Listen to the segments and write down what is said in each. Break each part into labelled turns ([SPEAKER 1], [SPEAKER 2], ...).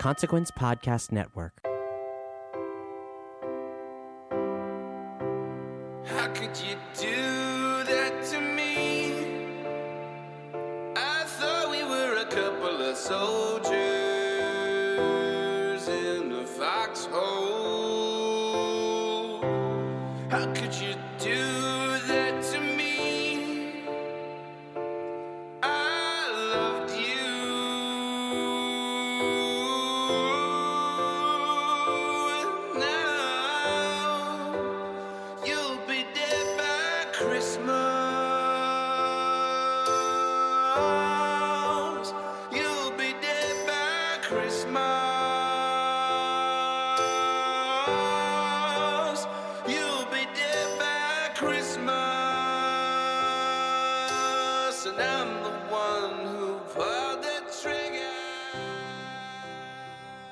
[SPEAKER 1] Consequence Podcast Network.
[SPEAKER 2] How could you do that to me? I thought we were a couple of soldiers in a foxhole. How could you do that to me? I loved you. Now You'll be dead by Christmas. You'll be dead by Christmas. You'll be dead by Christmas. And I'm the one who pulled the trigger.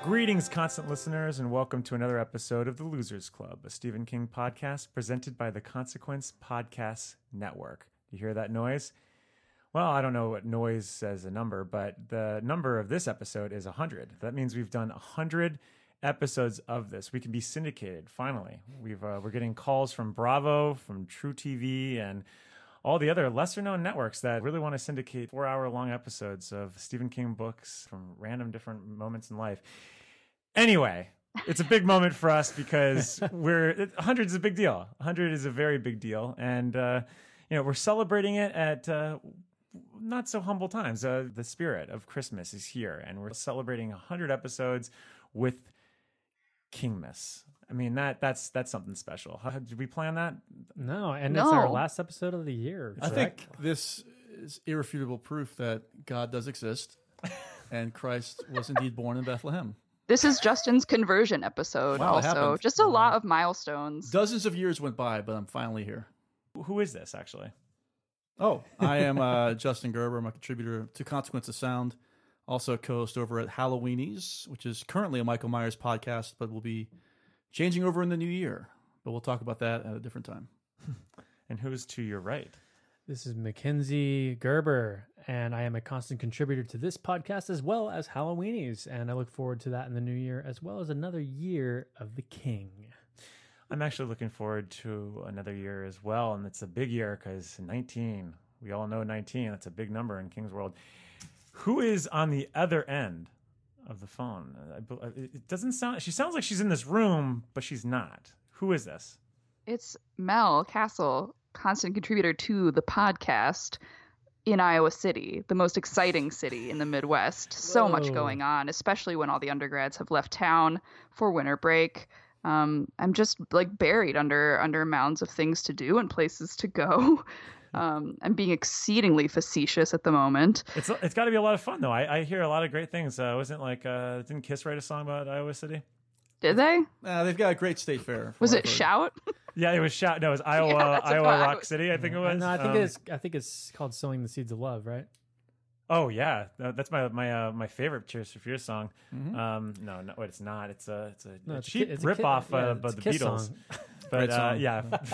[SPEAKER 3] Greetings, constant listeners, and welcome to another episode of The Losers Club, a Stephen King podcast presented by the Consequence Podcast Network. You hear that noise? Well, I don't know what noise says a number, but the number of this episode is 100. That means we've done 100 episodes of this. We can be syndicated finally. We've uh, we're getting calls from Bravo, from True TV, and all the other lesser known networks that really want to syndicate four hour long episodes of Stephen King books from random different moments in life. Anyway, it's a big moment for us because we're 100 is a big deal. 100 is a very big deal. And, uh, you know, we're celebrating it at uh, not so humble times. Uh, the spirit of Christmas is here, and we're celebrating 100 episodes with Kingmas. I mean that that's that's something special. How, did we plan that?
[SPEAKER 4] No, and it's our
[SPEAKER 5] No.
[SPEAKER 4] last episode of the year.
[SPEAKER 6] I
[SPEAKER 4] correct?
[SPEAKER 6] think this is irrefutable proof that God does exist and Christ was indeed born in Bethlehem.
[SPEAKER 5] This is Justin's conversion episode,
[SPEAKER 6] Wow, it
[SPEAKER 5] also.
[SPEAKER 6] happened.
[SPEAKER 5] Just a lot of milestones.
[SPEAKER 6] Dozens of years went by, but I'm finally here.
[SPEAKER 3] Who is this actually?
[SPEAKER 6] Oh, I am uh, Justin Gerber. I'm a contributor to Consequence of Sound, also a co-host over at Halloweenies, which is currently a Michael Myers podcast, but will be changing over in the new year. But we'll talk about that at a different time.
[SPEAKER 3] And who's to your right?
[SPEAKER 4] this is Mackenzie Gerber, and I am a constant contributor to this podcast as well as Halloweenies, and I look forward to that in the new year as well as another year of the King.
[SPEAKER 3] I'm actually looking forward to another year as well, and it's a big year because 19. We all know 19. That's a big number in King's World. Who is on the other end of the phone? I bel- uh, It it doesn't sound. She sounds like she's in this room, but she's not. Who is this?
[SPEAKER 5] It's Mel Castle, constant contributor to the podcast in Iowa City, the most exciting city in the Midwest. So much
[SPEAKER 4] Whoa.
[SPEAKER 5] going on, especially when all the undergrads have left town for winter break. Um, I'm just like buried under under mounds of things to do and places to go. Um, I'm being exceedingly facetious at the moment.
[SPEAKER 3] It's it's got to be a lot of fun though. I, I hear a lot of great things. Uh, wasn't like uh, didn't Kiss write a song about Iowa City?
[SPEAKER 5] Did they?
[SPEAKER 6] Uh, they've got a great state fair. from
[SPEAKER 5] Was
[SPEAKER 6] what
[SPEAKER 5] it
[SPEAKER 6] I've heard.
[SPEAKER 5] shout?
[SPEAKER 3] Yeah, it was shout. No, it was Iowa
[SPEAKER 5] that's
[SPEAKER 3] Iowa
[SPEAKER 5] about-
[SPEAKER 3] Rock City. I think it was.
[SPEAKER 4] Mm-hmm. Uh, No, I think
[SPEAKER 3] Um,
[SPEAKER 4] it's I think it's called "Sowing the Seeds of Love," right?
[SPEAKER 3] Oh yeah, Uh, that's my my uh, my favorite Tears for Fears song.
[SPEAKER 6] Mhm.
[SPEAKER 3] Um, no, no, wait, it's not. It's a it's a,
[SPEAKER 4] Mm-hmm. No,
[SPEAKER 3] a
[SPEAKER 4] it's a
[SPEAKER 3] cheap
[SPEAKER 4] ki- it's a
[SPEAKER 3] rip
[SPEAKER 4] kid-
[SPEAKER 3] off
[SPEAKER 4] yeah,
[SPEAKER 3] uh,
[SPEAKER 4] it's
[SPEAKER 3] but
[SPEAKER 4] a
[SPEAKER 3] the
[SPEAKER 4] Kiss
[SPEAKER 3] Beatles.
[SPEAKER 4] song.
[SPEAKER 3] But
[SPEAKER 6] Great
[SPEAKER 3] uh,
[SPEAKER 6] song.
[SPEAKER 3] yeah,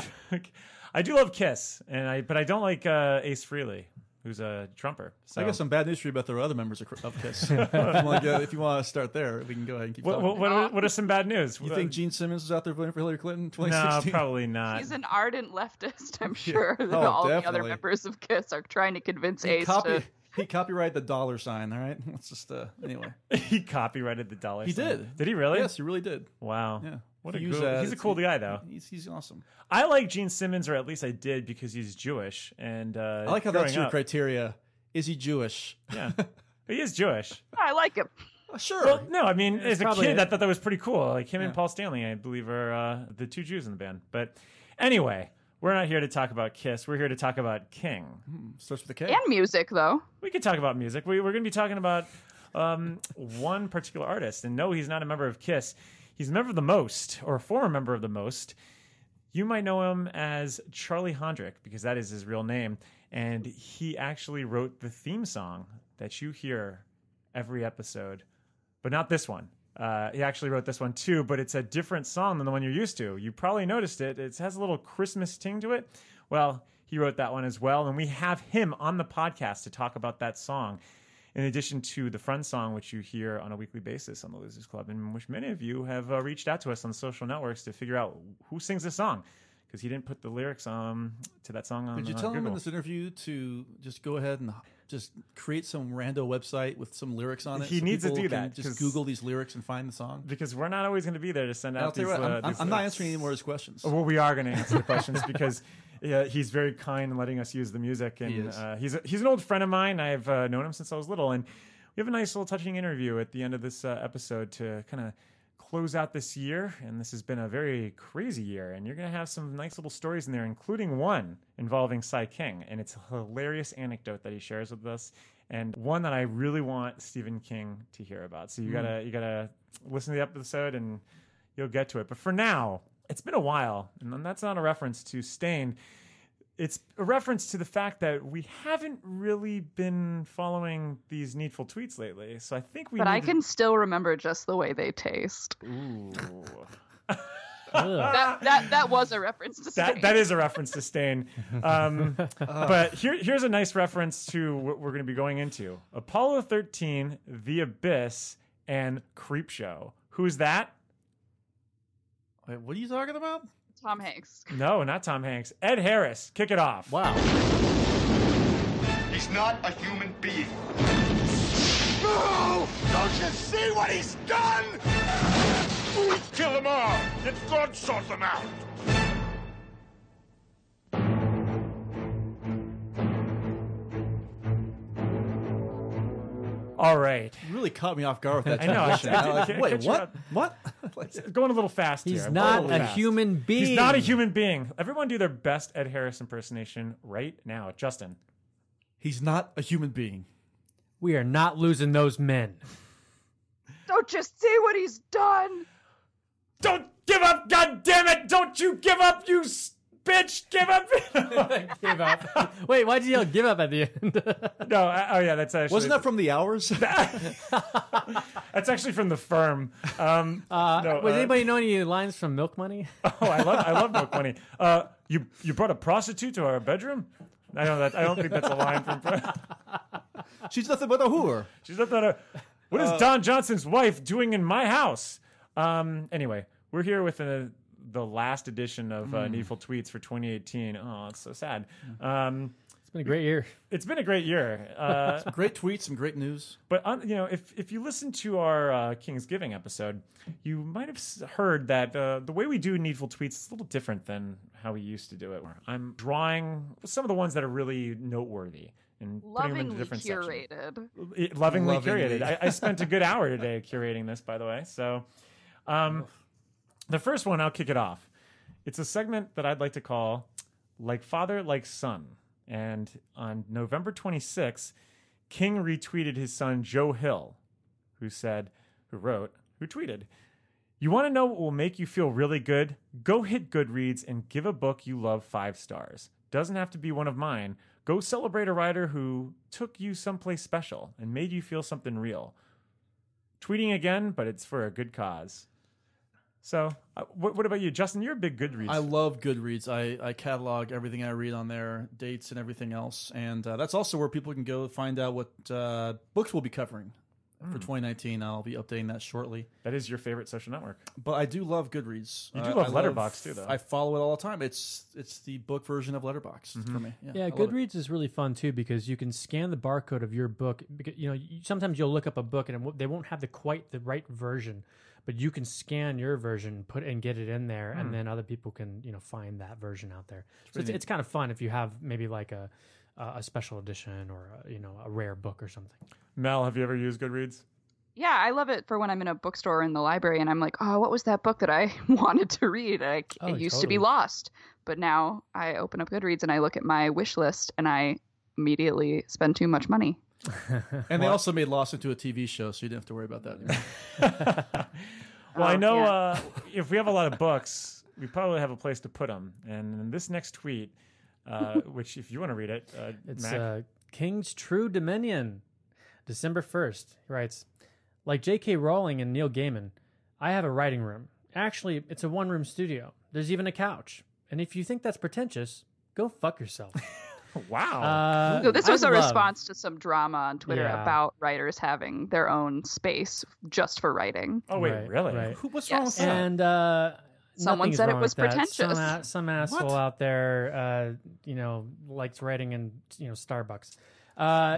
[SPEAKER 3] I do love Kiss, and I but I don't like uh, Ace Frehley, who's a trumper. So
[SPEAKER 6] I got some bad news for you about the other members of, of KISS. if, you wanna go- if you want to start there, we can go ahead and keep
[SPEAKER 3] What,
[SPEAKER 6] talking.
[SPEAKER 3] what, what, are- what are some bad news?
[SPEAKER 6] You think Gene Simmons was out there voting for Hillary Clinton in
[SPEAKER 3] no,
[SPEAKER 6] 2016?
[SPEAKER 3] probably not.
[SPEAKER 5] He's an ardent leftist, I'm sure. that
[SPEAKER 6] Oh,
[SPEAKER 5] all the other
[SPEAKER 6] definitely.
[SPEAKER 5] members of KISS are trying to convince
[SPEAKER 6] He,
[SPEAKER 5] Ace
[SPEAKER 6] copy,
[SPEAKER 5] to.
[SPEAKER 6] he copyrighted the dollar sign, all right? Let's just, uh, anyway.
[SPEAKER 3] he copyrighted the dollar.
[SPEAKER 6] He
[SPEAKER 3] sign.
[SPEAKER 6] did.
[SPEAKER 3] Did he really?
[SPEAKER 6] Yes, he really did.
[SPEAKER 3] Wow.
[SPEAKER 6] Yeah.
[SPEAKER 3] What
[SPEAKER 6] If
[SPEAKER 3] a
[SPEAKER 6] you use
[SPEAKER 3] cool-
[SPEAKER 6] that,
[SPEAKER 3] he's a
[SPEAKER 6] it's-
[SPEAKER 3] cool guy though.
[SPEAKER 6] He's, he's awesome.
[SPEAKER 3] I like Gene Simmons, or at least I did, because he's Jewish. And uh,
[SPEAKER 6] I like how that's
[SPEAKER 3] growing
[SPEAKER 6] your
[SPEAKER 3] up-
[SPEAKER 6] criteria. Is he Jewish?
[SPEAKER 3] Yeah, he is Jewish.
[SPEAKER 5] I like him.
[SPEAKER 6] Uh, sure.
[SPEAKER 3] Well, no, I mean,
[SPEAKER 4] It's
[SPEAKER 3] as a
[SPEAKER 4] probably
[SPEAKER 3] kid,
[SPEAKER 4] a-
[SPEAKER 3] I thought that was pretty cool. Like him and
[SPEAKER 6] Yeah.
[SPEAKER 3] Paul Stanley, I believe, are uh, the two Jews in the band. But anyway, we're not here to talk about Kiss. We're here to talk about King.
[SPEAKER 6] Starts with a K.
[SPEAKER 5] And music, though.
[SPEAKER 3] We could talk about music. We, we're going to be talking about um, one particular artist. And no, he's not a member of Kiss. He's a member of the most, or a former member of the most. You might know him as Charlie Hondrick, because that is his real name. And he actually wrote the theme song that you hear every episode, but not this one. Uh, he actually wrote this one too, but it's a different song than the one you're used to. You probably noticed it. It has a little Christmas ting to it. Well, he wrote that one as well, and we have him on the podcast to talk about that song. in addition to the friend song, which you hear on a weekly basis on the Losers Club, and which many of you have uh, reached out to us on social networks to figure out who sings this song, because he didn't put the lyrics um, to that song on.
[SPEAKER 6] Did you
[SPEAKER 3] uh,
[SPEAKER 6] tell him in
[SPEAKER 3] Google.
[SPEAKER 6] this interview to just go ahead and just create some rando website with some lyrics on it?
[SPEAKER 3] He needs to
[SPEAKER 6] people
[SPEAKER 3] do
[SPEAKER 6] can
[SPEAKER 3] that, 'cause-
[SPEAKER 6] Just Google these lyrics and find the song.
[SPEAKER 3] Because we're not always going to be there to send out
[SPEAKER 6] I'll tell
[SPEAKER 3] these.
[SPEAKER 6] you what,
[SPEAKER 3] uh,
[SPEAKER 6] I'm, I'm-
[SPEAKER 3] these
[SPEAKER 6] I'm not
[SPEAKER 3] lyrics. Uh,
[SPEAKER 6] answering any more of his questions.
[SPEAKER 3] Well, we are going to answer the questions because yeah, he's very kind in letting us use the music, and
[SPEAKER 6] He is.
[SPEAKER 3] uh, he's a, he's an old friend of mine. I've uh, known him since I was little, and we have a nice little touching interview at the end of this uh, episode to kind of close out this year. And this has been a very crazy year, and you're going to have some nice little stories in there, including one involving Cy King, and it's a hilarious anecdote that he shares with us. And one that I really want Stephen King to hear about.
[SPEAKER 6] Hmm.
[SPEAKER 3] So you gotta you gotta listen to the episode and you'll get to it. But for now, it's been a while, and that's not a reference to Stained. It's a reference to the fact that we haven't really been following these needful tweets lately. So I think we.
[SPEAKER 5] But
[SPEAKER 3] need
[SPEAKER 5] I
[SPEAKER 3] to-
[SPEAKER 5] can still remember just the way they taste.
[SPEAKER 3] Ooh.
[SPEAKER 4] Ugh.
[SPEAKER 5] That that, that was a reference to
[SPEAKER 3] that
[SPEAKER 5] Spain.
[SPEAKER 3] that is a reference to Stain. Um, but here here's a nice reference to what we're going to be going into: Apollo 13, The Abyss, and Creepshow. Who's that?
[SPEAKER 6] Wait, what are you talking about?
[SPEAKER 5] Tom Hanks.
[SPEAKER 3] No, not Tom Hanks. Ed Harris. Kick it off.
[SPEAKER 6] Wow.
[SPEAKER 7] He's not a human being. No! Don't you see what he's done? We kill them all. Let God sort them out.
[SPEAKER 3] All right.
[SPEAKER 6] Really caught me off guard with that.
[SPEAKER 3] I know, I
[SPEAKER 6] transition.
[SPEAKER 3] did-
[SPEAKER 6] I'm like,
[SPEAKER 3] I
[SPEAKER 6] Wait,
[SPEAKER 3] catch you
[SPEAKER 6] what?
[SPEAKER 3] up.
[SPEAKER 6] What? Like,
[SPEAKER 3] Going a little fast here.
[SPEAKER 4] He's
[SPEAKER 3] I'm going
[SPEAKER 4] not
[SPEAKER 3] little
[SPEAKER 4] a
[SPEAKER 3] fast.
[SPEAKER 4] human being.
[SPEAKER 3] He's not a human being. Everyone do their best Ed Harris impersonation right now. Justin.
[SPEAKER 6] he's not a human being.
[SPEAKER 4] We are not losing those men.
[SPEAKER 5] Don't just see what he's done.
[SPEAKER 3] Don't give up, God damn it! Don't you give up, you s- bitch! Give up!
[SPEAKER 4] give up. Wait, why'd you yell give up at the end?
[SPEAKER 3] no, I- oh yeah, that's actually
[SPEAKER 6] Wasn't that from the hours?
[SPEAKER 3] that's actually from the firm. Um,
[SPEAKER 4] Uh,
[SPEAKER 3] No,
[SPEAKER 4] was
[SPEAKER 3] uh,
[SPEAKER 4] anybody know any lines from Milk Money?
[SPEAKER 3] oh, I love I love Milk Money. Uh, you you brought a prostitute to our bedroom? I don't that I don't think that's a line from.
[SPEAKER 6] She's nothing but a whore.
[SPEAKER 3] She's not that. Uh, what is Don Johnson's wife doing in my house? Um. Anyway, we're here with the the last edition of uh, Needful Tweets for 2018. Oh, it's so sad. Um,
[SPEAKER 4] It's been a great year.
[SPEAKER 3] it's been a great year. Uh,
[SPEAKER 6] Great tweets, some great news.
[SPEAKER 3] But on, you know, if if you listen to our uh, Kingsgiving episode, you might have s- heard that uh, the way we do needful tweets is a little different than how we used to do it. I'm drawing some of the ones that are really noteworthy and putting them into
[SPEAKER 5] Lovingly
[SPEAKER 3] different sections.
[SPEAKER 5] curated.
[SPEAKER 3] It- Lovingly,
[SPEAKER 6] Lovingly.
[SPEAKER 3] curated. I, I spent a good hour today curating this, by the way. So, um, the first one, I'll kick it off. It's a segment that I'd like to call "Like Father, Like Son." And on November 26th, King retweeted his son Joe Hill, who said, who wrote, who tweeted, "You want to know what will make you feel really good? Go hit Goodreads and give a book you love five stars. Doesn't have to be one of mine. Go celebrate a writer who took you someplace special and made you feel something real." Tweeting again, but it's for a good cause. So, uh, what, what about you, Justin? You're a big Goodreads.
[SPEAKER 6] I love Goodreads. I, I catalog everything I read on there, dates and everything else. And uh, that's also where people can go find out what uh, books we'll be covering for 2019. I'll be updating that shortly.
[SPEAKER 3] that is your favorite social network.
[SPEAKER 6] But I do love Goodreads.
[SPEAKER 3] You
[SPEAKER 6] Uh,
[SPEAKER 3] do
[SPEAKER 6] I
[SPEAKER 3] love Letterboxd, too, though.
[SPEAKER 6] I follow it all the time. It's it's the book version of Letterboxd for me. Yeah,
[SPEAKER 4] Yeah,
[SPEAKER 6] I love it.
[SPEAKER 4] Goodreads is really fun too because you can scan the barcode of your book. Because you know you, sometimes you'll look up a book and it, won't- they won't have the quite the right version, but you can scan your version, put and get it in there,
[SPEAKER 6] Hmm.
[SPEAKER 4] and then other people can you know find that version out there. so it's, it's kind of fun if you have maybe like a a a special edition or a, you know a rare book or something.
[SPEAKER 3] Mel, have you ever used Goodreads?
[SPEAKER 5] Yeah, I love it for when I'm in a bookstore or in the library and I'm like, oh, what was that book that I wanted to read? I, it
[SPEAKER 4] Oh,
[SPEAKER 5] used to
[SPEAKER 4] totally.
[SPEAKER 5] be lost, but now I open up Goodreads and I look at my wish list and I immediately spend too much money.
[SPEAKER 6] And they also made Lost into a TV show, so you didn't have to worry about that. Anymore.
[SPEAKER 3] Well, I
[SPEAKER 6] Oh,
[SPEAKER 5] Um,
[SPEAKER 3] know
[SPEAKER 5] yeah.
[SPEAKER 3] uh, if we have a lot of books, we probably have a place to put them. And in this next tweet, uh, which if you want to read it, uh,
[SPEAKER 4] It's
[SPEAKER 3] Mac,
[SPEAKER 4] uh, King's True Dominion, December 1st. He writes, like J.K. Rowling and Neil Gaiman, I have a writing room. Actually, it's a one room studio. There's even a couch. And if you think that's pretentious, go fuck yourself.
[SPEAKER 3] Wow.
[SPEAKER 4] Uh,
[SPEAKER 5] So this was
[SPEAKER 4] I
[SPEAKER 5] a
[SPEAKER 4] love-
[SPEAKER 5] response to some drama on Twitter
[SPEAKER 4] Yeah.
[SPEAKER 5] about writers having their own space just for writing.
[SPEAKER 3] oh wait,
[SPEAKER 4] right,
[SPEAKER 3] really?
[SPEAKER 4] right.
[SPEAKER 6] Who, what's wrong with
[SPEAKER 5] Yes.
[SPEAKER 6] that?
[SPEAKER 4] And uh,
[SPEAKER 5] Someone
[SPEAKER 4] nothing's
[SPEAKER 5] said it
[SPEAKER 4] wrong
[SPEAKER 5] was
[SPEAKER 4] with that. Some
[SPEAKER 5] pretentious.
[SPEAKER 4] a- Some, asshole out there, uh, you know, likes writing in you know Starbucks. Uh,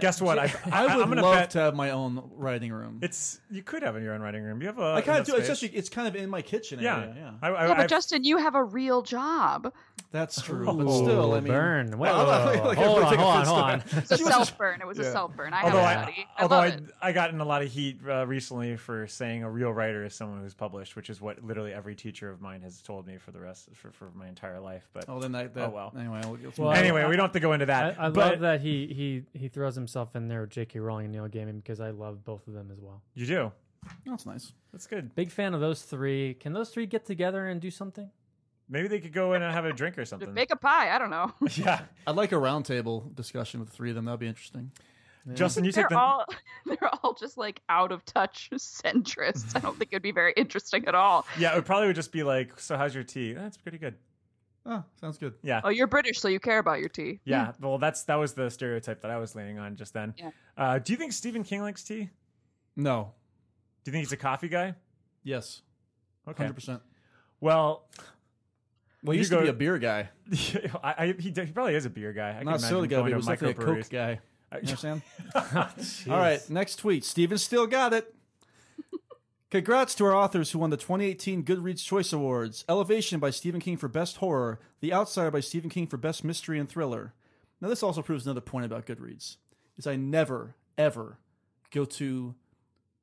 [SPEAKER 3] Guess what? I, I,
[SPEAKER 6] I would
[SPEAKER 3] am gonna
[SPEAKER 6] love
[SPEAKER 3] bet
[SPEAKER 6] to have my own writing room.
[SPEAKER 3] it's you could have in your own writing room. You have a.
[SPEAKER 6] I kind
[SPEAKER 3] enough
[SPEAKER 6] of do. It's
[SPEAKER 3] space.
[SPEAKER 6] just it's kind of in my kitchen
[SPEAKER 3] yeah,
[SPEAKER 6] area. Yeah,
[SPEAKER 3] I, I,
[SPEAKER 5] yeah, but
[SPEAKER 3] I've-
[SPEAKER 5] Justin, you have a real job.
[SPEAKER 6] that's true. but
[SPEAKER 4] Ooh,
[SPEAKER 3] Oh,
[SPEAKER 6] still, I mean,
[SPEAKER 4] burn. Whoa,
[SPEAKER 6] I'm not- like, I
[SPEAKER 4] hold
[SPEAKER 6] would
[SPEAKER 4] on,
[SPEAKER 6] take
[SPEAKER 4] hold on,
[SPEAKER 6] offense
[SPEAKER 4] hold
[SPEAKER 6] to
[SPEAKER 4] on.
[SPEAKER 6] that.
[SPEAKER 5] It's a
[SPEAKER 6] She was just-
[SPEAKER 5] self burn. It was a self burn. I
[SPEAKER 3] although
[SPEAKER 5] have a
[SPEAKER 3] I,
[SPEAKER 5] study. I,
[SPEAKER 3] although
[SPEAKER 5] love
[SPEAKER 3] I,
[SPEAKER 5] it.
[SPEAKER 3] I got in a lot of heat uh, recently for saying a real writer is someone who's published, which is what literally every teacher of mine has told me for the rest for, for my entire life. But
[SPEAKER 6] Oh, then that. that
[SPEAKER 3] Oh, well.
[SPEAKER 6] Anyway, we'll get
[SPEAKER 4] Well,
[SPEAKER 3] anyway, we don't have to go into
[SPEAKER 4] I,
[SPEAKER 3] that.
[SPEAKER 4] I
[SPEAKER 3] but
[SPEAKER 4] love that he he he throws himself in there with J.K. Rowling and Neil Gaiman because I love both of them as well.
[SPEAKER 3] You do.
[SPEAKER 6] that's nice.
[SPEAKER 3] That's good.
[SPEAKER 4] Big fan of those three. Can those three get together and do something?
[SPEAKER 3] Maybe they could go in and have a drink or something.
[SPEAKER 5] Make a pie. I don't know.
[SPEAKER 3] yeah,
[SPEAKER 6] I'd like a roundtable discussion with the three of them. That'd be interesting.
[SPEAKER 3] Justin, you take
[SPEAKER 5] They're
[SPEAKER 3] the.
[SPEAKER 5] all they're all just like out of touch centrists. I don't think it'd be very interesting at all.
[SPEAKER 3] Yeah, it probably would just be like, so how's your tea? That's pretty good. Ah,
[SPEAKER 6] Oh, sounds good.
[SPEAKER 3] Yeah.
[SPEAKER 5] Oh, you're British, so you care about your tea.
[SPEAKER 3] yeah. Well, that's that was the stereotype that I was leaning on just then.
[SPEAKER 5] Yeah.
[SPEAKER 3] Uh, do you think Stephen King likes tea?
[SPEAKER 6] No.
[SPEAKER 3] Do you think he's a coffee guy?
[SPEAKER 6] Yes.
[SPEAKER 3] Okay.
[SPEAKER 6] Hundred percent.
[SPEAKER 3] Well,
[SPEAKER 6] Well, he
[SPEAKER 3] You
[SPEAKER 6] used
[SPEAKER 3] go-
[SPEAKER 6] to be a beer guy,
[SPEAKER 3] I, I, he, de- he probably is a beer guy. I
[SPEAKER 6] not
[SPEAKER 3] can
[SPEAKER 6] soda
[SPEAKER 3] imagine
[SPEAKER 6] guy, but
[SPEAKER 3] going
[SPEAKER 6] he
[SPEAKER 3] to
[SPEAKER 6] was definitely a
[SPEAKER 3] microbreweries.
[SPEAKER 6] Coke guy. You understand?
[SPEAKER 4] Jeez.
[SPEAKER 6] All right, next tweet. Steven still got it. Congrats to our authors who won the 2018 Goodreads Choice Awards Elevation by Stephen King for Best Horror, The Outsider by Stephen King for Best Mystery and Thriller. Now, this also proves another point about Goodreads is I never, ever go to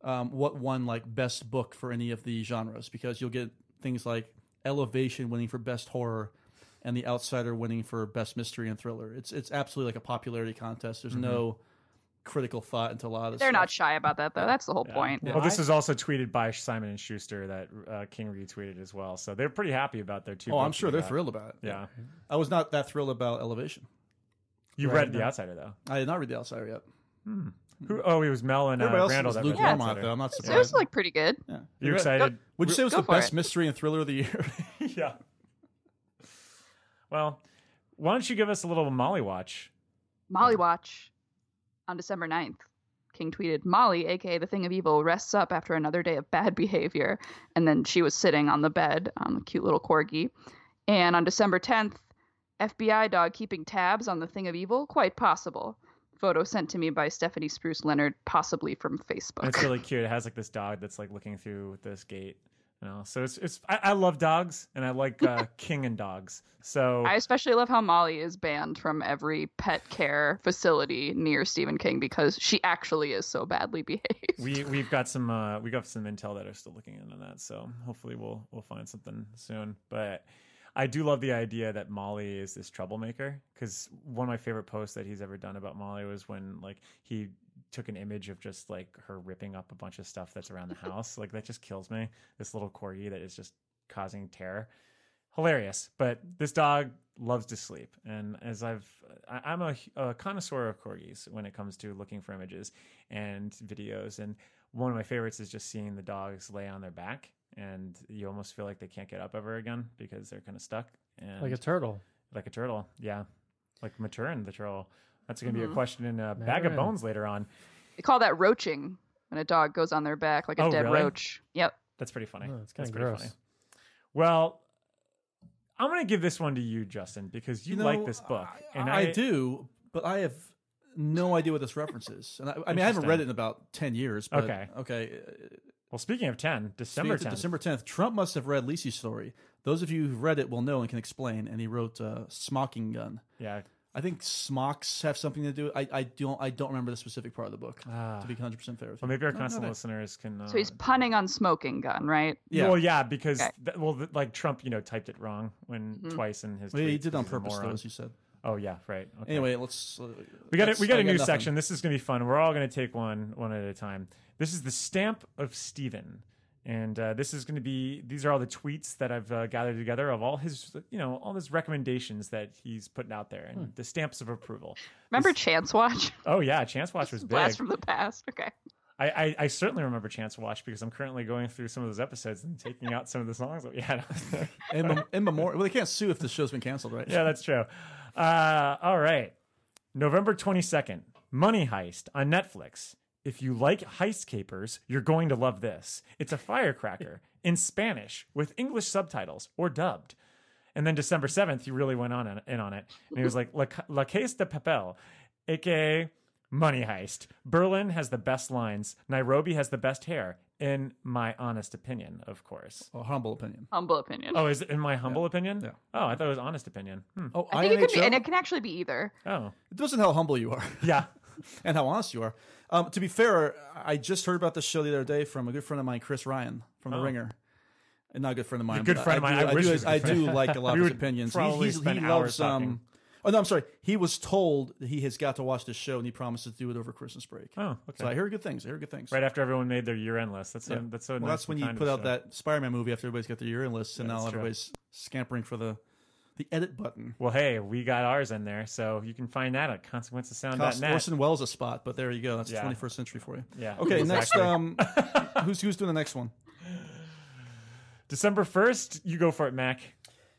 [SPEAKER 6] um, what won like best book for any of the genres because you'll get things like Elevation winning for Best Horror and The Outsider winning for Best Mystery and Thriller. It's it's absolutely like a popularity contest. There's no critical thought into a lot of this
[SPEAKER 5] Mm-hmm. They're
[SPEAKER 6] stuff.
[SPEAKER 5] not shy about that though. That's the whole point.
[SPEAKER 3] Well, this is also tweeted by Simon and Schuster that uh, King retweeted as well. So they're pretty happy about their two.
[SPEAKER 6] Oh, I'm
[SPEAKER 3] books
[SPEAKER 6] sure
[SPEAKER 3] that
[SPEAKER 6] they're
[SPEAKER 3] they got.
[SPEAKER 6] thrilled about it.
[SPEAKER 3] Yeah,
[SPEAKER 6] I was not that thrilled about Elevation.
[SPEAKER 3] you
[SPEAKER 6] Right,
[SPEAKER 3] read The
[SPEAKER 6] yeah.
[SPEAKER 3] Outsider though.
[SPEAKER 6] I did not read The Outsider yet.
[SPEAKER 3] Who? Oh, it was Mel and uh,
[SPEAKER 6] Everybody else
[SPEAKER 3] Randall.
[SPEAKER 6] was
[SPEAKER 3] That read The
[SPEAKER 6] lukewarm on it,
[SPEAKER 3] Outsider.
[SPEAKER 6] though. I'm not
[SPEAKER 5] It was
[SPEAKER 6] surprised.
[SPEAKER 5] like pretty good.
[SPEAKER 6] Yeah.
[SPEAKER 3] You excited?
[SPEAKER 6] Would you say it was
[SPEAKER 5] Go
[SPEAKER 6] the
[SPEAKER 5] for
[SPEAKER 6] best
[SPEAKER 5] it.
[SPEAKER 6] mystery and thriller of the year?
[SPEAKER 3] yeah. Well, why don't you give us a little Molly watch?
[SPEAKER 5] Molly Watch on December 9th. King tweeted, Molly, aka the thing of evil, rests up after another day of bad behavior. And then she was sitting on the bed, um, a cute little corgi. And on December 10th, FBI dog keeping tabs on the thing of evil? Quite possible. Photo sent to me by Stephanie Spruce Leonard, possibly from Facebook.
[SPEAKER 3] It's really cute. It has like this dog that's like looking through this gate. You know, so it's it's. I, I love dogs, and I like uh, King and dogs. So
[SPEAKER 5] I especially love how Molly is banned from every pet care facility near Stephen King because she actually is so badly behaved.
[SPEAKER 3] we we've got some uh we got some intel that are still looking into that so hopefully we'll we'll find something soon but i do love the idea that molly is this troublemaker because one of my favorite posts that he's ever done about molly was when like he took an image of just like her ripping up a bunch of stuff that's around the house like that just kills me this little corgi that is just causing terror hilarious but this dog loves to sleep and as i've I- i'm a, a connoisseur of corgis when it comes to looking for images and videos and one of my favorites is just seeing the dogs lay on their back and you almost feel like they can't get up ever again because they're kind of stuck and
[SPEAKER 4] Like a turtle.
[SPEAKER 3] like a turtle yeah like maturin the turtle that's going to be a question in a bag of
[SPEAKER 4] Mm-hmm. Maturin.
[SPEAKER 3] bones later on
[SPEAKER 5] They call that roaching when a dog goes on their back like a
[SPEAKER 3] Oh,
[SPEAKER 5] dead
[SPEAKER 3] really?
[SPEAKER 5] roach. Yep.
[SPEAKER 3] That's pretty funny.
[SPEAKER 4] Oh, that's kinda
[SPEAKER 3] pretty
[SPEAKER 4] gross.
[SPEAKER 3] Well, I'm going to give this one to you, Justin, because you,
[SPEAKER 6] know,
[SPEAKER 3] like this book,
[SPEAKER 6] I, I, do, but I have no idea what this reference is. And I, I mean, I haven't
[SPEAKER 3] Interesting.
[SPEAKER 6] read it in about ten years. But,
[SPEAKER 3] Okay.
[SPEAKER 6] okay. uh,
[SPEAKER 3] Well, speaking of ten, December
[SPEAKER 6] speaking of
[SPEAKER 3] tenth.
[SPEAKER 6] December tenth. Trump must have read Lisi's story. Those of you who've read it will know and can explain. And he wrote uh, "Smocking Gun."
[SPEAKER 3] Yeah,
[SPEAKER 6] I think smocks have something to do. I, I don't. I don't remember the specific part of the book. to be hundred percent fair with
[SPEAKER 3] Ah.
[SPEAKER 6] you.
[SPEAKER 3] well, maybe our
[SPEAKER 6] No,
[SPEAKER 3] constant
[SPEAKER 6] no, no.
[SPEAKER 3] listeners can. Uh,
[SPEAKER 5] So he's punning on smoking gun, right?
[SPEAKER 6] Yeah.
[SPEAKER 3] Well, yeah, because
[SPEAKER 5] Okay. Mm-hmm.
[SPEAKER 3] th- well, th- like Trump, you know, typed it wrong when twice in his.
[SPEAKER 6] Well, he
[SPEAKER 3] tweets,
[SPEAKER 6] did on
[SPEAKER 3] he's a
[SPEAKER 6] purpose, though,
[SPEAKER 3] moron.
[SPEAKER 6] as you said.
[SPEAKER 3] Oh yeah, right. Okay.
[SPEAKER 6] Anyway, let's. Uh,
[SPEAKER 3] We got a,
[SPEAKER 6] let's-
[SPEAKER 3] we got
[SPEAKER 6] I
[SPEAKER 3] a new
[SPEAKER 6] nothing.
[SPEAKER 3] section. This is going to be fun. We're all going to take one one at a time. This is the stamp of Steven. And uh, this is going to be these are all the tweets that I've uh, gathered together of all his you know all his recommendations that he's putting out there
[SPEAKER 6] Hmm.
[SPEAKER 3] and the stamps of approval.
[SPEAKER 5] Remember Chance Watch?
[SPEAKER 3] Oh yeah, Chance Watch was big.
[SPEAKER 5] Blast from the past. Okay.
[SPEAKER 3] I, I I certainly remember Chance Watch because I'm currently going through some of those episodes and taking out some of the songs that we had. out there.
[SPEAKER 6] In, mem- in memoriam. Well, they can't sue if the show's been canceled, right?
[SPEAKER 3] yeah, that's true. Uh, all right. November 22nd, Money Heist on Netflix. If you like heist capers, you're going to love this. It's a firecracker in Spanish with English subtitles or dubbed. And then December 7th, he really went on and- in on it. And he was like, La, Ca- La Case de Papel, aka Money Heist. Berlin has the best lines. Nairobi has the best hair, in my honest opinion, of course.
[SPEAKER 6] A humble opinion.
[SPEAKER 5] Humble opinion.
[SPEAKER 3] Oh, is it in my humble opinion?
[SPEAKER 6] Yeah.
[SPEAKER 3] Oh, I thought it was honest opinion. Hmm.
[SPEAKER 6] Oh,
[SPEAKER 5] I think it could be,
[SPEAKER 6] INHO?
[SPEAKER 5] and it can actually be either.
[SPEAKER 3] Oh,
[SPEAKER 6] It doesn't how humble you are
[SPEAKER 3] yeah.
[SPEAKER 6] and how honest you are. Um, to be fair, I just heard about this show the other day from a good friend of mine, Chris Ryan from The
[SPEAKER 3] Oh.
[SPEAKER 6] Ringer. And not a good friend of mine.
[SPEAKER 3] good
[SPEAKER 6] but
[SPEAKER 3] friend of mine.
[SPEAKER 6] do-
[SPEAKER 3] I wish he
[SPEAKER 6] do,
[SPEAKER 3] was a
[SPEAKER 6] I
[SPEAKER 3] good
[SPEAKER 6] do like a lot
[SPEAKER 3] We
[SPEAKER 6] of
[SPEAKER 3] would
[SPEAKER 6] his opinions. He,
[SPEAKER 3] probably
[SPEAKER 6] he's,
[SPEAKER 3] spend
[SPEAKER 6] he
[SPEAKER 3] hours
[SPEAKER 6] loves.
[SPEAKER 3] talking.
[SPEAKER 6] Um, oh no, I'm sorry. He was told that he has got to watch this show, and he promised to do it over Christmas break.
[SPEAKER 3] Oh, okay.
[SPEAKER 6] So I hear good things. I hear good things.
[SPEAKER 3] right after everyone made their year-end list. That's so,
[SPEAKER 6] Yeah.
[SPEAKER 3] that's so.
[SPEAKER 6] well,
[SPEAKER 3] nice
[SPEAKER 6] that's
[SPEAKER 3] and
[SPEAKER 6] when you
[SPEAKER 3] kind of
[SPEAKER 6] put
[SPEAKER 3] the
[SPEAKER 6] out
[SPEAKER 3] show.
[SPEAKER 6] that Spider-Man movie after everybody's got their year-end list, and
[SPEAKER 3] Yeah,
[SPEAKER 6] now
[SPEAKER 3] that's true.
[SPEAKER 6] everybody's scampering for the the edit button.
[SPEAKER 3] Well, hey, we got ours in there, so you can find that at
[SPEAKER 6] Cost
[SPEAKER 3] consequencesound.net.
[SPEAKER 6] Orson Welles a spot, but there you go. That's
[SPEAKER 3] Yeah.
[SPEAKER 6] the 21st century for you.
[SPEAKER 3] Yeah,
[SPEAKER 6] Okay. Next,
[SPEAKER 3] exactly.
[SPEAKER 6] um, who's who's doing the next one?
[SPEAKER 3] December first, you go for it, Mac.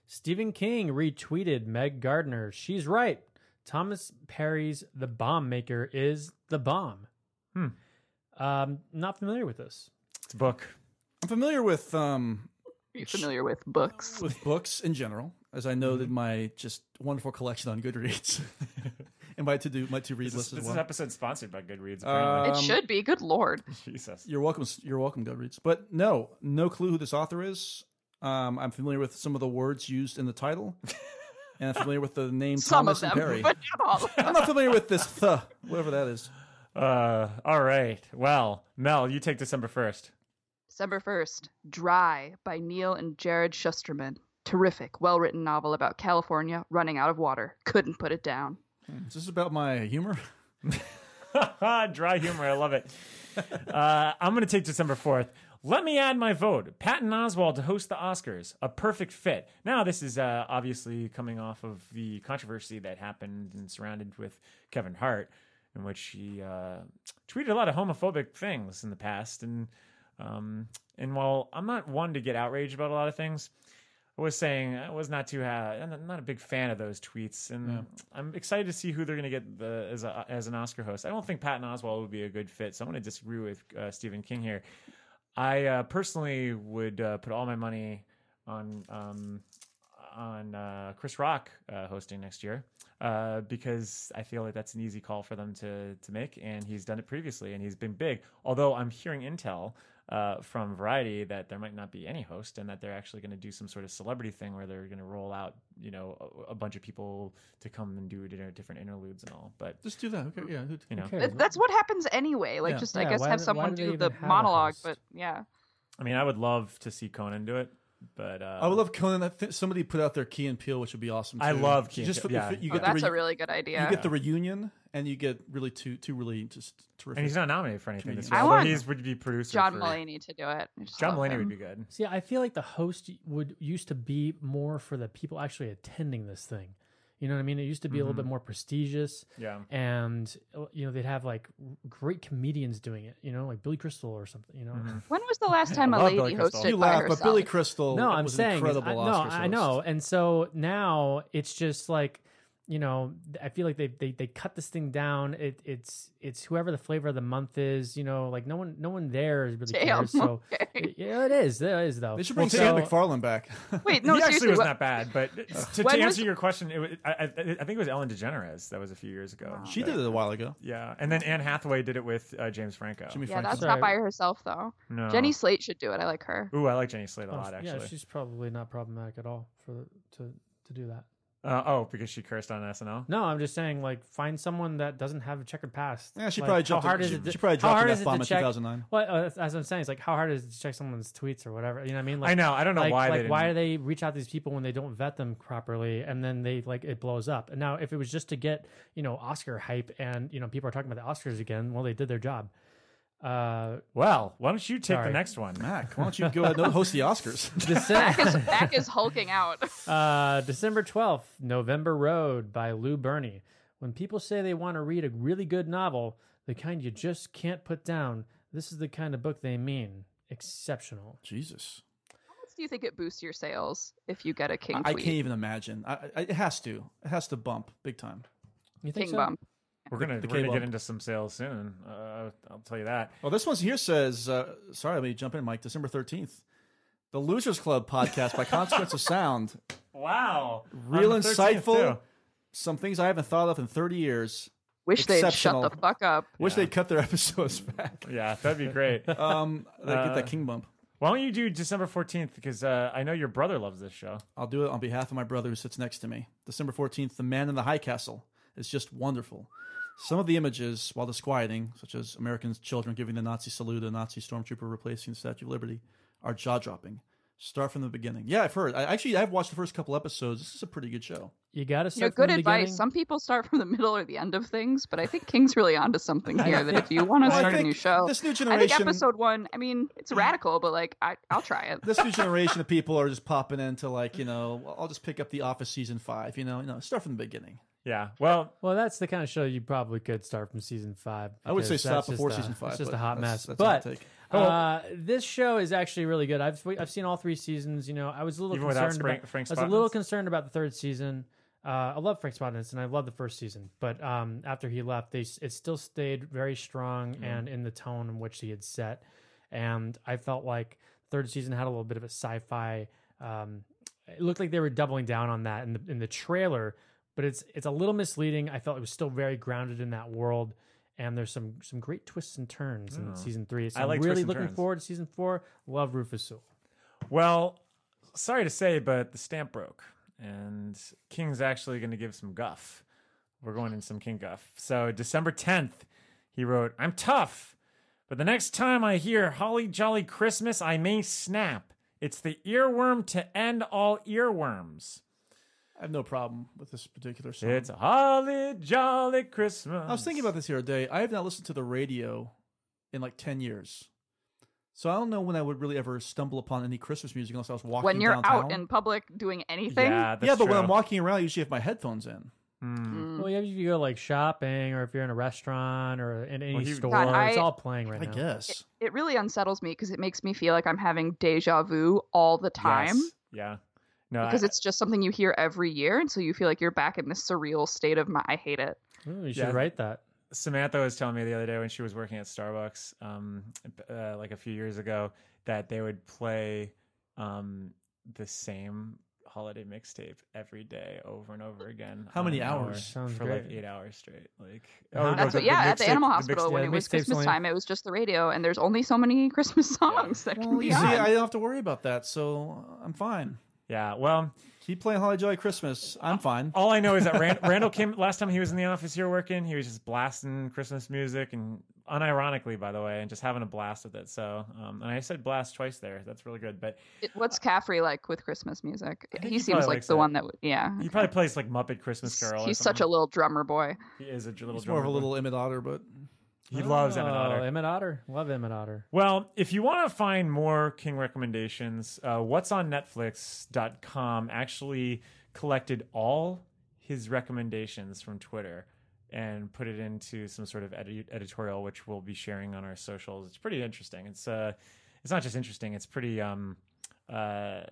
[SPEAKER 4] Stephen King retweeted Meg Gardner. She's right. Thomas Perry's The Bomb Maker is the bomb.
[SPEAKER 3] Hmm.
[SPEAKER 4] Um, not familiar with this.
[SPEAKER 3] It's a book.
[SPEAKER 6] I'm familiar with um,
[SPEAKER 5] Are you familiar with books?
[SPEAKER 6] with books in general, as I know
[SPEAKER 3] Mm-hmm.
[SPEAKER 6] that my just wonderful collection on Goodreads and my to do my to read
[SPEAKER 3] This, is-
[SPEAKER 6] list
[SPEAKER 3] this
[SPEAKER 6] as
[SPEAKER 3] is
[SPEAKER 6] well.
[SPEAKER 3] episode sponsored by Goodreads.
[SPEAKER 6] Uh,
[SPEAKER 3] Apparently.
[SPEAKER 5] it
[SPEAKER 6] um,
[SPEAKER 5] should be. Good lord.
[SPEAKER 3] Jesus.
[SPEAKER 6] You're welcome. You're welcome, Goodreads. But no, no clue who this author is. Um, I'm familiar with some of the words used in the title, and I'm familiar with the name
[SPEAKER 5] Some
[SPEAKER 6] Thomas
[SPEAKER 5] of
[SPEAKER 6] and
[SPEAKER 5] them,
[SPEAKER 6] Perry.
[SPEAKER 5] but not all of
[SPEAKER 6] I'm
[SPEAKER 5] them.
[SPEAKER 6] not familiar with this th, whatever that is.
[SPEAKER 3] Uh, all right. Well, Mel, you take December first.
[SPEAKER 5] December 1st, Dry by Neil and Jared Shusterman. Terrific, well written novel about California running out of water. Couldn't put it down.
[SPEAKER 6] Is this about my humor?
[SPEAKER 3] Dry humor. I love it. Uh, I'm going to take December 4th. Let me add my vote. Patton Oswald to host the Oscars. A perfect fit. Now, this is uh, obviously coming off of the controversy that happened and surrounded with Kevin Hart, in which he uh, tweeted a lot of homophobic things in the past. And um, and while I'm not one to get outraged about a lot of things, I was saying I was not too ha- I'm not a big fan of those tweets, and I'm excited to see who they're going to get the, as a, as an Oscar host. I don't think Patton Oswald would be a good fit, so I'm going to disagree with uh, Stephen King here. I uh, personally would uh, put all my money on um, on uh, Chris Rock uh, hosting next year uh, because I feel like that's an easy call for them to to make, and he's done it previously, and he's been big. Although I'm hearing intel uh, from Variety that there might not be any host, and that they're actually going to do some sort of celebrity thing where they're going to roll out, you know, a, a bunch of people to come and do you know, different interludes and all. But
[SPEAKER 6] Just do that. Okay. Yeah.
[SPEAKER 3] you know,
[SPEAKER 4] Okay.
[SPEAKER 5] Th- That's what happens anyway. Like,
[SPEAKER 6] Yeah.
[SPEAKER 5] just,
[SPEAKER 4] Yeah,
[SPEAKER 5] I guess,
[SPEAKER 4] why
[SPEAKER 5] have
[SPEAKER 4] do- why
[SPEAKER 5] someone
[SPEAKER 4] do they
[SPEAKER 5] do
[SPEAKER 4] even
[SPEAKER 5] the
[SPEAKER 4] have a
[SPEAKER 5] monologue,
[SPEAKER 4] host?
[SPEAKER 5] but yeah.
[SPEAKER 3] I mean, I would love to see Conan do it, but uh,
[SPEAKER 6] I would love Conan. I think somebody put out their Key and Peel, which would be awesome. Too.
[SPEAKER 3] I love Key and
[SPEAKER 6] Just
[SPEAKER 3] Peele,
[SPEAKER 6] for-
[SPEAKER 3] yeah.
[SPEAKER 6] You
[SPEAKER 5] Oh,
[SPEAKER 6] get the
[SPEAKER 5] that's
[SPEAKER 6] re-
[SPEAKER 5] a really good idea.
[SPEAKER 6] You get the reunion, and you get really two two really just terrific.
[SPEAKER 3] And he's not nominated for anything this
[SPEAKER 6] Comedian.
[SPEAKER 3] year.
[SPEAKER 5] I
[SPEAKER 3] although
[SPEAKER 5] want
[SPEAKER 3] he's would be producer.
[SPEAKER 5] John
[SPEAKER 3] for-
[SPEAKER 5] Mulaney to do it. I just
[SPEAKER 3] John
[SPEAKER 5] love
[SPEAKER 3] Mulaney
[SPEAKER 5] Oh, him.
[SPEAKER 3] would be good.
[SPEAKER 4] See, I feel like the host would used to be more for the people actually attending this thing. You know what I mean? It used to be a little bit more prestigious.
[SPEAKER 3] Yeah.
[SPEAKER 4] And uh, you know they'd have like great comedians doing it. You know, like Billy Crystal or something. You know.
[SPEAKER 6] Mm-hmm.
[SPEAKER 5] When was the last time a
[SPEAKER 3] love
[SPEAKER 5] lady
[SPEAKER 3] Billy Crystal.
[SPEAKER 5] hosted
[SPEAKER 6] you
[SPEAKER 5] by
[SPEAKER 6] laugh,
[SPEAKER 5] herself?
[SPEAKER 6] but Billy Crystal.
[SPEAKER 4] No, I'm
[SPEAKER 6] Oh, was
[SPEAKER 4] saying
[SPEAKER 6] an
[SPEAKER 4] is-
[SPEAKER 6] incredible.
[SPEAKER 4] I, no,
[SPEAKER 6] Oscars
[SPEAKER 4] I
[SPEAKER 6] host.
[SPEAKER 4] know, and so now it's just like you know, I feel like they they, they cut this thing down. It, it's it's whoever the flavor of the month is. You know, like no one no one there is really
[SPEAKER 5] Damn,
[SPEAKER 4] cares. So
[SPEAKER 5] okay.
[SPEAKER 4] yeah, it is. It is though.
[SPEAKER 6] They should bring
[SPEAKER 4] so,
[SPEAKER 6] Sam McFarlane back.
[SPEAKER 5] Wait, no,
[SPEAKER 3] he actually
[SPEAKER 5] seriously.
[SPEAKER 3] was
[SPEAKER 5] what-
[SPEAKER 3] not bad, but to, to
[SPEAKER 5] When
[SPEAKER 3] answer
[SPEAKER 5] was-
[SPEAKER 3] your question, it was, I, I, I think it was Ellen DeGeneres that was a few years ago.
[SPEAKER 6] she
[SPEAKER 3] But-
[SPEAKER 6] did it a while ago.
[SPEAKER 3] yeah. And then Anne Hathaway did it with uh, James Franco.
[SPEAKER 6] Jimmy
[SPEAKER 5] Yeah, that's
[SPEAKER 6] Franco.
[SPEAKER 5] not by herself, though.
[SPEAKER 3] no.
[SPEAKER 5] Jenny Slate should do it. I like her.
[SPEAKER 3] Ooh, I like Jenny Slate a
[SPEAKER 4] Oh,
[SPEAKER 3] lot actually.
[SPEAKER 4] Yeah, she's probably not problematic at all for to to do that.
[SPEAKER 3] Uh, oh, because she cursed on SNL.
[SPEAKER 4] No, I'm just saying, like, find someone that doesn't have a checkered past.
[SPEAKER 6] Yeah, she
[SPEAKER 4] Like,
[SPEAKER 6] probably
[SPEAKER 4] how
[SPEAKER 6] jumped.
[SPEAKER 4] hard
[SPEAKER 6] a,
[SPEAKER 4] is
[SPEAKER 6] she,
[SPEAKER 4] it to-
[SPEAKER 6] she probably
[SPEAKER 4] how hard
[SPEAKER 6] dropped an
[SPEAKER 4] is
[SPEAKER 6] F
[SPEAKER 4] it
[SPEAKER 6] bomb
[SPEAKER 4] to
[SPEAKER 6] in
[SPEAKER 4] check-
[SPEAKER 6] 2009.
[SPEAKER 4] Well, uh, that's, that's what I'm saying. It's like how hard is it to check someone's tweets or whatever? You know what I mean? Like,
[SPEAKER 3] I know. I don't know
[SPEAKER 4] like,
[SPEAKER 3] why.
[SPEAKER 4] like
[SPEAKER 3] they
[SPEAKER 4] why do
[SPEAKER 3] didn't-
[SPEAKER 4] they reach out to these people when they don't vet them properly and then they like it blows up and now if it was just to get you know oscar hype and you know people are talking about the oscars again well they did their job uh
[SPEAKER 3] Well, why don't you take the
[SPEAKER 4] Sorry.
[SPEAKER 3] next one?
[SPEAKER 6] Mac, why don't you go ahead and host the Oscars?
[SPEAKER 5] Back is,
[SPEAKER 4] December,
[SPEAKER 5] back is hulking out.
[SPEAKER 4] uh, December 12th november road by lou burney when people say they want to read a really good novel the kind you just can't put down this is the kind of book they mean exceptional
[SPEAKER 6] Jesus,
[SPEAKER 5] do you think it boosts your sales if you get a king
[SPEAKER 6] I,
[SPEAKER 5] tweet?
[SPEAKER 6] I can't even imagine. I, I, it has to. It has to bump big time.
[SPEAKER 4] You think
[SPEAKER 5] King
[SPEAKER 4] so?
[SPEAKER 5] Bomb.
[SPEAKER 3] We're gonna
[SPEAKER 6] the
[SPEAKER 3] we're gonna
[SPEAKER 6] K-bump.
[SPEAKER 3] get into some sales soon. Uh, I'll tell you that.
[SPEAKER 6] Well, this one's here says, uh, sorry, let me jump in, Mike. December 13th. The Losers Club podcast by Consequence of Sound.
[SPEAKER 3] Wow,
[SPEAKER 6] Real insightful. Some things I haven't thought of in 30 years.
[SPEAKER 5] Wish they had shut
[SPEAKER 6] Exceptional.
[SPEAKER 5] the fuck up.
[SPEAKER 6] Wish they'd cut their episodes back.
[SPEAKER 3] Yeah, that'd be great.
[SPEAKER 6] Um, they get
[SPEAKER 4] Uh,
[SPEAKER 6] that king bump.
[SPEAKER 3] Why don't you do December fourteenth? Because uh, I know your brother loves this show.
[SPEAKER 6] I'll do it on behalf of my brother who sits next to me. December 14th, The Man in the High Castle is just wonderful. Some of the images, while disquieting, such as American children giving the Nazi salute, a Nazi stormtrooper replacing the Statue of Liberty, are jaw dropping. Start from the beginning. Yeah, I've heard. I, actually, I've watched the first couple episodes. This is a pretty good show.
[SPEAKER 4] You got to
[SPEAKER 5] You know,
[SPEAKER 4] start. from
[SPEAKER 5] good
[SPEAKER 4] the
[SPEAKER 5] advice.
[SPEAKER 4] beginning.
[SPEAKER 5] Some people start from the middle or the end of things, but I think King's really onto something here. that if you want to
[SPEAKER 6] Well, I
[SPEAKER 5] start a
[SPEAKER 6] think
[SPEAKER 5] new show,
[SPEAKER 6] this new
[SPEAKER 5] I think
[SPEAKER 6] generation-
[SPEAKER 5] episode one. I mean, it's radical, but like I, I'll try it.
[SPEAKER 6] This new generation of people are just popping into like, you know, well, I'll just pick up The Office season five. You know, you know, start from the beginning.
[SPEAKER 3] Yeah. Well,
[SPEAKER 4] Well, that's the kind of show you probably could start from season five.
[SPEAKER 6] I would say
[SPEAKER 4] because
[SPEAKER 6] stop
[SPEAKER 4] that's
[SPEAKER 6] before
[SPEAKER 4] just a-
[SPEAKER 6] season five.
[SPEAKER 4] It's just
[SPEAKER 6] but
[SPEAKER 4] a hot mess.
[SPEAKER 6] that's- that's my
[SPEAKER 4] but
[SPEAKER 6] take.
[SPEAKER 3] Oh.
[SPEAKER 4] uh, this show is actually really good. I've I've seen all three seasons. You know, I was a little
[SPEAKER 3] Even without
[SPEAKER 4] concerned
[SPEAKER 3] Frank-
[SPEAKER 4] about.
[SPEAKER 3] Frank
[SPEAKER 4] I was a little
[SPEAKER 3] Spotnitz?
[SPEAKER 4] concerned about the third season. Uh, I love Frank Spotnitz and I love the first season, but um, after he left, they s- it still stayed very strong
[SPEAKER 3] Mm-hmm.
[SPEAKER 4] and in the tone in which he had set. And I felt like third season had a little bit of a sci-fi. Um, it looked like they were doubling down on that in the in the trailer, but it's it's a little misleading. I felt it was still very grounded in that world, and there's some some great twists and turns in season three. So
[SPEAKER 3] Mm. I
[SPEAKER 4] I
[SPEAKER 3] like
[SPEAKER 4] am
[SPEAKER 3] twists
[SPEAKER 4] really
[SPEAKER 3] and
[SPEAKER 4] looking
[SPEAKER 3] turns.
[SPEAKER 4] forward to season four. Love Rufus Sewell.
[SPEAKER 3] well, sorry to say, but the stamp broke, and King's actually going to give some guff. We're going in some King guff. So December tenth, he wrote, "I'm tough, but the next time I hear Holly Jolly Christmas, I may snap. It's the earworm to end all earworms.
[SPEAKER 6] I have no problem with this particular song.
[SPEAKER 3] It's a Holly Jolly Christmas."
[SPEAKER 6] I was thinking about this the other day. I have not listened to the radio in like ten years, so I don't know when I would really ever stumble upon any Christmas music unless I was walking.
[SPEAKER 5] When you're
[SPEAKER 6] downtown.
[SPEAKER 5] out in public doing anything,
[SPEAKER 3] Yeah, that's
[SPEAKER 6] yeah, but when
[SPEAKER 3] true. Hmm.
[SPEAKER 6] I'm walking around, I usually have my headphones in.
[SPEAKER 5] mm,
[SPEAKER 6] Mm.
[SPEAKER 4] Well, yeah, if you go like shopping or if you're in a restaurant or in any
[SPEAKER 3] Well, he-
[SPEAKER 4] store,
[SPEAKER 5] God,
[SPEAKER 4] it's
[SPEAKER 5] I-
[SPEAKER 4] all playing right
[SPEAKER 6] I
[SPEAKER 4] now.
[SPEAKER 6] guess
[SPEAKER 5] it really unsettles me because it makes me feel like I'm having deja vu all the time.
[SPEAKER 3] Yes. Yeah. No,
[SPEAKER 5] Because
[SPEAKER 3] I-
[SPEAKER 5] it's just something you hear every year, and so you feel like you're back in this surreal state of my. I hate it.
[SPEAKER 4] Ooh, you should
[SPEAKER 3] Yeah.
[SPEAKER 4] write that.
[SPEAKER 3] Samantha was telling me the other day when she was working at Starbucks, um, uh, like a few years ago, that they would play um, the same holiday mixtape every day over and over again.
[SPEAKER 6] How
[SPEAKER 3] on
[SPEAKER 6] many
[SPEAKER 3] an hour
[SPEAKER 6] hours?
[SPEAKER 4] Sounds
[SPEAKER 3] for like
[SPEAKER 4] great.
[SPEAKER 3] eight hours straight. Like
[SPEAKER 4] Uh-huh.
[SPEAKER 3] no,
[SPEAKER 5] That's
[SPEAKER 4] the-
[SPEAKER 5] what, yeah, at the
[SPEAKER 3] mixtape-
[SPEAKER 5] Animal
[SPEAKER 3] the
[SPEAKER 5] Hospital
[SPEAKER 3] mixtape-
[SPEAKER 5] when
[SPEAKER 4] yeah,
[SPEAKER 5] it
[SPEAKER 4] the
[SPEAKER 5] was
[SPEAKER 4] mixtape's
[SPEAKER 5] Christmas
[SPEAKER 4] only-
[SPEAKER 5] time, it was just the radio, and there's only so many Christmas songs that can
[SPEAKER 6] well,
[SPEAKER 5] be
[SPEAKER 6] you see,
[SPEAKER 5] on.
[SPEAKER 6] I don't have to worry about that, so I'm fine.
[SPEAKER 3] yeah. Well,
[SPEAKER 6] Keep playing Holly Jolly Christmas. I'm fine.
[SPEAKER 3] all I know is that Rand- Randall came last time he was in the office here working. He was just blasting Christmas music and unironically, by the way, and just having a blast with it. So, um, and I said blast twice there. That's really good. But
[SPEAKER 5] It- What's Caffrey like with Christmas music?
[SPEAKER 3] think
[SPEAKER 5] He,
[SPEAKER 3] he
[SPEAKER 5] seems
[SPEAKER 3] probably
[SPEAKER 5] like
[SPEAKER 3] likes
[SPEAKER 5] the
[SPEAKER 3] it.
[SPEAKER 5] one that would, yeah.
[SPEAKER 3] he probably plays like Muppet Christmas Carol. or
[SPEAKER 5] He's such a
[SPEAKER 3] something.
[SPEAKER 5] little drummer boy.
[SPEAKER 3] He is a little.
[SPEAKER 6] It's more of
[SPEAKER 3] drummer
[SPEAKER 6] a
[SPEAKER 3] boy.
[SPEAKER 6] little Emmett Otter, but
[SPEAKER 3] He loves Emmett
[SPEAKER 4] Oh,
[SPEAKER 3] Otter.
[SPEAKER 4] Emmett Otter. Love Emmett Otter.
[SPEAKER 3] Well, if you want to find more King recommendations, uh, what's on Netflix.com actually collected all his recommendations from Twitter and put it into some sort of edi- editorial, which we'll be sharing on our socials. It's pretty interesting. It's uh, it's not just interesting. It's pretty um, uh, I,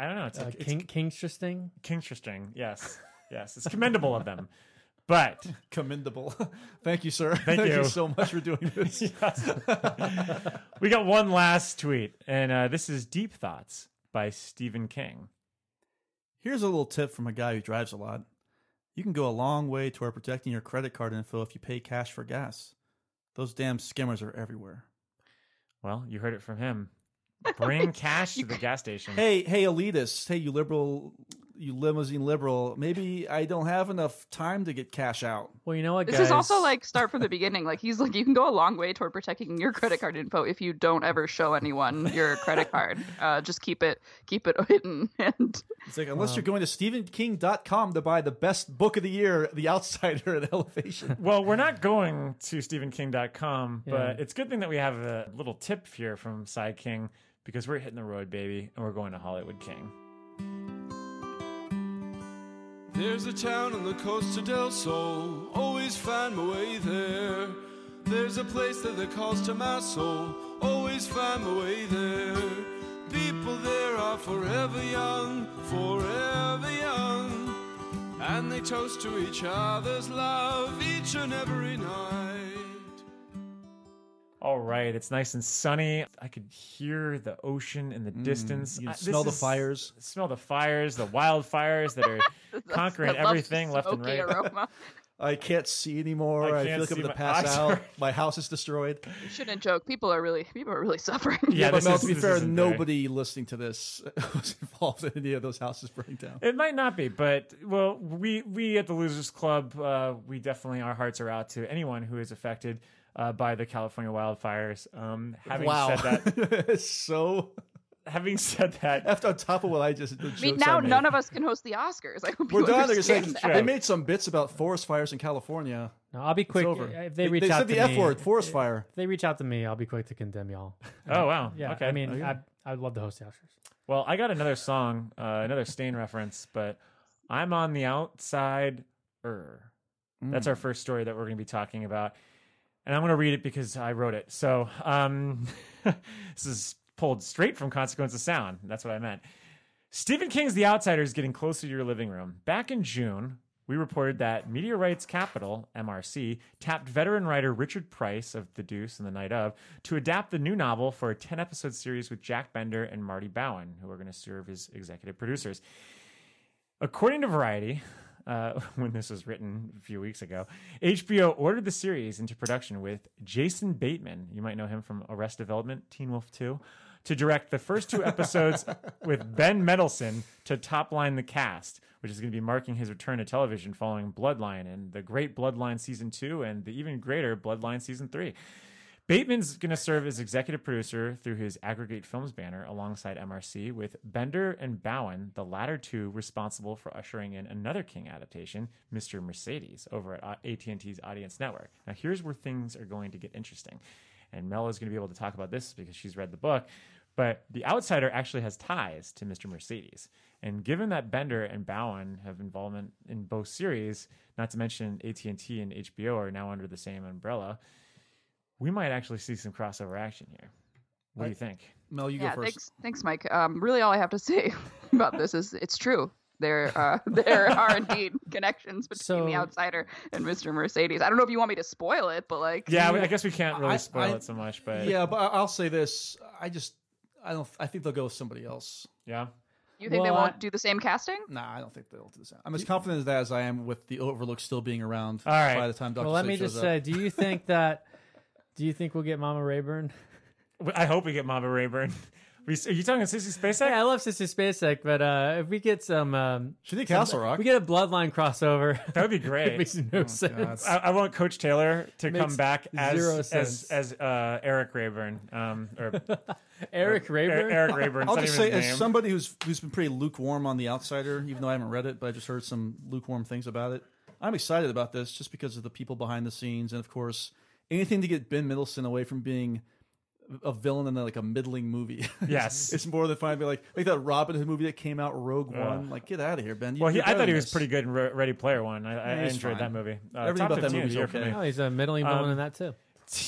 [SPEAKER 3] I don't know. It's,
[SPEAKER 4] Uh,
[SPEAKER 3] like,
[SPEAKER 4] King, Kingstristing.
[SPEAKER 3] it's interesting. Yes, yes, it's commendable of them. But
[SPEAKER 6] commendable. Thank you, sir. Thank,
[SPEAKER 3] you.
[SPEAKER 6] so much for doing this.
[SPEAKER 3] we got one last tweet, and uh, this is Deep Thoughts by Stephen King.
[SPEAKER 6] Here's a little tip from a guy who drives a lot. You can go a long way toward protecting your credit card info if you pay cash for gas. Those damn skimmers are everywhere.
[SPEAKER 3] Well, you heard it from him. Bring cash to the gas station.
[SPEAKER 6] Hey, hey, elitist. Hey, you liberal, you limousine liberal. Maybe I don't have enough time to get cash out.
[SPEAKER 4] Well, you know what?
[SPEAKER 5] This
[SPEAKER 4] guys?
[SPEAKER 5] is also like start from the beginning. Like he's like you can go a long way toward protecting your credit card info if you don't ever show anyone your credit card. Uh, just keep it keep it hidden. And
[SPEAKER 6] It's like, unless you're going to StephenKing.com to buy the best book of the year, The Outsider at Elevation.
[SPEAKER 3] Well, we're not going to StephenKing.com, but
[SPEAKER 4] Yeah.
[SPEAKER 3] it's a good thing that we have a little tip here from Cy King because we're hitting the road, baby, and we're going to Hollywood King.
[SPEAKER 2] There's a town on the coast of Del Sol, always find my way there. There's a place that the calls to my soul, always find my way there. People there are forever young, forever young. and they toast to each other's love each and every night.
[SPEAKER 3] All right, it's nice and sunny. I could hear the ocean in the distance.
[SPEAKER 6] Mm, you
[SPEAKER 3] I-
[SPEAKER 6] smell the fires.
[SPEAKER 3] Smell the fires, the wildfires that are conquering
[SPEAKER 5] I love
[SPEAKER 3] everything left and
[SPEAKER 5] smoky
[SPEAKER 3] right.
[SPEAKER 5] Aroma.
[SPEAKER 6] I can't see anymore.
[SPEAKER 3] I can't
[SPEAKER 6] I, feel like I'm
[SPEAKER 3] see
[SPEAKER 6] gonna
[SPEAKER 3] my
[SPEAKER 6] pass
[SPEAKER 3] eyes
[SPEAKER 6] out.
[SPEAKER 3] are-
[SPEAKER 6] My house is destroyed.
[SPEAKER 5] You shouldn't joke. People are really people are really suffering.
[SPEAKER 3] Yeah, this
[SPEAKER 6] but Mel,
[SPEAKER 3] is-
[SPEAKER 6] to be
[SPEAKER 3] this
[SPEAKER 6] fair,
[SPEAKER 3] isn't very-
[SPEAKER 6] nobody listening to this was involved in any of those houses burning down.
[SPEAKER 3] It might not be, but well, we we at the Losers Club, uh, we definitely our hearts are out to anyone who is affected uh, by the California wildfires. Um, having
[SPEAKER 6] wow,
[SPEAKER 3] said that,
[SPEAKER 6] It's so
[SPEAKER 3] having said that,
[SPEAKER 6] after on top of what I just. the
[SPEAKER 5] I mean,
[SPEAKER 6] jokes I
[SPEAKER 5] now
[SPEAKER 6] made.
[SPEAKER 5] none of us can host the Oscars. I hope
[SPEAKER 6] We're
[SPEAKER 5] you
[SPEAKER 6] done. They're
[SPEAKER 5] understand
[SPEAKER 6] saying
[SPEAKER 5] that.
[SPEAKER 3] that.
[SPEAKER 6] they made some bits about forest fires in California.
[SPEAKER 4] No, I'll be quick. uh,
[SPEAKER 6] It's over.
[SPEAKER 4] If they reach
[SPEAKER 6] said
[SPEAKER 4] out
[SPEAKER 6] the
[SPEAKER 4] to
[SPEAKER 6] F
[SPEAKER 4] me, uh,
[SPEAKER 6] word, forest fire.
[SPEAKER 4] if they reach out to me, I'll be quick to condemn y'all.
[SPEAKER 3] oh wow,
[SPEAKER 4] Yeah,
[SPEAKER 3] okay.
[SPEAKER 4] I mean, I I'd love to host the Oscars.
[SPEAKER 3] well, I got another song, uh, another Stain reference, but I'm on the outside. Er, that's our first story that we're going to be talking about, and I'm going to read it because I wrote it. So um, this is pulled straight from Consequence of Sound. That's what I meant. Stephen King's The Outsider is getting closer to your living room. Back in June, we reported that Media Rights Capital, MRC, tapped veteran writer Richard Price of The Deuce and The Night of to adapt the new novel for a 10 episode series with Jack Bender and Marty Bowen, who are going to serve as executive producers. According to Variety, uh, when this was written a few weeks ago, HBO ordered the series into production with Jason Bateman. You might know him from Arrest Development, Teen Wolf 2, to direct the first two episodes with Ben Mendelsohn to top line the cast, which is going to be marking his return to television following Bloodline and the great Bloodline Season 2 and the even greater Bloodline Season 3. Bateman's going to serve as executive producer through his Aggregate Films banner alongside MRC, with Bender and Bowen, the latter two responsible for ushering in another King adaptation, Mr. Mercedes, over at uh, AT&T's Audience Network. Now, here's where things are going to get interesting, and Mel is going to be able to talk about this because she's read the book. But The Outsider actually has ties to Mr. Mercedes. And given that Bender and Bowen have involvement in both series, not to mention AT&T and HBO are now under the same umbrella, we might actually see some crossover action here. What do you think?
[SPEAKER 6] Mel, you
[SPEAKER 5] yeah,
[SPEAKER 6] go first.
[SPEAKER 5] thanks, thanks, Mike. Um, really, all I have to say about this is it's true. There, uh, there are indeed connections between
[SPEAKER 4] So-
[SPEAKER 5] the outsider and Mr. Mercedes. I don't know if you want me to spoil it, but like,
[SPEAKER 3] Yeah, I guess we can't really
[SPEAKER 6] I-
[SPEAKER 3] spoil
[SPEAKER 6] I-
[SPEAKER 3] it so much, but yeah,
[SPEAKER 6] Yeah, but I- I'll say this: I just, I don't, I think they'll go with somebody else.
[SPEAKER 5] you think they
[SPEAKER 4] Well, I- Mm.
[SPEAKER 5] won't do the same casting?
[SPEAKER 6] Nah, I don't think they'll do this. I'm as confident as that as I am with the Overlook still being around
[SPEAKER 3] All right.
[SPEAKER 6] by the time Doctor
[SPEAKER 4] well, let me
[SPEAKER 6] shows
[SPEAKER 4] just
[SPEAKER 6] up.
[SPEAKER 4] say, do you think that? Do you think we'll get Mama Rayburn?
[SPEAKER 3] W- I hope we get Mama Rayburn. We- Are you talking Sissy Spacek?
[SPEAKER 4] Hey, I love Sister Spacek, but uh, if we get some, um,
[SPEAKER 6] she did Castle Rock. Oh,
[SPEAKER 4] we get a bloodline crossover.
[SPEAKER 3] That would be
[SPEAKER 4] it
[SPEAKER 3] great.
[SPEAKER 4] makes no sense.
[SPEAKER 3] I, I want Coach Taylor to come
[SPEAKER 4] Makes
[SPEAKER 3] back
[SPEAKER 4] zero
[SPEAKER 3] as as
[SPEAKER 4] sense.
[SPEAKER 3] as uh, Eric Rayburn, um, or
[SPEAKER 4] Eric
[SPEAKER 3] Er-
[SPEAKER 4] Rayburn.
[SPEAKER 3] Eric Rayburn.
[SPEAKER 6] I'll
[SPEAKER 3] it's not
[SPEAKER 6] just
[SPEAKER 3] even
[SPEAKER 6] say,
[SPEAKER 3] his
[SPEAKER 6] as
[SPEAKER 3] name.
[SPEAKER 6] somebody who's who's been pretty lukewarm on The Outsider, even though I haven't read it, but I just heard some lukewarm things about it. I'm excited about this just because of the people behind the scenes, and of course, anything to get Ben Middleton away from being a villain in like a middling movie.
[SPEAKER 3] Yes.
[SPEAKER 6] it's more than fine. Be like like that Robin Hood movie that came out, Rogue One. Like, get out of here, Ben. You-
[SPEAKER 3] well, he,
[SPEAKER 6] you're
[SPEAKER 3] I
[SPEAKER 6] better
[SPEAKER 3] thought he
[SPEAKER 6] than
[SPEAKER 3] was
[SPEAKER 6] this.
[SPEAKER 3] pretty good in Re- Ready Player One. I, I
[SPEAKER 6] Yeah, he's
[SPEAKER 3] enjoyed
[SPEAKER 6] fine.
[SPEAKER 3] that movie. Uh,
[SPEAKER 6] Everything
[SPEAKER 3] top
[SPEAKER 6] about that
[SPEAKER 3] 15
[SPEAKER 6] movie's
[SPEAKER 3] of the year
[SPEAKER 6] okay.
[SPEAKER 3] for me.
[SPEAKER 4] Oh, he's a middling villain in that too.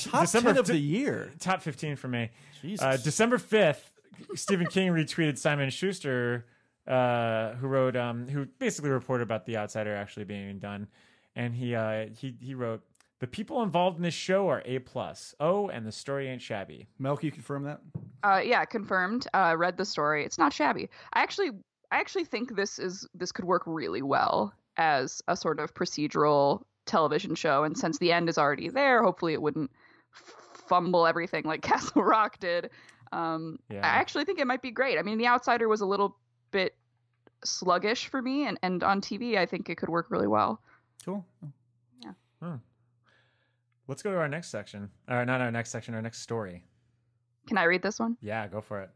[SPEAKER 6] Top
[SPEAKER 3] December
[SPEAKER 6] ten of
[SPEAKER 3] fi-
[SPEAKER 6] the year.
[SPEAKER 3] Top 15 for me.
[SPEAKER 6] Jesus.
[SPEAKER 3] Uh, December fifth, Stephen King retweeted Simon Schuster, uh, who wrote, um, who basically reported about The Outsider actually being done, and he uh, he he wrote, "The people involved in this show are a plus. Oh, and the story ain't shabby.
[SPEAKER 6] Mel, can you confirm that?
[SPEAKER 5] Uh, yeah, confirmed. Uh, read the story. It's not shabby. I actually, I actually think this is this could work really well as a sort of procedural television show. And since the end is already there, hopefully it wouldn't fumble everything like Castle Rock did. Um,
[SPEAKER 3] Yeah.
[SPEAKER 5] I actually think it might be great. I mean, The Outsider was a little bit sluggish for me, and and on TV, I think it could work really well.
[SPEAKER 6] Cool.
[SPEAKER 3] Let's go to our next section, or not our next section, our next story.
[SPEAKER 5] Can I read this one?
[SPEAKER 3] Yeah, go for it.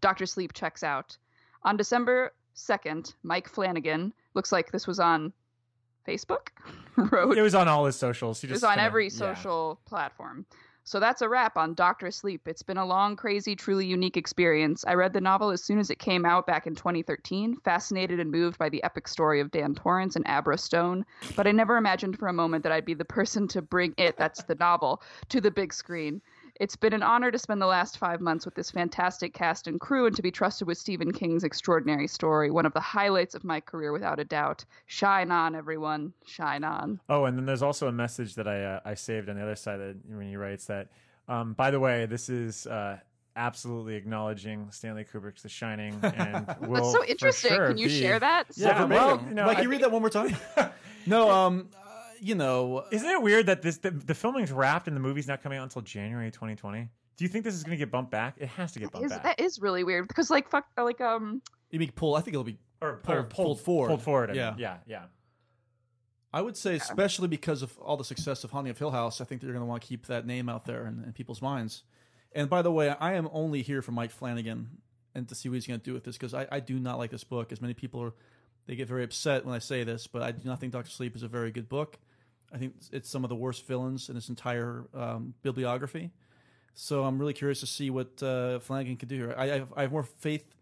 [SPEAKER 5] Dr. Sleep checks out. On December 2nd, Mike Flanagan, looks like this was on Facebook, wrote,
[SPEAKER 3] It was on all his socials. He
[SPEAKER 5] it was
[SPEAKER 3] just
[SPEAKER 5] on
[SPEAKER 3] kinda-
[SPEAKER 5] every
[SPEAKER 3] yeah.
[SPEAKER 5] social platform. So that's a wrap on Doctor Sleep. It's been a long, crazy, truly unique experience. I read the novel as soon as it came out back in 2013, fascinated and moved by the epic story of Dan Torrance and Abra Stone, but I never imagined for a moment that I'd be the person to bring it, that's the novel, to the big screen. It's been an honor to spend the last five months with this fantastic cast and crew and to be trusted with Stephen King's extraordinary story, one of the highlights of my career without a doubt. Shine on, everyone. Shine on.
[SPEAKER 3] Oh, and then there's also a message that I uh, I saved on the other side that when he writes that. Um, by the way, this is uh, absolutely acknowledging Stanley Kubrick's The Shining, and will
[SPEAKER 5] That's so
[SPEAKER 3] for
[SPEAKER 5] interesting.
[SPEAKER 3] sure
[SPEAKER 5] Can you
[SPEAKER 3] be-
[SPEAKER 5] share that?
[SPEAKER 3] Yeah,
[SPEAKER 6] Yeah,
[SPEAKER 3] verbatim.
[SPEAKER 6] well,
[SPEAKER 3] You know,
[SPEAKER 6] like
[SPEAKER 3] I-
[SPEAKER 6] you read that one more time. no, um, uh, you know,
[SPEAKER 3] Isn't it weird that this the, the filming's wrapped and the movie's not coming out until January 2020? Do you think this is going to get bumped back? It has to get bumped
[SPEAKER 5] Is,
[SPEAKER 3] back.
[SPEAKER 5] that is really weird because like fuck like um
[SPEAKER 6] you mean pull. I think it'll be.
[SPEAKER 3] or,
[SPEAKER 6] pulled- pulled forward.
[SPEAKER 3] Pulled forward. I mean.
[SPEAKER 6] Yeah.
[SPEAKER 3] yeah, yeah.
[SPEAKER 6] I would say, especially because of all the success of Haunting of Hill House, I think they're going to want to keep that name out there in, in people's minds. And by the way, I am only here for Mike Flanagan and to see what he's going to do with this because I, I do not like this book. As many people are, they get very upset when I say this, but I do not think Doctor Sleep is a very good book. I think it's- it's some of the worst villains in this entire um, bibliography. So I'm really curious to see what uh, Flanagan can do here. I, I, have, I have more faith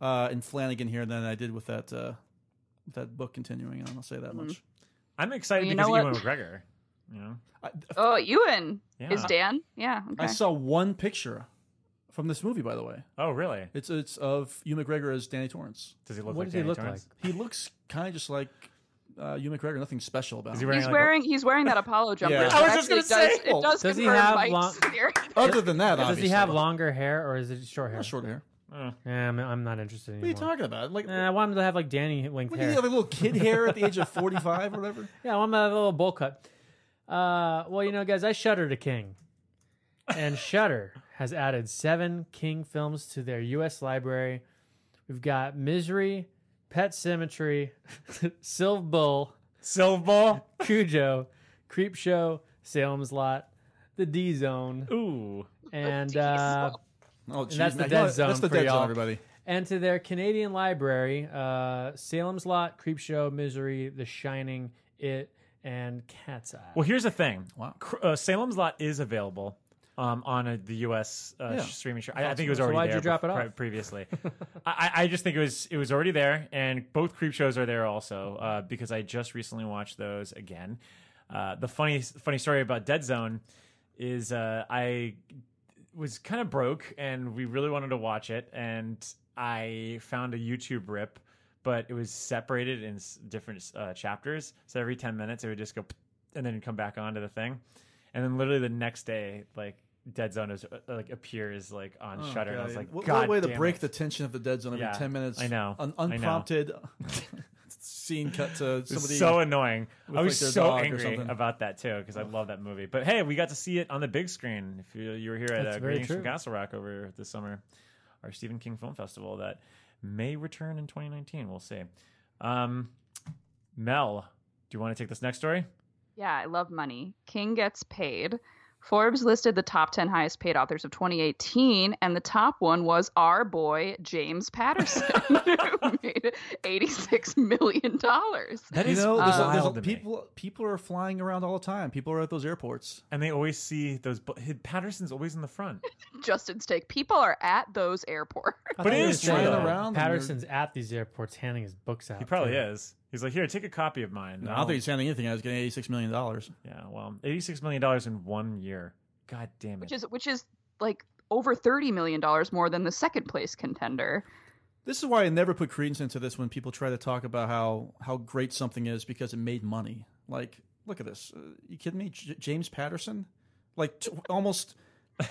[SPEAKER 6] uh, in Flanagan here than I did with that uh, with that book continuing on. I'll say that much.
[SPEAKER 3] I'm excited
[SPEAKER 5] You know
[SPEAKER 3] because
[SPEAKER 5] what?
[SPEAKER 3] Ewan McGregor. You know,
[SPEAKER 6] I,
[SPEAKER 5] oh Ewan is
[SPEAKER 3] Yeah.
[SPEAKER 5] Dan yeah
[SPEAKER 6] I
[SPEAKER 5] okay
[SPEAKER 6] saw one picture from this movie, by the way.
[SPEAKER 3] oh really?
[SPEAKER 6] It's it's of Hugh McGregor as Danny Torrance.
[SPEAKER 3] Does he look like
[SPEAKER 4] What does he
[SPEAKER 3] Danny
[SPEAKER 4] look
[SPEAKER 3] Torrance?
[SPEAKER 6] He looks kind of just like uh, Hugh McGregor. Nothing special about
[SPEAKER 3] Is he
[SPEAKER 6] him.
[SPEAKER 3] wearing?
[SPEAKER 5] he's
[SPEAKER 3] like, a-
[SPEAKER 5] wearing he's wearing that Apollo jumper
[SPEAKER 6] Yeah.
[SPEAKER 5] so
[SPEAKER 6] I
[SPEAKER 3] was just
[SPEAKER 5] actually
[SPEAKER 3] gonna
[SPEAKER 5] it does,
[SPEAKER 3] say,
[SPEAKER 4] does
[SPEAKER 5] it does,
[SPEAKER 4] he
[SPEAKER 5] confirm
[SPEAKER 4] have
[SPEAKER 5] Mike's
[SPEAKER 4] long-
[SPEAKER 5] theory.
[SPEAKER 6] Other than that,
[SPEAKER 4] Does
[SPEAKER 6] obviously.
[SPEAKER 4] he have longer hair or is it short hair?
[SPEAKER 6] Not short hair?
[SPEAKER 4] Yeah, I'm, I'm not interested
[SPEAKER 6] What are you
[SPEAKER 4] anymore.
[SPEAKER 6] talking about? Like,
[SPEAKER 4] Nah, I want him to have like Danny length
[SPEAKER 6] what do you
[SPEAKER 4] hair.
[SPEAKER 6] have, like little kid hair at the age of forty-five or whatever?
[SPEAKER 4] Yeah, I want him to have a little bowl cut. Uh, well, you know, guys, I shudder to King, and Shudder has added seven King films to their U.S. library. We've got Misery, Pet Cemetery, Silv Bull,
[SPEAKER 3] Silver Ball.
[SPEAKER 4] Cujo, Creep Show, Salem's Lot, The D Zone,
[SPEAKER 3] Ooh.
[SPEAKER 4] and uh,
[SPEAKER 6] Oh, geez,
[SPEAKER 4] that's the
[SPEAKER 6] Mac,
[SPEAKER 4] dead
[SPEAKER 6] no,
[SPEAKER 4] zone
[SPEAKER 6] That's the
[SPEAKER 4] for
[SPEAKER 6] dead
[SPEAKER 4] y'all.
[SPEAKER 6] zone, everybody.
[SPEAKER 4] and to their Canadian library, uh, Salem's Lot, Creep Show, Misery, The Shining, It, and Cat's Eye.
[SPEAKER 3] Well, here's the thing.
[SPEAKER 6] Wow.
[SPEAKER 3] Cr- Uh, Salem's Lot is available um, on a, the U.S. Uh,
[SPEAKER 6] Yeah.
[SPEAKER 3] streaming show. I, I think it was already
[SPEAKER 4] why'd you
[SPEAKER 3] there
[SPEAKER 4] drop
[SPEAKER 3] bef-
[SPEAKER 4] it off?
[SPEAKER 3] pre- previously. I, I I just think it was it was already there, and both creep shows are there also uh, because I just recently watched those again. Uh, the funny funny story about Dead Zone is uh, I was kind of broke, and we really wanted to watch it, and I found a YouTube rip. But it was separated in s- different uh, chapters, so every ten minutes it would just go, and then come back onto the thing and then literally the next day like dead zone is uh, like appears like on
[SPEAKER 6] Oh,
[SPEAKER 3] shutter and i
[SPEAKER 6] God.
[SPEAKER 3] was like
[SPEAKER 6] what,
[SPEAKER 3] god
[SPEAKER 6] what way to
[SPEAKER 3] damn
[SPEAKER 6] break
[SPEAKER 3] it.
[SPEAKER 6] the tension of the dead zone every
[SPEAKER 3] Yeah,
[SPEAKER 6] ten minutes?
[SPEAKER 3] I know,
[SPEAKER 6] An
[SPEAKER 3] I know.
[SPEAKER 6] unprompted scene cut to
[SPEAKER 3] It was
[SPEAKER 6] somebody.
[SPEAKER 3] so annoying
[SPEAKER 6] with,
[SPEAKER 3] i was
[SPEAKER 6] like, their
[SPEAKER 3] so
[SPEAKER 6] dog or
[SPEAKER 3] angry
[SPEAKER 6] something.
[SPEAKER 3] about that too because i love that movie but hey we got to see it on the big screen if you, you were here at
[SPEAKER 4] That's
[SPEAKER 3] uh,
[SPEAKER 4] very
[SPEAKER 3] greetings from
[SPEAKER 4] true.
[SPEAKER 3] castle rock over this summer our stephen king film festival that may return in 2019 we'll see um mel do you want to take this next story
[SPEAKER 5] Yeah, I love money. King gets paid. Forbes listed the top 10 highest paid authors of 2018, and the top one was our boy, James Patterson, who made $86 million.
[SPEAKER 3] that
[SPEAKER 6] You know, there's, a- there's a-
[SPEAKER 3] wild to me.
[SPEAKER 6] people people are flying around all the time. People are at those airports.
[SPEAKER 3] and they always see those bu- patterson's always in the front
[SPEAKER 5] Justin's take. People are at those airports.
[SPEAKER 3] But it
[SPEAKER 4] I thought
[SPEAKER 3] is
[SPEAKER 4] you were saying
[SPEAKER 3] true,
[SPEAKER 4] that
[SPEAKER 3] though.
[SPEAKER 6] Around and
[SPEAKER 4] Patterson's at these airports handing his books out.
[SPEAKER 3] He probably
[SPEAKER 4] too.
[SPEAKER 3] is. He's like, here, take a copy of mine.
[SPEAKER 6] No, I
[SPEAKER 3] I'll-
[SPEAKER 6] don't think he's handing anything. I was getting eighty-six million dollars.
[SPEAKER 3] yeah, well, eighty-six million dollars in one year. God damn it!
[SPEAKER 5] Which is, which is like over $30 million more than the second place contender.
[SPEAKER 6] This is why I never put credence into this when people try to talk about how how great something is because it made money. Like, look at this. Uh, you kidding me? J- James Patterson, like t- almost.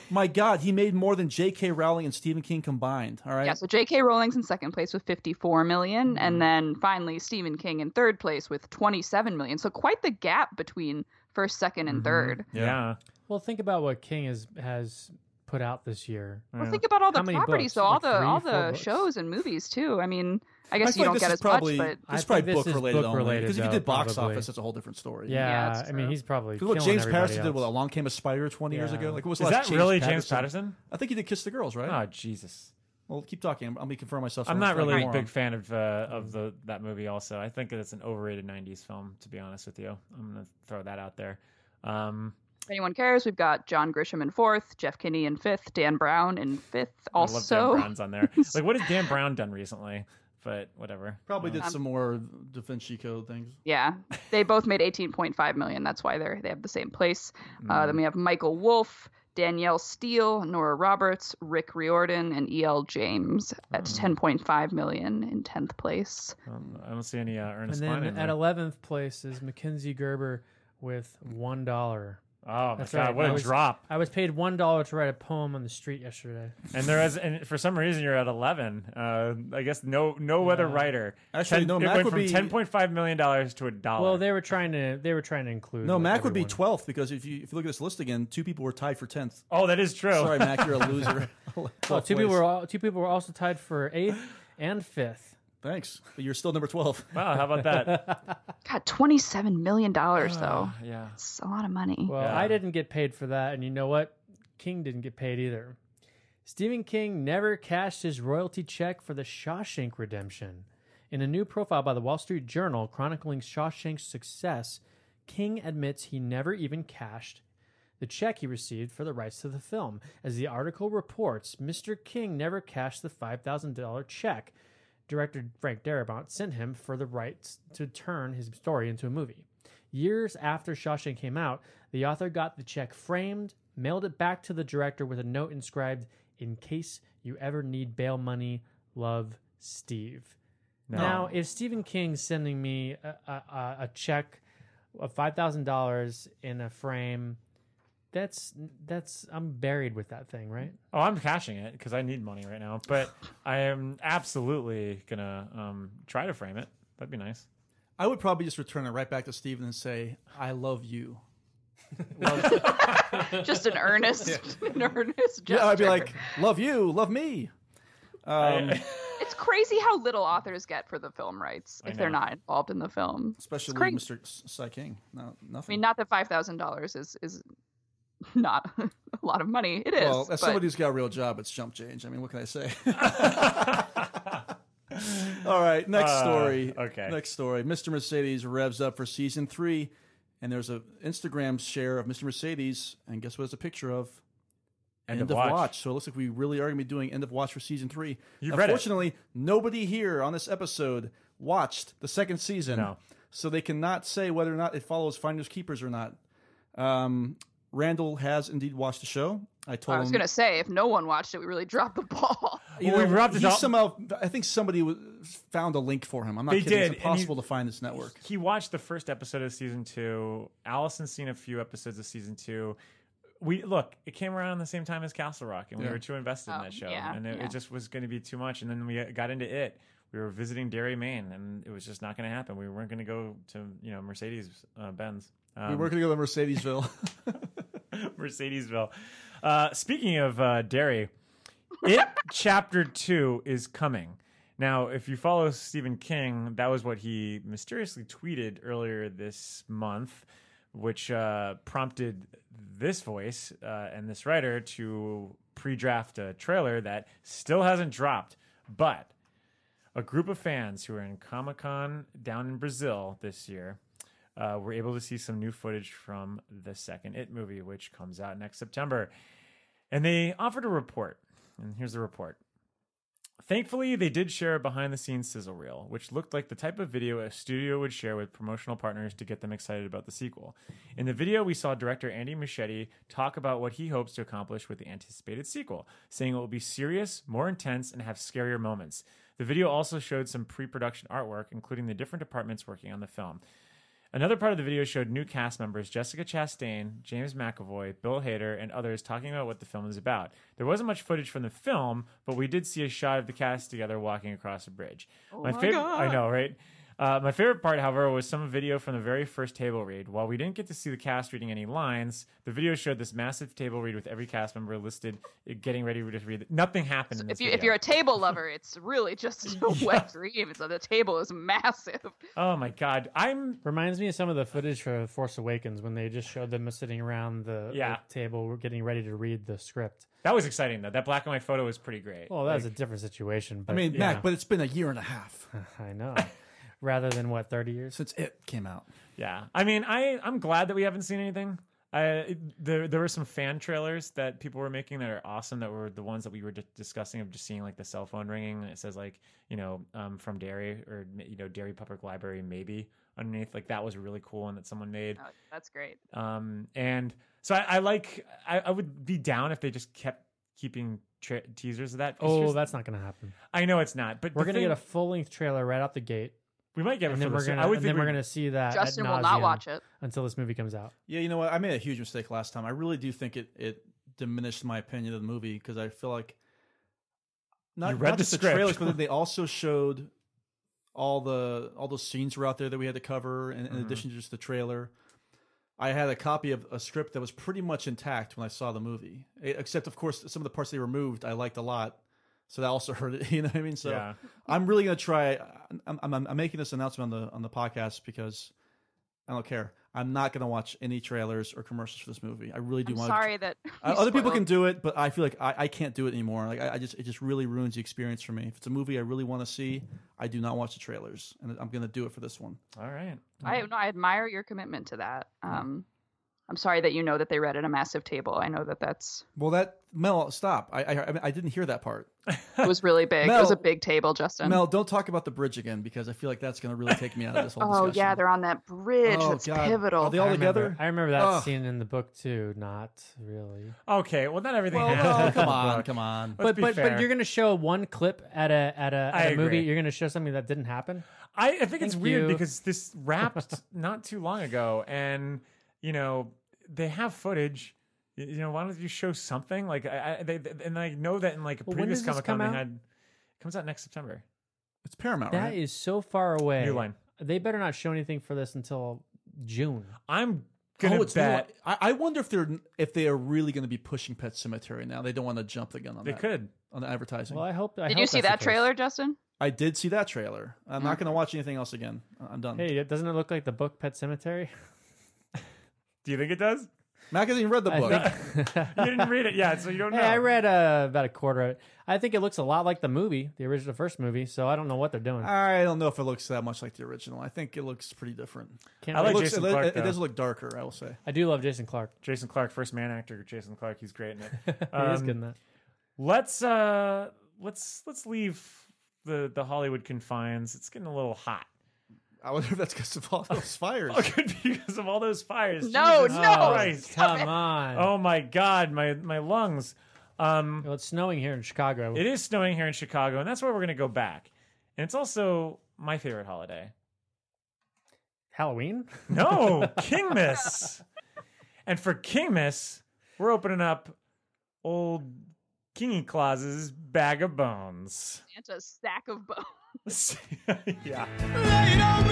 [SPEAKER 6] My God, he made more than J.K. Rowling and Stephen King combined. All right.
[SPEAKER 5] Yeah, so J.K. Rowling's in second place with 54 million, and then finally Stephen King in third place with 27 million. So quite the gap between first, second, and third.
[SPEAKER 3] yeah.
[SPEAKER 4] Well, think about what King has has put out this year.
[SPEAKER 5] Well, think about all
[SPEAKER 4] How
[SPEAKER 5] the
[SPEAKER 4] many books?
[SPEAKER 5] properties, so all
[SPEAKER 4] Like
[SPEAKER 5] the
[SPEAKER 4] three,
[SPEAKER 5] all
[SPEAKER 4] four
[SPEAKER 5] the
[SPEAKER 4] books?
[SPEAKER 5] shows and movies too. I mean, I guess you
[SPEAKER 6] feel like
[SPEAKER 5] don't
[SPEAKER 6] this
[SPEAKER 5] get
[SPEAKER 6] is
[SPEAKER 5] as
[SPEAKER 6] probably,
[SPEAKER 5] much,
[SPEAKER 6] this is
[SPEAKER 4] I
[SPEAKER 6] probably
[SPEAKER 4] think this
[SPEAKER 6] book
[SPEAKER 4] is
[SPEAKER 6] related
[SPEAKER 4] book
[SPEAKER 6] only.
[SPEAKER 4] related,
[SPEAKER 6] because if you
[SPEAKER 4] though,
[SPEAKER 6] did box
[SPEAKER 4] probably.
[SPEAKER 6] office, that's a whole different story.
[SPEAKER 5] Yeah,
[SPEAKER 4] Yeah,
[SPEAKER 5] that's
[SPEAKER 4] I mean
[SPEAKER 5] true.
[SPEAKER 4] he's probably
[SPEAKER 6] Look what
[SPEAKER 4] killing
[SPEAKER 6] James Patterson
[SPEAKER 4] everybody
[SPEAKER 6] did. What
[SPEAKER 4] else.
[SPEAKER 6] Along Came a Spider twenty years
[SPEAKER 4] Yeah.
[SPEAKER 6] ago. Like, what was the
[SPEAKER 3] Is
[SPEAKER 6] last
[SPEAKER 3] that
[SPEAKER 6] James
[SPEAKER 3] really
[SPEAKER 6] Patterson?
[SPEAKER 3] James Patterson?
[SPEAKER 6] I think he did Kiss the Girls, right?
[SPEAKER 3] Oh Jesus!
[SPEAKER 6] Well, keep talking. I'm- I'll be confirming myself. so
[SPEAKER 3] I'm not
[SPEAKER 6] sound like
[SPEAKER 3] really a
[SPEAKER 6] moron.
[SPEAKER 3] big fan of uh, of the that movie. Also, I think it's an overrated '90s film. To be honest with you, I'm gonna throw that out there. Um,
[SPEAKER 5] If anyone cares, we've got John Grisham in fourth, Jeff Kinney in fifth, Dan Brown in fifth.
[SPEAKER 3] I love Dan
[SPEAKER 5] Also,
[SPEAKER 3] Brown's on there. Like, what has Dan Brown done recently? But whatever. Um,
[SPEAKER 6] Probably
[SPEAKER 3] You know.
[SPEAKER 6] did some more Da Vinci Code things.
[SPEAKER 5] yeah,
[SPEAKER 6] Mm.
[SPEAKER 5] they both made 18.5 million. That's why they're they have the same place. Uh, then we have Michael Wolf, Danielle Steele, Nora Roberts, Rick Riordan, and E.L. James at
[SPEAKER 6] Mm.
[SPEAKER 5] 10.5 million in 10th place.
[SPEAKER 3] Um, I don't see any uh,
[SPEAKER 4] And
[SPEAKER 3] Ernest
[SPEAKER 4] then
[SPEAKER 3] Cline in
[SPEAKER 4] at
[SPEAKER 3] there.
[SPEAKER 4] eleventh place is Mackenzie Gerber with one dollar.
[SPEAKER 3] Oh my
[SPEAKER 4] That's
[SPEAKER 3] god,
[SPEAKER 4] right.
[SPEAKER 3] what
[SPEAKER 4] I
[SPEAKER 3] a
[SPEAKER 4] was-
[SPEAKER 3] drop!
[SPEAKER 4] I was paid one dollar to write a poem on the street yesterday.
[SPEAKER 3] And there is, and for some reason, you're at eleven. Uh, I guess no, no other writer.
[SPEAKER 6] Actually, no,
[SPEAKER 3] it
[SPEAKER 6] Mac
[SPEAKER 3] went
[SPEAKER 6] would
[SPEAKER 3] from
[SPEAKER 6] be-
[SPEAKER 3] ten point five million dollars to a dollar.
[SPEAKER 4] Well, they were trying to they were trying to include.
[SPEAKER 6] No, Mac would be
[SPEAKER 4] everyone.
[SPEAKER 6] 12th because if you if you look at this list again, two people were tied for 10th.
[SPEAKER 3] oh, that is true.
[SPEAKER 6] Sorry, Mac, you're a loser.
[SPEAKER 4] Well,
[SPEAKER 6] Twelfth
[SPEAKER 4] two people
[SPEAKER 6] place.
[SPEAKER 4] were all, two people were also tied for eighth and fifth.
[SPEAKER 6] Thanks, but you're still number 12.
[SPEAKER 3] Wow, how about that?
[SPEAKER 5] God, $27 million, though.
[SPEAKER 3] yeah.
[SPEAKER 5] It's a lot of money.
[SPEAKER 4] Well,
[SPEAKER 3] Yeah.
[SPEAKER 4] I didn't get paid for that, and you know what? King didn't get paid either. Stephen King never cashed his royalty check for The Shawshank Redemption. In a new profile by the Wall Street Journal chronicling Shawshank's success, King admits he never even cashed the check he received for the rights to the film. As the article reports, Mr. King never cashed the $5,000 check director Frank Darabont sent him for the rights to turn his story into a movie. Years after Shawshank came out, the author got the check framed, mailed it back to the director with a note inscribed, In case you ever need bail money, love Steve. Now, if Stephen King's sending me a, a, a- a check of $5,000 in a frame, that's that's I'm buried with that thing, right?
[SPEAKER 3] Oh, I'm cashing it because I need money right now. But I am absolutely gonna um, try to frame it. That'd be nice.
[SPEAKER 6] I would probably just return it right back to Steven and say, I love you.
[SPEAKER 5] just an earnest, an earnest gesture.
[SPEAKER 6] Yeah, I'd be like, love you, love me. Um,
[SPEAKER 5] it's crazy how little authors get for the film rights if they're
[SPEAKER 3] know.
[SPEAKER 5] not involved in the film.
[SPEAKER 6] especially
[SPEAKER 5] great.
[SPEAKER 6] Mr. S- Cy King. No,
[SPEAKER 5] I
[SPEAKER 6] nothing.
[SPEAKER 5] mean, not that five thousand dollars is is not a lot of money. It is.
[SPEAKER 6] well, as
[SPEAKER 5] but
[SPEAKER 6] somebody who's got a real job, it's jump change. I mean, what can I say? All right, next
[SPEAKER 3] Uh,
[SPEAKER 6] story.
[SPEAKER 3] okay.
[SPEAKER 6] Next story. Mr. Mercedes revs up for season three, and there's a Instagram share of Mr. Mercedes, and guess what? It's a picture of
[SPEAKER 3] End of watch.
[SPEAKER 6] So it looks like we really are going to be doing end of watch for season three.
[SPEAKER 3] You've read it.
[SPEAKER 6] Unfortunately, nobody here on this episode watched the second season,
[SPEAKER 3] No.
[SPEAKER 6] so they cannot say whether or not it follows Finders Keepers or not. Um, Randall has indeed watched the show. I told
[SPEAKER 5] I was
[SPEAKER 6] him
[SPEAKER 5] gonna say, if no one watched it, we really dropped the ball.
[SPEAKER 6] Either
[SPEAKER 3] Well, we rubbed it
[SPEAKER 6] he
[SPEAKER 3] off-
[SPEAKER 6] somehow. I think somebody w- found a link for him. I'm not
[SPEAKER 3] They
[SPEAKER 6] kidding.
[SPEAKER 3] did, and
[SPEAKER 6] It's
[SPEAKER 3] he-
[SPEAKER 6] impossible to find this network.
[SPEAKER 3] He watched the first episode of season two. Allison's seen a few episodes of season two. We look, it came around the same time as Castle Rock, and we
[SPEAKER 6] Yeah.
[SPEAKER 3] were too invested in
[SPEAKER 5] Oh,
[SPEAKER 3] that show,
[SPEAKER 5] yeah,
[SPEAKER 3] and it,
[SPEAKER 5] yeah.
[SPEAKER 3] it just was going to be too much. And then we got into it. We were visiting Derry, Maine, and it was just not going to happen. We weren't going to go to you know Mercedes uh, Benz. Um,
[SPEAKER 6] we were going to go to Mercedesville.
[SPEAKER 3] Mercedesville. Uh, speaking of uh, dairy, it chapter two is coming. Now, if you follow Stephen King, that was what he mysteriously tweeted earlier this month, which uh, prompted this voice uh, and this writer to pre draft a trailer that still hasn't dropped. But a group of fans who were in Comic Con down in Brazil this year uh, were able to see some new footage from the second It movie, which comes out next September. And they offered a report. And here's the report. Thankfully, they did share a behind the scenes sizzle reel, which looked like the type of video a studio would share with promotional partners to get them excited about the sequel. In the video, we saw director Andy Muschietti talk about what he hopes to accomplish with the anticipated sequel, saying it will be serious, more intense, and have scarier moments. The video also showed some pre production artwork, including the different departments working on the film. Another part of the video showed new cast members Jessica Chastain, James McAvoy, Bill Hader, and others talking about what the film is about. There wasn't much footage from the film, but we did see a shot of the cast together walking across a bridge.
[SPEAKER 5] Oh
[SPEAKER 3] my favorite, I know, right? Uh, my favorite part, however, was some video from the very first table read. While we didn't get to see the cast reading any lines, the video showed this massive table read with every cast member listed uh, getting ready to read. Nothing happened. in this
[SPEAKER 5] if you
[SPEAKER 3] video.
[SPEAKER 5] if you're a table lover, it's really just a wet dream. It's like the table is massive.
[SPEAKER 3] oh my god, I'm
[SPEAKER 4] Reminds me of some of the footage for Force Awakens when they just showed them sitting around the, the
[SPEAKER 3] Yeah.
[SPEAKER 4] table getting ready to read the script.
[SPEAKER 3] that was exciting though. That black and white photo was pretty great.
[SPEAKER 4] Well, that was a different situation. But,
[SPEAKER 6] I mean,
[SPEAKER 4] you
[SPEAKER 6] Mac, but it's been a year and a half
[SPEAKER 4] know, I know. Rather than what thirty years?
[SPEAKER 6] since it came out.
[SPEAKER 3] Yeah, I mean, I I'm glad that we haven't seen anything. I there there were some fan trailers that people were making that are awesome. That were the ones that we were di- discussing of just seeing like the cell phone ringing and it says like you know um, from Dairy or you know Dairy Public Library maybe underneath. Like that was a really cool one that someone made.
[SPEAKER 5] Oh, that's great.
[SPEAKER 3] Um, and so I, I like I, I would be down if they just kept keeping tra- teasers of that. because
[SPEAKER 4] Oh,
[SPEAKER 3] here's-
[SPEAKER 4] that's not going to happen.
[SPEAKER 3] I know it's not, but
[SPEAKER 4] We're
[SPEAKER 3] the
[SPEAKER 4] going to get a
[SPEAKER 3] thing-
[SPEAKER 4] full length trailer right out the gate,
[SPEAKER 3] we might get it
[SPEAKER 4] and
[SPEAKER 3] for
[SPEAKER 4] then we're
[SPEAKER 3] this-
[SPEAKER 4] going
[SPEAKER 3] I
[SPEAKER 4] to
[SPEAKER 3] would
[SPEAKER 4] and
[SPEAKER 3] think
[SPEAKER 4] then we're
[SPEAKER 3] we-
[SPEAKER 4] going to see that. ad
[SPEAKER 5] Justin will not
[SPEAKER 4] nauseam
[SPEAKER 5] watch it.
[SPEAKER 4] until this movie comes out.
[SPEAKER 6] Yeah, you know what? I made a huge mistake last time. I really do think it it diminished my opinion of the movie because I feel like not,
[SPEAKER 3] You read
[SPEAKER 6] not
[SPEAKER 3] the
[SPEAKER 6] just
[SPEAKER 3] script.
[SPEAKER 6] trailers, but then they also showed all the all those scenes were out there that we had to cover, and in
[SPEAKER 3] Mhm.
[SPEAKER 6] addition to just the trailer. I had a copy of a script that was pretty much intact when I saw the movie, E- except of course some of the parts they removed I liked a lot, so that also hurt it. You know what I mean? So
[SPEAKER 3] yeah.
[SPEAKER 6] I'm really gonna try. I'm, I'm, I'm making this announcement on the on the podcast because I don't care. I'm not gonna watch any trailers or commercials for this movie. I really do
[SPEAKER 5] I'm
[SPEAKER 6] want.
[SPEAKER 5] sorry that we
[SPEAKER 6] To, Uh, other people
[SPEAKER 5] spoiled.
[SPEAKER 6] can do it, but I feel like I, I can't do it anymore. Like I, I just it just really ruins the experience for me. If it's a movie I really want to see, I do not watch the trailers, and I'm gonna do it for this one.
[SPEAKER 3] All right.
[SPEAKER 5] I no, I admire your commitment to that. Um, I'm sorry that you know that they read at a massive table. I know that that's
[SPEAKER 6] Well, that Mel, stop. I I, I mean, I didn't hear that part.
[SPEAKER 5] it was really big. it was a
[SPEAKER 6] Mel-
[SPEAKER 5] big table, Justin.
[SPEAKER 6] Mel, don't talk about the bridge again because I feel like that's gonna really take me out of this whole.
[SPEAKER 5] oh
[SPEAKER 6] discussion.
[SPEAKER 5] yeah, they're on that bridge.
[SPEAKER 6] Oh,
[SPEAKER 5] that's
[SPEAKER 6] God.
[SPEAKER 5] pivotal.
[SPEAKER 6] Are they all
[SPEAKER 4] I remember-
[SPEAKER 6] together?
[SPEAKER 4] I remember that
[SPEAKER 6] Ugh.
[SPEAKER 4] scene in the book too. Not really.
[SPEAKER 3] Okay. Well, not everything.
[SPEAKER 6] Well,
[SPEAKER 3] happens
[SPEAKER 6] well,
[SPEAKER 3] in
[SPEAKER 6] come
[SPEAKER 3] the
[SPEAKER 6] on,
[SPEAKER 3] book.
[SPEAKER 6] come on.
[SPEAKER 3] Let's
[SPEAKER 4] but
[SPEAKER 3] be
[SPEAKER 4] but,
[SPEAKER 3] fair.
[SPEAKER 4] but you're going to show one clip at a at a,
[SPEAKER 3] I
[SPEAKER 4] at a movie.
[SPEAKER 3] agree.
[SPEAKER 4] You're going to show something that didn't happen.
[SPEAKER 3] I, I think it's
[SPEAKER 4] Thank
[SPEAKER 3] weird
[SPEAKER 4] you.
[SPEAKER 3] because this wrapped not too long ago, and you know they have footage. Y- You know, why don't you show something? Like I, I they, they- and I know that in like a
[SPEAKER 4] Well, when
[SPEAKER 3] previous
[SPEAKER 4] does this
[SPEAKER 3] Comic Con they
[SPEAKER 4] come out?
[SPEAKER 3] had it comes out next September.
[SPEAKER 6] It's Paramount,
[SPEAKER 4] That
[SPEAKER 6] right?
[SPEAKER 4] is so far away.
[SPEAKER 3] New line.
[SPEAKER 4] They better not show anything for this until June.
[SPEAKER 3] I'm gonna
[SPEAKER 6] Oh, it's
[SPEAKER 3] bet
[SPEAKER 6] not- I, I wonder if they're if they are really going to be pushing Pet Cemetery now. They don't want to jump the gun on
[SPEAKER 3] they
[SPEAKER 6] that,
[SPEAKER 3] could.
[SPEAKER 6] on the advertising.
[SPEAKER 4] Well, I hope. I
[SPEAKER 5] Did
[SPEAKER 4] hope
[SPEAKER 5] you see
[SPEAKER 4] that's the
[SPEAKER 5] that
[SPEAKER 4] case.
[SPEAKER 5] trailer, Justin?
[SPEAKER 6] I did see that trailer. I'm not going to watch anything else again. I- I'm done.
[SPEAKER 4] Hey, doesn't it look like the book Pet Cemetery?
[SPEAKER 3] Do you think it does?
[SPEAKER 6] Mac hasn't even read the
[SPEAKER 4] I
[SPEAKER 6] book.
[SPEAKER 4] think-
[SPEAKER 3] You didn't read it yet, so you don't know.
[SPEAKER 4] Hey, I read uh, about a quarter of it. I think it looks a lot like the movie, the original first movie. So I don't know what they're doing.
[SPEAKER 6] I don't know if it looks that much like the original. I think it looks pretty different.
[SPEAKER 4] Can't
[SPEAKER 3] I
[SPEAKER 4] wait.
[SPEAKER 3] like
[SPEAKER 6] it, looks,
[SPEAKER 3] Jason uh,
[SPEAKER 6] it,
[SPEAKER 3] Clarke,
[SPEAKER 6] it, it
[SPEAKER 3] though.
[SPEAKER 6] does look darker, I will say.
[SPEAKER 4] I do love Jason Clark.
[SPEAKER 3] Jason Clark, first man actor. Jason Clark, he's great in it.
[SPEAKER 4] He is
[SPEAKER 3] Um,
[SPEAKER 4] good in that.
[SPEAKER 3] let's uh let's let's leave the the Hollywood confines. It's getting a little hot.
[SPEAKER 6] I wonder if that's because of all those fires.
[SPEAKER 3] Oh, it could be because of all those fires.
[SPEAKER 5] No,
[SPEAKER 3] Jesus
[SPEAKER 5] no,
[SPEAKER 3] Christ.
[SPEAKER 5] stop
[SPEAKER 4] Come
[SPEAKER 5] it.
[SPEAKER 4] on.
[SPEAKER 3] Oh my God, my my lungs. Um,
[SPEAKER 4] Well, it's snowing here in Chicago.
[SPEAKER 3] it is snowing here in Chicago, and that's why we're gonna go back. And it's also my favorite holiday.
[SPEAKER 4] Halloween?
[SPEAKER 3] No, Kingmas. and for Kingmas, we're opening up old Kingy Claus's bag of bones.
[SPEAKER 5] Santa's sack of bones.
[SPEAKER 3] yeah.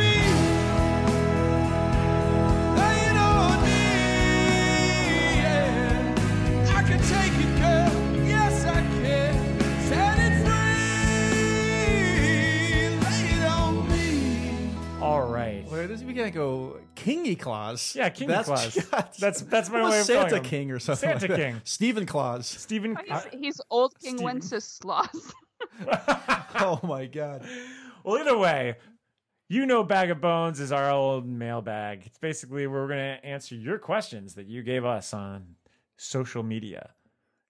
[SPEAKER 3] All right.
[SPEAKER 6] Wait, this, we can't go Kingy Claus.
[SPEAKER 3] Yeah, Kingy
[SPEAKER 6] that's,
[SPEAKER 3] Claus. That's- that's my
[SPEAKER 6] What was
[SPEAKER 3] way of
[SPEAKER 6] Santa
[SPEAKER 3] calling him.
[SPEAKER 6] King or something.
[SPEAKER 3] Santa
[SPEAKER 6] like that?
[SPEAKER 3] King.
[SPEAKER 6] Stephen Claus.
[SPEAKER 3] Stephen.
[SPEAKER 5] He's, he's old King
[SPEAKER 3] Steven.
[SPEAKER 5] Wenceslaus.
[SPEAKER 6] Oh my God.
[SPEAKER 3] Well, either way, you know, Bag of Bones is our old mailbag. It's basically where we're going to answer your questions that you gave us on social media.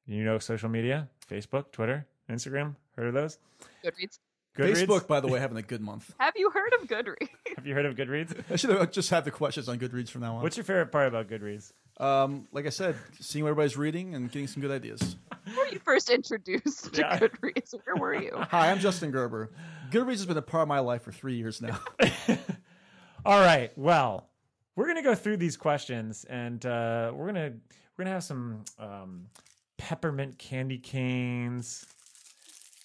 [SPEAKER 3] You know, social media, Facebook, Twitter, Instagram. Heard of those?
[SPEAKER 5] Goodreads.
[SPEAKER 3] Goodreads?
[SPEAKER 6] Facebook, by the way, having a good month.
[SPEAKER 5] Have you heard of Goodreads?
[SPEAKER 3] Have you heard of Goodreads?
[SPEAKER 6] I should have just have the questions on Goodreads from now on.
[SPEAKER 3] What's your favorite part about Goodreads?
[SPEAKER 6] um, like I said, seeing what everybody's reading and getting some good ideas.
[SPEAKER 5] Where were you first introduced to
[SPEAKER 3] Yeah.
[SPEAKER 5] Goodreads? Where were you?
[SPEAKER 6] Hi, I'm Justin Gerber. Goodreads has been a part of my life for three years now.
[SPEAKER 3] All right. Well, we're gonna go through these questions, and uh, we're gonna we're gonna have some um, peppermint candy canes,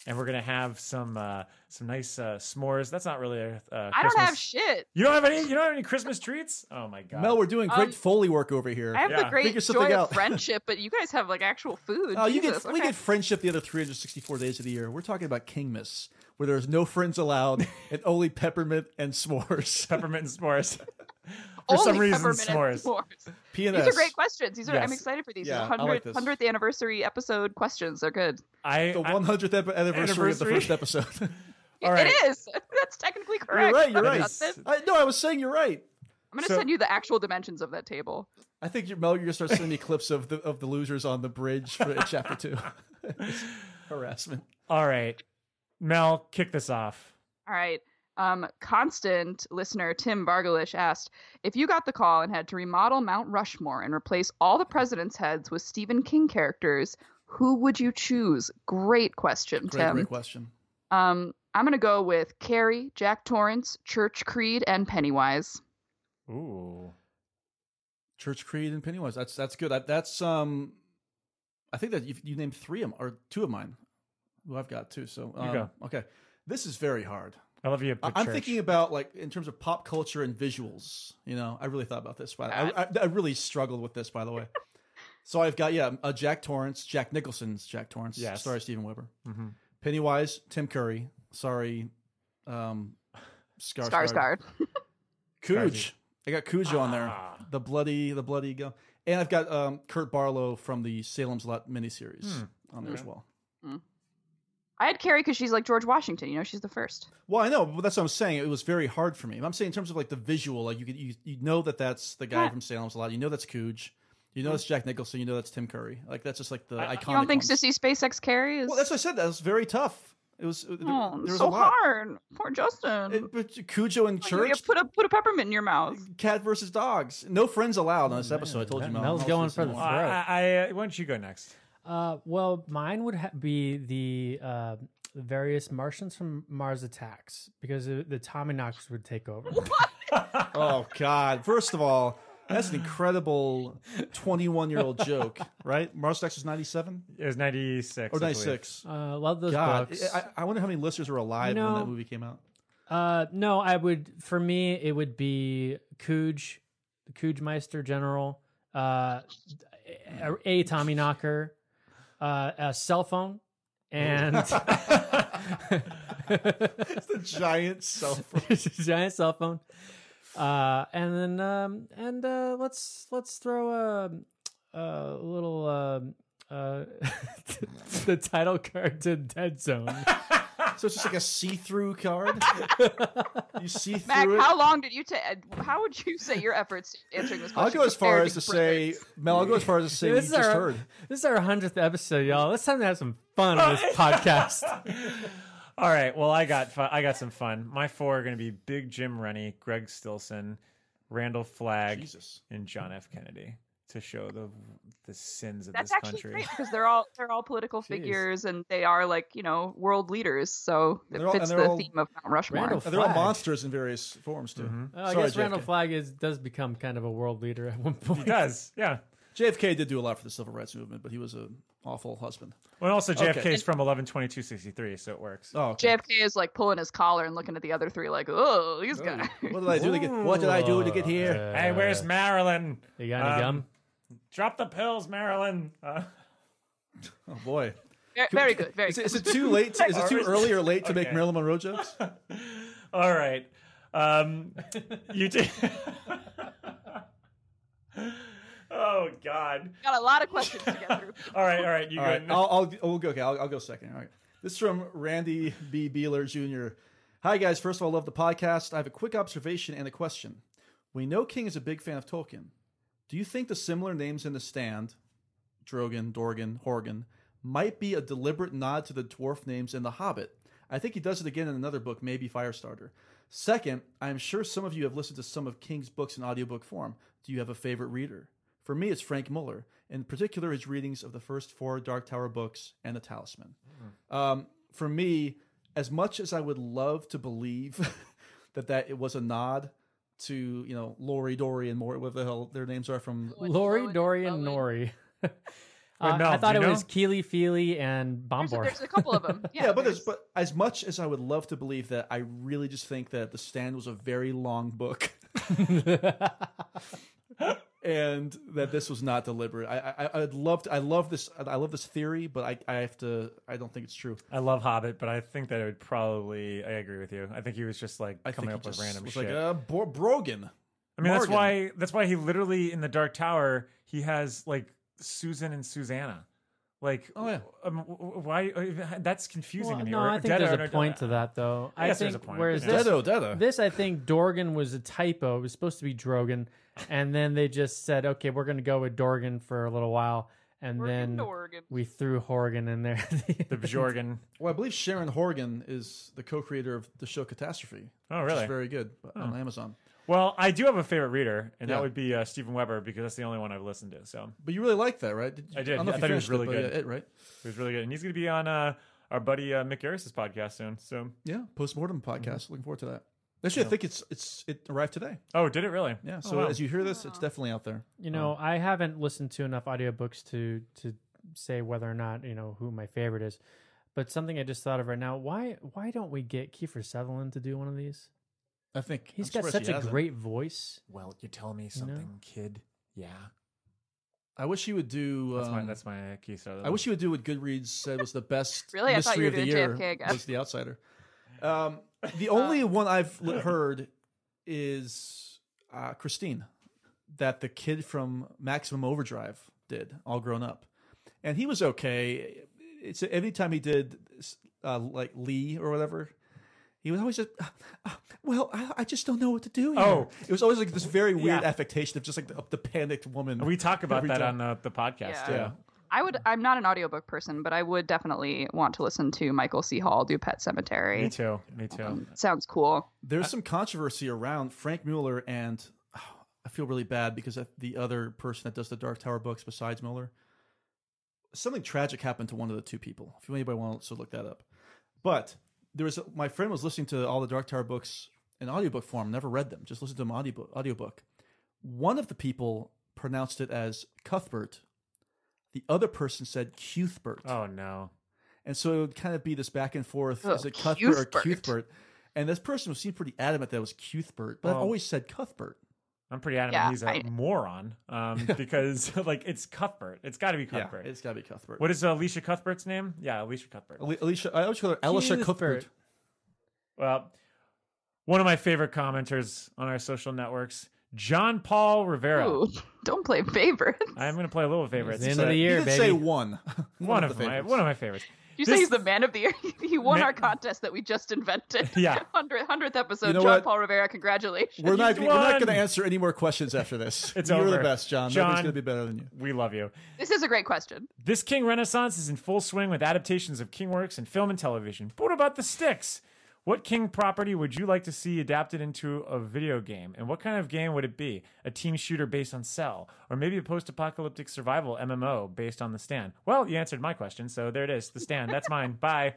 [SPEAKER 3] and we're gonna have some uh, some nice uh, s'mores. That's not really a uh, Christmas.
[SPEAKER 5] I don't have shit.
[SPEAKER 3] you don't have any. You don't have any Christmas treats. Oh my god.
[SPEAKER 6] Mel, we're doing great
[SPEAKER 5] Um,
[SPEAKER 6] Foley work over here.
[SPEAKER 5] I have
[SPEAKER 3] Yeah.
[SPEAKER 5] the great
[SPEAKER 6] Figure something
[SPEAKER 5] joy
[SPEAKER 6] out.
[SPEAKER 5] of friendship, but you guys have like actual food.
[SPEAKER 6] Oh, you get
[SPEAKER 5] Jesus,
[SPEAKER 6] we
[SPEAKER 5] okay.
[SPEAKER 6] get friendship the other 364 days of the year. We're talking about Kingmas, where there's no friends allowed and only peppermint and s'mores.
[SPEAKER 3] peppermint and s'mores. For
[SPEAKER 5] Only
[SPEAKER 3] some reason,
[SPEAKER 5] peppermint and
[SPEAKER 3] s'mores.
[SPEAKER 5] s'mores.
[SPEAKER 6] P and
[SPEAKER 5] These are
[SPEAKER 6] S.
[SPEAKER 5] great questions. These are I'm
[SPEAKER 3] Yes.
[SPEAKER 5] excited for these.
[SPEAKER 6] Yeah,
[SPEAKER 5] These
[SPEAKER 6] I
[SPEAKER 5] are 100,
[SPEAKER 6] like this.
[SPEAKER 5] 100th anniversary episode questions. They're good.
[SPEAKER 3] I,
[SPEAKER 6] The
[SPEAKER 3] I-
[SPEAKER 6] 100th ep- anniversary of the
[SPEAKER 3] Anniversary?
[SPEAKER 6] first episode.
[SPEAKER 3] All right.
[SPEAKER 5] It is. That's technically correct.
[SPEAKER 6] you're right. You're
[SPEAKER 3] That
[SPEAKER 6] right.
[SPEAKER 3] is-
[SPEAKER 6] I, no, I was saying you're right.
[SPEAKER 5] I'm gonna
[SPEAKER 3] So-
[SPEAKER 5] send you the actual dimensions of that table.
[SPEAKER 6] I think you're, Mel, you're gonna start sending me clips of the of the losers on the bridge for chapter two. Harassment.
[SPEAKER 3] all right, Mel, kick this off.
[SPEAKER 5] All right. Um, constant listener Tim Bargalish asked if you got the call and had to remodel Mount Rushmore and replace all the president's heads with Stephen King characters, who would you choose? Great question,
[SPEAKER 6] Great,
[SPEAKER 5] Tim.
[SPEAKER 6] great question.
[SPEAKER 5] Um, I'm gonna go with Carrie, Jack Torrance, Church Creed, and Pennywise.
[SPEAKER 3] Ooh.
[SPEAKER 6] Church Creed and Pennywise. That's that's good. That, that's um, I think that you, you named three of 'em- or two of mine. Who I've got two. So um,
[SPEAKER 3] go.
[SPEAKER 6] Okay, this is very hard.
[SPEAKER 3] I love you.
[SPEAKER 6] I-
[SPEAKER 3] put
[SPEAKER 6] I'm
[SPEAKER 3] church.
[SPEAKER 6] thinking about like in terms of pop culture and visuals. You know, I really thought about this. By I, I, I really struggled with this, by the way. so I've got yeah, uh, Jack Torrance, Jack Nicholson's Jack Torrance.
[SPEAKER 3] Yes.
[SPEAKER 6] Sorry, Stephen Weber.
[SPEAKER 3] Mhm.
[SPEAKER 6] Pennywise, Tim Curry. Sorry, um, Scar
[SPEAKER 5] Skarsgård.
[SPEAKER 6] Cooge. I got Cujo on there.
[SPEAKER 3] Ah.
[SPEAKER 6] The bloody, the bloody go. And I've got um, Kurt Barlow from the Salem's Lot miniseries
[SPEAKER 3] Hmm.
[SPEAKER 6] on there as well.
[SPEAKER 5] I had Carrie because she's like George Washington. You know, she's the first.
[SPEAKER 6] Well, I know, but that's what I'm saying. It was very hard for me. I'm saying in terms of like the visual, like you could you, you know that that's the guy
[SPEAKER 5] Yeah.
[SPEAKER 6] from Salem's Lot. You know that's Cooge. You know that's Jack Nicholson. You know that's Tim Curry. Like that's just like the
[SPEAKER 3] I- you
[SPEAKER 6] iconic.
[SPEAKER 5] You don't think
[SPEAKER 6] ones.
[SPEAKER 5] Sissy SpaceX Carrie is?
[SPEAKER 6] Well, that's what I said. That was very tough. It was. there-
[SPEAKER 5] oh,
[SPEAKER 6] there
[SPEAKER 5] it's
[SPEAKER 6] was
[SPEAKER 5] so
[SPEAKER 6] a lot.
[SPEAKER 5] hard. Poor Justin.
[SPEAKER 6] It- but Cujo and
[SPEAKER 5] Like, you
[SPEAKER 6] Church,
[SPEAKER 5] put a put a peppermint in your mouth.
[SPEAKER 6] cat versus dogs. No friends allowed
[SPEAKER 4] Oh,
[SPEAKER 6] on this episode. I told you,
[SPEAKER 4] Mel-
[SPEAKER 6] Mel.
[SPEAKER 4] Mel's
[SPEAKER 6] Mel's
[SPEAKER 4] going
[SPEAKER 6] listening
[SPEAKER 4] for the
[SPEAKER 6] a
[SPEAKER 3] Well,
[SPEAKER 6] lot.
[SPEAKER 4] throat.
[SPEAKER 3] I, I, I- why don't you go next?
[SPEAKER 4] Uh, well, mine would ha- be the uh, various Martians from Mars attacks because uh, the Tommy Knox would take over.
[SPEAKER 6] Oh God! First of all, that's an incredible twenty-one-year-old joke, right? Mars Attacks was ninety-seven
[SPEAKER 3] It was 96.
[SPEAKER 6] or
[SPEAKER 3] I believe.
[SPEAKER 6] Oh, ninety-six.
[SPEAKER 4] Uh, love those
[SPEAKER 6] God,
[SPEAKER 4] books.
[SPEAKER 6] I, I wonder how many listeners were alive
[SPEAKER 4] You
[SPEAKER 6] when
[SPEAKER 4] know-
[SPEAKER 6] that movie came out.
[SPEAKER 4] uh, no, I would. For me, it would be Cooge, the Coogemeister General, uh, a, a Tommy Knocker, uh, a cell phone, and
[SPEAKER 6] It's the giant self.
[SPEAKER 4] giant cell phone. Uh, and then um, and uh, let's let's throw a, a little um uh, the title card to Dead Zone.
[SPEAKER 6] So it's just like a see-through card. You see
[SPEAKER 5] Mac,
[SPEAKER 6] through it.
[SPEAKER 5] how long did you take? How would you say your efforts answering this question?
[SPEAKER 6] I'll go as far
[SPEAKER 5] compared
[SPEAKER 6] as to
[SPEAKER 5] Britney's?
[SPEAKER 6] say, Mel. I'll go as far as to say
[SPEAKER 4] Dude,
[SPEAKER 6] we
[SPEAKER 4] this,
[SPEAKER 6] just
[SPEAKER 4] is our,
[SPEAKER 6] heard.
[SPEAKER 4] this is our hundredth episode, y'all. It's time to have some fun on this podcast.
[SPEAKER 3] All right. Well, I got fu- I got some fun. My four are going to be Big Jim Rennie, Greg Stilson, Randall Flagg,
[SPEAKER 6] Jesus.
[SPEAKER 3] and John F. Kennedy to show the the sins of
[SPEAKER 5] That's
[SPEAKER 3] this
[SPEAKER 5] actually
[SPEAKER 3] country.
[SPEAKER 5] great because they're all they're all political figures and they are like you know world leaders, so it
[SPEAKER 6] They're all-
[SPEAKER 5] fits
[SPEAKER 6] and they're
[SPEAKER 5] the
[SPEAKER 6] all-
[SPEAKER 5] theme of Mount Rushmore.
[SPEAKER 4] Randall
[SPEAKER 6] And They're all
[SPEAKER 4] Flagg.
[SPEAKER 6] monsters in various forms too.
[SPEAKER 4] Uh, I guess Randall Flagg is does become kind of a world leader at one
[SPEAKER 3] He
[SPEAKER 4] point.
[SPEAKER 3] does. Yeah.
[SPEAKER 6] JFK did do a lot for the civil rights movement, but he was an awful husband.
[SPEAKER 3] Well, and also JFK
[SPEAKER 6] Okay.
[SPEAKER 3] is from 112263, so it works.
[SPEAKER 6] Oh, okay.
[SPEAKER 5] JFK is like pulling his collar and looking at the other three like, oh, these guys.
[SPEAKER 6] What did I do to get? What did I do to get here?
[SPEAKER 3] hey, where's Marilyn?
[SPEAKER 4] Uh, You got any
[SPEAKER 3] Um,
[SPEAKER 4] gum?
[SPEAKER 3] Drop the pills, Marilyn. Uh,
[SPEAKER 6] Oh boy.
[SPEAKER 5] Ver- very good, very
[SPEAKER 6] Is
[SPEAKER 5] good.
[SPEAKER 6] it, is it too late? To, is it too early or late to make Marilyn Monroe jokes?
[SPEAKER 3] all right. Um, you did. oh God.
[SPEAKER 5] Got a lot of questions to get through.
[SPEAKER 3] All right. All right. You
[SPEAKER 6] All
[SPEAKER 3] go.
[SPEAKER 6] right, I'll, I'll oh, we'll go. Okay, I'll, I'll go second. All right, this is from Randy B. Beeler Jr. Hi guys. First of all, love the podcast. I have a quick observation and a question. We know King is a big fan of Tolkien. Do you think the similar names in the stand, Drogon, Dorgan, Horgan, might be a deliberate nod to the dwarf names in The Hobbit? I think he does it again in another book, maybe Firestarter. Second, I am sure some of you have listened to some of King's books in audiobook form. Do you have a favorite reader? For me, it's Frank Muller, in particular his readings of the first four Dark Tower books and The Talisman. Um, for me, as much as I would love to believe that that it was a nod to you know Lori Dory and more what the hell their names are from
[SPEAKER 4] Lori,
[SPEAKER 5] Owen,
[SPEAKER 4] Dory, and
[SPEAKER 5] Owen.
[SPEAKER 4] Nori. Uh,
[SPEAKER 3] Mel,
[SPEAKER 4] I
[SPEAKER 3] do
[SPEAKER 4] thought
[SPEAKER 3] you
[SPEAKER 4] it
[SPEAKER 3] know?
[SPEAKER 4] was Keely Feely and
[SPEAKER 5] There's a,
[SPEAKER 4] Bombor.
[SPEAKER 5] there's a couple of them. Yeah,
[SPEAKER 6] yeah, but there's, but as much as I would love to believe that, I really just think that The Stand was a very long book, and that this was not deliberate. I I I'd love to, I love this I love this theory, but I I have to I don't think it's true.
[SPEAKER 3] I love Hobbit, but I think that it would probably. I agree with you. I think he was just like
[SPEAKER 6] I
[SPEAKER 3] coming
[SPEAKER 6] think
[SPEAKER 3] up
[SPEAKER 6] it
[SPEAKER 3] with
[SPEAKER 6] just
[SPEAKER 3] random
[SPEAKER 6] was
[SPEAKER 3] shit.
[SPEAKER 6] like uh, Bro- Brogan.
[SPEAKER 3] I mean, that's
[SPEAKER 6] Morgan.
[SPEAKER 3] why. That's why he literally in the Dark Tower he has like Susan and Susanna. Like,
[SPEAKER 6] Oh, yeah.
[SPEAKER 3] um, w- w- why? uh, That's confusing
[SPEAKER 4] Well,
[SPEAKER 3] to me.
[SPEAKER 4] no,
[SPEAKER 3] Or-
[SPEAKER 4] I think
[SPEAKER 3] Dead
[SPEAKER 4] there's
[SPEAKER 3] Owner-
[SPEAKER 4] a point to that, though. I,
[SPEAKER 3] guess
[SPEAKER 4] think
[SPEAKER 3] there's a point,
[SPEAKER 4] whereas
[SPEAKER 3] yeah.
[SPEAKER 4] this,
[SPEAKER 6] Dedo Dedo.
[SPEAKER 4] this, I think Dorgan was a typo. It was supposed to be Drogan, and then they just said, "Okay, we're going to go with Dorgan for a little while." and
[SPEAKER 5] Oregon,
[SPEAKER 4] then
[SPEAKER 5] Oregon.
[SPEAKER 4] we threw Horgan in there.
[SPEAKER 3] The Bjorgen.
[SPEAKER 6] Well, I believe Sharon Horgan is the co-creator of the show Catastrophe.
[SPEAKER 3] Oh,
[SPEAKER 6] Which
[SPEAKER 3] really? Hmm.
[SPEAKER 6] is very good but on Amazon.
[SPEAKER 3] Well, I do have a favorite reader, and
[SPEAKER 6] Yeah.
[SPEAKER 3] that would be uh, Stephen Weber because that's the only one I've listened to. So
[SPEAKER 6] But you really liked that, right? you-
[SPEAKER 3] I did.
[SPEAKER 6] don't know
[SPEAKER 3] I
[SPEAKER 6] if you
[SPEAKER 3] thought it was
[SPEAKER 6] finished
[SPEAKER 3] really
[SPEAKER 6] but
[SPEAKER 3] good.
[SPEAKER 6] Yeah, it, right?
[SPEAKER 3] it was really good, and he's going to be on uh, our buddy uh, Mick Garris's podcast soon. So
[SPEAKER 6] Yeah, postmortem podcast. Looking forward to that. Actually, I think it's it's it arrived today.
[SPEAKER 3] oh, did it really?
[SPEAKER 6] Yeah.
[SPEAKER 3] Oh,
[SPEAKER 6] So
[SPEAKER 3] wow.
[SPEAKER 6] as you hear this, it's definitely out there.
[SPEAKER 4] you know, I haven't listened to enough audiobooks to to say whether or not you know who my favorite is. But something I just thought of right now: why why don't we get Kiefer Sutherland to do one of these?
[SPEAKER 6] I think
[SPEAKER 4] He's
[SPEAKER 6] I'm
[SPEAKER 4] got
[SPEAKER 6] surprised
[SPEAKER 4] such
[SPEAKER 6] he
[SPEAKER 4] a
[SPEAKER 6] hasn't.
[SPEAKER 4] great voice.
[SPEAKER 8] Well, you tell me
[SPEAKER 4] know?
[SPEAKER 8] something, kid. Yeah.
[SPEAKER 6] I wish he would do.
[SPEAKER 3] that's my
[SPEAKER 6] um,
[SPEAKER 3] that's my uh, key. So
[SPEAKER 6] I wish you would do what Goodreads said was the best
[SPEAKER 5] Really? I thought
[SPEAKER 6] mystery
[SPEAKER 5] you
[SPEAKER 6] of
[SPEAKER 5] were
[SPEAKER 6] the
[SPEAKER 5] doing
[SPEAKER 6] year
[SPEAKER 5] JFK again.
[SPEAKER 6] was The Outsider. Um,
[SPEAKER 5] Uh.
[SPEAKER 6] the only one I've l- heard is uh, Christine, that the kid from Maximum Overdrive did, all grown up, and he was okay. It's anytime he did uh, like Lee or whatever. He was always just, "Uh, uh, well, I, I just don't know what to do. Here.
[SPEAKER 3] Oh.
[SPEAKER 6] it was always like this very weird
[SPEAKER 3] Yeah.
[SPEAKER 6] affectation of just like the, of the panicked woman.
[SPEAKER 3] we talk about
[SPEAKER 6] Every
[SPEAKER 3] that
[SPEAKER 6] time.
[SPEAKER 3] on uh, the podcast.
[SPEAKER 5] Yeah.
[SPEAKER 3] too.
[SPEAKER 6] yeah.
[SPEAKER 5] I would. I'm not an audiobook person, but I would definitely want to listen to Michael C. Hall do Pet
[SPEAKER 3] me
[SPEAKER 5] Cemetery.
[SPEAKER 3] too, me too.
[SPEAKER 5] Sounds cool.
[SPEAKER 6] There's some controversy around Frank Mueller and oh, I feel really bad because of the other person that does the Dark Tower books besides Mueller, something tragic happened to one of the two people. If anybody wants to look that up, but there was my friend was listening to all the Dark Tower books in audiobook form. Never read them. Just listened to them audiobook. audiobook. One of the people pronounced it as Cuthbert. The other person said Cuthbert.
[SPEAKER 3] Oh no,
[SPEAKER 6] And so it would kind of be this back and forth.
[SPEAKER 5] Oh,
[SPEAKER 6] is it Cuthbert or
[SPEAKER 5] Cuthbert.
[SPEAKER 6] Cuthbert? And this person seemed pretty adamant that it was Cuthbert, but I've
[SPEAKER 3] Well-
[SPEAKER 6] always said Cuthbert.
[SPEAKER 3] I'm pretty adamant
[SPEAKER 5] Yeah,
[SPEAKER 3] he's a
[SPEAKER 5] I-
[SPEAKER 3] moron um, because like it's Cuthbert. It's got to be Cuthbert.
[SPEAKER 6] Yeah, it's got to be Cuthbert.
[SPEAKER 3] what is uh, Alicia Cuthbert's name? Yeah, Alicia Cuthbert.
[SPEAKER 6] Ale- Alicia, I always call her Alicia
[SPEAKER 4] Cuthbert.
[SPEAKER 6] Cuthbert.
[SPEAKER 3] Well, one of my favorite commenters on our social networks, John Paul Rivera.
[SPEAKER 5] Ooh, don't play favorites.
[SPEAKER 3] I'm going to play a little favorite.
[SPEAKER 4] It's the end of the
[SPEAKER 6] You
[SPEAKER 4] year,
[SPEAKER 6] did
[SPEAKER 4] baby.
[SPEAKER 6] say one.
[SPEAKER 3] One of,
[SPEAKER 6] the
[SPEAKER 3] my
[SPEAKER 6] favorites.
[SPEAKER 3] one of my favorites.
[SPEAKER 5] You say
[SPEAKER 3] This-
[SPEAKER 5] he's the man of the year. he won
[SPEAKER 3] Ma-
[SPEAKER 5] our contest that we just invented.
[SPEAKER 3] Yeah.
[SPEAKER 5] hundredth hundredth episode.
[SPEAKER 6] You know
[SPEAKER 5] John
[SPEAKER 6] what?
[SPEAKER 5] Paul Rivera, congratulations.
[SPEAKER 6] We're not, we're
[SPEAKER 3] won.
[SPEAKER 6] not going to answer any more questions after this.
[SPEAKER 3] It's
[SPEAKER 6] You're
[SPEAKER 3] over.
[SPEAKER 6] the best, John.
[SPEAKER 3] John-
[SPEAKER 6] Nobody's going to be better than you.
[SPEAKER 3] We love you.
[SPEAKER 5] This is a great question.
[SPEAKER 3] This King Renaissance is in full swing with adaptations of King works in film and television. But what about the sticks? What King property would you like to see adapted into a video game? And what kind of game would it be? A team shooter based on Cell? Or maybe a post apocalyptic survival MMO based on The Stand? Well, you answered my question, so there it is. The Stand. That's mine. Bye.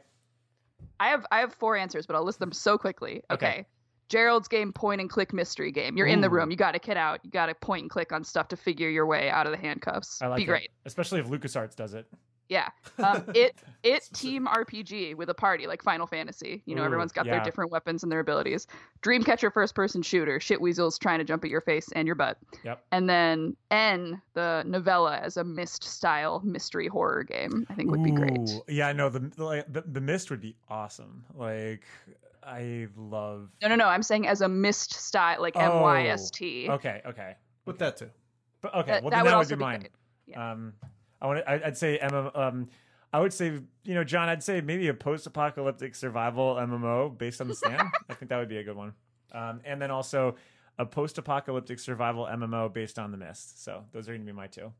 [SPEAKER 5] I have I have four answers, but I'll list them so quickly.
[SPEAKER 3] Okay.
[SPEAKER 5] Okay. Gerald's game point and click mystery game. You're in the
[SPEAKER 3] Ooh.
[SPEAKER 5] room. You got to get out. You got to point and click on stuff to figure your way out of the handcuffs.
[SPEAKER 3] I like
[SPEAKER 5] Be
[SPEAKER 3] it.
[SPEAKER 5] great.
[SPEAKER 3] Especially if LucasArts does it.
[SPEAKER 5] Yeah. Um, it it team RPG with a party like Final Fantasy. You know,
[SPEAKER 3] Ooh,
[SPEAKER 5] everyone's got
[SPEAKER 3] yeah.
[SPEAKER 5] their different weapons and their abilities. Dreamcatcher first person shooter, shit weasels trying to jump at your face and your butt.
[SPEAKER 3] Yep.
[SPEAKER 5] And then N, the novella as a mist style mystery horror game, I think would be great.
[SPEAKER 3] Ooh, Yeah, no, the, like, the the mist would be awesome. Like I love
[SPEAKER 5] No, no, no. I'm saying as a mist style, like M Y S T.
[SPEAKER 3] Oh, Okay, okay.
[SPEAKER 6] With that, too.
[SPEAKER 3] But okay,
[SPEAKER 5] That-
[SPEAKER 3] well
[SPEAKER 5] that
[SPEAKER 3] then that
[SPEAKER 5] would
[SPEAKER 3] would
[SPEAKER 5] also
[SPEAKER 3] be,
[SPEAKER 5] be
[SPEAKER 3] mine.
[SPEAKER 5] great. Yeah.
[SPEAKER 3] Um I want to I'd say MM, um I would say you know John, I'd say maybe a post-apocalyptic survival MMO based on the stand. I think that would be a good one. Um and then also a post-apocalyptic survival MMO based on the mist. So those are going to be my two.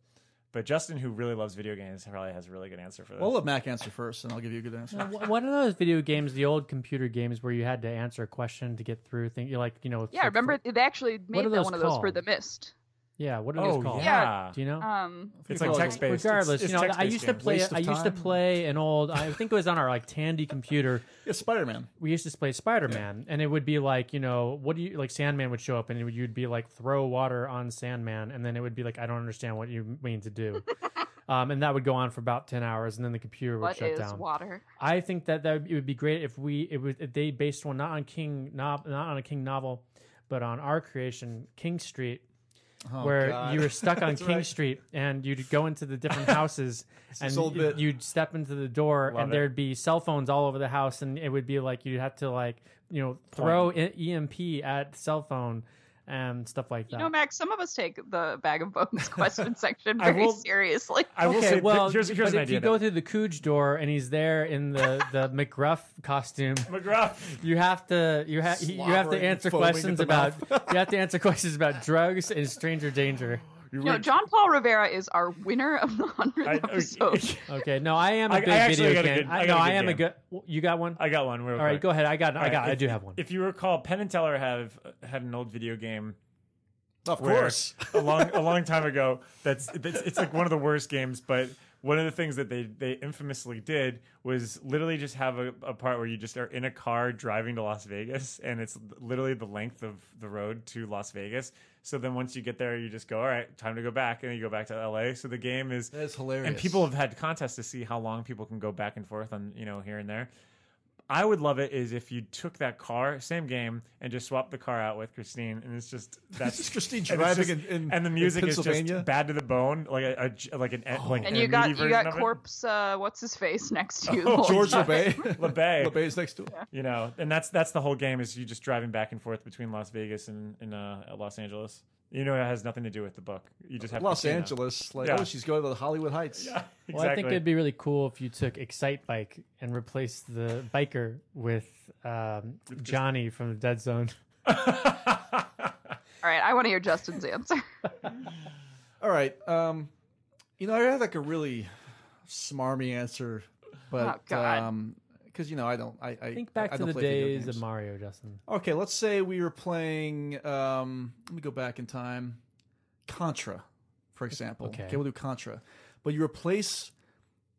[SPEAKER 3] But Justin, who really loves video games, probably has a really good answer for this.
[SPEAKER 6] Well, let Mac answer first, and I'll give you a good answer.
[SPEAKER 4] Now, wh- One of those video games, the old computer games, where you had to answer a question to get through. Think you like, you know,
[SPEAKER 5] Yeah,
[SPEAKER 4] for-
[SPEAKER 5] remember
[SPEAKER 4] for-
[SPEAKER 5] they actually made
[SPEAKER 4] are
[SPEAKER 5] that
[SPEAKER 4] those
[SPEAKER 5] one of those for
[SPEAKER 4] called?
[SPEAKER 5] the mist.
[SPEAKER 4] yeah, what are
[SPEAKER 3] oh
[SPEAKER 4] those called?
[SPEAKER 3] yeah.
[SPEAKER 4] Do you know?
[SPEAKER 5] Um,
[SPEAKER 3] It's like text based.
[SPEAKER 4] Regardless, you know, I used to play.
[SPEAKER 6] Waste of
[SPEAKER 4] I used to
[SPEAKER 6] time.
[SPEAKER 4] play an old. I think it was on our like Tandy computer.
[SPEAKER 6] Yeah, Spider Man.
[SPEAKER 4] we used to play Spider Man, and it would be like, you know, what do you like? Sandman would show up, and it would, you'd be like, throw water on Sandman, and then it would be like, I don't understand what you mean to do. um, and that would go on for about ten hours, and then the computer would
[SPEAKER 5] what
[SPEAKER 4] shut
[SPEAKER 5] is
[SPEAKER 4] down.
[SPEAKER 5] water?
[SPEAKER 4] I think that that would, it would be great if we it would if they based one not on King not not on a King novel, but on our creation King Street.
[SPEAKER 3] Oh,
[SPEAKER 4] where
[SPEAKER 6] God.
[SPEAKER 4] you were stuck on
[SPEAKER 6] That's
[SPEAKER 4] King
[SPEAKER 6] right.
[SPEAKER 4] Street, and you'd go into the different houses, and
[SPEAKER 6] this old
[SPEAKER 4] you-
[SPEAKER 6] bit.
[SPEAKER 4] you'd step into the door,
[SPEAKER 3] Love
[SPEAKER 4] and
[SPEAKER 3] it.
[SPEAKER 4] there'd be cell phones all over the house, and it would be like you'd have to like you know throw e- EMP at cell phone and stuff like that.
[SPEAKER 5] You know, Max, some of us take the bag of bones question section
[SPEAKER 3] I
[SPEAKER 5] very
[SPEAKER 3] will-
[SPEAKER 5] seriously.
[SPEAKER 3] I will say, well, here's,
[SPEAKER 4] but
[SPEAKER 3] here's an
[SPEAKER 4] if
[SPEAKER 3] idea.
[SPEAKER 4] you go through the Cooge door and he's there in the the McGruff costume,
[SPEAKER 3] McGraw.
[SPEAKER 4] You have to you have you have to
[SPEAKER 6] Slobbering,
[SPEAKER 4] answer
[SPEAKER 6] foaming at
[SPEAKER 4] questions
[SPEAKER 6] the
[SPEAKER 4] about you have to answer questions about drugs and stranger danger.
[SPEAKER 6] You
[SPEAKER 5] No,
[SPEAKER 6] read-
[SPEAKER 5] John Paul Rivera is our winner of the
[SPEAKER 3] I,
[SPEAKER 5] hundredth episode.
[SPEAKER 3] I-
[SPEAKER 4] Okay, no, I am a
[SPEAKER 3] I- I
[SPEAKER 4] big
[SPEAKER 3] actually
[SPEAKER 4] video
[SPEAKER 3] got a
[SPEAKER 4] game.
[SPEAKER 3] good- I
[SPEAKER 4] I,
[SPEAKER 3] got
[SPEAKER 4] no,
[SPEAKER 3] a
[SPEAKER 4] I
[SPEAKER 3] good
[SPEAKER 4] am a
[SPEAKER 3] game.
[SPEAKER 4] good. You got one?
[SPEAKER 3] I got one. Real
[SPEAKER 4] All right,
[SPEAKER 3] quick.
[SPEAKER 4] go ahead. I got. I
[SPEAKER 3] All
[SPEAKER 4] got.
[SPEAKER 3] right,
[SPEAKER 4] I
[SPEAKER 3] if-
[SPEAKER 4] do have one.
[SPEAKER 3] If you recall, Penn and Teller have had an old video game
[SPEAKER 6] of
[SPEAKER 3] where
[SPEAKER 6] course.
[SPEAKER 3] a long a long time ago. That's, that's it's like one of the worst games. But one of the things that they they infamously did was literally just have a, a part where you just are in a car driving to Las Vegas, and it's literally the length of the road to Las Vegas. So then once you get there, you just go, all right, time to go back, and then you go back to L.A. So the game is
[SPEAKER 6] That is hilarious.
[SPEAKER 3] and people have had contests to see how long people can go back and forth on you know here and there. I would love it is if you took that car, same game, and just swapped the car out with Christine, and it's just that's
[SPEAKER 6] It's Christine
[SPEAKER 3] and it's
[SPEAKER 6] driving
[SPEAKER 3] just-
[SPEAKER 6] in- in-
[SPEAKER 3] and the
[SPEAKER 6] in
[SPEAKER 3] music is
[SPEAKER 6] Pennsylvania? Oh.
[SPEAKER 3] just bad to the bone, like a, a like an like an
[SPEAKER 5] and you got
[SPEAKER 3] meaty
[SPEAKER 5] you
[SPEAKER 3] version
[SPEAKER 5] got
[SPEAKER 3] of it.
[SPEAKER 5] corpse. Uh, what's his face next to you?
[SPEAKER 3] Oh,
[SPEAKER 5] the whole
[SPEAKER 6] George
[SPEAKER 5] time.
[SPEAKER 6] LeBay.
[SPEAKER 3] LeBay.
[SPEAKER 6] LeBay is next to him.
[SPEAKER 3] you know, and that's that's the whole game is you just driving back and forth between Las Vegas and, and uh, Los Angeles. You know, it has nothing to do with the book. You just have
[SPEAKER 6] Los
[SPEAKER 3] Christina.
[SPEAKER 6] Angeles. Like,
[SPEAKER 3] Yeah.
[SPEAKER 6] oh, she's going to the Hollywood Heights.
[SPEAKER 3] Exactly.
[SPEAKER 4] Well, I think it'd be really cool if you took Excite Bike and replaced the biker with um, Johnny from the Dead Zone.
[SPEAKER 5] All right, I want to hear Justin's answer.
[SPEAKER 6] All right. Um, you know, I had like a really smarmy answer, but
[SPEAKER 5] Oh, God.
[SPEAKER 6] because you know, I don't. I, I
[SPEAKER 4] Think back
[SPEAKER 6] I
[SPEAKER 4] to
[SPEAKER 6] don't
[SPEAKER 4] the
[SPEAKER 6] play video
[SPEAKER 4] days of
[SPEAKER 6] games.
[SPEAKER 4] Mario, Justin.
[SPEAKER 6] Okay, let's say we were playing. Um, let me go back in time. Contra, for example.
[SPEAKER 4] Okay.
[SPEAKER 6] we'll do Contra, but you replace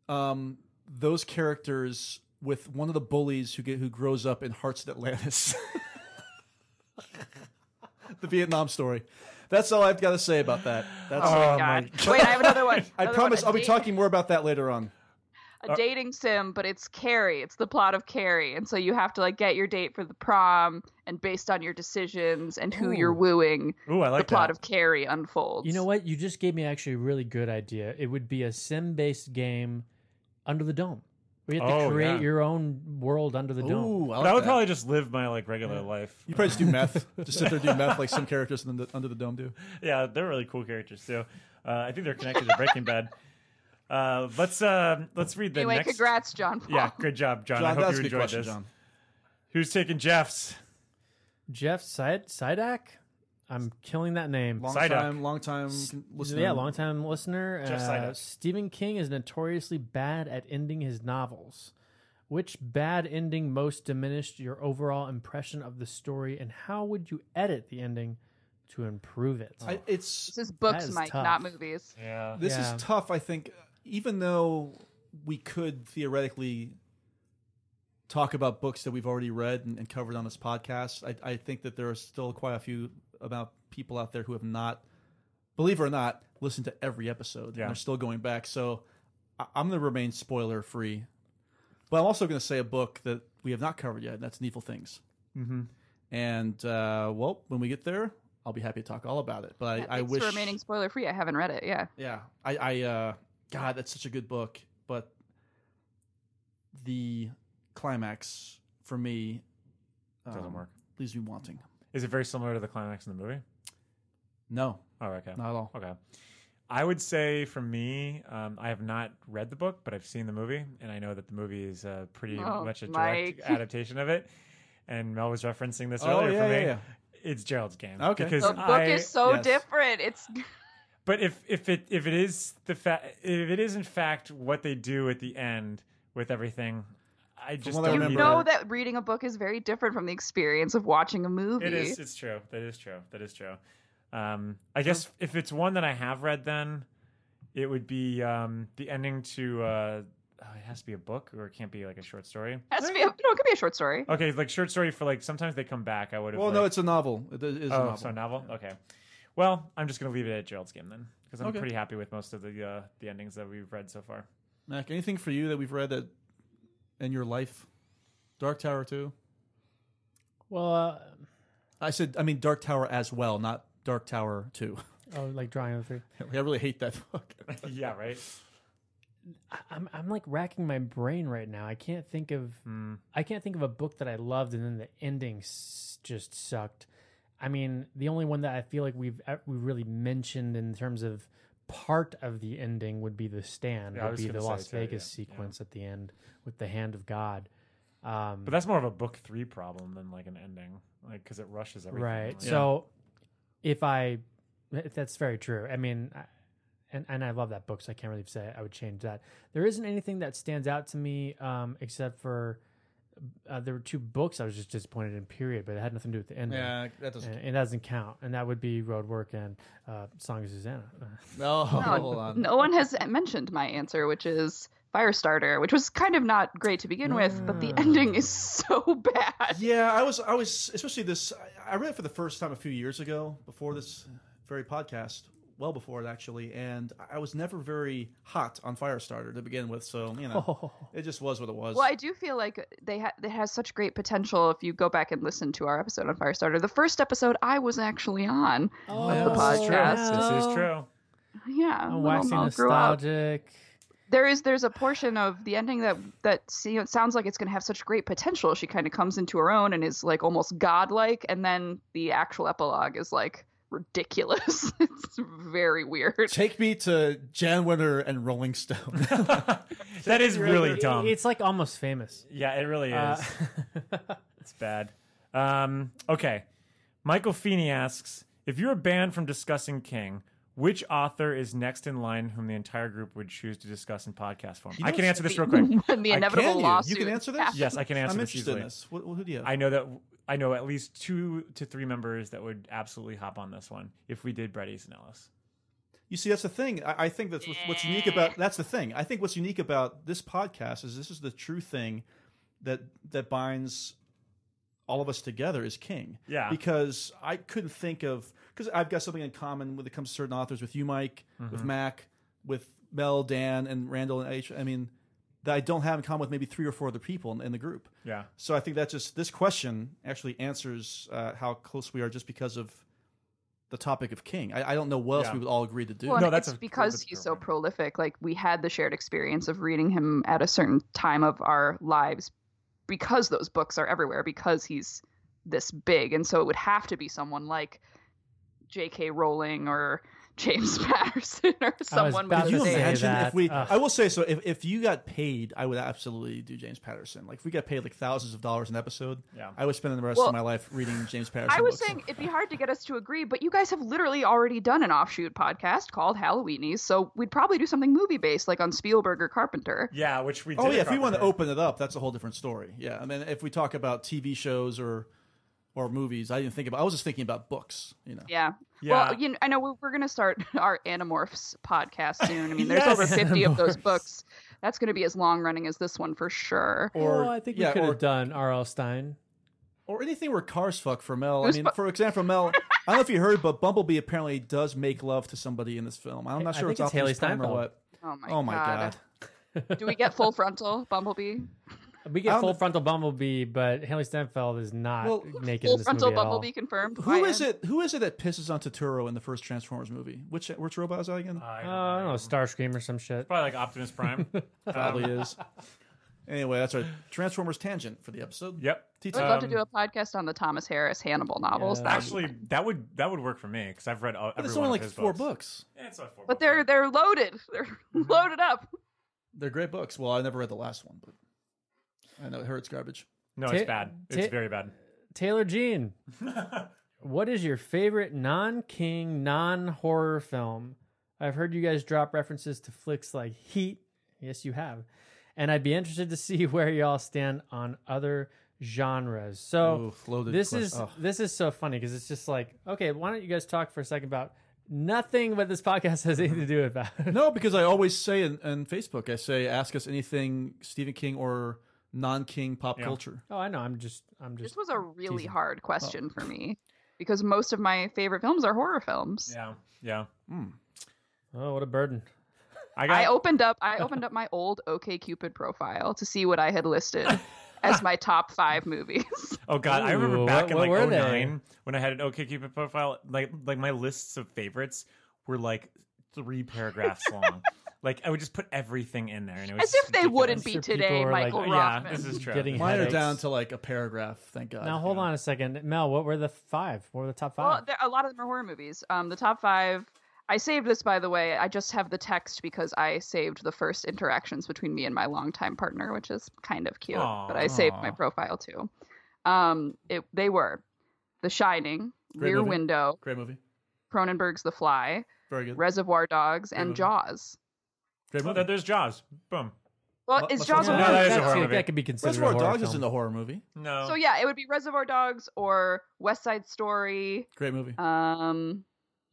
[SPEAKER 6] um, those characters with one of the bullies who get who grows up in Hearts of Atlantis. the Vietnam story. That's all I've got to say about that. That's
[SPEAKER 5] Oh, my god! Wait, I have another one.
[SPEAKER 6] I
[SPEAKER 5] Another
[SPEAKER 6] promise
[SPEAKER 5] one. A
[SPEAKER 6] I'll be
[SPEAKER 5] date-
[SPEAKER 6] talking more about that later on.
[SPEAKER 5] a dating sim, but it's Carrie. It's the plot of Carrie, and so you have to like get your date for the prom, and based on your decisions and who you're wooing,
[SPEAKER 3] Ooh, I
[SPEAKER 5] the
[SPEAKER 3] like
[SPEAKER 5] plot
[SPEAKER 3] that.
[SPEAKER 5] of Carrie unfolds.
[SPEAKER 4] You know what? You just gave me actually a really good idea. It would be a sim-based game under the dome. where you have
[SPEAKER 3] Oh,
[SPEAKER 4] to create
[SPEAKER 3] yeah.
[SPEAKER 4] your own world under the dome.
[SPEAKER 6] I,
[SPEAKER 3] But I would probably just live my like regular life.
[SPEAKER 6] You probably just do meth. just sit there and do meth like some characters in the, under the dome do.
[SPEAKER 3] Yeah, they're really cool characters too. Uh, I think they're connected to Breaking Bad. Uh, let's uh, let's read the
[SPEAKER 5] Anyway,
[SPEAKER 3] next.
[SPEAKER 5] congrats, John Paul.
[SPEAKER 3] Yeah, good job, John. I
[SPEAKER 6] John,
[SPEAKER 3] hope
[SPEAKER 6] that's
[SPEAKER 3] you
[SPEAKER 6] a good
[SPEAKER 3] enjoyed
[SPEAKER 6] question,
[SPEAKER 3] this.
[SPEAKER 6] John.
[SPEAKER 3] Who's taking Jeff's?
[SPEAKER 4] Jeff Sid- Sidak? I'm killing that name.
[SPEAKER 6] Long
[SPEAKER 3] Psyduck.
[SPEAKER 6] time, long time listener.
[SPEAKER 4] Yeah, long time listener.
[SPEAKER 3] Jeff
[SPEAKER 4] uh,
[SPEAKER 3] Sidak.
[SPEAKER 4] Stephen King is notoriously bad at ending his novels. Which bad ending most diminished your overall impression of the story, and how would you edit the ending to improve it?
[SPEAKER 6] I, it's
[SPEAKER 5] This is
[SPEAKER 4] That
[SPEAKER 5] books,
[SPEAKER 4] is
[SPEAKER 5] Mike,
[SPEAKER 4] tough.
[SPEAKER 5] not movies.
[SPEAKER 3] Yeah.
[SPEAKER 6] this
[SPEAKER 4] Yeah.
[SPEAKER 6] is tough. I think even though we could theoretically talk about books that we've already read and, and covered on this podcast, I, I think that there are still quite a few about people out there who have not, believe it or not, listened to every episode.
[SPEAKER 3] Yeah.
[SPEAKER 6] And they're still going back. So I, I'm going to remain spoiler free, but I'm also going to say a book that we have not covered yet, and that's Needful Things. Mm-hmm. And uh, well, when we get there. I'll be happy to talk all about it, but
[SPEAKER 5] Yeah,
[SPEAKER 6] I, I
[SPEAKER 5] thanks
[SPEAKER 6] wish
[SPEAKER 5] for remaining spoiler free. I haven't read it. Yeah.
[SPEAKER 6] yeah, I, I, uh, God, that's such a good book, but the climax for me um,
[SPEAKER 3] Doesn't work.
[SPEAKER 6] Leaves me wanting.
[SPEAKER 3] Is it very similar to the climax in the movie?
[SPEAKER 6] No,
[SPEAKER 3] Oh, okay.
[SPEAKER 6] not at all.
[SPEAKER 3] Okay. I would say for me, um, I have not read the book, but I've seen the movie, and I know that the movie is uh, pretty
[SPEAKER 5] Oh,
[SPEAKER 3] much a direct
[SPEAKER 5] Mike.
[SPEAKER 3] adaptation of it. And Mel was referencing this
[SPEAKER 6] Oh,
[SPEAKER 3] earlier
[SPEAKER 6] yeah,
[SPEAKER 3] for me.
[SPEAKER 6] yeah, yeah.
[SPEAKER 3] It's Gerald's game.
[SPEAKER 6] Okay.
[SPEAKER 3] Because
[SPEAKER 5] The book
[SPEAKER 3] I,
[SPEAKER 5] is so
[SPEAKER 6] yes.
[SPEAKER 5] different. It's
[SPEAKER 3] But if if it if it is the fa- if it is in fact what they do at the end with everything, I just
[SPEAKER 6] what I
[SPEAKER 3] don't
[SPEAKER 5] you
[SPEAKER 6] remember-
[SPEAKER 3] need
[SPEAKER 5] know
[SPEAKER 3] that.
[SPEAKER 5] that reading a book is very different from the experience of watching a movie.
[SPEAKER 3] It is. It's true. That is true. That is true. Um, I guess
[SPEAKER 6] Oh.
[SPEAKER 3] if it's one that I have read, then it would be um, the ending to. Uh, oh, it has to be a book, or it can't be like a short story.
[SPEAKER 5] Has to be a, no, it could be a short story.
[SPEAKER 3] Okay, like short story for like sometimes they come back. I would have.
[SPEAKER 6] Well,
[SPEAKER 3] like,
[SPEAKER 6] no, it's a novel. It is a
[SPEAKER 3] oh,
[SPEAKER 6] novel.
[SPEAKER 3] so a novel. Okay. Well, I'm just gonna leave it at Gerald's game then, because I'm
[SPEAKER 6] Okay.
[SPEAKER 3] pretty happy with most of the uh, the endings that we've read so far.
[SPEAKER 6] Mac, anything for you that we've read that in your life? Dark Tower too.
[SPEAKER 4] well, uh,
[SPEAKER 6] I said, I mean, Dark Tower as well, not Dark Tower two.
[SPEAKER 4] oh, like drawing on the three.
[SPEAKER 6] I really hate that book.
[SPEAKER 3] yeah. Right.
[SPEAKER 4] I- I'm I'm like racking my brain right now. I can't think of
[SPEAKER 3] Hmm.
[SPEAKER 4] I can't think of a book that I loved and then the ending s- just sucked. I mean, the only one that I feel like we've uh, we really mentioned in terms of part of the ending would be the stand,
[SPEAKER 3] Yeah, I
[SPEAKER 4] would
[SPEAKER 3] was
[SPEAKER 4] be
[SPEAKER 3] gonna
[SPEAKER 4] the
[SPEAKER 3] say
[SPEAKER 4] Las
[SPEAKER 3] too,
[SPEAKER 4] Vegas
[SPEAKER 3] yeah, yeah.
[SPEAKER 4] sequence at the end with the hand of God. Um,
[SPEAKER 3] But that's more of a book three problem than like an ending, like because it rushes everything.
[SPEAKER 4] right.
[SPEAKER 3] Like,
[SPEAKER 4] So if I Th- That's very true. I mean, I- and and I love that book, so I can't really say I would change that. There isn't anything that stands out to me, um, except for uh, there were two books I was just disappointed in. Period, but it had nothing to do with the ending.
[SPEAKER 6] Yeah, that doesn't.
[SPEAKER 4] And it doesn't count, and that would be Road Work and uh, Song of Susanna.
[SPEAKER 5] No,
[SPEAKER 6] No, Oh, hold on.
[SPEAKER 5] no one has mentioned my answer, which is Firestarter, which was kind of not great to begin with, but the ending is
[SPEAKER 6] Ah.
[SPEAKER 5] so bad.
[SPEAKER 6] Yeah, I was, I was, especially this. I- I read it for the first time a few years ago, before this very podcast, well before it actually, and I was never very hot on Firestarter to begin with. So you know, it just was what it was.
[SPEAKER 5] Well, I do feel like they ha- it has such great potential. If you go back and listen to our episode on Firestarter, the first episode I was actually on.
[SPEAKER 4] Oh,
[SPEAKER 5] the podcast.
[SPEAKER 3] This is true.
[SPEAKER 5] Yeah,
[SPEAKER 6] Oh,
[SPEAKER 4] I'm
[SPEAKER 5] little
[SPEAKER 4] waxing
[SPEAKER 5] Mel grew up.
[SPEAKER 4] nostalgic.
[SPEAKER 5] there is there's a portion of the ending that that see, it sounds like it's going to have such great potential. She kind of comes into her own and is like almost godlike, and then the actual epilogue is like ridiculous. it's very weird.
[SPEAKER 6] Take me to Jan Winter and Rolling Stone.
[SPEAKER 3] That is really dumb.
[SPEAKER 4] It's like almost famous.
[SPEAKER 3] yeah, it really is.
[SPEAKER 4] Uh,
[SPEAKER 3] It's bad. Um, okay. Michael Feeney asks If you were banned from discussing King, which author is next in line whom the entire group would choose to discuss in podcast form? I can answer this real quick.
[SPEAKER 5] When the
[SPEAKER 6] I
[SPEAKER 5] inevitable
[SPEAKER 6] can you? You
[SPEAKER 5] lawsuit.
[SPEAKER 6] can answer this?
[SPEAKER 5] happens.
[SPEAKER 3] Yes, I can answer
[SPEAKER 6] I'm
[SPEAKER 3] this
[SPEAKER 6] interested
[SPEAKER 3] easily.
[SPEAKER 6] in this. What, who do you have?
[SPEAKER 3] I know that I know at least two to three members that would absolutely hop on this one if we did Brett Easton Ellis.
[SPEAKER 6] You see, that's the thing. I, I think that's what's, what's unique about that's the thing. I think what's unique about this podcast is this is the true thing that that binds all of us together is King.
[SPEAKER 3] Yeah.
[SPEAKER 6] Because I couldn't think of because I've got something in common when it comes to certain authors with you, Mike,
[SPEAKER 3] Mm-hmm.
[SPEAKER 6] with Mac, with Mel, Dan, and Randall, and H. I mean, that I don't have in common with maybe three or four other people in, in the group.
[SPEAKER 3] Yeah.
[SPEAKER 6] So I think that just this question actually answers uh, how close we are, just because of the topic of King. I, I don't know what else
[SPEAKER 3] Yeah.
[SPEAKER 6] we would all agree to do.
[SPEAKER 5] Well,
[SPEAKER 3] No,
[SPEAKER 5] and
[SPEAKER 3] that's
[SPEAKER 5] it's
[SPEAKER 3] a-
[SPEAKER 5] because
[SPEAKER 3] that's a
[SPEAKER 5] he's
[SPEAKER 3] fair
[SPEAKER 5] so
[SPEAKER 3] point.
[SPEAKER 5] prolific. Like we had the shared experience of reading him at a certain time of our lives because those books are everywhere because he's this big. And so it would have to be someone like J.K. Rowling or James Patterson or someone
[SPEAKER 4] about
[SPEAKER 5] with
[SPEAKER 6] Could
[SPEAKER 4] to
[SPEAKER 5] his
[SPEAKER 6] you
[SPEAKER 4] say
[SPEAKER 5] age.
[SPEAKER 6] imagine if
[SPEAKER 4] that.
[SPEAKER 6] we?
[SPEAKER 4] Ugh.
[SPEAKER 6] I will say so. If, if you got paid, I would absolutely do James Patterson. Like if we got paid like thousands of dollars an episode,
[SPEAKER 3] Yeah.
[SPEAKER 6] I would spend the rest
[SPEAKER 5] Well,
[SPEAKER 6] of my life reading James Patterson.
[SPEAKER 5] I was
[SPEAKER 6] books.
[SPEAKER 5] saying it'd be hard to get us to agree, but you guys have literally already done an offshoot podcast called Halloweenies, so we'd probably do something movie based, like on Spielberg or Carpenter.
[SPEAKER 3] Yeah, which we did.
[SPEAKER 6] Oh yeah, if we
[SPEAKER 3] Carpenter.
[SPEAKER 6] want to open it up, that's a whole different story. Yeah, I mean, if we talk about TV shows or or movies, I didn't think about. I was just thinking about books. You know,
[SPEAKER 5] Yeah.
[SPEAKER 3] Yeah.
[SPEAKER 5] Well, you know, I know we're, we're going to start our Animorphs podcast soon. I mean, there's
[SPEAKER 3] Yes,
[SPEAKER 5] over 50 of those
[SPEAKER 4] Animorphs.
[SPEAKER 5] books. That's going to be as long running as this one for sure.
[SPEAKER 6] or
[SPEAKER 4] well, Oh, I think
[SPEAKER 6] yeah,
[SPEAKER 4] we could
[SPEAKER 6] or
[SPEAKER 4] have done R.L. Stein.
[SPEAKER 6] or anything where cars fuck for Mel. I
[SPEAKER 5] Who's
[SPEAKER 6] mean,
[SPEAKER 5] fu-
[SPEAKER 6] for example, Mel. I don't know if you heard, but Bumblebee apparently does make love to somebody in this film. I'm not
[SPEAKER 4] I
[SPEAKER 6] sure
[SPEAKER 4] think
[SPEAKER 6] if it's,
[SPEAKER 4] it's
[SPEAKER 6] off
[SPEAKER 4] Haley
[SPEAKER 6] his time or
[SPEAKER 4] Steinfeld.
[SPEAKER 6] what.
[SPEAKER 5] Oh my,
[SPEAKER 6] oh my god.
[SPEAKER 5] Do we get full frontal Bumblebee?
[SPEAKER 4] We get
[SPEAKER 6] I'm-
[SPEAKER 4] full frontal Bumblebee, but Haley Steinfeld is not
[SPEAKER 6] Well,
[SPEAKER 4] naked in
[SPEAKER 5] Full
[SPEAKER 4] this
[SPEAKER 5] frontal
[SPEAKER 4] movie at all.
[SPEAKER 5] Bumblebee confirmed.
[SPEAKER 6] Who is it? Who is it that pisses on Totoro in the first Transformers movie? Which which robot is that again?
[SPEAKER 3] I
[SPEAKER 4] Uh, I don't know, Starscream or some shit.
[SPEAKER 3] Probably like Optimus Prime.
[SPEAKER 6] Probably is. Anyway, that's our Transformers tangent for the episode.
[SPEAKER 3] yep.
[SPEAKER 5] I'd
[SPEAKER 6] T-Town.
[SPEAKER 5] love to
[SPEAKER 3] Um,
[SPEAKER 5] do a podcast on the Thomas Harris Hannibal novels.
[SPEAKER 4] Yeah.
[SPEAKER 5] That would be
[SPEAKER 3] Actually, that would that would work for me because I've read all.
[SPEAKER 6] But
[SPEAKER 3] every
[SPEAKER 6] it's
[SPEAKER 3] one
[SPEAKER 6] only
[SPEAKER 3] of
[SPEAKER 6] like
[SPEAKER 3] his
[SPEAKER 6] four
[SPEAKER 3] books.
[SPEAKER 6] books.
[SPEAKER 3] Yeah, it's like four
[SPEAKER 5] But
[SPEAKER 3] books.
[SPEAKER 5] they're they're loaded. They're
[SPEAKER 6] Mm-hmm.
[SPEAKER 5] loaded up.
[SPEAKER 6] They're great books. Well, I never read the last one, but I know it hurts garbage.
[SPEAKER 3] no, it's
[SPEAKER 4] Ta-
[SPEAKER 3] bad. It's
[SPEAKER 4] ta-
[SPEAKER 3] very bad.
[SPEAKER 4] Taylor Jean, what is your favorite non-king, non-horror film? I've heard you guys drop references to flicks like Heat. Yes, you have. And I'd be interested to see where y'all stand on other genres. So
[SPEAKER 6] Ooh, Oh, loaded
[SPEAKER 4] this
[SPEAKER 6] question.
[SPEAKER 4] is
[SPEAKER 6] Ugh.
[SPEAKER 4] this is so funny because it's just like, okay, why don't you guys talk for a second about nothing what this podcast has anything to do about?
[SPEAKER 6] No, because I always say in, in Facebook, I say, ask us anything Stephen King or non-King pop
[SPEAKER 3] Yeah.
[SPEAKER 6] culture.
[SPEAKER 4] oh, I know. I'm just I'm just
[SPEAKER 5] This was a really
[SPEAKER 4] teasing.
[SPEAKER 5] hard question for me because most of my favorite films are horror films.
[SPEAKER 3] Yeah, yeah.
[SPEAKER 4] Oh, what a burden.
[SPEAKER 3] I got.
[SPEAKER 5] I opened up I opened up my old OK Cupid profile to see what I had listed as my top five movies.
[SPEAKER 3] Oh god, I
[SPEAKER 4] Ooh,
[SPEAKER 3] remember back
[SPEAKER 4] what-
[SPEAKER 3] in
[SPEAKER 4] what
[SPEAKER 3] like
[SPEAKER 4] were they?
[SPEAKER 3] 09 when I had an OKCupid profile. Like like my lists of favorites were like three paragraphs long. Like I would just put everything in there, and it was
[SPEAKER 5] As if
[SPEAKER 3] just
[SPEAKER 5] they wouldn't
[SPEAKER 3] ridiculous.
[SPEAKER 5] be
[SPEAKER 4] Sure, people
[SPEAKER 5] today,
[SPEAKER 4] are like,
[SPEAKER 5] Michael
[SPEAKER 4] "Oh,
[SPEAKER 3] Yeah,
[SPEAKER 5] Rothman.
[SPEAKER 3] this is true.
[SPEAKER 4] Getting
[SPEAKER 6] Mine are
[SPEAKER 4] headaches.
[SPEAKER 6] down to like a paragraph. Thank God.
[SPEAKER 4] Now hold on a second, Mel. What were the five? What were the top
[SPEAKER 5] well,
[SPEAKER 4] five?
[SPEAKER 5] there, a lot of them are horror movies. Um, the top five. I saved this, by the way. I just have the text because I saved the first interactions between me and my longtime partner, which is kind of cute. but I saved my
[SPEAKER 6] Aw.
[SPEAKER 5] profile too. Um, it, they were The Shining,
[SPEAKER 6] Great
[SPEAKER 5] Rear
[SPEAKER 6] movie.
[SPEAKER 5] Window,
[SPEAKER 6] Great movie.
[SPEAKER 5] Cronenberg's The Fly,
[SPEAKER 6] Very good.
[SPEAKER 5] Reservoir Dogs, and
[SPEAKER 6] movie.
[SPEAKER 5] Jaws.
[SPEAKER 6] Great
[SPEAKER 3] Oh,
[SPEAKER 6] movie.
[SPEAKER 3] there- there's Jaws. Boom.
[SPEAKER 5] Well,
[SPEAKER 6] Well,
[SPEAKER 5] is
[SPEAKER 6] that's
[SPEAKER 5] Jaws a
[SPEAKER 6] another-
[SPEAKER 5] horror?
[SPEAKER 3] No, that is a
[SPEAKER 4] That's-
[SPEAKER 3] horror movie.
[SPEAKER 4] That could be considered
[SPEAKER 6] Reservoir
[SPEAKER 4] a horror
[SPEAKER 6] Dogs
[SPEAKER 4] film.
[SPEAKER 6] isn't a horror movie.
[SPEAKER 3] No.
[SPEAKER 5] So yeah, it would be Reservoir Dogs or West Side Story.
[SPEAKER 6] Great movie.
[SPEAKER 5] Um,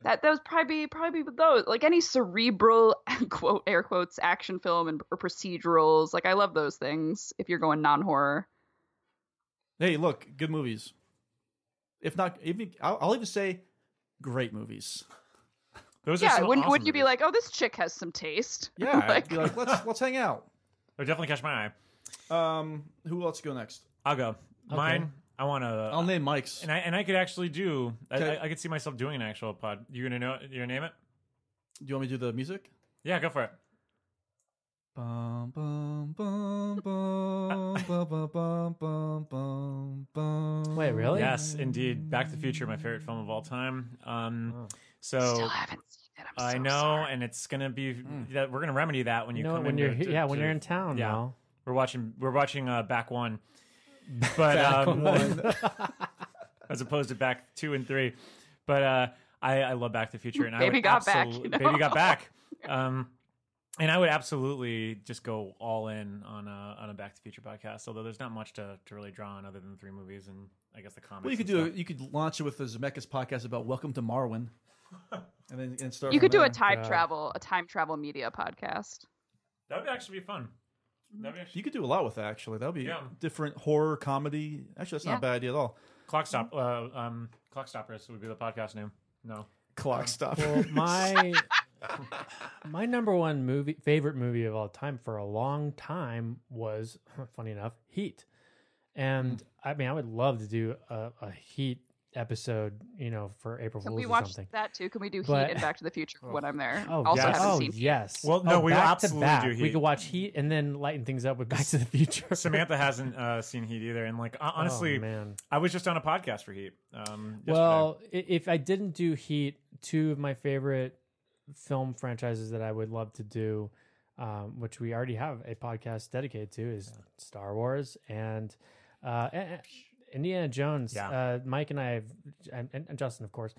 [SPEAKER 5] that that was probably probably be those like any cerebral quote air quotes action film and or procedurals. Like I love those things. If you're going non horror,
[SPEAKER 6] Hey, look, good movies. If not, even I'll, I'll even say great movies.
[SPEAKER 5] Oh
[SPEAKER 3] Those are
[SPEAKER 5] yeah,
[SPEAKER 3] some
[SPEAKER 5] wouldn't
[SPEAKER 3] awesome
[SPEAKER 5] wouldn't you be
[SPEAKER 3] movies.
[SPEAKER 5] like, oh, this chick has some taste?
[SPEAKER 6] Yeah,
[SPEAKER 5] Like-
[SPEAKER 6] I'd be like let's let's hang out.
[SPEAKER 3] They definitely catch my eye.
[SPEAKER 6] Um, who else go next?
[SPEAKER 3] I'll go. Mine. I want to.
[SPEAKER 6] I'll name Mike's.
[SPEAKER 3] and I and I could actually do. I,
[SPEAKER 6] Okay.
[SPEAKER 3] I, I could see myself doing an actual pod. You gonna know? You gonna name it?
[SPEAKER 6] Do you want me to do the music?
[SPEAKER 3] Yeah, go for it.
[SPEAKER 6] Bum, bum, bum, bum, bum, bum, bum, bum, bum, bum.
[SPEAKER 4] Wait, really?
[SPEAKER 3] Yes, indeed. Back to the Future, my favorite film of all time. Um,
[SPEAKER 5] Still
[SPEAKER 3] so
[SPEAKER 5] haven't seen it. I'm
[SPEAKER 3] I
[SPEAKER 5] so
[SPEAKER 3] know,
[SPEAKER 5] sorry.
[SPEAKER 3] and it's gonna be that we're gonna remedy that when you
[SPEAKER 4] You know,
[SPEAKER 3] come
[SPEAKER 4] when
[SPEAKER 3] in
[SPEAKER 4] you're
[SPEAKER 3] to-
[SPEAKER 4] he-
[SPEAKER 3] to-
[SPEAKER 4] yeah, when
[SPEAKER 3] to-
[SPEAKER 4] you're in town
[SPEAKER 3] yeah.
[SPEAKER 4] now.
[SPEAKER 3] We're watching. We're watching uh, back one, but
[SPEAKER 6] Back
[SPEAKER 3] um,
[SPEAKER 6] one.
[SPEAKER 3] as opposed to back two and three. But uh, I, I love Back to the Future, and I
[SPEAKER 5] Baby
[SPEAKER 3] would
[SPEAKER 5] got back,
[SPEAKER 3] absolu-
[SPEAKER 5] you know?
[SPEAKER 3] Baby got back. Um, and I would absolutely just go all in on a on a Back to the Future podcast. Although there's not much to, to really draw on other than the three movies and I guess the comics.
[SPEAKER 6] Well, you could
[SPEAKER 3] and
[SPEAKER 6] do.
[SPEAKER 3] stuff.
[SPEAKER 6] You could launch it with the Zemeckis podcast about Welcome to Marwin, and then and start.
[SPEAKER 5] you
[SPEAKER 6] from
[SPEAKER 5] could do a
[SPEAKER 6] there.
[SPEAKER 5] time
[SPEAKER 4] God.
[SPEAKER 5] travel, a time travel media podcast.
[SPEAKER 3] That would actually be fun.
[SPEAKER 6] Mm-hmm.
[SPEAKER 3] That'd be actually
[SPEAKER 6] You could do a lot with that. Actually, that would be
[SPEAKER 3] Yeah.
[SPEAKER 6] different horror comedy. Actually, that's not
[SPEAKER 5] Yeah.
[SPEAKER 6] a bad idea at all.
[SPEAKER 3] clock stop. Uh,
[SPEAKER 6] Mm-hmm.
[SPEAKER 3] um, clock stoppers would be the podcast name. No,
[SPEAKER 6] Clock stop.
[SPEAKER 4] Well, my my number one movie favorite movie of all time for a long time was funny enough Heat, and I mean I would love to do a, a Heat episode, you know, for April
[SPEAKER 5] Can
[SPEAKER 4] Fools
[SPEAKER 5] we
[SPEAKER 4] or
[SPEAKER 5] watch
[SPEAKER 4] something.
[SPEAKER 5] that too? Can we do
[SPEAKER 4] But-
[SPEAKER 5] Heat and Back to the Future when I'm there?
[SPEAKER 4] Oh
[SPEAKER 5] also
[SPEAKER 4] yes!
[SPEAKER 5] haven't
[SPEAKER 4] Oh
[SPEAKER 5] seen.
[SPEAKER 4] yes!
[SPEAKER 3] Well, no,
[SPEAKER 4] Oh,
[SPEAKER 3] we will
[SPEAKER 4] back to
[SPEAKER 3] absolutely
[SPEAKER 4] back.
[SPEAKER 3] do
[SPEAKER 4] We
[SPEAKER 3] Heat.
[SPEAKER 4] could watch Heat and then lighten things up with Back to the Future.
[SPEAKER 3] Samantha hasn't uh, seen Heat either. And like hon-
[SPEAKER 4] Oh,
[SPEAKER 3] honestly,
[SPEAKER 4] man.
[SPEAKER 3] I was just on a podcast for Heat. Um, yesterday.
[SPEAKER 4] Well, i- if I didn't do Heat, two of my favorite film franchises that I would love to do, um, which we already have a podcast dedicated to, is Star Wars and uh, a- a- Indiana Jones.
[SPEAKER 3] Yeah.
[SPEAKER 4] Uh, Mike and I, have, and, and and Justin, of course,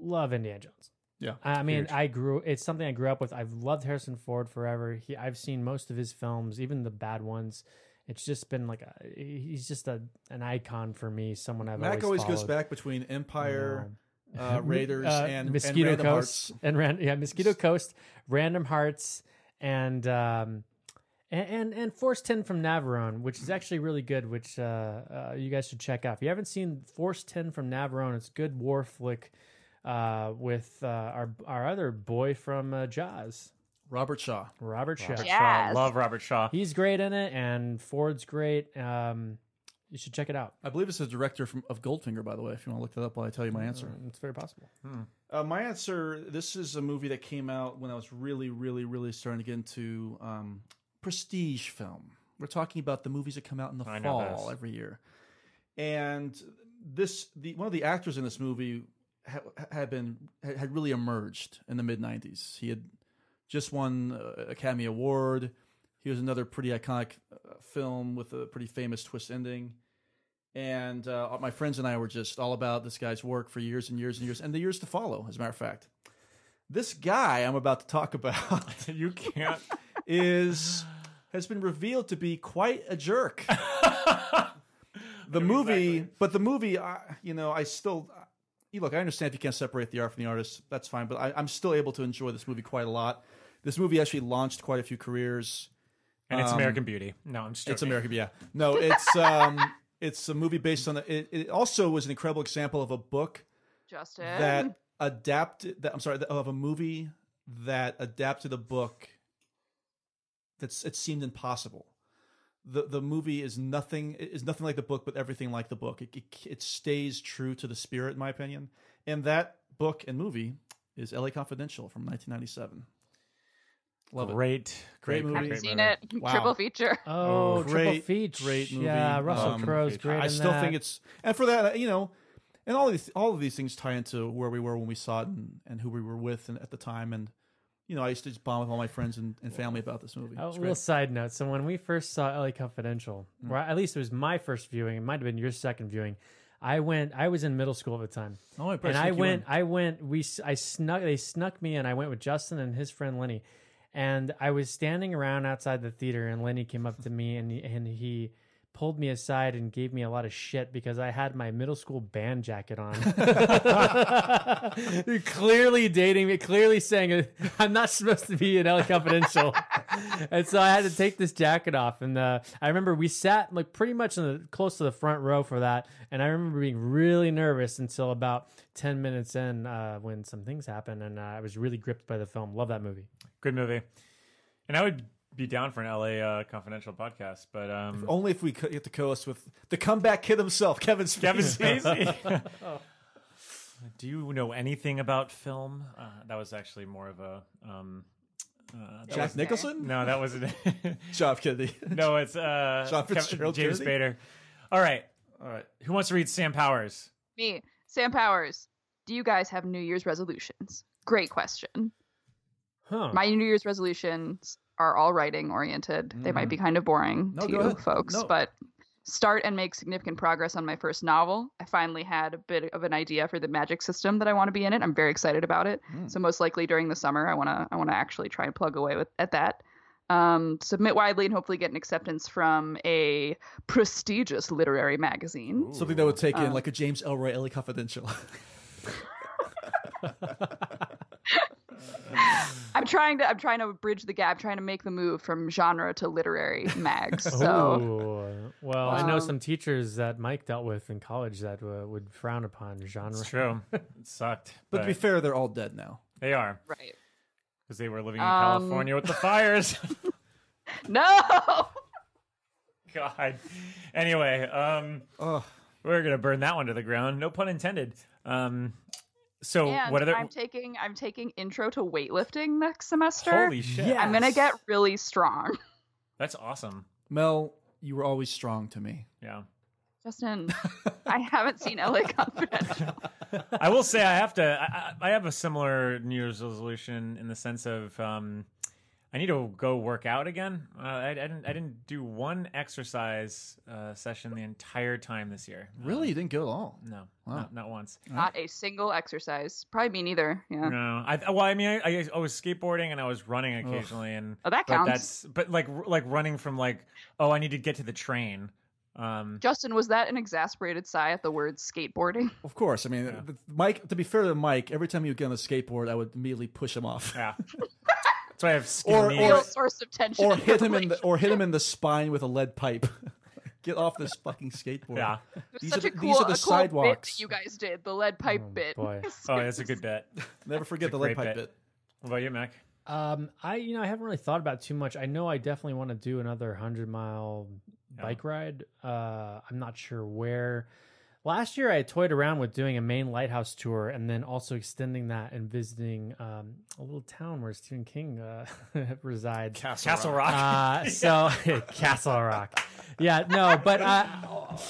[SPEAKER 4] love Indiana Jones.
[SPEAKER 6] Yeah,
[SPEAKER 4] I mean, I grew. It's something I grew up with. I've loved Harrison Ford forever. He, I've seen most of his films, even the bad ones. It's just been like a, he's just a an icon for me. Someone I've
[SPEAKER 6] Mac always goes
[SPEAKER 4] followed.
[SPEAKER 6] back between Empire, uh,
[SPEAKER 4] M-
[SPEAKER 6] Raiders,
[SPEAKER 4] uh,
[SPEAKER 6] and
[SPEAKER 4] Mosquito
[SPEAKER 6] and Random
[SPEAKER 4] Coast
[SPEAKER 6] Hearts.
[SPEAKER 4] and ran, yeah, Mosquito Coast, Random Hearts, and um, and and, and Force Ten from Navarone, which is actually really good. Which uh, uh, you guys should check out if you haven't seen Force Ten from Navarone. It's a good war flick uh, with uh, our our other boy from uh, Jaws,
[SPEAKER 6] Robert Shaw.
[SPEAKER 4] Robert Shaw.
[SPEAKER 5] Shaw. Yes.
[SPEAKER 3] love Robert Shaw.
[SPEAKER 4] He's great in it, and Ford's great. Um, you should check it out.
[SPEAKER 6] I believe it's the director from, of Goldfinger, by the way. If you want to look that up while I tell you my answer.
[SPEAKER 4] It's very possible.
[SPEAKER 6] Uh, my answer this is a movie that came out when I was really, really, really starting to get into um, prestige film. We're talking about the movies that come out in the
[SPEAKER 3] I know
[SPEAKER 6] fall
[SPEAKER 3] this.
[SPEAKER 6] every year. And this, the one of the actors in this movie ha- had been had had really emerged in the mid '90s. He had just won uh, Academy Award. He was another pretty iconic uh, film with a pretty famous twist ending. And uh, my friends and I were just all about this guy's work for years and years and years, and the years to follow, as a matter of fact. This guy I'm about to talk about
[SPEAKER 3] you can't.
[SPEAKER 6] is has been revealed to be quite a jerk. the movie, but the movie, I, you know, I still you look. I understand if you can't separate the art from the artist, that's fine. But I, I'm still able to enjoy this movie quite a lot. This movie actually launched quite a few careers.
[SPEAKER 3] And it's American Beauty. No, I'm just joking.
[SPEAKER 6] Um, It's American, yeah. No, it's um, it's a movie based on. The, it, it also was an incredible example of a book
[SPEAKER 5] Justin,
[SPEAKER 6] that adapted that I'm sorry that- of a movie that adapted a book that's it seemed impossible. The the movie is nothing is nothing like the book, but everything like the book. It, it it stays true to the spirit, in my opinion. And that book and movie is L.A. Confidential from 1997. Love it.
[SPEAKER 3] Great,
[SPEAKER 6] Great
[SPEAKER 3] great,
[SPEAKER 6] movie.
[SPEAKER 3] movie.
[SPEAKER 5] haven't
[SPEAKER 6] Great
[SPEAKER 5] seen
[SPEAKER 3] movie.
[SPEAKER 5] it.
[SPEAKER 6] Wow.
[SPEAKER 5] Triple feature.
[SPEAKER 4] Oh,
[SPEAKER 6] Great-
[SPEAKER 4] Triple Feature.
[SPEAKER 6] great movie.
[SPEAKER 4] Yeah, Russell
[SPEAKER 6] Um,
[SPEAKER 4] Crowe's great.
[SPEAKER 6] I
[SPEAKER 4] in
[SPEAKER 6] still
[SPEAKER 4] that.
[SPEAKER 6] think it's and for that you know, and all of these all of these things tie into where we were when we saw it and, and who we were with and at the time and you know I used to just bond with all my friends and, and family about this movie.
[SPEAKER 4] A
[SPEAKER 6] It's
[SPEAKER 4] little
[SPEAKER 6] great. Mm.
[SPEAKER 4] side note. So when we first saw LA Confidential, or at least it was my first viewing, it might have been your second viewing, I went. I was in middle school at the time.
[SPEAKER 6] Oh, I
[SPEAKER 4] and
[SPEAKER 6] probably
[SPEAKER 4] I
[SPEAKER 6] snuck you
[SPEAKER 4] went.
[SPEAKER 6] in.
[SPEAKER 4] I went. We. s- I snuck. They snuck me, and I went with Justin and his friend Lenny. And I was standing around outside the theater, and Lenny came up to me, and he, and he pulled me aside and gave me a lot of shit because I had my middle school band jacket on. clearly dating me, clearly saying I'm not supposed to be in LA Confidential. and so I had to take this jacket off. And uh, I remember we sat like pretty much in the close to the front row for that. And I remember being really nervous until about 10 minutes in uh, when some things happened. And uh, I was really gripped by the film. Love that movie.
[SPEAKER 3] Good movie. And I would be down for an LA uh, Confidential podcast, but um,
[SPEAKER 6] Only if we could get to co-host with the comeback kid himself, Kevin Spacey.
[SPEAKER 3] Kevin Spacey. Do you know anything about film? Uh, that was actually more of a um,
[SPEAKER 6] Jack Nicholson?
[SPEAKER 3] no. That wasn't.
[SPEAKER 6] Job Kennedy.
[SPEAKER 3] no, it's uh,
[SPEAKER 6] John
[SPEAKER 3] Kev-
[SPEAKER 6] Fitzgerald
[SPEAKER 3] James
[SPEAKER 6] Kennedy?
[SPEAKER 3] Bader. All right,
[SPEAKER 6] All right.
[SPEAKER 3] who wants to read Sam Powers?
[SPEAKER 5] Me, Sam Powers. Do you guys have New Year's resolutions? Great question.
[SPEAKER 6] Oh.
[SPEAKER 4] Huh.
[SPEAKER 5] My New Year's resolutions are all writing oriented. They might be kind of boring
[SPEAKER 6] Mm-hmm. No,
[SPEAKER 5] to
[SPEAKER 6] go
[SPEAKER 5] you
[SPEAKER 6] ahead.
[SPEAKER 5] folks,
[SPEAKER 6] No.
[SPEAKER 5] but start and make significant progress on my first novel. I finally had a bit of an idea for the magic system that I want to be in it. I'm very excited about it.
[SPEAKER 6] Hmm.
[SPEAKER 5] So most likely during the summer, I want to I want to actually try and plug away with at that. Um, submit widely and hopefully get an acceptance from a prestigious literary magazine.
[SPEAKER 6] Something that would take
[SPEAKER 4] Oh.
[SPEAKER 6] in like a James Elroy LA Confidential.
[SPEAKER 5] I'm trying to I'm trying to bridge the gap, trying to make the move from genre to literary mag. So
[SPEAKER 4] Ooh. well, I know
[SPEAKER 5] Um,
[SPEAKER 4] some teachers that Mike dealt with in college that uh, would frown upon genre.
[SPEAKER 3] It's true. it sucked,
[SPEAKER 6] but to be fair, they're all dead now.
[SPEAKER 3] they are
[SPEAKER 5] right.
[SPEAKER 3] because they were living in
[SPEAKER 5] Um,
[SPEAKER 3] California with the fires.
[SPEAKER 5] No.
[SPEAKER 3] God. Anyway, um,
[SPEAKER 6] Ugh.
[SPEAKER 3] we're gonna burn that one to the ground. No pun intended. Um, so
[SPEAKER 5] And
[SPEAKER 3] what other?
[SPEAKER 5] I'm taking I'm taking intro to weightlifting next semester.
[SPEAKER 3] Holy shit!
[SPEAKER 5] I'm gonna get really strong.
[SPEAKER 3] That's awesome.
[SPEAKER 6] Mel, you were always strong to me.
[SPEAKER 3] Yeah.
[SPEAKER 5] Justin, I haven't seen LA Confidential.
[SPEAKER 3] I will say I have to. I, I I have a similar New Year's resolution in the sense of um, I need to go work out again. Uh, I, I didn't. I didn't do one exercise uh, session the entire time this year. Um,
[SPEAKER 6] Really? You didn't go at all?
[SPEAKER 3] no,
[SPEAKER 6] Wow.
[SPEAKER 3] not, not once.
[SPEAKER 5] Not a single exercise. Probably me neither. Yeah.
[SPEAKER 3] No, I well, I mean, I, I, I was skateboarding and I was running occasionally, and
[SPEAKER 5] Oh, that
[SPEAKER 3] but
[SPEAKER 5] counts.
[SPEAKER 3] That's but like like running from like oh, I need to get to the train. Um,
[SPEAKER 5] Justin, was that an exasperated sigh at the word skateboarding?
[SPEAKER 6] Of course. I mean, but Mike, to be fair to Mike, every time he would get on the skateboard, I would immediately push him off.
[SPEAKER 3] yeah, that's why I have skinny
[SPEAKER 6] Or-
[SPEAKER 3] knees.
[SPEAKER 5] Real source of tension.
[SPEAKER 6] Or
[SPEAKER 5] in your
[SPEAKER 6] hit him in the
[SPEAKER 5] relationship.
[SPEAKER 6] or hit him in the spine with a lead pipe. Get off this fucking skateboard.
[SPEAKER 3] yeah.
[SPEAKER 5] It was
[SPEAKER 6] These
[SPEAKER 5] such
[SPEAKER 6] are
[SPEAKER 5] a
[SPEAKER 6] the-
[SPEAKER 5] cool,
[SPEAKER 6] these are
[SPEAKER 5] a
[SPEAKER 6] the
[SPEAKER 5] cool
[SPEAKER 6] sidewalks.
[SPEAKER 5] bit that you guys did the lead pipe
[SPEAKER 4] Oh,
[SPEAKER 5] bit.
[SPEAKER 4] boy.
[SPEAKER 3] Oh, that's a good bet.
[SPEAKER 6] Never forget
[SPEAKER 3] It's a
[SPEAKER 6] the lead
[SPEAKER 3] great
[SPEAKER 6] pipe
[SPEAKER 3] bit.
[SPEAKER 6] bit.
[SPEAKER 3] What about you, Mac?
[SPEAKER 4] Um, I you know I haven't really thought about it too much. I know I definitely want to do another hundred mile bike ride. Uh, I'm not sure where. Last year I toyed around with doing a main lighthouse tour and then also extending that and visiting um, a little town where Stephen King uh, resides.
[SPEAKER 6] Castle,
[SPEAKER 3] Castle Rock.
[SPEAKER 4] Uh, so Castle Rock. Yeah, no, but uh,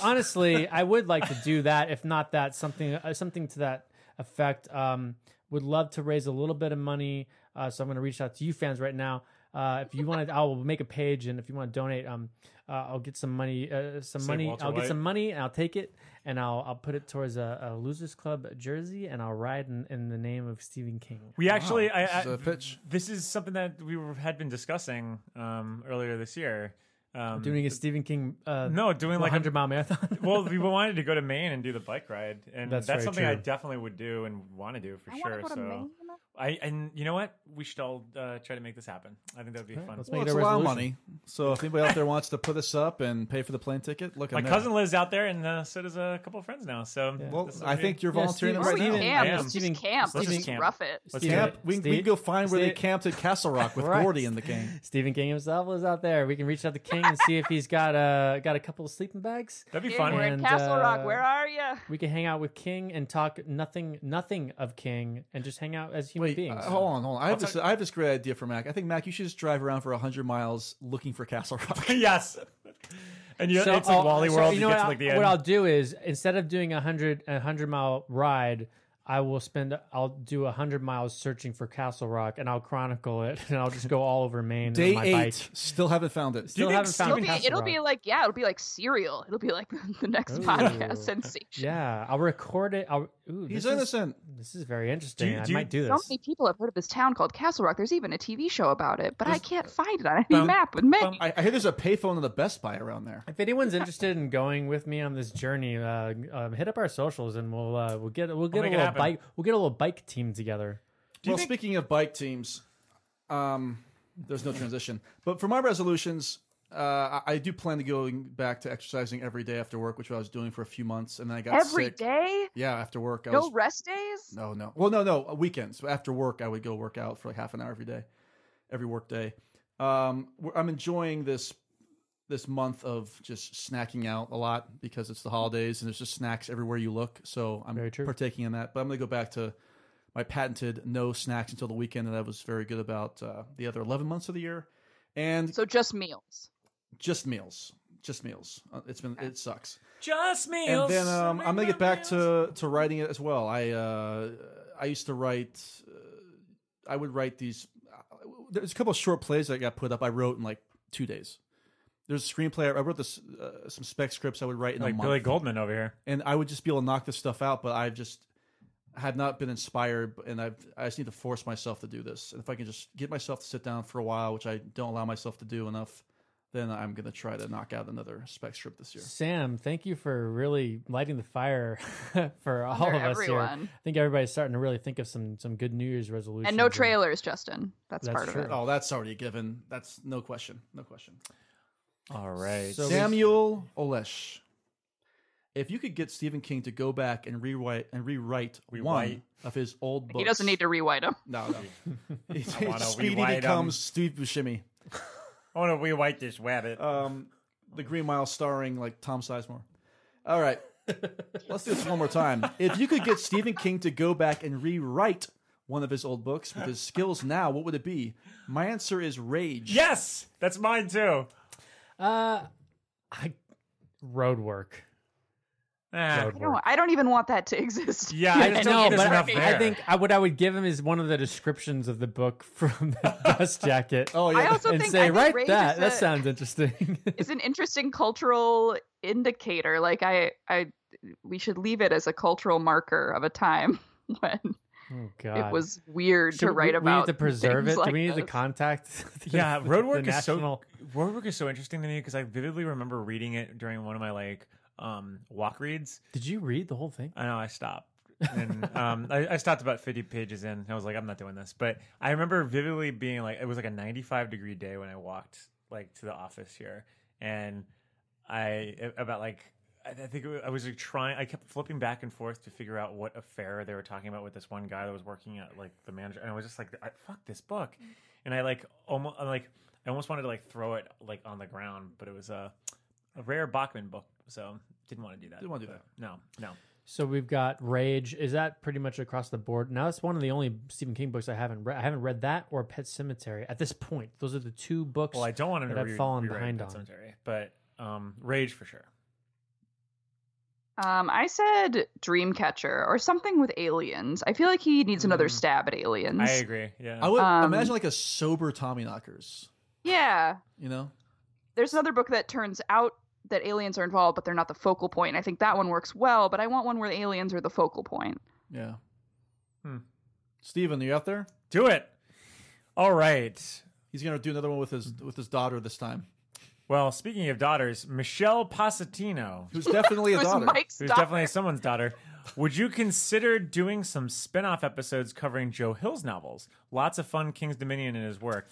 [SPEAKER 4] honestly, I would like to do that. If not that, something uh, something to that effect. Um, would love to raise a little bit of money. Uh, so I'm going to reach out to you fans right now. Uh, if you want to, I'll make a page, and if you want to donate, um, uh, I'll get some money. Uh, some
[SPEAKER 3] Save
[SPEAKER 4] money.
[SPEAKER 3] Walter
[SPEAKER 4] I'll
[SPEAKER 3] White.
[SPEAKER 4] get some money, and I'll take it, and I'll I'll put it towards a, a losers club jersey, and I'll ride in, in the name of Stephen King.
[SPEAKER 3] We actually, I,
[SPEAKER 6] this
[SPEAKER 3] I-
[SPEAKER 6] is a pitch.
[SPEAKER 3] This is something that we were, had been discussing um, earlier this year. Um,
[SPEAKER 4] Doing a Stephen King. Uh,
[SPEAKER 3] no, doing like a
[SPEAKER 4] 100 mile marathon.
[SPEAKER 3] well, we wanted to go to Maine and do the bike ride, and that's,
[SPEAKER 4] That's very
[SPEAKER 3] something I
[SPEAKER 4] true.
[SPEAKER 3] definitely would do and want to do for
[SPEAKER 5] I
[SPEAKER 3] sure.
[SPEAKER 5] want to go
[SPEAKER 3] so
[SPEAKER 5] to Maine.
[SPEAKER 3] I and you know what? We should all uh, try to make this happen. I think that would be fun.
[SPEAKER 4] let's
[SPEAKER 6] Well,
[SPEAKER 4] Make it
[SPEAKER 6] it's
[SPEAKER 4] a
[SPEAKER 6] a lot of
[SPEAKER 4] resolution.
[SPEAKER 6] money. So if anybody out there wants to put us up and pay for the plane ticket, look.
[SPEAKER 3] My
[SPEAKER 6] I'm there.
[SPEAKER 3] cousin lives out there, and uh, so does a couple of friends now. So
[SPEAKER 6] Well,
[SPEAKER 3] this is
[SPEAKER 6] I
[SPEAKER 3] gonna
[SPEAKER 6] think
[SPEAKER 3] be-
[SPEAKER 6] you're
[SPEAKER 4] Yeah,
[SPEAKER 6] volunteering
[SPEAKER 4] Steven-
[SPEAKER 5] Or
[SPEAKER 6] right
[SPEAKER 5] we
[SPEAKER 6] now.
[SPEAKER 4] Steven-
[SPEAKER 5] camp.
[SPEAKER 3] I am.
[SPEAKER 4] Steven-
[SPEAKER 5] Let's just
[SPEAKER 3] Let's
[SPEAKER 5] camp. Let's
[SPEAKER 3] just
[SPEAKER 5] just
[SPEAKER 3] camp.
[SPEAKER 5] rough it.
[SPEAKER 3] Let's
[SPEAKER 4] Steve-
[SPEAKER 3] do it.
[SPEAKER 6] Camp. We, we
[SPEAKER 4] Steve-
[SPEAKER 6] can go find where they
[SPEAKER 4] Steve-
[SPEAKER 6] camped at Castle Rock with
[SPEAKER 4] Christ.
[SPEAKER 6] Gordy in the game.
[SPEAKER 4] Stephen King himself is out there. We can reach out to King and see if he's got a got a couple of sleeping bags.
[SPEAKER 3] That'd be
[SPEAKER 5] King,
[SPEAKER 3] fun.
[SPEAKER 5] We're in
[SPEAKER 4] And,
[SPEAKER 5] Castle
[SPEAKER 4] uh,
[SPEAKER 5] Rock. Where are you?
[SPEAKER 4] We can hang out with King and talk nothing nothing of King and just hang out as human
[SPEAKER 6] Wait,
[SPEAKER 4] beings.
[SPEAKER 6] uh, hold on, hold on. I have, this, I have this great idea for Mac. I think Mac, you should just drive around for hundred miles looking for Castle Rock.
[SPEAKER 3] yes. And you,
[SPEAKER 4] So,
[SPEAKER 3] it's like
[SPEAKER 4] oh,
[SPEAKER 3] Wally
[SPEAKER 4] so
[SPEAKER 3] World.
[SPEAKER 4] You
[SPEAKER 3] You,
[SPEAKER 4] know
[SPEAKER 3] get
[SPEAKER 4] what,
[SPEAKER 3] to like the
[SPEAKER 4] I-
[SPEAKER 3] end.
[SPEAKER 4] what I'll do is instead of doing a hundred a hundred mile ride, I will spend. I'll do a hundred miles searching for Castle Rock, and I'll chronicle it, and I'll just go all over Maine
[SPEAKER 6] Day
[SPEAKER 4] on my
[SPEAKER 6] eight,
[SPEAKER 4] bike.
[SPEAKER 6] still haven't found it.
[SPEAKER 4] Still haven't found
[SPEAKER 5] It'll
[SPEAKER 4] it.
[SPEAKER 5] be, it'll be like yeah, it'll be like cereal. It'll be like the next podcast
[SPEAKER 4] Ooh.
[SPEAKER 5] sensation.
[SPEAKER 4] Yeah, I'll record it. I'll, ooh,
[SPEAKER 6] He's
[SPEAKER 4] this is-
[SPEAKER 6] innocent.
[SPEAKER 4] This is very interesting.
[SPEAKER 3] do you-
[SPEAKER 4] I might do
[SPEAKER 5] So
[SPEAKER 4] this.
[SPEAKER 5] many people have heard of this town called Castle Rock. There's even a TV show about it, but I can't find it on any
[SPEAKER 6] Bum,
[SPEAKER 5] map with me.
[SPEAKER 6] I, I hear there's a payphone in the Best Buy around there.
[SPEAKER 4] If anyone's interested in going with me on this journey, uh, um, hit up our socials and we'll uh, we'll get we'll get
[SPEAKER 3] make
[SPEAKER 4] a
[SPEAKER 3] it
[SPEAKER 4] little
[SPEAKER 3] happen.
[SPEAKER 4] bike we'll get a little bike team together.
[SPEAKER 6] well, speaking of bike teams, um, there's no transition. But for my resolutions, uh, I, I do plan to go back to exercising every day after work, which I was doing for a few months, and then I got
[SPEAKER 5] Every
[SPEAKER 6] sick.
[SPEAKER 5] day?
[SPEAKER 6] Yeah, after work, I
[SPEAKER 5] No
[SPEAKER 6] was
[SPEAKER 5] rest days?
[SPEAKER 6] no, no. Well, no, no. uh, Weekends after work, I would go work out for like half an hour every day, every work day. Um, we're- I'm enjoying this this month of just snacking out a lot because it's the holidays and there's just snacks everywhere you look. So I'm
[SPEAKER 4] Very true.
[SPEAKER 6] partaking in that. But I'm gonna go back to my patented no snacks until the weekend that I was very good about uh, the other 11 months of the year, and
[SPEAKER 5] So just meals.
[SPEAKER 6] just meals, just meals. Uh, It's been it sucks
[SPEAKER 8] Just me.
[SPEAKER 6] and then um, I'm gonna get back to to writing it as well. I uh, I used to write. Uh, I would write these. uh, There's a couple of short plays that got put up. I wrote in like two days. There's a screenplay. I wrote this uh, some spec scripts I would write in a
[SPEAKER 3] Like
[SPEAKER 6] month,
[SPEAKER 3] Billy Goldman over here.
[SPEAKER 6] and I would just be able to knock this stuff out. But I've just have not been inspired, and I've I just need to force myself to do this. And if I can just get myself to sit down for a while, which I don't allow myself to do enough, then I'm gonna try to knock out another spec script this year.
[SPEAKER 4] Sam, thank you for really lighting the fire for all
[SPEAKER 5] For
[SPEAKER 4] of us here.
[SPEAKER 5] everyone.
[SPEAKER 4] I think everybody's starting to really think of some some good New Year's resolutions.
[SPEAKER 5] And no trailers, Justin. That's,
[SPEAKER 4] That's
[SPEAKER 5] part
[SPEAKER 4] true.
[SPEAKER 5] of it.
[SPEAKER 6] Oh, that's already given. That's no question. No question.
[SPEAKER 3] All right.
[SPEAKER 4] So-
[SPEAKER 6] Samuel Olesh. If you could get Stephen King to go back and rewrite and rewrite one
[SPEAKER 3] Rewrite.
[SPEAKER 6] of his old books,
[SPEAKER 5] He doesn't need to rewrite them.
[SPEAKER 6] No, no. It's-
[SPEAKER 3] I wanna
[SPEAKER 6] Speedy
[SPEAKER 3] rewrite 'em.
[SPEAKER 6] becomes Steve Buscemi.
[SPEAKER 3] I want to rewrite this rabbit.
[SPEAKER 6] Um, the Green Mile, starring like Tom Sizemore. All right, let's do this one more time. If you could get Stephen King to go back and rewrite one of his old books with his skills now, what would it be? My answer is Rage.
[SPEAKER 3] yes, that's mine too.
[SPEAKER 4] Uh, I road work.
[SPEAKER 3] Ah,
[SPEAKER 4] Road
[SPEAKER 5] I don't,
[SPEAKER 4] work.
[SPEAKER 5] I don't even want that to exist.
[SPEAKER 3] Yeah, I just don't
[SPEAKER 4] No,
[SPEAKER 3] think
[SPEAKER 4] but
[SPEAKER 3] there's enough
[SPEAKER 4] I, I
[SPEAKER 3] there.
[SPEAKER 4] think I, what I would give him is one of the descriptions of the book from the dust jacket.
[SPEAKER 6] Oh yeah.
[SPEAKER 5] I also
[SPEAKER 4] and
[SPEAKER 5] think I
[SPEAKER 4] say,
[SPEAKER 5] think
[SPEAKER 4] write
[SPEAKER 5] rage
[SPEAKER 4] that.
[SPEAKER 5] is
[SPEAKER 4] That
[SPEAKER 5] a-
[SPEAKER 4] sounds interesting.
[SPEAKER 5] is an interesting cultural indicator. Like I, I, we should leave it as a cultural marker of a time when
[SPEAKER 4] oh God,
[SPEAKER 5] it was weird
[SPEAKER 4] Should
[SPEAKER 5] to write
[SPEAKER 4] we,
[SPEAKER 5] about.
[SPEAKER 4] We need to preserve
[SPEAKER 5] things
[SPEAKER 4] it.
[SPEAKER 5] Like
[SPEAKER 4] Do we need
[SPEAKER 5] this.
[SPEAKER 4] to contact? the-
[SPEAKER 3] yeah,
[SPEAKER 4] the-
[SPEAKER 3] road work
[SPEAKER 4] the
[SPEAKER 3] is
[SPEAKER 4] national-
[SPEAKER 3] so road work is so interesting to me because I vividly remember reading it during one of my like um walk reads.
[SPEAKER 4] Did you read the whole thing?
[SPEAKER 3] I know I stopped. and um, I, I stopped about 50 pages in. I was like, I'm not doing this. But I remember vividly being like, it was like a 95 degree day when I walked like to the office here, and I about like I I think it wa- I was like trying. I kept flipping back and forth to figure out what affair they were talking about with this one guy that was working at like the manager, and I was just like, I, "Fuck this book," and I like almost I'm like I almost wanted to like throw it like on the ground, but it was a a rare Bachman book, so didn't want to do that.
[SPEAKER 6] Didn't wanna do
[SPEAKER 3] But No, no.
[SPEAKER 4] So we've got Rage. Is that pretty much across the board? Now that's one of the only Stephen King books I haven't read. I haven't read that or Pet Cemetery at this point. Those are the two books.
[SPEAKER 3] Well, I don't want him
[SPEAKER 4] that
[SPEAKER 3] to
[SPEAKER 4] I've
[SPEAKER 3] re-
[SPEAKER 4] fallen
[SPEAKER 3] rewrite
[SPEAKER 4] behind
[SPEAKER 3] Pet
[SPEAKER 4] on.
[SPEAKER 3] Cemetery, but um, Rage for sure.
[SPEAKER 5] Um, I said Dreamcatcher or something with aliens. I feel like he needs
[SPEAKER 4] Mm.
[SPEAKER 5] another stab at aliens.
[SPEAKER 3] I agree. Yeah,
[SPEAKER 6] I would
[SPEAKER 5] Um,
[SPEAKER 6] imagine like a sober Tommy Knockers.
[SPEAKER 5] Yeah,
[SPEAKER 6] You know,
[SPEAKER 5] there's another book that turns out that aliens are involved, but they're not the focal point. I think that one works well, but I want one where the aliens are the focal point.
[SPEAKER 6] yeah.
[SPEAKER 3] Hmm.
[SPEAKER 6] Steven, are you out there?
[SPEAKER 3] do it. All right.
[SPEAKER 6] He's gonna do another one with
[SPEAKER 3] Hmm.
[SPEAKER 6] his with his daughter this time,
[SPEAKER 3] Well, speaking of daughters, Michelle Pasatino,
[SPEAKER 6] who's definitely a
[SPEAKER 5] It was
[SPEAKER 6] daughter.
[SPEAKER 5] Mike's
[SPEAKER 3] who's
[SPEAKER 5] daughter.
[SPEAKER 3] definitely someone's daughter. Would you consider doing some spin-off episodes covering Joe Hill's novels? Lots of fun King's Dominion in his work.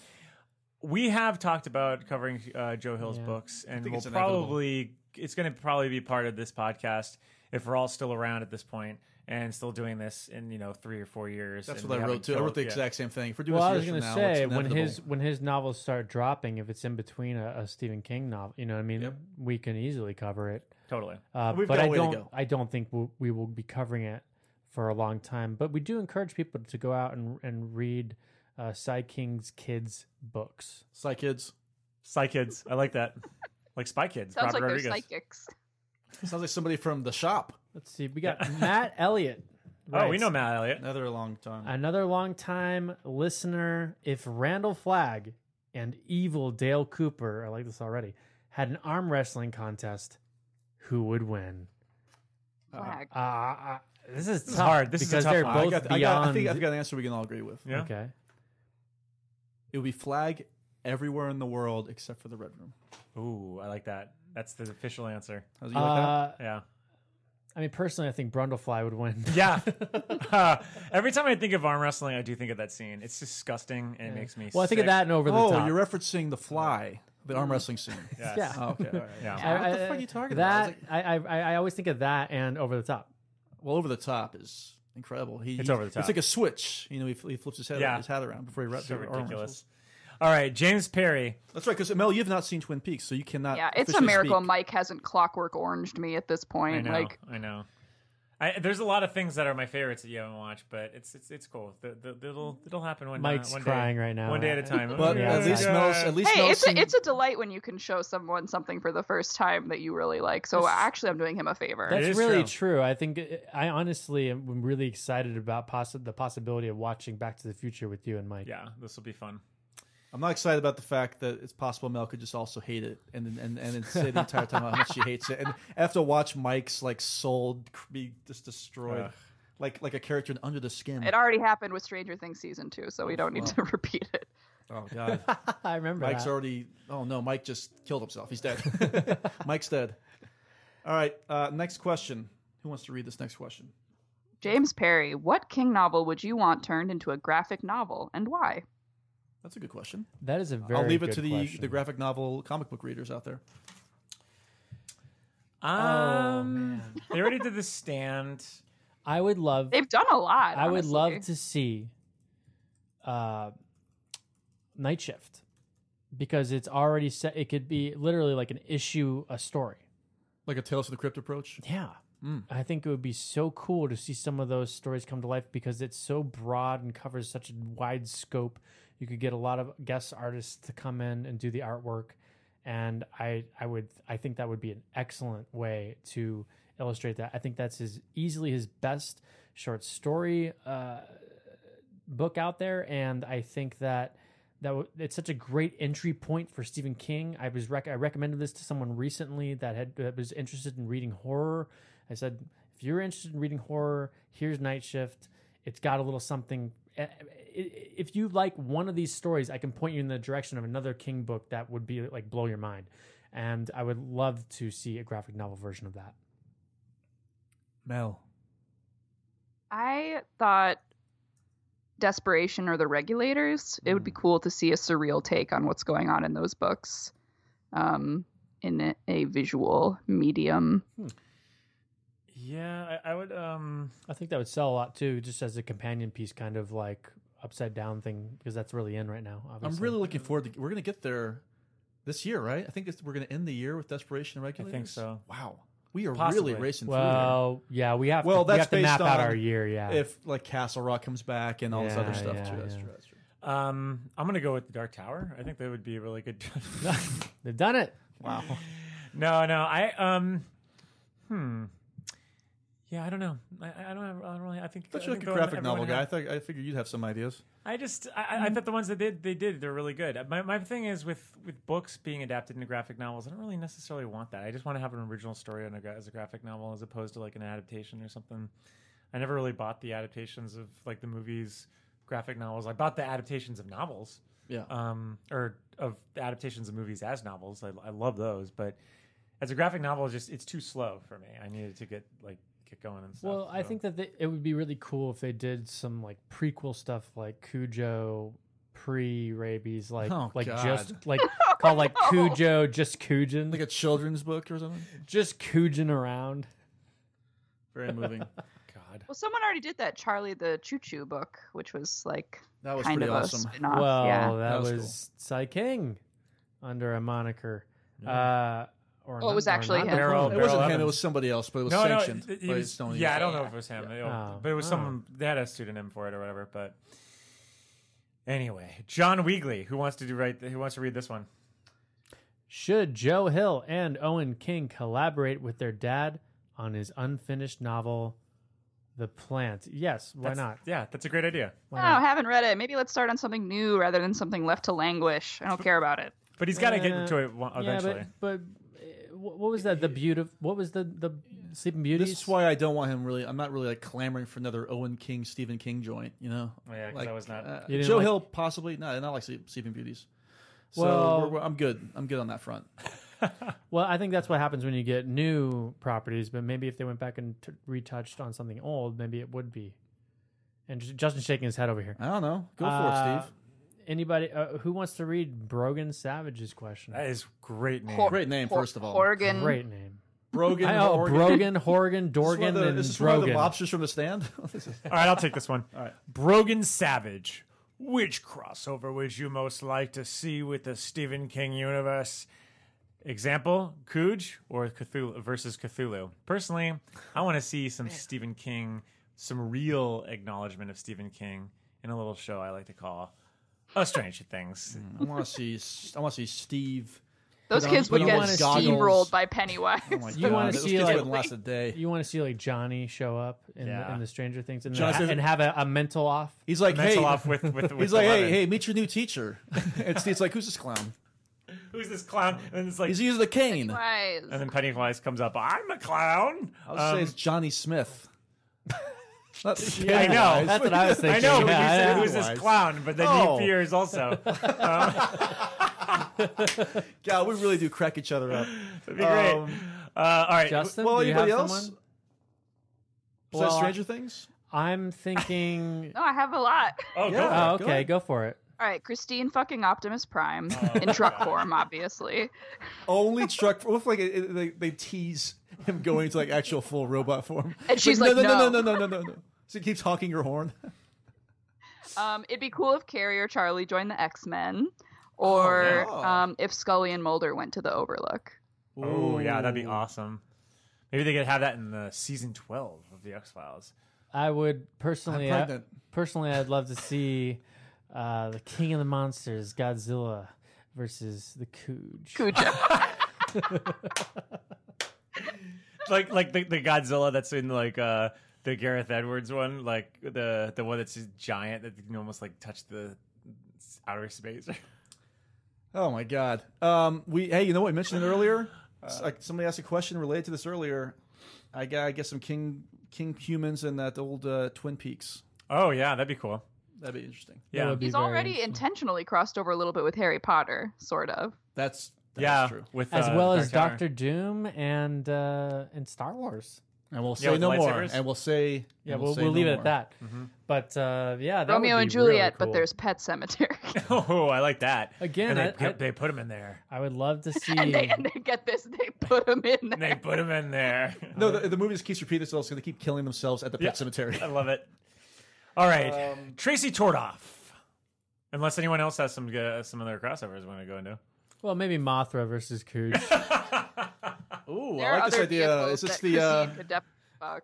[SPEAKER 3] We have talked about covering uh, Joe Hill's
[SPEAKER 4] Yeah.
[SPEAKER 3] books, and
[SPEAKER 6] think
[SPEAKER 3] we'll
[SPEAKER 6] it's inevitable.
[SPEAKER 3] probably it's going to probably be part of this podcast if we're all still around at this point and still doing this in you know three or four years.
[SPEAKER 6] That's
[SPEAKER 3] and
[SPEAKER 6] what
[SPEAKER 3] we
[SPEAKER 6] I
[SPEAKER 3] haven't
[SPEAKER 6] wrote too. I wrote
[SPEAKER 3] killed-
[SPEAKER 6] the
[SPEAKER 3] yeah.
[SPEAKER 6] exact same thing. If we're doing
[SPEAKER 4] well, I
[SPEAKER 6] this
[SPEAKER 4] was going
[SPEAKER 6] years
[SPEAKER 4] to
[SPEAKER 6] from now, it's
[SPEAKER 4] say when
[SPEAKER 6] inevitable.
[SPEAKER 4] his when his novels start dropping, if it's in between a, a Stephen King novel, you know what I mean.
[SPEAKER 6] Yep.
[SPEAKER 4] We can easily cover it.
[SPEAKER 3] Totally.
[SPEAKER 4] Uh,
[SPEAKER 6] We've
[SPEAKER 4] but
[SPEAKER 6] got a
[SPEAKER 4] I
[SPEAKER 6] way to
[SPEAKER 4] don't.
[SPEAKER 6] go.
[SPEAKER 4] I don't think we'll, we will be covering it for a long time. But we do encourage people to go out and and read uh, Cy King's kids books.
[SPEAKER 6] Psy Kids
[SPEAKER 3] Spy Kids. I like that. Like Spy Kids.
[SPEAKER 5] Sounds
[SPEAKER 3] Robert
[SPEAKER 5] like
[SPEAKER 3] Rodriguez.
[SPEAKER 5] they're psychics.
[SPEAKER 6] sounds like somebody from the shop.
[SPEAKER 4] Let's see. We got Matt Elliott.
[SPEAKER 3] Oh, we
[SPEAKER 4] writes,
[SPEAKER 3] know Matt Elliott.
[SPEAKER 6] Another long time.
[SPEAKER 4] Another longtime listener, if Randall Flagg and evil Dale Cooper, I like this already, had an arm wrestling contest, who would win?
[SPEAKER 5] Flag.
[SPEAKER 4] Uh, I- this is tough
[SPEAKER 3] hard. This is a
[SPEAKER 4] because
[SPEAKER 3] tough
[SPEAKER 4] they're
[SPEAKER 3] one.
[SPEAKER 4] both
[SPEAKER 6] I, got, I,
[SPEAKER 4] beyond.
[SPEAKER 6] got, I think I've got an answer we can all agree with.
[SPEAKER 3] Yeah.
[SPEAKER 4] Okay.
[SPEAKER 6] It would be flag everywhere in the world except for the red room.
[SPEAKER 3] Ooh, I like that. That's the official answer.
[SPEAKER 6] How's you like that?
[SPEAKER 4] Uh,
[SPEAKER 3] Yeah.
[SPEAKER 4] I mean, personally, I think Brundlefly would win.
[SPEAKER 3] Yeah. Uh, every time I think of arm wrestling, I do think of that scene. It's disgusting and it makes me
[SPEAKER 4] well, I think of
[SPEAKER 3] sick.
[SPEAKER 4] that and over the
[SPEAKER 6] Oh,
[SPEAKER 4] top.
[SPEAKER 6] you're referencing the fly, the arm wrestling scene.
[SPEAKER 3] Mm. Yes.
[SPEAKER 4] Yeah.
[SPEAKER 6] Oh, okay. all right.
[SPEAKER 3] Yeah.
[SPEAKER 4] I-
[SPEAKER 6] What the
[SPEAKER 4] I-
[SPEAKER 6] fuck are you talking about? I
[SPEAKER 4] that,
[SPEAKER 6] was
[SPEAKER 4] I, I, I always think of that and over the top.
[SPEAKER 6] Well, over the top is incredible. He,
[SPEAKER 3] It's over the top.
[SPEAKER 6] It's like a switch. You know, he, fl- he flips his head
[SPEAKER 3] Yeah.
[SPEAKER 6] his hat around before he wraps
[SPEAKER 3] So
[SPEAKER 6] it around.
[SPEAKER 3] ridiculous. All right, James Perry.
[SPEAKER 6] That's right, because Mel, you've not seen Twin Peaks, so you cannot.
[SPEAKER 5] yeah, it's a
[SPEAKER 6] Uh, officially
[SPEAKER 5] miracle
[SPEAKER 6] speak.
[SPEAKER 5] Mike hasn't clockwork oranged me at this
[SPEAKER 3] I
[SPEAKER 5] point.
[SPEAKER 3] know.
[SPEAKER 5] Like
[SPEAKER 3] I know. I, there's a lot of things that are my favorites that you haven't watched, but it's it's it's cool. The, the, the, it'll it'll happen one. uh,
[SPEAKER 4] Mike's
[SPEAKER 3] one
[SPEAKER 4] crying
[SPEAKER 3] day,
[SPEAKER 4] right now.
[SPEAKER 3] One day at a time.
[SPEAKER 6] But
[SPEAKER 4] Yeah,
[SPEAKER 6] at least
[SPEAKER 4] yeah.
[SPEAKER 6] Mel's at least
[SPEAKER 5] Hey,
[SPEAKER 6] Mel's
[SPEAKER 5] it's
[SPEAKER 6] seen-
[SPEAKER 5] a, it's a delight when you can show someone something for the first time that you really like. So actually, I'm doing him a favor.
[SPEAKER 4] That's
[SPEAKER 3] is
[SPEAKER 4] really
[SPEAKER 3] true.
[SPEAKER 4] true. I think I honestly am really excited about possi- the possibility of watching Back to the Future with you and Mike.
[SPEAKER 3] yeah, this will be fun.
[SPEAKER 6] I'm not excited about the fact that it's possible Mel could just also hate it and then- and and then say the entire time how much she hates it, and I have to watch Mike's like soul cr- be just destroyed,
[SPEAKER 3] Ugh.
[SPEAKER 6] like like a character in Under the Skin.
[SPEAKER 5] It already happened with Stranger Things season two, so we don't need to repeat it.
[SPEAKER 6] Oh God,
[SPEAKER 4] I remember
[SPEAKER 6] Mike's
[SPEAKER 4] that.
[SPEAKER 6] already. Oh no, Mike just killed himself. He's dead. Mike's dead. All right. Uh, next question. Who wants to read this next question?
[SPEAKER 5] James Perry, what King novel would you want turned into a graphic novel, and why?
[SPEAKER 6] That's a good question.
[SPEAKER 4] that is a very.
[SPEAKER 6] I'll leave it
[SPEAKER 4] good
[SPEAKER 6] to the
[SPEAKER 4] question.
[SPEAKER 6] the graphic novel comic book readers out there.
[SPEAKER 3] Um,
[SPEAKER 4] Oh, man.
[SPEAKER 3] they already did the stand.
[SPEAKER 4] I would love.
[SPEAKER 5] They've done a lot.
[SPEAKER 4] I would
[SPEAKER 5] honestly.
[SPEAKER 4] love to see uh, Night Shift because it's already set. It could be literally like an issue, a story.
[SPEAKER 6] Like a Tales of the Crypt approach.
[SPEAKER 4] Yeah. I think it would be so cool to see some of those stories come to life because it's so broad and covers such a wide scope. You could get a lot of guest artists to come in and do the artwork. And I, I would, I think that would be an excellent way to illustrate that. I think that's his easily his best short story uh, book out there, and I think that that w- it's such a great entry point for Stephen King. I was rec- I recommended this to someone recently that had that was interested in reading horror. I said, if you're interested in reading horror, here's Night Shift. It's got a little something. eh, eh, If you like one of these stories, I can point you in the direction of another King book that would be like blow your mind. And I would love to see a graphic novel version of that.
[SPEAKER 6] Mel.
[SPEAKER 5] I thought Desperation or The Regulators. It would be
[SPEAKER 6] Mm.
[SPEAKER 5] cool to see a surreal take on what's going on in those books, um, in a, a visual medium.
[SPEAKER 3] Yeah, I, I would. Um,
[SPEAKER 4] I think that would sell a lot too, just as a companion piece, kind of like upside down thing, because that's really in right now. Obviously.
[SPEAKER 6] I'm really looking forward to. We're gonna get there this year, right? I think it's, we're gonna end the year with Desperation and
[SPEAKER 3] think
[SPEAKER 6] Regulators.
[SPEAKER 3] so.
[SPEAKER 6] Wow, we are
[SPEAKER 3] Possibly.
[SPEAKER 6] really racing
[SPEAKER 4] Well, yeah, we have.
[SPEAKER 6] through. Well,
[SPEAKER 4] to,
[SPEAKER 6] that's
[SPEAKER 4] we have to
[SPEAKER 6] based
[SPEAKER 4] map
[SPEAKER 6] on
[SPEAKER 4] out our year. Yeah,
[SPEAKER 6] If like Castle Rock comes back and all this
[SPEAKER 4] Yeah,
[SPEAKER 6] other stuff,
[SPEAKER 4] yeah,
[SPEAKER 6] too. That's
[SPEAKER 4] yeah.
[SPEAKER 6] true. That's true.
[SPEAKER 3] um, I'm gonna go with the Dark Tower. I think that would be a really good.
[SPEAKER 4] they've done it.
[SPEAKER 6] Wow.
[SPEAKER 3] No, no. I um, hmm. Yeah, I don't know. I, I don't. Have, I don't really. I think.
[SPEAKER 6] Thought
[SPEAKER 3] I
[SPEAKER 6] you were
[SPEAKER 3] think
[SPEAKER 6] like
[SPEAKER 3] the
[SPEAKER 6] a
[SPEAKER 3] one
[SPEAKER 6] graphic
[SPEAKER 3] everyone
[SPEAKER 6] novel guy.
[SPEAKER 3] had-
[SPEAKER 6] I thought I figured you'd have some ideas.
[SPEAKER 3] I just I, I- I thought the ones that did they did they're really good. My my thing is with with books being adapted into graphic novels, I don't really necessarily want that. I just want to have an original story on a, gra- as a graphic novel as opposed to like an adaptation or something. I never really bought the adaptations of like the movies, graphic novels. I bought the adaptations of novels,
[SPEAKER 6] Yeah.
[SPEAKER 4] Uh,
[SPEAKER 3] um, or of the adaptations of movies as novels. I, I love those, but as a graphic novel, it's just it's too slow for me. I needed to get like get going and stuff.
[SPEAKER 4] Well, I
[SPEAKER 3] so.
[SPEAKER 4] think that they, it would be really cool if they did some like prequel stuff, like Cujo pre rabies, like
[SPEAKER 6] Oh,
[SPEAKER 4] like
[SPEAKER 6] God.
[SPEAKER 4] just like called like Cujo, just Cujin,
[SPEAKER 6] like a children's book or something.
[SPEAKER 4] just Cujin around.
[SPEAKER 6] Very moving.
[SPEAKER 3] God.
[SPEAKER 5] Well, someone already did that Charlie the Choo Choo book, which was like
[SPEAKER 6] That was
[SPEAKER 5] kind of
[SPEAKER 6] pretty awesome.
[SPEAKER 5] a spin-off.
[SPEAKER 4] Well,
[SPEAKER 5] yeah.
[SPEAKER 4] that,
[SPEAKER 6] That
[SPEAKER 4] was,
[SPEAKER 6] was
[SPEAKER 4] Cy King under a moniker. Uh, or
[SPEAKER 5] Well, it was
[SPEAKER 4] not- or
[SPEAKER 5] actually
[SPEAKER 4] not
[SPEAKER 5] him.
[SPEAKER 3] Barrel-
[SPEAKER 4] Barrel,
[SPEAKER 6] it wasn't him.
[SPEAKER 3] Evans.
[SPEAKER 6] It was somebody else, but it was
[SPEAKER 3] no, no,
[SPEAKER 6] sanctioned.
[SPEAKER 3] it- it
[SPEAKER 6] by
[SPEAKER 3] was-
[SPEAKER 6] Stone
[SPEAKER 3] yeah, I
[SPEAKER 6] Age.
[SPEAKER 3] don't know if it was him, It-
[SPEAKER 4] Oh,
[SPEAKER 3] but it was
[SPEAKER 4] oh.
[SPEAKER 3] someone they had a pseudonym for it or whatever. But anyway, John Weegley, who wants to do right, who wants to read this one?
[SPEAKER 4] Should Joe Hill and Owen King collaborate with their dad on his unfinished novel, The plant. Yes. Why
[SPEAKER 3] That's-
[SPEAKER 4] not?
[SPEAKER 3] Yeah, that's a great idea.
[SPEAKER 5] Oh, I don't know, haven't read it. Maybe let's start on something new rather than something left to languish. I don't care about it.
[SPEAKER 3] But he's got to get
[SPEAKER 4] Uh,
[SPEAKER 3] into it one- eventually.
[SPEAKER 4] Yeah, but, but uh, wh- what was that? The beautiful. What was the the Sleeping Beauty?
[SPEAKER 6] This is why I don't want him really. I'm not really like clamoring for another Owen King, Stephen King joint. You know,
[SPEAKER 3] yeah, 'cause
[SPEAKER 6] like,
[SPEAKER 3] I was not-
[SPEAKER 6] uh,
[SPEAKER 4] You didn't
[SPEAKER 6] Joe
[SPEAKER 4] like-
[SPEAKER 6] Hill possibly. No, not like Sleep- Sleeping Beauties. So
[SPEAKER 4] Well-
[SPEAKER 6] we're, we're, I'm good. I'm good on that front.
[SPEAKER 4] Well, I think that's what happens when you get new properties. But maybe if they went back and t- retouched on something old, maybe it would be. And J- Justin's shaking his head over here.
[SPEAKER 6] I don't know. Go for
[SPEAKER 4] Uh,
[SPEAKER 6] it, Steve.
[SPEAKER 4] Anybody uh, who wants to read Brogan Savage's question?
[SPEAKER 3] that is great name.
[SPEAKER 5] Hor-
[SPEAKER 6] Great name,
[SPEAKER 5] Hor-
[SPEAKER 6] first of all.
[SPEAKER 5] Horgan.
[SPEAKER 4] Great name.
[SPEAKER 6] Brogan.
[SPEAKER 4] I, oh,
[SPEAKER 6] Horgan.
[SPEAKER 4] Brogan, Horgan,
[SPEAKER 6] This is one of
[SPEAKER 4] Dorgan,
[SPEAKER 6] the-
[SPEAKER 4] and
[SPEAKER 6] this is one of the
[SPEAKER 4] Brogan.
[SPEAKER 6] lobsters from the stand. This is-
[SPEAKER 3] All right, I'll take this one.
[SPEAKER 6] All right.
[SPEAKER 3] Brogan Savage. Which crossover would you most like to see with the Stephen King universe? Example, Cooge or Cthulhu versus Cthulhu. Personally, I want to see some Stephen King, some real acknowledgement of Stephen King in a little show I like to call A Strange Things.
[SPEAKER 6] I want to see. I want to see Steve.
[SPEAKER 5] Those
[SPEAKER 6] Put on-
[SPEAKER 5] kids
[SPEAKER 6] put
[SPEAKER 5] would
[SPEAKER 6] on
[SPEAKER 5] get
[SPEAKER 6] his goggles.
[SPEAKER 5] steamrolled by Pennywise.
[SPEAKER 6] Oh my
[SPEAKER 4] You wanna
[SPEAKER 6] God, those
[SPEAKER 4] see,
[SPEAKER 6] kids
[SPEAKER 4] like-
[SPEAKER 6] wouldn't last a day.
[SPEAKER 4] You want to see like Johnny show up in,
[SPEAKER 3] Yeah.
[SPEAKER 4] the, in the Stranger Things and,
[SPEAKER 6] Johnny
[SPEAKER 4] ha-
[SPEAKER 6] says-
[SPEAKER 4] and have a, a mental off.
[SPEAKER 6] He's like, hey,
[SPEAKER 3] Mental off with, with, with
[SPEAKER 6] he's like, hey,
[SPEAKER 3] Eleven.
[SPEAKER 6] hey, meet your new teacher. and Steve's like, who's this clown?
[SPEAKER 3] who's this clown? And it's like,
[SPEAKER 6] He's using the cane.
[SPEAKER 5] Pennywise.
[SPEAKER 3] and then Pennywise comes up. I'm a clown.
[SPEAKER 6] I'll just say
[SPEAKER 3] Um,
[SPEAKER 6] it's Johnny Smith. That's-
[SPEAKER 4] Yeah,
[SPEAKER 3] I know.
[SPEAKER 4] That's what I was
[SPEAKER 3] I
[SPEAKER 4] thinking.
[SPEAKER 3] know.
[SPEAKER 4] Yeah,
[SPEAKER 3] when you
[SPEAKER 4] I
[SPEAKER 3] said
[SPEAKER 4] know.
[SPEAKER 3] who's this
[SPEAKER 6] Pennywise.
[SPEAKER 3] clown, but then
[SPEAKER 6] Oh.
[SPEAKER 3] he appears also.
[SPEAKER 6] God, we really do crack each other up.
[SPEAKER 3] That'd be great.
[SPEAKER 6] Um,
[SPEAKER 3] uh, all right.
[SPEAKER 4] Justin,
[SPEAKER 6] well,
[SPEAKER 4] do you
[SPEAKER 6] anybody
[SPEAKER 4] have
[SPEAKER 6] else?
[SPEAKER 4] someone?
[SPEAKER 6] Is
[SPEAKER 4] Well,
[SPEAKER 6] that Stranger Things?
[SPEAKER 4] I'm thinking.
[SPEAKER 5] No, I have a lot.
[SPEAKER 3] Oh,
[SPEAKER 6] Yeah.
[SPEAKER 3] go
[SPEAKER 4] oh,
[SPEAKER 6] Go
[SPEAKER 4] okay,
[SPEAKER 6] ahead.
[SPEAKER 4] go for it.
[SPEAKER 5] All right, Christine fucking Optimus Prime
[SPEAKER 4] Oh,
[SPEAKER 5] in truck form, obviously.
[SPEAKER 6] Only struck. Look like it, it- they, they tease him going to like actual full robot form.
[SPEAKER 5] And she's
[SPEAKER 6] no,
[SPEAKER 5] like,
[SPEAKER 6] no, no,
[SPEAKER 5] "No."
[SPEAKER 6] no, no, no, no, no. So he keeps honking her horn.
[SPEAKER 5] Um, it'd be cool if Carrie or Charlie joined the X Men, or
[SPEAKER 6] Oh, yeah.
[SPEAKER 5] um, if Scully and Mulder went to the Overlook.
[SPEAKER 3] for it. Oh, yeah, that'd be awesome. Maybe they could have that in the season twelve of the X Files.
[SPEAKER 4] I would personally, uh,
[SPEAKER 6] I'm
[SPEAKER 4] I-
[SPEAKER 6] pregnant.
[SPEAKER 4] personally, I'd love to see uh, the King of the Monsters, Godzilla versus the Cooge.
[SPEAKER 5] Cujo.
[SPEAKER 3] Like, like the, the Godzilla that's in like uh, the Gareth Edwards one, like the the one that's giant that can almost like touch the outer space.
[SPEAKER 6] Oh my god. Um, we hey, you know what I mentioned it earlier? S- like somebody asked a question related to this earlier. I got I guess some king king humans and that old uh, Twin Peaks.
[SPEAKER 3] oh yeah, that'd be cool.
[SPEAKER 6] That'd be interesting.
[SPEAKER 4] That
[SPEAKER 3] Yeah.
[SPEAKER 4] would be
[SPEAKER 5] He's
[SPEAKER 4] very
[SPEAKER 5] already
[SPEAKER 4] interesting.
[SPEAKER 5] intentionally crossed over a little bit with Harry Potter, sort of.
[SPEAKER 6] That's that's
[SPEAKER 3] yeah,
[SPEAKER 6] true.
[SPEAKER 3] with
[SPEAKER 4] as
[SPEAKER 3] uh,
[SPEAKER 4] well
[SPEAKER 3] the
[SPEAKER 4] as
[SPEAKER 3] Dark Tower.
[SPEAKER 4] Doctor Doom and uh, and Star Wars.
[SPEAKER 6] And we'll
[SPEAKER 3] Yeah,
[SPEAKER 6] say
[SPEAKER 3] with
[SPEAKER 6] no more.
[SPEAKER 3] lightsabers?
[SPEAKER 6] And we'll say
[SPEAKER 4] Yeah,
[SPEAKER 6] and
[SPEAKER 4] we'll,
[SPEAKER 6] say
[SPEAKER 4] we'll
[SPEAKER 6] no
[SPEAKER 4] leave it
[SPEAKER 6] more.
[SPEAKER 4] at that. But uh, yeah, that
[SPEAKER 5] Romeo
[SPEAKER 4] would be
[SPEAKER 5] and
[SPEAKER 4] really
[SPEAKER 5] Juliet, but
[SPEAKER 4] cool.
[SPEAKER 5] there's Pet Cemetery.
[SPEAKER 3] Oh, I like that.
[SPEAKER 4] Again,
[SPEAKER 3] and they,
[SPEAKER 4] I-
[SPEAKER 3] put-
[SPEAKER 4] I-
[SPEAKER 3] they put him in there.
[SPEAKER 4] I would love to see.
[SPEAKER 5] and, they, and they get this, they put him in
[SPEAKER 3] And they
[SPEAKER 5] there.
[SPEAKER 3] put him in there.
[SPEAKER 6] No, the, the movie just keeps repeating itself, so they keep killing themselves at the
[SPEAKER 3] Yeah.
[SPEAKER 6] pet cemetery.
[SPEAKER 3] I love it. All right, Tracy Tordoff. Unless anyone else has some uh, some other crossovers we want to go into.
[SPEAKER 4] well, maybe Mothra versus Cooge.
[SPEAKER 6] Ooh,
[SPEAKER 5] There
[SPEAKER 6] I
[SPEAKER 5] are
[SPEAKER 6] like this
[SPEAKER 5] other
[SPEAKER 6] idea.
[SPEAKER 5] vehicles
[SPEAKER 6] Is this
[SPEAKER 5] that
[SPEAKER 6] the uh,
[SPEAKER 5] Christine could def- fuck.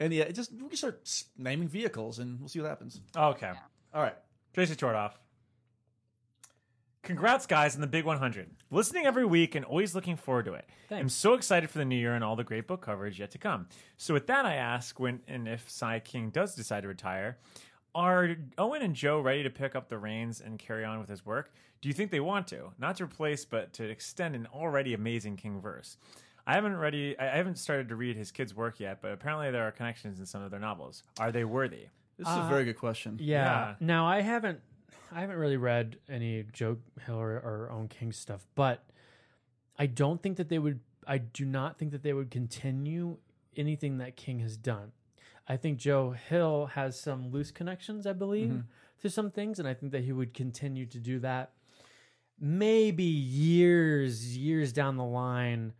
[SPEAKER 6] and yeah, it just we can start s- naming vehicles and we'll see what happens.
[SPEAKER 3] Okay,
[SPEAKER 6] All right.
[SPEAKER 3] Tracy Tordoff. Congrats, guys, on the big 100. Listening every week and always looking forward to it. I'm so excited for the new year and all the great book coverage yet to come. So, with that, I ask when and if Cy King does decide to retire, are Owen and Joe ready to pick up the reins and carry on with his work? Do you think they want to? Not to replace, but to extend an already amazing King verse. I haven't ready. I I haven't started to read his kids' work yet, but apparently there are connections in some of their novels. Are they worthy?
[SPEAKER 6] This is a very good question.
[SPEAKER 4] Yeah.
[SPEAKER 3] Yeah.
[SPEAKER 4] Now I haven't I haven't really read any Joe Hill or, or Own King stuff, but I don't think that they would I do not think that they would continue anything that King has done. I think Joe Hill has some loose connections, I believe, to some things, and I think that he would continue to do that. Maybe years, years down the line,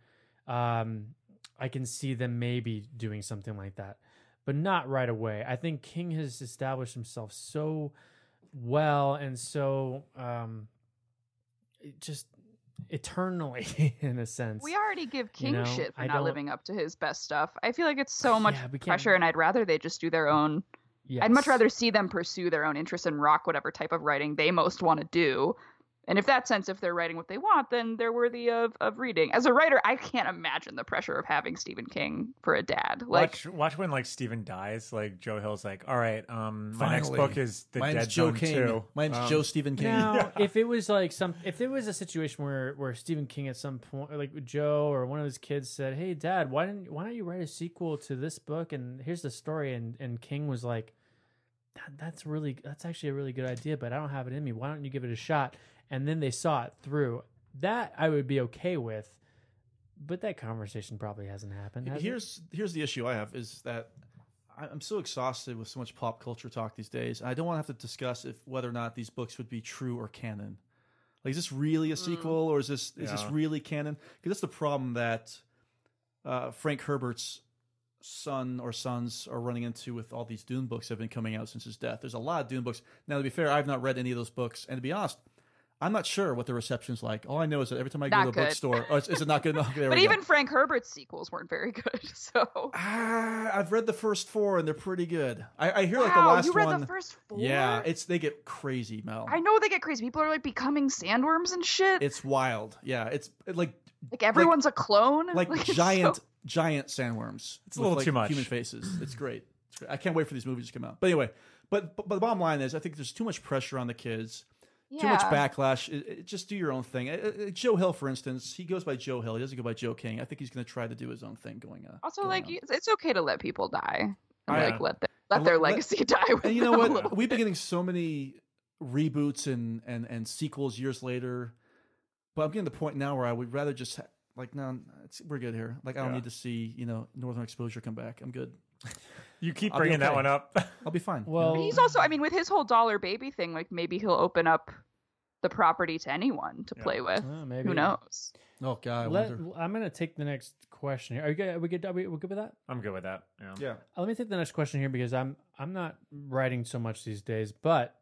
[SPEAKER 4] um, I can see them maybe doing something like that, but not right away. I think King has established himself so well and so um, it just eternally, in a sense.
[SPEAKER 5] We already give King
[SPEAKER 4] know,
[SPEAKER 5] shit for
[SPEAKER 4] I
[SPEAKER 5] not
[SPEAKER 4] don't-
[SPEAKER 5] living up to his best stuff. I feel like it's so much
[SPEAKER 4] Yeah, we can't-
[SPEAKER 5] pressure, and I'd rather they just do their own. I'd much
[SPEAKER 4] Yes.
[SPEAKER 5] rather see them pursue their own interests and rock whatever type of writing they most want to do and if that sense if they're writing what they want then they're worthy of of reading as a writer i can't imagine the pressure of having stephen king for a dad like
[SPEAKER 3] watch, watch when like Steven dies. Like Joe Hill's like, all right, um, my next
[SPEAKER 6] Finally.
[SPEAKER 3] book is the
[SPEAKER 6] Mine's
[SPEAKER 3] Dead
[SPEAKER 6] Joe
[SPEAKER 3] Zone
[SPEAKER 6] King.
[SPEAKER 3] Two. Um,
[SPEAKER 6] Mine's Joe Stephen King.
[SPEAKER 4] Now, if it was like some, if there was a situation where where Stephen King at some point, or like Joe or one of his kids said, "Hey, Dad, why didn't why don't you write a sequel to this book?" and here's the story, and and King was like, that, "That's really that's actually a really good idea, but I don't have it in me. Why don't you give it a shot?" And then they saw it through. That I would be okay with, but that conversation probably hasn't happened. has it?
[SPEAKER 6] here's here's the issue I have is that I- I'm so exhausted with so much pop culture talk these days. I don't want to have to discuss if whether or not these books would be true or canon. Like, is this really
[SPEAKER 5] Mm.
[SPEAKER 6] a sequel, or is this is this
[SPEAKER 3] Yeah.
[SPEAKER 6] really canon? Because that's the problem that uh, Frank Herbert's son or sons are running into with all these Dune books that have been coming out since his death. There's a lot of Dune books. Now, to be fair, I've not read any of those books, and to be honest. I'm not sure what the reception's like. All I know is that every time I go
[SPEAKER 5] Not
[SPEAKER 6] to a
[SPEAKER 5] good.
[SPEAKER 6] bookstore, oh, is, is it not good enough? There
[SPEAKER 5] but
[SPEAKER 6] we go.
[SPEAKER 5] even frank herbert's sequels weren't very good so
[SPEAKER 6] Ah, I've read the first four and they're pretty good. I, I hear like the
[SPEAKER 5] wow
[SPEAKER 6] last
[SPEAKER 5] you read
[SPEAKER 6] one.
[SPEAKER 5] the first four
[SPEAKER 6] Yeah, it's they get crazy, Mel.
[SPEAKER 5] i know they get crazy people are like becoming sandworms and shit
[SPEAKER 6] It's wild. Yeah, it's it, like
[SPEAKER 5] like everyone's a clone
[SPEAKER 6] like
[SPEAKER 5] it's so-
[SPEAKER 6] giant giant sandworms. It's
[SPEAKER 3] a little too much.
[SPEAKER 6] Human faces. It's great. It's great. I can't wait for these movies to come out. But anyway, but but the bottom line is, I think there's too much pressure on the kids. Too much
[SPEAKER 5] Yeah.
[SPEAKER 6] backlash. It- it- just do your own thing. Uh, uh, Joe Hill, for instance, he goes by Joe Hill. He doesn't go by Joe King. I think he's going to try to do his own thing going on.
[SPEAKER 5] also
[SPEAKER 6] going
[SPEAKER 5] like
[SPEAKER 6] on.
[SPEAKER 5] you- it's okay to let people die and
[SPEAKER 3] Yeah.
[SPEAKER 5] like let them let
[SPEAKER 6] And
[SPEAKER 5] their
[SPEAKER 6] let- let-
[SPEAKER 5] legacy die with
[SPEAKER 6] And you know
[SPEAKER 5] them a little
[SPEAKER 6] what? We've been getting so many reboots and and and sequels years later, but I'm getting to the point now where I would rather just ha- like no, it's, we're good here. Like I don't
[SPEAKER 3] Yeah.
[SPEAKER 6] need to see you know Northern Exposure come back. I'm good.
[SPEAKER 3] You keep
[SPEAKER 6] I'll be
[SPEAKER 3] bringing that
[SPEAKER 6] okay.
[SPEAKER 3] one up.
[SPEAKER 6] I'll be fine.
[SPEAKER 4] well,
[SPEAKER 5] But he's also i mean with his whole dollar baby thing like maybe he'll open up the property to anyone to play with
[SPEAKER 4] uh, maybe
[SPEAKER 5] who knows
[SPEAKER 6] oh God, I
[SPEAKER 4] Let,
[SPEAKER 6] wonder.
[SPEAKER 4] I'm gonna take the next question here. Are you good? Are we good? Are we, we good with that?
[SPEAKER 3] I'm good with that. Yeah.
[SPEAKER 6] Yeah,
[SPEAKER 4] Uh, let me take the next question here because I'm I'm not writing so much these days, but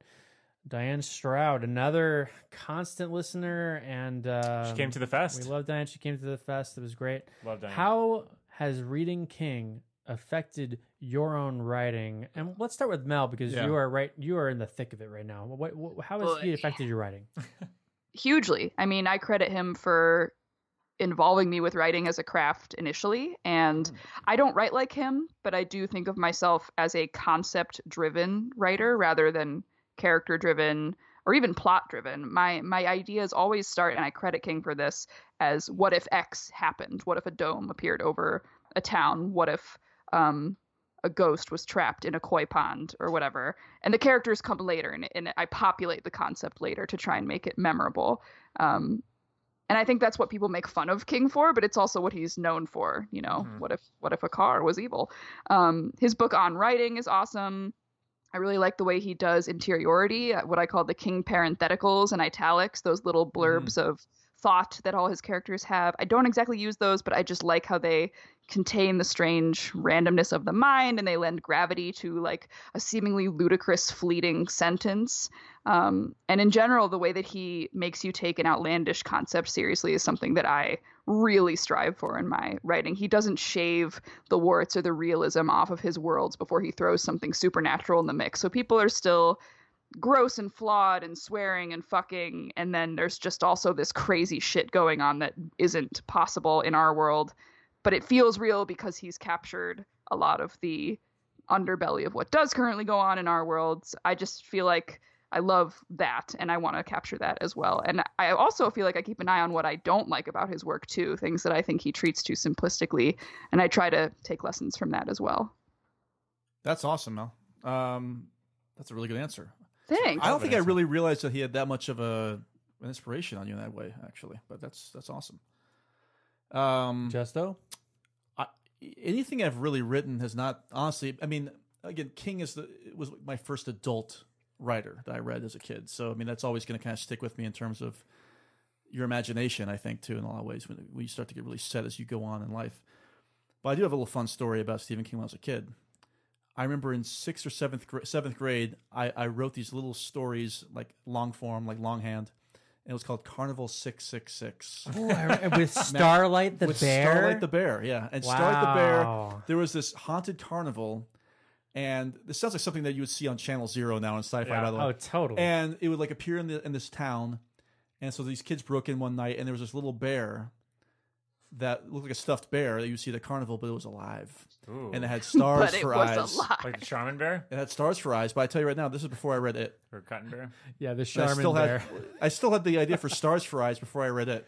[SPEAKER 4] Diane Stroud, another constant listener, and uh,
[SPEAKER 3] She
[SPEAKER 6] um,
[SPEAKER 3] came to the fest.
[SPEAKER 4] We love Diane. She came to the fest. It was great.
[SPEAKER 3] Love Diane.
[SPEAKER 4] How has reading King affected your own writing? And let's start with Mel because
[SPEAKER 6] Yeah.
[SPEAKER 4] you are right. You are in the thick of it right now. What, what how has he
[SPEAKER 5] Boy.
[SPEAKER 4] affected your writing?
[SPEAKER 5] hugely. I mean, I credit him for involving me with writing as a craft initially. And I don't write like him, but I do think of myself as a concept driven writer rather than character driven or even plot driven. My my ideas always start and I credit King for this as what if X happened? What if a dome appeared over a town? What if um a ghost was trapped in a koi pond or whatever. And the characters come later, and, and I populate the concept later to try and make it memorable. Um, and I think that's what people make fun of King for, but it's also what he's known for. You know, what if what if a car was evil? Um, his book on writing is awesome. I really like the way he does interiority, uh, what I call the King parentheticals and italics, those little blurbs of thought that all his characters have. I don't exactly use those, but I just like how they contain the strange randomness of the mind and they lend gravity to like a seemingly ludicrous fleeting sentence um, and in general the way that he makes you take an outlandish concept seriously is something that i really strive for in my writing he doesn't shave the warts or the realism off of his worlds before he throws something supernatural in the mix so people are still gross and flawed and swearing and fucking and then there's just also this crazy shit going on that isn't possible in our world but it feels real because he's captured a lot of the underbelly of what does currently go on in our worlds. I just feel like I love that and I want to capture that as well. And I also feel like I keep an eye on what I don't like about his work too, things that I think he treats too simplistically, and I try to take lessons from that as well.
[SPEAKER 6] that's awesome, Mel. Um, that's a really good answer.
[SPEAKER 5] Thanks.
[SPEAKER 6] I don't think I really realized that he had that much of a an inspiration on you in that way, actually. But that's that's awesome. Um,
[SPEAKER 4] Justo.
[SPEAKER 6] anything I've really written has not honestly. I mean, again, King is the it was my first adult writer that I read as a kid. So I mean, that's always going to kind of stick with me in terms of your imagination. I think too, in a lot of ways, when, when you start to get really set as you go on in life. But I do have a little fun story about Stephen King when I was a kid. I remember in sixth or seventh gra- seventh grade, I, I wrote these little stories like long form, like longhand, and it was called Carnival Six Six Six
[SPEAKER 4] Oh, with Starlight the
[SPEAKER 6] with
[SPEAKER 4] bear.
[SPEAKER 6] Starlight the Bear, yeah. And Starlight the Bear,
[SPEAKER 4] Wow.
[SPEAKER 6] there was this haunted carnival, and this sounds like something that you would see on Channel Zero now in sci-fi, by the way.
[SPEAKER 4] oh, totally.
[SPEAKER 6] And it would like appear in the in this town, And so these kids broke in one night, and there was this little bear that looked like a stuffed bear that you see at a carnival, but it was alive,
[SPEAKER 3] Ooh.
[SPEAKER 6] and it had stars
[SPEAKER 5] but it
[SPEAKER 6] for
[SPEAKER 5] was
[SPEAKER 6] eyes.
[SPEAKER 5] a lie.
[SPEAKER 3] like the Charmin bear
[SPEAKER 6] It had stars for eyes. But I tell you right now, this is before I read it.
[SPEAKER 3] or cotton bear.
[SPEAKER 4] Yeah, the
[SPEAKER 6] And I
[SPEAKER 4] Charmin
[SPEAKER 6] still
[SPEAKER 4] bear.
[SPEAKER 6] had I still had the idea for stars for eyes before I read it.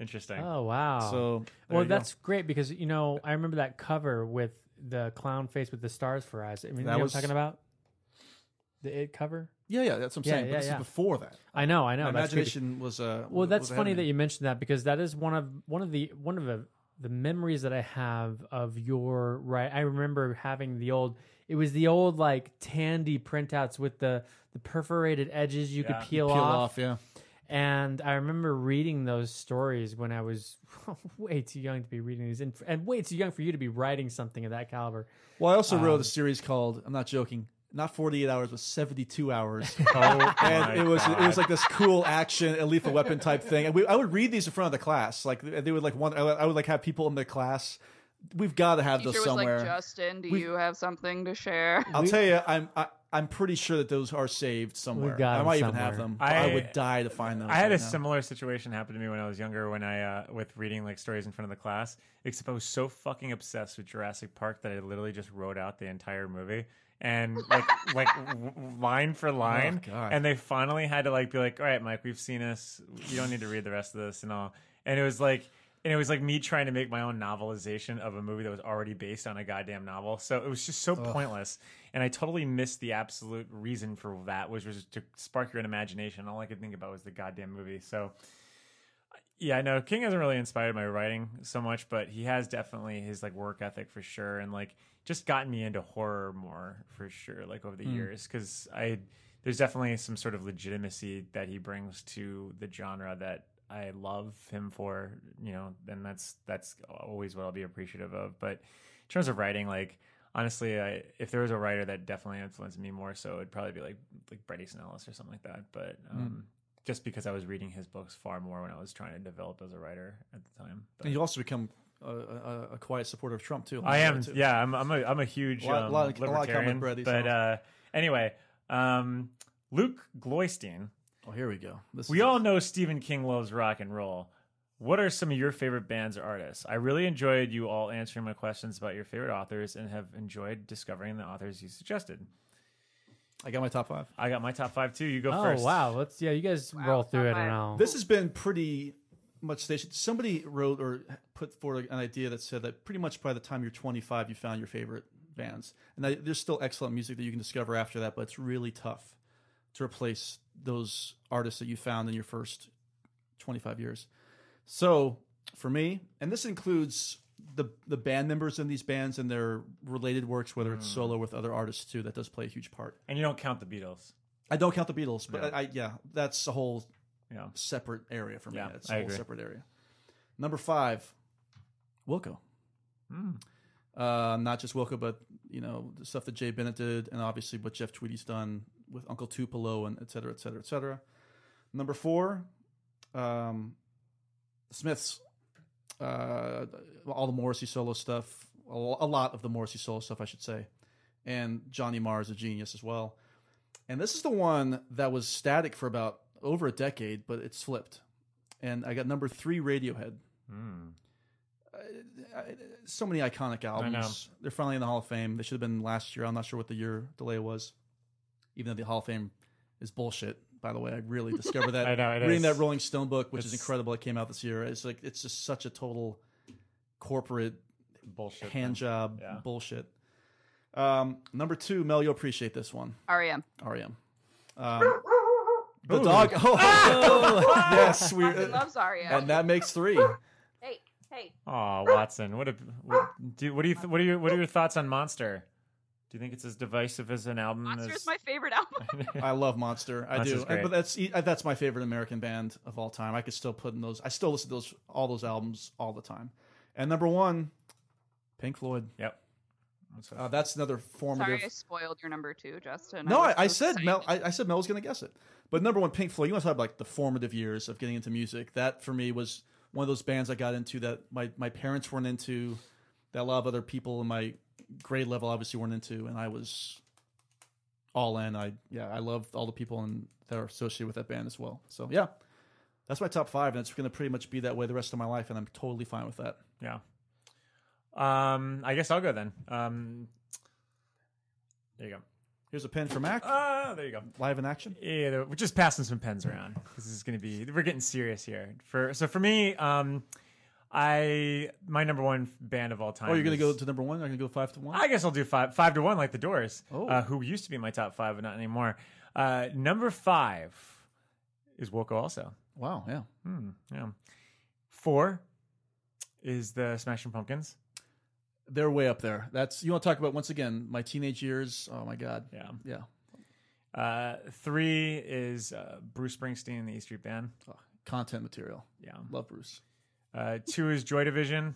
[SPEAKER 3] Interesting.
[SPEAKER 6] Uh,
[SPEAKER 4] Oh wow.
[SPEAKER 6] So there
[SPEAKER 4] well,
[SPEAKER 6] you go.
[SPEAKER 4] that's great because you know I remember that cover with the clown face with the stars for eyes. I mean, you know
[SPEAKER 6] That
[SPEAKER 4] what I'm
[SPEAKER 6] was-
[SPEAKER 4] talking about the it cover.
[SPEAKER 6] yeah, yeah. That's what I'm
[SPEAKER 4] Yeah,
[SPEAKER 6] saying.
[SPEAKER 4] yeah,
[SPEAKER 6] but this
[SPEAKER 4] yeah.
[SPEAKER 6] is before that.
[SPEAKER 4] I know, I know.
[SPEAKER 6] My
[SPEAKER 4] Oh, that's creepy.
[SPEAKER 6] imagination was. Uh,
[SPEAKER 4] Well,
[SPEAKER 6] was
[SPEAKER 4] that's
[SPEAKER 6] ahead of
[SPEAKER 4] funny
[SPEAKER 6] me.
[SPEAKER 4] that you mentioned that because that is one of one of the one of the the memories that I have of your right. I remember having the old. It was the old like Tandy printouts with the the perforated edges you
[SPEAKER 3] Yeah,
[SPEAKER 4] could peel,
[SPEAKER 6] peel
[SPEAKER 4] off.
[SPEAKER 6] off. Yeah.
[SPEAKER 4] And I remember reading those stories when I was way too young to be reading these, and, and way too young for you to be writing something of that caliber.
[SPEAKER 6] Well, I also wrote
[SPEAKER 4] Um,
[SPEAKER 6] a series called. I'm not joking. Not 48 hours, but 72 hours.
[SPEAKER 3] Oh, my
[SPEAKER 6] and it was it was
[SPEAKER 3] God.
[SPEAKER 6] like this cool action and lethal weapon type thing. And we, I would read these in front of the class. Like they would like one. I would, I would like have people in the class. We've got to have
[SPEAKER 5] Teacher
[SPEAKER 6] those
[SPEAKER 5] was
[SPEAKER 6] somewhere.
[SPEAKER 5] like, Justin, do
[SPEAKER 6] We-
[SPEAKER 5] you have something to share?
[SPEAKER 6] I'll tell you, I'm I, I'm pretty sure that those are saved somewhere.
[SPEAKER 4] got
[SPEAKER 6] I
[SPEAKER 4] them
[SPEAKER 6] might even have
[SPEAKER 4] somewhere.
[SPEAKER 6] them. but I,
[SPEAKER 3] I-
[SPEAKER 6] would die to find those.
[SPEAKER 3] I had
[SPEAKER 6] right
[SPEAKER 3] a
[SPEAKER 6] now.
[SPEAKER 3] similar situation happen to me when I was younger, when I uh, with reading like stories in front of the class. Except I was so fucking obsessed with Jurassic Park that I literally just wrote out the entire movie and like like w- w- line for line.
[SPEAKER 6] God.
[SPEAKER 3] and they finally had to like be like, "All right, Mike, we've seen this. You don't need to read the rest of this and all." And it was like. And it was like me trying to make my own novelization of a movie that was already based on a goddamn novel. So it was just so pointless. And I totally missed the absolute reason for that, which was to spark your own imagination. All I could think about was the goddamn movie. So yeah, no, King hasn't really inspired my writing so much, but he has definitely his like work ethic for sure, and like just gotten me into horror more for sure, like over the years, because I there's definitely some sort of legitimacy that he brings to the genre that I love him for, you know, and that's that's always what I'll be appreciative of. But in terms of writing, like honestly, I, if there was a writer that definitely influenced me more, so it'd probably be like like Brady Snellis or something like that. But
[SPEAKER 6] Hmm.
[SPEAKER 3] um, just because I was reading his books far more when I was trying to develop as a writer at the time. But
[SPEAKER 6] And you also become a, a, a quiet supporter of Trump too.
[SPEAKER 3] I am,
[SPEAKER 6] Too.
[SPEAKER 3] yeah, I'm, I'm a, I'm a huge
[SPEAKER 6] Lot-
[SPEAKER 3] um,
[SPEAKER 6] lot of- a lot of
[SPEAKER 3] libertarian.
[SPEAKER 6] common bread, these
[SPEAKER 3] but
[SPEAKER 6] songs.
[SPEAKER 3] uh, anyway, um, Luke Gloystein.
[SPEAKER 6] Oh, here we go. This
[SPEAKER 3] We
[SPEAKER 6] is-
[SPEAKER 3] all know Stephen King loves rock and roll. What are some of your favorite bands or artists? I really enjoyed you all answering my questions about your favorite authors and have enjoyed discovering the authors you suggested.
[SPEAKER 6] I got my top five.
[SPEAKER 3] I got my top five too. You go
[SPEAKER 4] Oh
[SPEAKER 3] first.
[SPEAKER 4] wow, let's yeah, you guys roll through it and all.
[SPEAKER 6] This has been pretty much station. Somebody wrote or put forward an idea that said that pretty much by the time you're 25, you found your favorite bands, and I, there's still excellent music that you can discover after that, but it's really tough to replace those artists that you found in your first 25 years. So for me, and this includes the the band members in these bands and their related works, whether it's solo with other artists too, that does play a huge part.
[SPEAKER 3] And you don't count the Beatles.
[SPEAKER 6] I don't count the Beatles, but
[SPEAKER 3] Yeah.
[SPEAKER 6] I, I yeah, that's a whole
[SPEAKER 3] Yeah.
[SPEAKER 6] separate area for me.
[SPEAKER 3] Yeah,
[SPEAKER 6] it's a
[SPEAKER 3] I
[SPEAKER 6] whole
[SPEAKER 3] agree.
[SPEAKER 6] separate area. Number five, Wilco.
[SPEAKER 3] Hmm.
[SPEAKER 6] Uh, not just Wilco, but you know the stuff that Jay Bennett did, and obviously what Jeff Tweedy's done with Uncle Tupelo and et cetera, et cetera, et cetera. Number four, um, Smiths. Uh, all the Morrissey solo stuff, a lo- a lot of the Morrissey solo stuff, I should say, and Johnny Marr is a genius as well. And this is the one that was static for about over a decade, but it's flipped. And I got number three Radiohead.
[SPEAKER 3] Mm.
[SPEAKER 6] So many iconic albums. They're finally in the Hall of Fame. They should have been last year. I'm not sure what the year delay was, even though the Hall of Fame is bullshit. By the way, I really discovered that
[SPEAKER 3] I know, it
[SPEAKER 6] reading
[SPEAKER 3] is.
[SPEAKER 6] that Rolling Stone book, which is
[SPEAKER 3] It's-
[SPEAKER 6] incredible. It came out this year. It's like it's just such a total corporate
[SPEAKER 3] Bullshit.
[SPEAKER 6] hand job
[SPEAKER 3] Yeah.
[SPEAKER 6] bullshit. Um, number two, Mel, you'll appreciate this one.
[SPEAKER 5] REM.
[SPEAKER 6] REM. Um, the dog. Oh, yes, we. uh,
[SPEAKER 5] Fucking loves E REM.
[SPEAKER 6] And that makes three.
[SPEAKER 5] hey, hey.
[SPEAKER 3] Oh, Watson, what a what do what do you th- what are your what are your thoughts on Monster? Do you think it's as divisive as an album?
[SPEAKER 5] Monster
[SPEAKER 3] as...
[SPEAKER 5] is my favorite album.
[SPEAKER 6] I love Monster. I
[SPEAKER 3] Monster's
[SPEAKER 6] do. And-
[SPEAKER 3] great.
[SPEAKER 6] But that's e- that's my favorite American band of all time. I could still put in those. I still listen to those all those albums all the time. And number one, Pink Floyd.
[SPEAKER 3] Yep.
[SPEAKER 6] Uh, that's another
[SPEAKER 5] Sorry,
[SPEAKER 6] formative.
[SPEAKER 5] I spoiled your number two, Justin.
[SPEAKER 6] No,
[SPEAKER 5] was
[SPEAKER 6] I, I
[SPEAKER 5] so
[SPEAKER 6] said Mel.
[SPEAKER 5] excited.
[SPEAKER 6] I, I said Mel was going to guess it. But number one, Pink Floyd. You want to talk about like the formative years of getting into music? That for me was one of those bands I got into that my my parents weren't into, that a lot of other people in my grade level obviously weren't into, and I was all in. I yeah, I loved all the people and that are associated with that band as well. So yeah, That's my top five, and it's going to pretty much be that way the rest of my life, and I'm totally fine with that.
[SPEAKER 3] Yeah. Um, I guess I'll go then. Um, there you go.
[SPEAKER 6] Here's a pen for Mac.
[SPEAKER 3] Ah, there you go.
[SPEAKER 6] Live in action.
[SPEAKER 3] Yeah, there- we're just passing some pens around. This is going to be we're getting serious here. For so for me, um, I my number one band of all time.
[SPEAKER 6] Oh, you're going
[SPEAKER 3] is-
[SPEAKER 6] to go to number one. I'm going to go five to one.
[SPEAKER 3] I guess I'll do five five to one like the Doors,
[SPEAKER 6] Oh.
[SPEAKER 3] uh, who used to be my top five, but not anymore. Uh, number five is Wilco. Also,
[SPEAKER 6] wow. Yeah.
[SPEAKER 3] hmm, yeah. Four is the Smashing Pumpkins.
[SPEAKER 6] They're way up there. That's you want to talk about once again my teenage years. Oh my god.
[SPEAKER 3] Yeah.
[SPEAKER 6] Yeah.
[SPEAKER 3] Uh, three is uh, Bruce Springsteen and the E Street Band.
[SPEAKER 6] Content material.
[SPEAKER 3] Yeah.
[SPEAKER 6] Love Bruce.
[SPEAKER 3] Uh, two is Joy Division.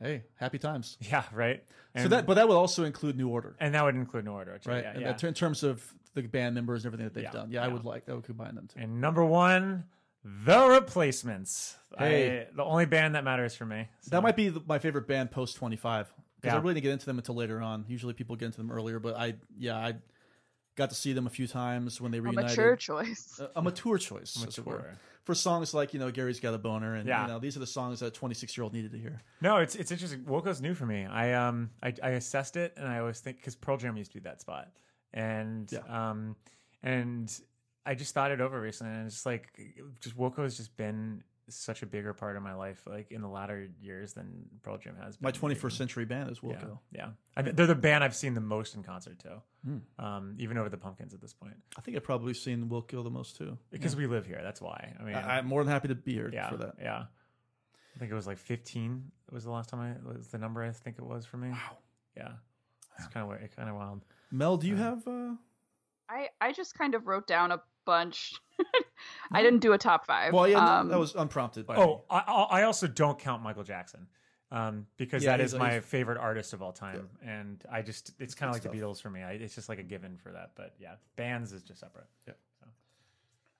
[SPEAKER 6] Hey, happy times.
[SPEAKER 3] Yeah, right. And,
[SPEAKER 6] so that, but that would also include New Order,
[SPEAKER 3] and that would include New Order,
[SPEAKER 6] right?
[SPEAKER 3] Yeah,
[SPEAKER 6] And
[SPEAKER 3] yeah.
[SPEAKER 6] that- in terms of the band members and everything that they've
[SPEAKER 3] Yeah,
[SPEAKER 6] done. Yeah, I
[SPEAKER 3] yeah.
[SPEAKER 6] would like that would combine them too.
[SPEAKER 3] and number one, The Replacements.
[SPEAKER 6] Hey.
[SPEAKER 3] I, the only band that matters for me. So-
[SPEAKER 6] That might be the, my favorite band post twenty five because I
[SPEAKER 3] Yeah.
[SPEAKER 6] really didn't get into them until later on. Usually people get into them earlier, but I yeah I got to see them a few times when they
[SPEAKER 5] A
[SPEAKER 6] reunited. Uh,
[SPEAKER 5] mature choice.
[SPEAKER 6] A- A mature choice, as it were,
[SPEAKER 3] Mature.
[SPEAKER 6] for songs like you know Gary's got a boner, and
[SPEAKER 3] Yeah.
[SPEAKER 6] you know these are the songs that a twenty six year old needed to hear.
[SPEAKER 3] No, it's it's interesting. Wilco's new for me. I um I, I assessed it and I always think because Pearl Jam used to be that spot, and
[SPEAKER 6] Yeah.
[SPEAKER 3] um and I just thought it over recently and it's just like just Wilco's just been such a bigger part of my life like in the latter years than Pearl Jam has. Been
[SPEAKER 6] My twenty first century band is
[SPEAKER 3] Yeah,
[SPEAKER 6] Wilco.
[SPEAKER 3] yeah. I mean, they're the band I've seen the most in concert too,
[SPEAKER 6] Hmm.
[SPEAKER 3] um, even over the Pumpkins at this point
[SPEAKER 6] I think I've probably seen Wilco the most too.
[SPEAKER 3] because we live here. That's why. I mean,
[SPEAKER 6] I, I'm more than happy to be here
[SPEAKER 3] yeah,
[SPEAKER 6] for that.
[SPEAKER 3] yeah. I think it was like 15 was the last time I was the number I think it was for me. Wow. Yeah. It's kind of weird. Kind of wild.
[SPEAKER 6] Mel, do you have? Uh,
[SPEAKER 5] I I just kind of wrote down a bunch. I didn't do a top five.
[SPEAKER 6] well, yeah, no,
[SPEAKER 5] Um,
[SPEAKER 6] that was unprompted by me.
[SPEAKER 3] Oh, I, I I also don't count Michael Jackson um, because
[SPEAKER 6] Yeah,
[SPEAKER 3] that
[SPEAKER 6] he's-
[SPEAKER 3] is my
[SPEAKER 6] he's-
[SPEAKER 3] favorite artist of all time, and I just it's kind of like
[SPEAKER 6] good
[SPEAKER 3] the Beatles for me. I, it's just like a given for that. But yeah, bands is just separate.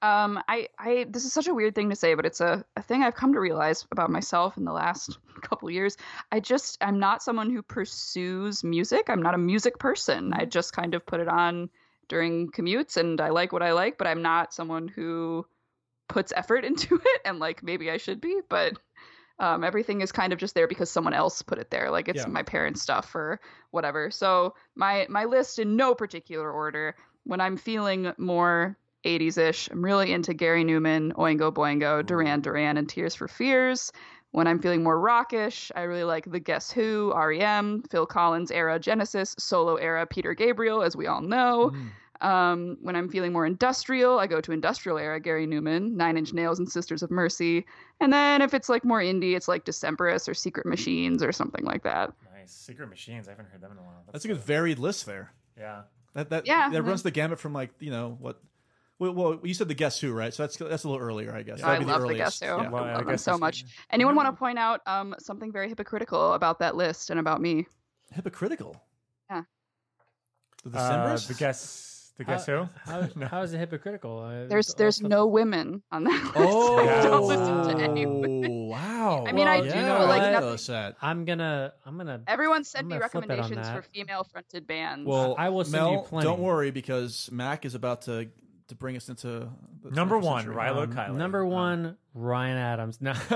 [SPEAKER 5] Um, I, I, this is such a weird thing to say, but it's a, a thing I've come to realize about myself in the last couple years. I just, I'm not someone who pursues music. I'm not a music person. I just kind of put it on during commutes and I like what I like, but I'm not someone who puts effort into it. And like, maybe I should be, but, um, everything is kind of just there because someone else put it there. Like it's
[SPEAKER 6] Yeah.
[SPEAKER 5] my parents' stuff or whatever. So my, my list in no particular order when I'm feeling more 80s ish. I'm really into Gary Newman, Oingo Boingo, Duran Duran, and Tears for Fears. When I'm feeling more rockish, I really like the Guess Who, REM, Phil Collins era, Genesis, solo era, Peter Gabriel, as we all know.
[SPEAKER 6] Mm.
[SPEAKER 5] Um, when I'm feeling more industrial, I go to industrial era, Gary Newman, Nine Inch Nails, and Sisters of Mercy. And then if it's like more indie, it's like Decemberists or Secret Machines or something like that.
[SPEAKER 3] Nice Secret Machines. I haven't heard them in a while.
[SPEAKER 6] That's a good varied list there.
[SPEAKER 3] Yeah.
[SPEAKER 6] That that
[SPEAKER 5] Yeah,
[SPEAKER 6] that
[SPEAKER 5] mhm.
[SPEAKER 6] runs the gamut from like you know what. Well, well, you said the guess who, right? So that's that's a little earlier, I guess.
[SPEAKER 5] Oh, I
[SPEAKER 6] That'd be
[SPEAKER 5] love the
[SPEAKER 6] earliest.
[SPEAKER 5] Guess Who.
[SPEAKER 6] Yeah.
[SPEAKER 3] Well,
[SPEAKER 5] I
[SPEAKER 3] I
[SPEAKER 5] love them
[SPEAKER 3] guess
[SPEAKER 5] so
[SPEAKER 3] that's-
[SPEAKER 5] much. Anyone want to point out um, something very hypocritical about that list and about me?
[SPEAKER 6] Hypocritical.
[SPEAKER 5] Yeah.
[SPEAKER 6] The
[SPEAKER 3] Uh,
[SPEAKER 6] Decemberists?
[SPEAKER 3] the guess. The guess
[SPEAKER 4] How-
[SPEAKER 3] who?
[SPEAKER 4] How, how is it hypocritical? Uh,
[SPEAKER 5] There's
[SPEAKER 4] it's
[SPEAKER 5] there's
[SPEAKER 4] all-
[SPEAKER 5] no women on that list.
[SPEAKER 6] Oh,
[SPEAKER 5] I don't listen to any.
[SPEAKER 6] wow.
[SPEAKER 5] I mean, I
[SPEAKER 4] Well,
[SPEAKER 5] do
[SPEAKER 4] you
[SPEAKER 5] know,
[SPEAKER 4] know
[SPEAKER 5] like
[SPEAKER 4] what?
[SPEAKER 5] nothing.
[SPEAKER 6] that.
[SPEAKER 4] I'm gonna I'm gonna.
[SPEAKER 5] Everyone sent
[SPEAKER 4] I'm
[SPEAKER 5] me
[SPEAKER 4] gonna flip it on
[SPEAKER 5] recommendations for
[SPEAKER 4] that.
[SPEAKER 5] female-fronted bands.
[SPEAKER 6] Well,
[SPEAKER 4] I will send
[SPEAKER 6] Mel,
[SPEAKER 4] you plenty.
[SPEAKER 6] Don't worry because Mac is about to to bring us into the
[SPEAKER 3] Number
[SPEAKER 6] 21st
[SPEAKER 3] one,
[SPEAKER 6] century. Um,
[SPEAKER 3] Rilo Kiley.
[SPEAKER 4] um, Number one, Ryan Adams. No,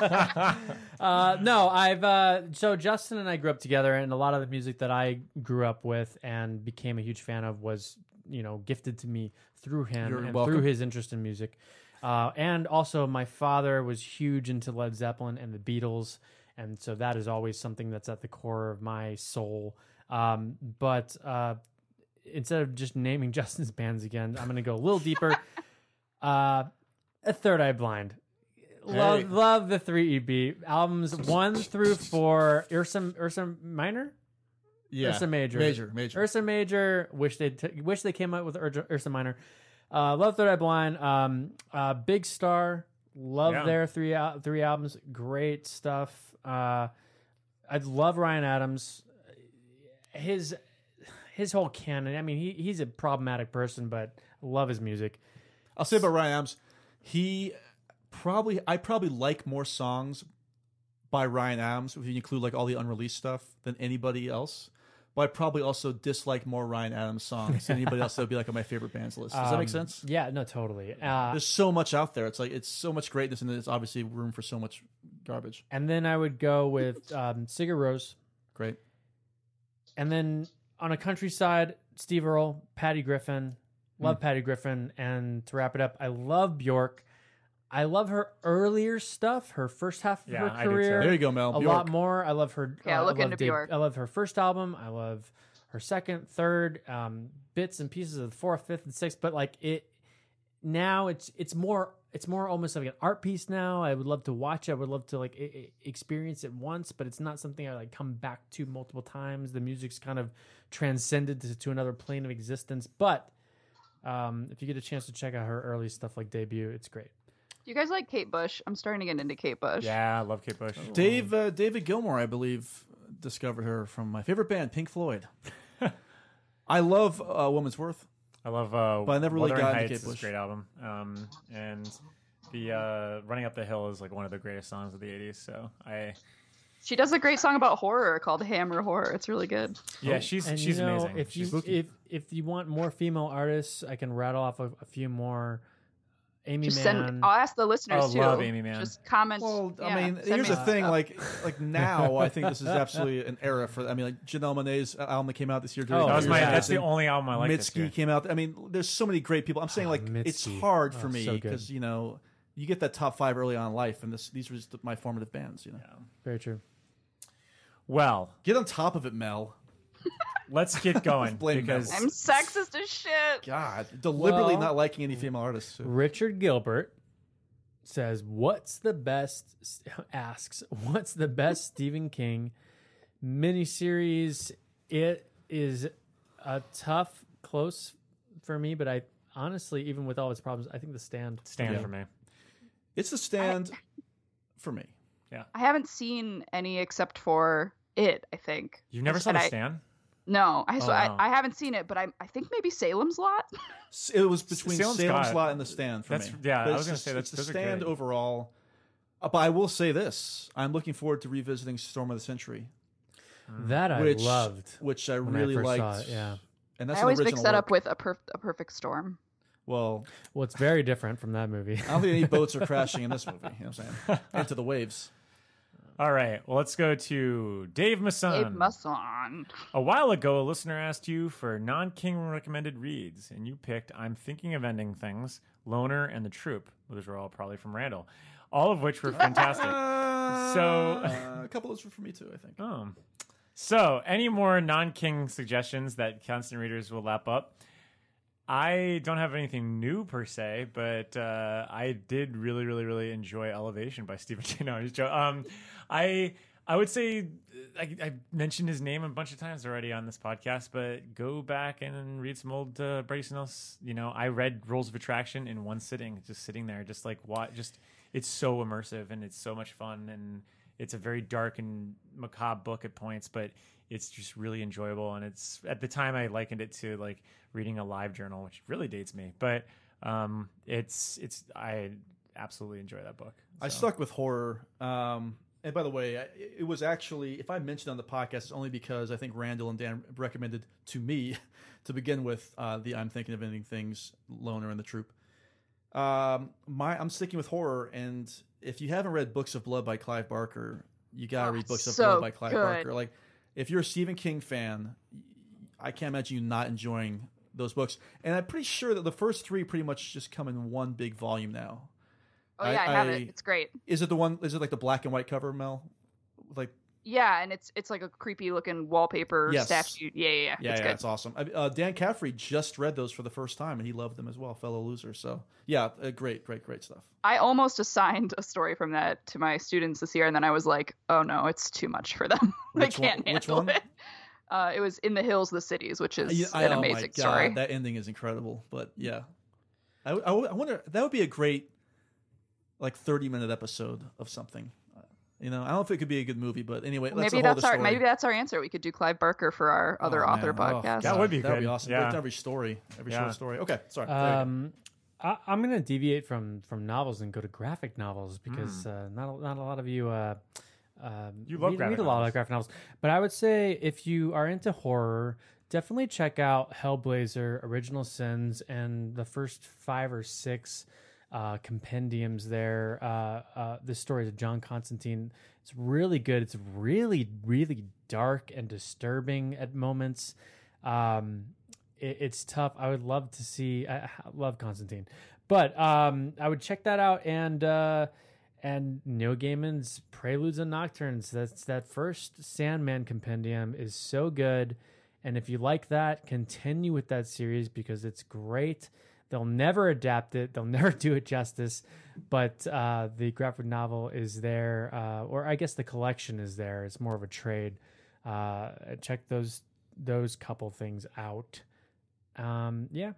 [SPEAKER 3] yeah.
[SPEAKER 4] uh, no, I've uh, so Justin and I grew up together, and a lot of the music that I grew up with and became a huge fan of was, you know, gifted to me through him
[SPEAKER 6] You're
[SPEAKER 4] and
[SPEAKER 6] welcome.
[SPEAKER 4] through his interest in music. Uh, and also, my father was huge into Led Zeppelin and the Beatles, and so that is always something that's at the core of my soul. Um, but uh, instead of just naming Justin's bands again, I'm going to go a little deeper. uh, a Third Eye Blind. Love,
[SPEAKER 6] Hey.
[SPEAKER 4] love the three EB albums one through four. Ursa, Ursa Minor,
[SPEAKER 6] Yeah.
[SPEAKER 4] Ursa Major,
[SPEAKER 6] Major, major.
[SPEAKER 4] Ursa Major. Wish they t- wish they came out with Ursa, Ursa Minor. Uh, love Third Eye Blind. Um, uh, Big Star. Love
[SPEAKER 3] Yeah.
[SPEAKER 4] their three al- three albums. Great stuff. Uh, I love Ryan Adams. His his whole canon. I mean, he he's a problematic person, but love his music.
[SPEAKER 6] I'll say about Ryan Adams, he probably I probably like more songs by Ryan Adams if you include like all the unreleased stuff than anybody else. but I probably also dislike more Ryan Adams songs than anybody else that would be like on my favorite bands list. Does that make
[SPEAKER 4] Um,
[SPEAKER 6] sense?
[SPEAKER 4] Yeah, no, totally. Uh,
[SPEAKER 6] There's so much out there. It's like it's so much greatness, and there's obviously room for so much garbage.
[SPEAKER 4] and then I would go with um, Sigur Rós,
[SPEAKER 6] Great.
[SPEAKER 4] and then on a countryside, Steve Earle, Patty Griffin.
[SPEAKER 3] Mm.
[SPEAKER 4] Love Patty Griffin, and to wrap it up, I love Bjork. I love her earlier stuff, her first half of
[SPEAKER 3] Yeah, I
[SPEAKER 4] her
[SPEAKER 3] do too.
[SPEAKER 4] career.
[SPEAKER 6] There you go, Mel.
[SPEAKER 4] a
[SPEAKER 6] Bjork.
[SPEAKER 4] lot more. I love her.
[SPEAKER 5] Yeah,
[SPEAKER 4] uh,
[SPEAKER 5] look
[SPEAKER 4] I love
[SPEAKER 5] into Bjork.
[SPEAKER 4] I love her first album. I love her second, third, um, bits and pieces of the fourth, fifth, and sixth. But like it now, it's it's more it's more almost like an art piece now. I would love to watch. it. I would love to like I- experience it once, but it's not something I like come back to multiple times. The music's kind of transcended to, to another plane of existence. But um, if you get a chance to check out her early stuff like debut, it's great.
[SPEAKER 5] You guys like Kate Bush? I'm starting to get into Kate Bush.
[SPEAKER 3] Yeah, I love Kate Bush.
[SPEAKER 6] Dave uh, David Gilmore, I believe, discovered her from my favorite band, Pink Floyd. I love uh, Woman's Worth.
[SPEAKER 3] I love. Uh,
[SPEAKER 6] But I never really
[SPEAKER 3] Wuthering
[SPEAKER 6] got into
[SPEAKER 3] Heights
[SPEAKER 6] Kate
[SPEAKER 3] is a
[SPEAKER 6] Bush.
[SPEAKER 3] great album. Um, and the uh, Running Up the Hill is like one of the greatest songs of the '80s. So I,
[SPEAKER 5] She does a great song about horror called Hammer Horror. It's really good.
[SPEAKER 6] Oh,
[SPEAKER 3] yeah, she's
[SPEAKER 4] Oh, And,
[SPEAKER 3] she's
[SPEAKER 4] you know,
[SPEAKER 3] amazing.
[SPEAKER 4] If
[SPEAKER 3] she's
[SPEAKER 4] you if if you want more female artists, I can rattle off a, a few more. Amy
[SPEAKER 5] Just
[SPEAKER 4] Mann.
[SPEAKER 5] send. I'll ask the listeners
[SPEAKER 3] Oh,
[SPEAKER 5] too.
[SPEAKER 3] love Amy Mann.
[SPEAKER 5] Just comment.
[SPEAKER 6] Well, I
[SPEAKER 5] yeah,
[SPEAKER 6] mean,
[SPEAKER 5] send
[SPEAKER 6] here's
[SPEAKER 5] me
[SPEAKER 6] the thing:
[SPEAKER 5] stuff.
[SPEAKER 6] like, like now, I think this is absolutely an era for. I mean, like Janelle Monae's album that came out this year. during
[SPEAKER 4] Oh,
[SPEAKER 6] the
[SPEAKER 3] that was
[SPEAKER 6] year,
[SPEAKER 3] my.
[SPEAKER 4] yeah.
[SPEAKER 3] That's the
[SPEAKER 6] and
[SPEAKER 3] only album I like. this year. Ah,
[SPEAKER 6] Mitski came out. I mean, there's so many great people. I'm saying, like, it's
[SPEAKER 4] Mitski.
[SPEAKER 6] hard
[SPEAKER 4] Oh,
[SPEAKER 6] for me
[SPEAKER 4] so good.
[SPEAKER 6] because you know you get that top five early on in life, and this these were just my formative bands. You know,
[SPEAKER 4] Very true.
[SPEAKER 3] Well,
[SPEAKER 6] get on top of it, Mel.
[SPEAKER 3] let's get going
[SPEAKER 6] Blame
[SPEAKER 3] because
[SPEAKER 6] Mel.
[SPEAKER 5] I'm sexist as shit.
[SPEAKER 6] God, deliberately
[SPEAKER 4] Well-
[SPEAKER 6] not liking any female artists.
[SPEAKER 4] Richard Gilbert says, "What's the best?" Asks, "What's the best Stephen King miniseries?" It is a tough close for me, but I honestly, even with all its problems, I think The Stand.
[SPEAKER 3] stand
[SPEAKER 6] Yeah.
[SPEAKER 3] for me.
[SPEAKER 6] It's a stand for me.
[SPEAKER 5] I haven't seen any except for it. I think.
[SPEAKER 3] You never saw
[SPEAKER 5] And
[SPEAKER 3] the
[SPEAKER 5] I-
[SPEAKER 3] stand?
[SPEAKER 5] No, I, so
[SPEAKER 3] wow.
[SPEAKER 5] I, I haven't seen it, but I, I think maybe Salem's Lot.
[SPEAKER 6] S- It was between
[SPEAKER 3] Salem's
[SPEAKER 6] Salem's,
[SPEAKER 3] Lot.
[SPEAKER 6] Lot and the Stand for
[SPEAKER 3] That's-
[SPEAKER 6] me.
[SPEAKER 3] yeah,
[SPEAKER 6] But
[SPEAKER 3] I
[SPEAKER 6] it's
[SPEAKER 3] was gonna
[SPEAKER 6] just-
[SPEAKER 3] say that's-
[SPEAKER 6] it's the
[SPEAKER 3] those are
[SPEAKER 6] Stand
[SPEAKER 3] great.
[SPEAKER 6] overall. Uh, But I will say this: I'm looking forward to revisiting Storm of the Century,
[SPEAKER 4] That I
[SPEAKER 6] which
[SPEAKER 4] loved.
[SPEAKER 6] which I
[SPEAKER 4] when I
[SPEAKER 6] really
[SPEAKER 4] first saw
[SPEAKER 6] liked.
[SPEAKER 4] it, yeah.
[SPEAKER 6] and that's
[SPEAKER 5] I
[SPEAKER 6] an
[SPEAKER 5] always mix
[SPEAKER 6] original
[SPEAKER 5] that
[SPEAKER 6] work.
[SPEAKER 5] up with a, perf- a Perfect Storm.
[SPEAKER 6] Well,
[SPEAKER 4] Well, it's very different from that movie.
[SPEAKER 6] I don't think any boats are crashing in this movie. You know what I'm saying? Into the waves.
[SPEAKER 3] All right. Well, let's go to Dave Masson.
[SPEAKER 5] Abe Musson.
[SPEAKER 3] A while ago, a listener asked you for non King recommended reads, and you picked I'm Thinking of Ending Things, Loner, and The Troop. Those were all probably from Randall, all of which were fantastic.
[SPEAKER 6] Uh, a couple of those were for me too. I think.
[SPEAKER 3] Oh. So, any more non King suggestions that constant readers will lap up? I don't have anything new per se, but uh, I did really, really, really enjoy Elevation by Stephen King. No, I'm just joking. Um, I I would say uh, I, I mentioned his name a bunch of times already on this podcast, but go back and read some old uh, Brady Snell's. You know, I read Rules of Attraction in one sitting, just sitting there, just like what, just it's so immersive and it's so much fun and it's a very dark and macabre book at points, but it's just really enjoyable. And it's at the time I likened it to like reading a live journal, which really dates me, but um, it's it's I absolutely enjoy that book.
[SPEAKER 6] I
[SPEAKER 3] So.
[SPEAKER 6] stuck with horror. Um, and by the way, I, it was actually if I mentioned on the podcast, it's only because I think Randall and Dan recommended to me to begin with uh, the "I'm Thinking of Ending Things" loner and the troop. Um, my I'm sticking with horror, and if you haven't read Books of Blood by Clive Barker, you gotta
[SPEAKER 5] Oh,
[SPEAKER 6] read Books
[SPEAKER 5] so
[SPEAKER 6] of Blood by Clive
[SPEAKER 5] good.
[SPEAKER 6] Barker. Like, if you're a Stephen King fan, I can't imagine you not enjoying those books. And I'm pretty sure that the first three pretty much just come in one big volume now.
[SPEAKER 5] Oh
[SPEAKER 6] I-
[SPEAKER 5] yeah, I, have
[SPEAKER 6] I-
[SPEAKER 5] it. It's great.
[SPEAKER 6] Is it the one? Is it like the black and white cover, Mel? Like,
[SPEAKER 5] Yeah, and it's it's like a creepy looking wallpaper
[SPEAKER 6] Yes.
[SPEAKER 5] statue. Yeah, yeah, yeah.
[SPEAKER 6] yeah,
[SPEAKER 5] it's
[SPEAKER 6] yeah,
[SPEAKER 5] good.
[SPEAKER 6] it's awesome. I, uh, Dan Caffrey just read those for the first time, and he loved them as well. Fellow loser, so yeah, uh, great, great, great stuff.
[SPEAKER 5] I almost assigned a story from that to my students this year, and then I was like, "Oh no, it's too much for them. they
[SPEAKER 6] Which one-
[SPEAKER 5] can't
[SPEAKER 6] which
[SPEAKER 5] handle
[SPEAKER 6] one?
[SPEAKER 5] it." Uh, it was in the hills, the cities, which is
[SPEAKER 6] I- I-
[SPEAKER 5] an
[SPEAKER 6] oh my
[SPEAKER 5] amazing
[SPEAKER 6] God,
[SPEAKER 5] story.
[SPEAKER 6] That ending is incredible, but yeah, I, I, I wonder that would be a great like thirty minute episode of something. Uh, You know, I don't know if it could be a good movie, but anyway, that's
[SPEAKER 5] maybe
[SPEAKER 6] a whole
[SPEAKER 5] that's our
[SPEAKER 6] other story.
[SPEAKER 5] maybe that's our answer. We could do Clive Barker for our other
[SPEAKER 6] Oh,
[SPEAKER 5] author
[SPEAKER 6] man. Oh,
[SPEAKER 5] podcast.
[SPEAKER 3] That
[SPEAKER 6] God,
[SPEAKER 3] would be
[SPEAKER 6] that'd be
[SPEAKER 3] good.
[SPEAKER 6] awesome.
[SPEAKER 3] Yeah.
[SPEAKER 6] Break down every story, every
[SPEAKER 3] Yeah.
[SPEAKER 6] short story. Okay, sorry. There you go.
[SPEAKER 4] Um, I, I'm going to
[SPEAKER 6] Hmm.
[SPEAKER 4] deviate from from novels and go to graphic novels because uh, not a, not a lot of you uh, Um,
[SPEAKER 3] You love
[SPEAKER 4] read,
[SPEAKER 3] graphic
[SPEAKER 4] read a lot
[SPEAKER 3] novels.
[SPEAKER 4] of graphic novels, but I would say if you are into horror, definitely check out Hellblazer, Original Sins, and the first five or six uh, compendiums there. Uh, uh, the stories of John Constantine. It's really good. It's really, really dark and disturbing at moments. Um, it, it's tough. I would love to see. I, I love Constantine, but um, I would check that out and. Uh, and Neil Gaiman's Preludes and Nocturnes. That's that first Sandman compendium is so good. And if you like that, continue with that series because it's great. They'll never adapt it. They'll never do it justice. But uh, the graphic novel is there, uh, or I guess the collection is there. It's more of a trade. Uh, check those those couple things out. Um, yeah,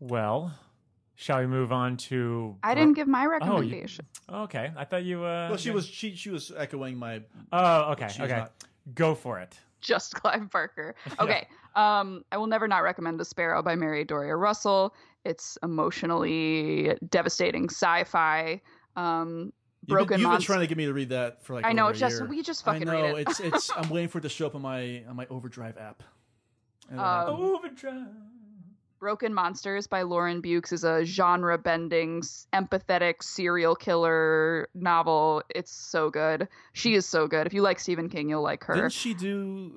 [SPEAKER 3] Well, shall we move on to?
[SPEAKER 5] I didn't give
[SPEAKER 6] Oh,
[SPEAKER 5] my recommendation.
[SPEAKER 3] Okay, I thought you. Uh,
[SPEAKER 6] Well, she was she she was echoing my.
[SPEAKER 3] Oh, okay,
[SPEAKER 6] She's
[SPEAKER 3] okay.
[SPEAKER 6] not-
[SPEAKER 3] Go for it.
[SPEAKER 5] just Clive Barker. Okay. Um, I will never not recommend The Sparrow by Mary Doria Russell. It's emotionally devastating sci-fi. Um,
[SPEAKER 6] You've
[SPEAKER 5] broken
[SPEAKER 6] been, you've been
[SPEAKER 5] monster.
[SPEAKER 6] trying to get me to read that for like.
[SPEAKER 5] I know,
[SPEAKER 6] over a
[SPEAKER 5] Justin,
[SPEAKER 6] year.
[SPEAKER 5] will you just
[SPEAKER 6] I
[SPEAKER 5] fucking
[SPEAKER 6] know,
[SPEAKER 5] read it?
[SPEAKER 6] it's it's. I'm waiting for it to show up on my on my Overdrive app. And it'll
[SPEAKER 5] Um,
[SPEAKER 6] happen.
[SPEAKER 3] Overdrive.
[SPEAKER 5] Broken Monsters by Lauren Bukes is a genre bending, empathetic serial killer novel. It's so good. She is so good. If you like Stephen King, you'll like her.
[SPEAKER 6] Oh, Didn't she do?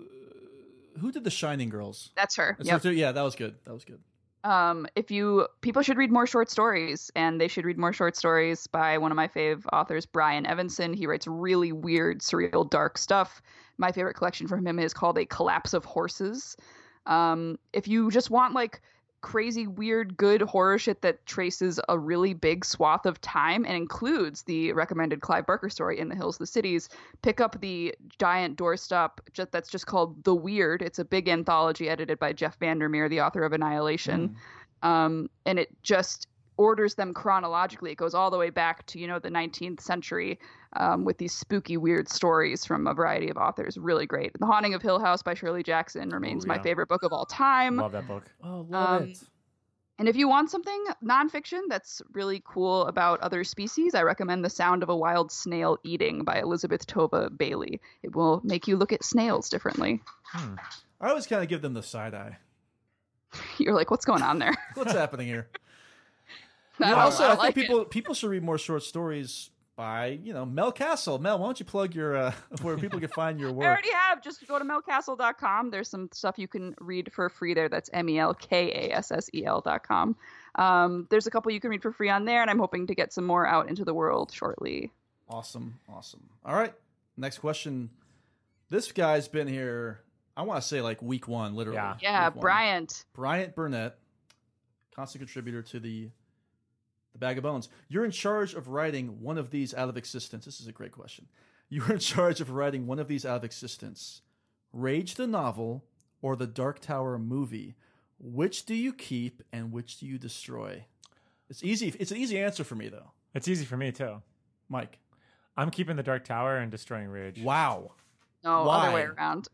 [SPEAKER 6] uh, Who did the Shining girls?
[SPEAKER 5] That's her.
[SPEAKER 6] That's her
[SPEAKER 5] Yep.
[SPEAKER 6] too? Yeah, that was good. That was good.
[SPEAKER 5] um, if you people should read more short stories and they should read more short stories by one of my fave authors brian evanson he writes really weird surreal dark stuff my favorite collection from him is called a collapse of horses um, if you just want like crazy weird good horror shit that traces a really big swath of time and includes the recommended clive barker story in the hills of the cities pick up the giant doorstop ju- that's just called the weird it's a big anthology edited by jeff vandermeer the author of annihilation
[SPEAKER 6] Mm.
[SPEAKER 5] um, and it just orders them chronologically. It goes all the way back to you know the 19th century um, with these spooky, weird stories from a variety of authors. Really great. The Haunting of Hill House by Shirley Jackson remains
[SPEAKER 3] Ooh,
[SPEAKER 5] my
[SPEAKER 3] yeah.
[SPEAKER 5] favorite book of all time.
[SPEAKER 3] Love that book.
[SPEAKER 4] oh, love
[SPEAKER 5] Um,
[SPEAKER 4] it.
[SPEAKER 5] And if you want something nonfiction that's really cool about other species, I recommend The Sound of a Wild Snail Eating by Elizabeth Tova Bailey. It will make you look at snails differently.
[SPEAKER 6] I always kind of give them the side eye.
[SPEAKER 5] You're like, what's going on there?
[SPEAKER 6] What's happening here?
[SPEAKER 5] I
[SPEAKER 6] Yeah,
[SPEAKER 5] don't-
[SPEAKER 6] also,
[SPEAKER 5] I
[SPEAKER 6] I,
[SPEAKER 5] like it.
[SPEAKER 6] think people people should read more short stories by you know Mel Castle. Mel, why don't you plug your uh, where people can find your
[SPEAKER 5] I
[SPEAKER 6] work?
[SPEAKER 5] already have. Just go to melcastle.com. There's some stuff you can read for free there. That's M E L K A S S E L dot com. Um, there's a couple you can read for free on there, and I'm hoping to get some more out into the world shortly.
[SPEAKER 6] Awesome, awesome. All right, next question. This guy's been here. I want to say like week one, literally.
[SPEAKER 3] Yeah.
[SPEAKER 5] Yeah,
[SPEAKER 6] Week one.
[SPEAKER 5] Bryant.
[SPEAKER 6] Bryant Burnett, constant contributor to the the Bag of Bones. You're in charge of writing one of these out of existence. This is a great question. You're in charge of writing one of these out of existence. Rage the novel or the Dark Tower movie. Which do you keep and which do you destroy? It's easy. It's an easy answer for me though,
[SPEAKER 3] It's easy for me too.
[SPEAKER 6] Mike.
[SPEAKER 3] I'm keeping the Dark Tower and destroying Rage
[SPEAKER 6] Wow.
[SPEAKER 5] No, other way
[SPEAKER 6] Why?
[SPEAKER 5] around.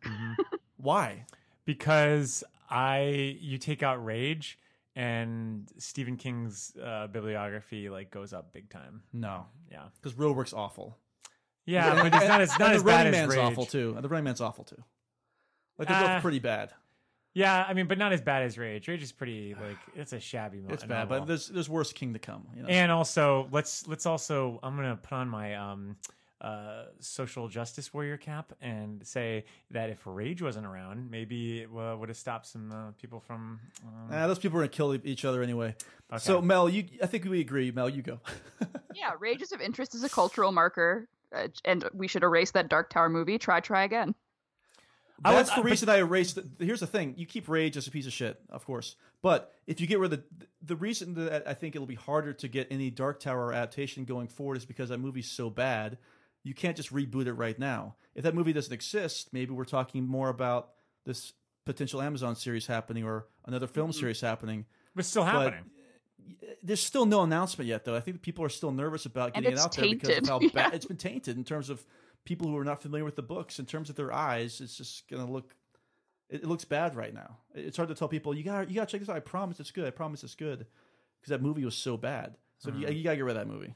[SPEAKER 6] Why?
[SPEAKER 3] because I you take out Rage and Stephen King's uh, bibliography like goes up big time.
[SPEAKER 6] No,
[SPEAKER 3] Yeah,
[SPEAKER 6] because real work's awful.
[SPEAKER 3] yeah, but it's not as not
[SPEAKER 6] and
[SPEAKER 3] as
[SPEAKER 6] the Running
[SPEAKER 3] bad as
[SPEAKER 6] Man's
[SPEAKER 3] Rage.
[SPEAKER 6] awful too. And the Running Man's awful too. Like they're
[SPEAKER 3] Uh,
[SPEAKER 6] both pretty bad.
[SPEAKER 3] Yeah, I mean, but not as bad as Rage. Rage is pretty like it's a shabby. mo-
[SPEAKER 6] It's bad, but
[SPEAKER 3] novel.
[SPEAKER 6] there's there's worse king to come. You know?
[SPEAKER 3] and also let's let's also i'm gonna put on my um uh social justice warrior cap and say that if rage wasn't around maybe it uh, would have stopped some uh, people from um,
[SPEAKER 6] Nah, those people are gonna kill e- each other anyway. So Mel, you I think we agree. Mel, you go.
[SPEAKER 5] yeah, Rages of Interest is a cultural marker, uh, and we should erase that Dark Tower movie. Try, try again.
[SPEAKER 3] I
[SPEAKER 6] That's
[SPEAKER 3] would-
[SPEAKER 6] the
[SPEAKER 3] but-
[SPEAKER 6] reason I erased. The, here's the thing: you keep rage as a piece of shit, of course. But if you get rid of the the reason that I think it'll be harder to get any Dark Tower adaptation going forward is because that movie's so bad. You can't just reboot it right now. If that movie doesn't exist, maybe we're talking more about this potential Amazon series happening or another film
[SPEAKER 3] Mm-hmm.
[SPEAKER 6] series happening.
[SPEAKER 3] but still happening
[SPEAKER 6] there's still no announcement yet, though. I think people are still nervous about
[SPEAKER 5] And
[SPEAKER 6] getting it
[SPEAKER 5] it's
[SPEAKER 6] out there because of
[SPEAKER 5] tainted.
[SPEAKER 6] how
[SPEAKER 5] Yeah.
[SPEAKER 6] bad it's been tainted in terms of people who are not familiar with the books. In terms of their eyes, it's just gonna look. It, it looks bad right now. It- It's hard to tell people you got you got to check this out. I Mm-hmm. promise it's good. I promise it's good because that movie was so bad. So you, you gotta get rid of that movie.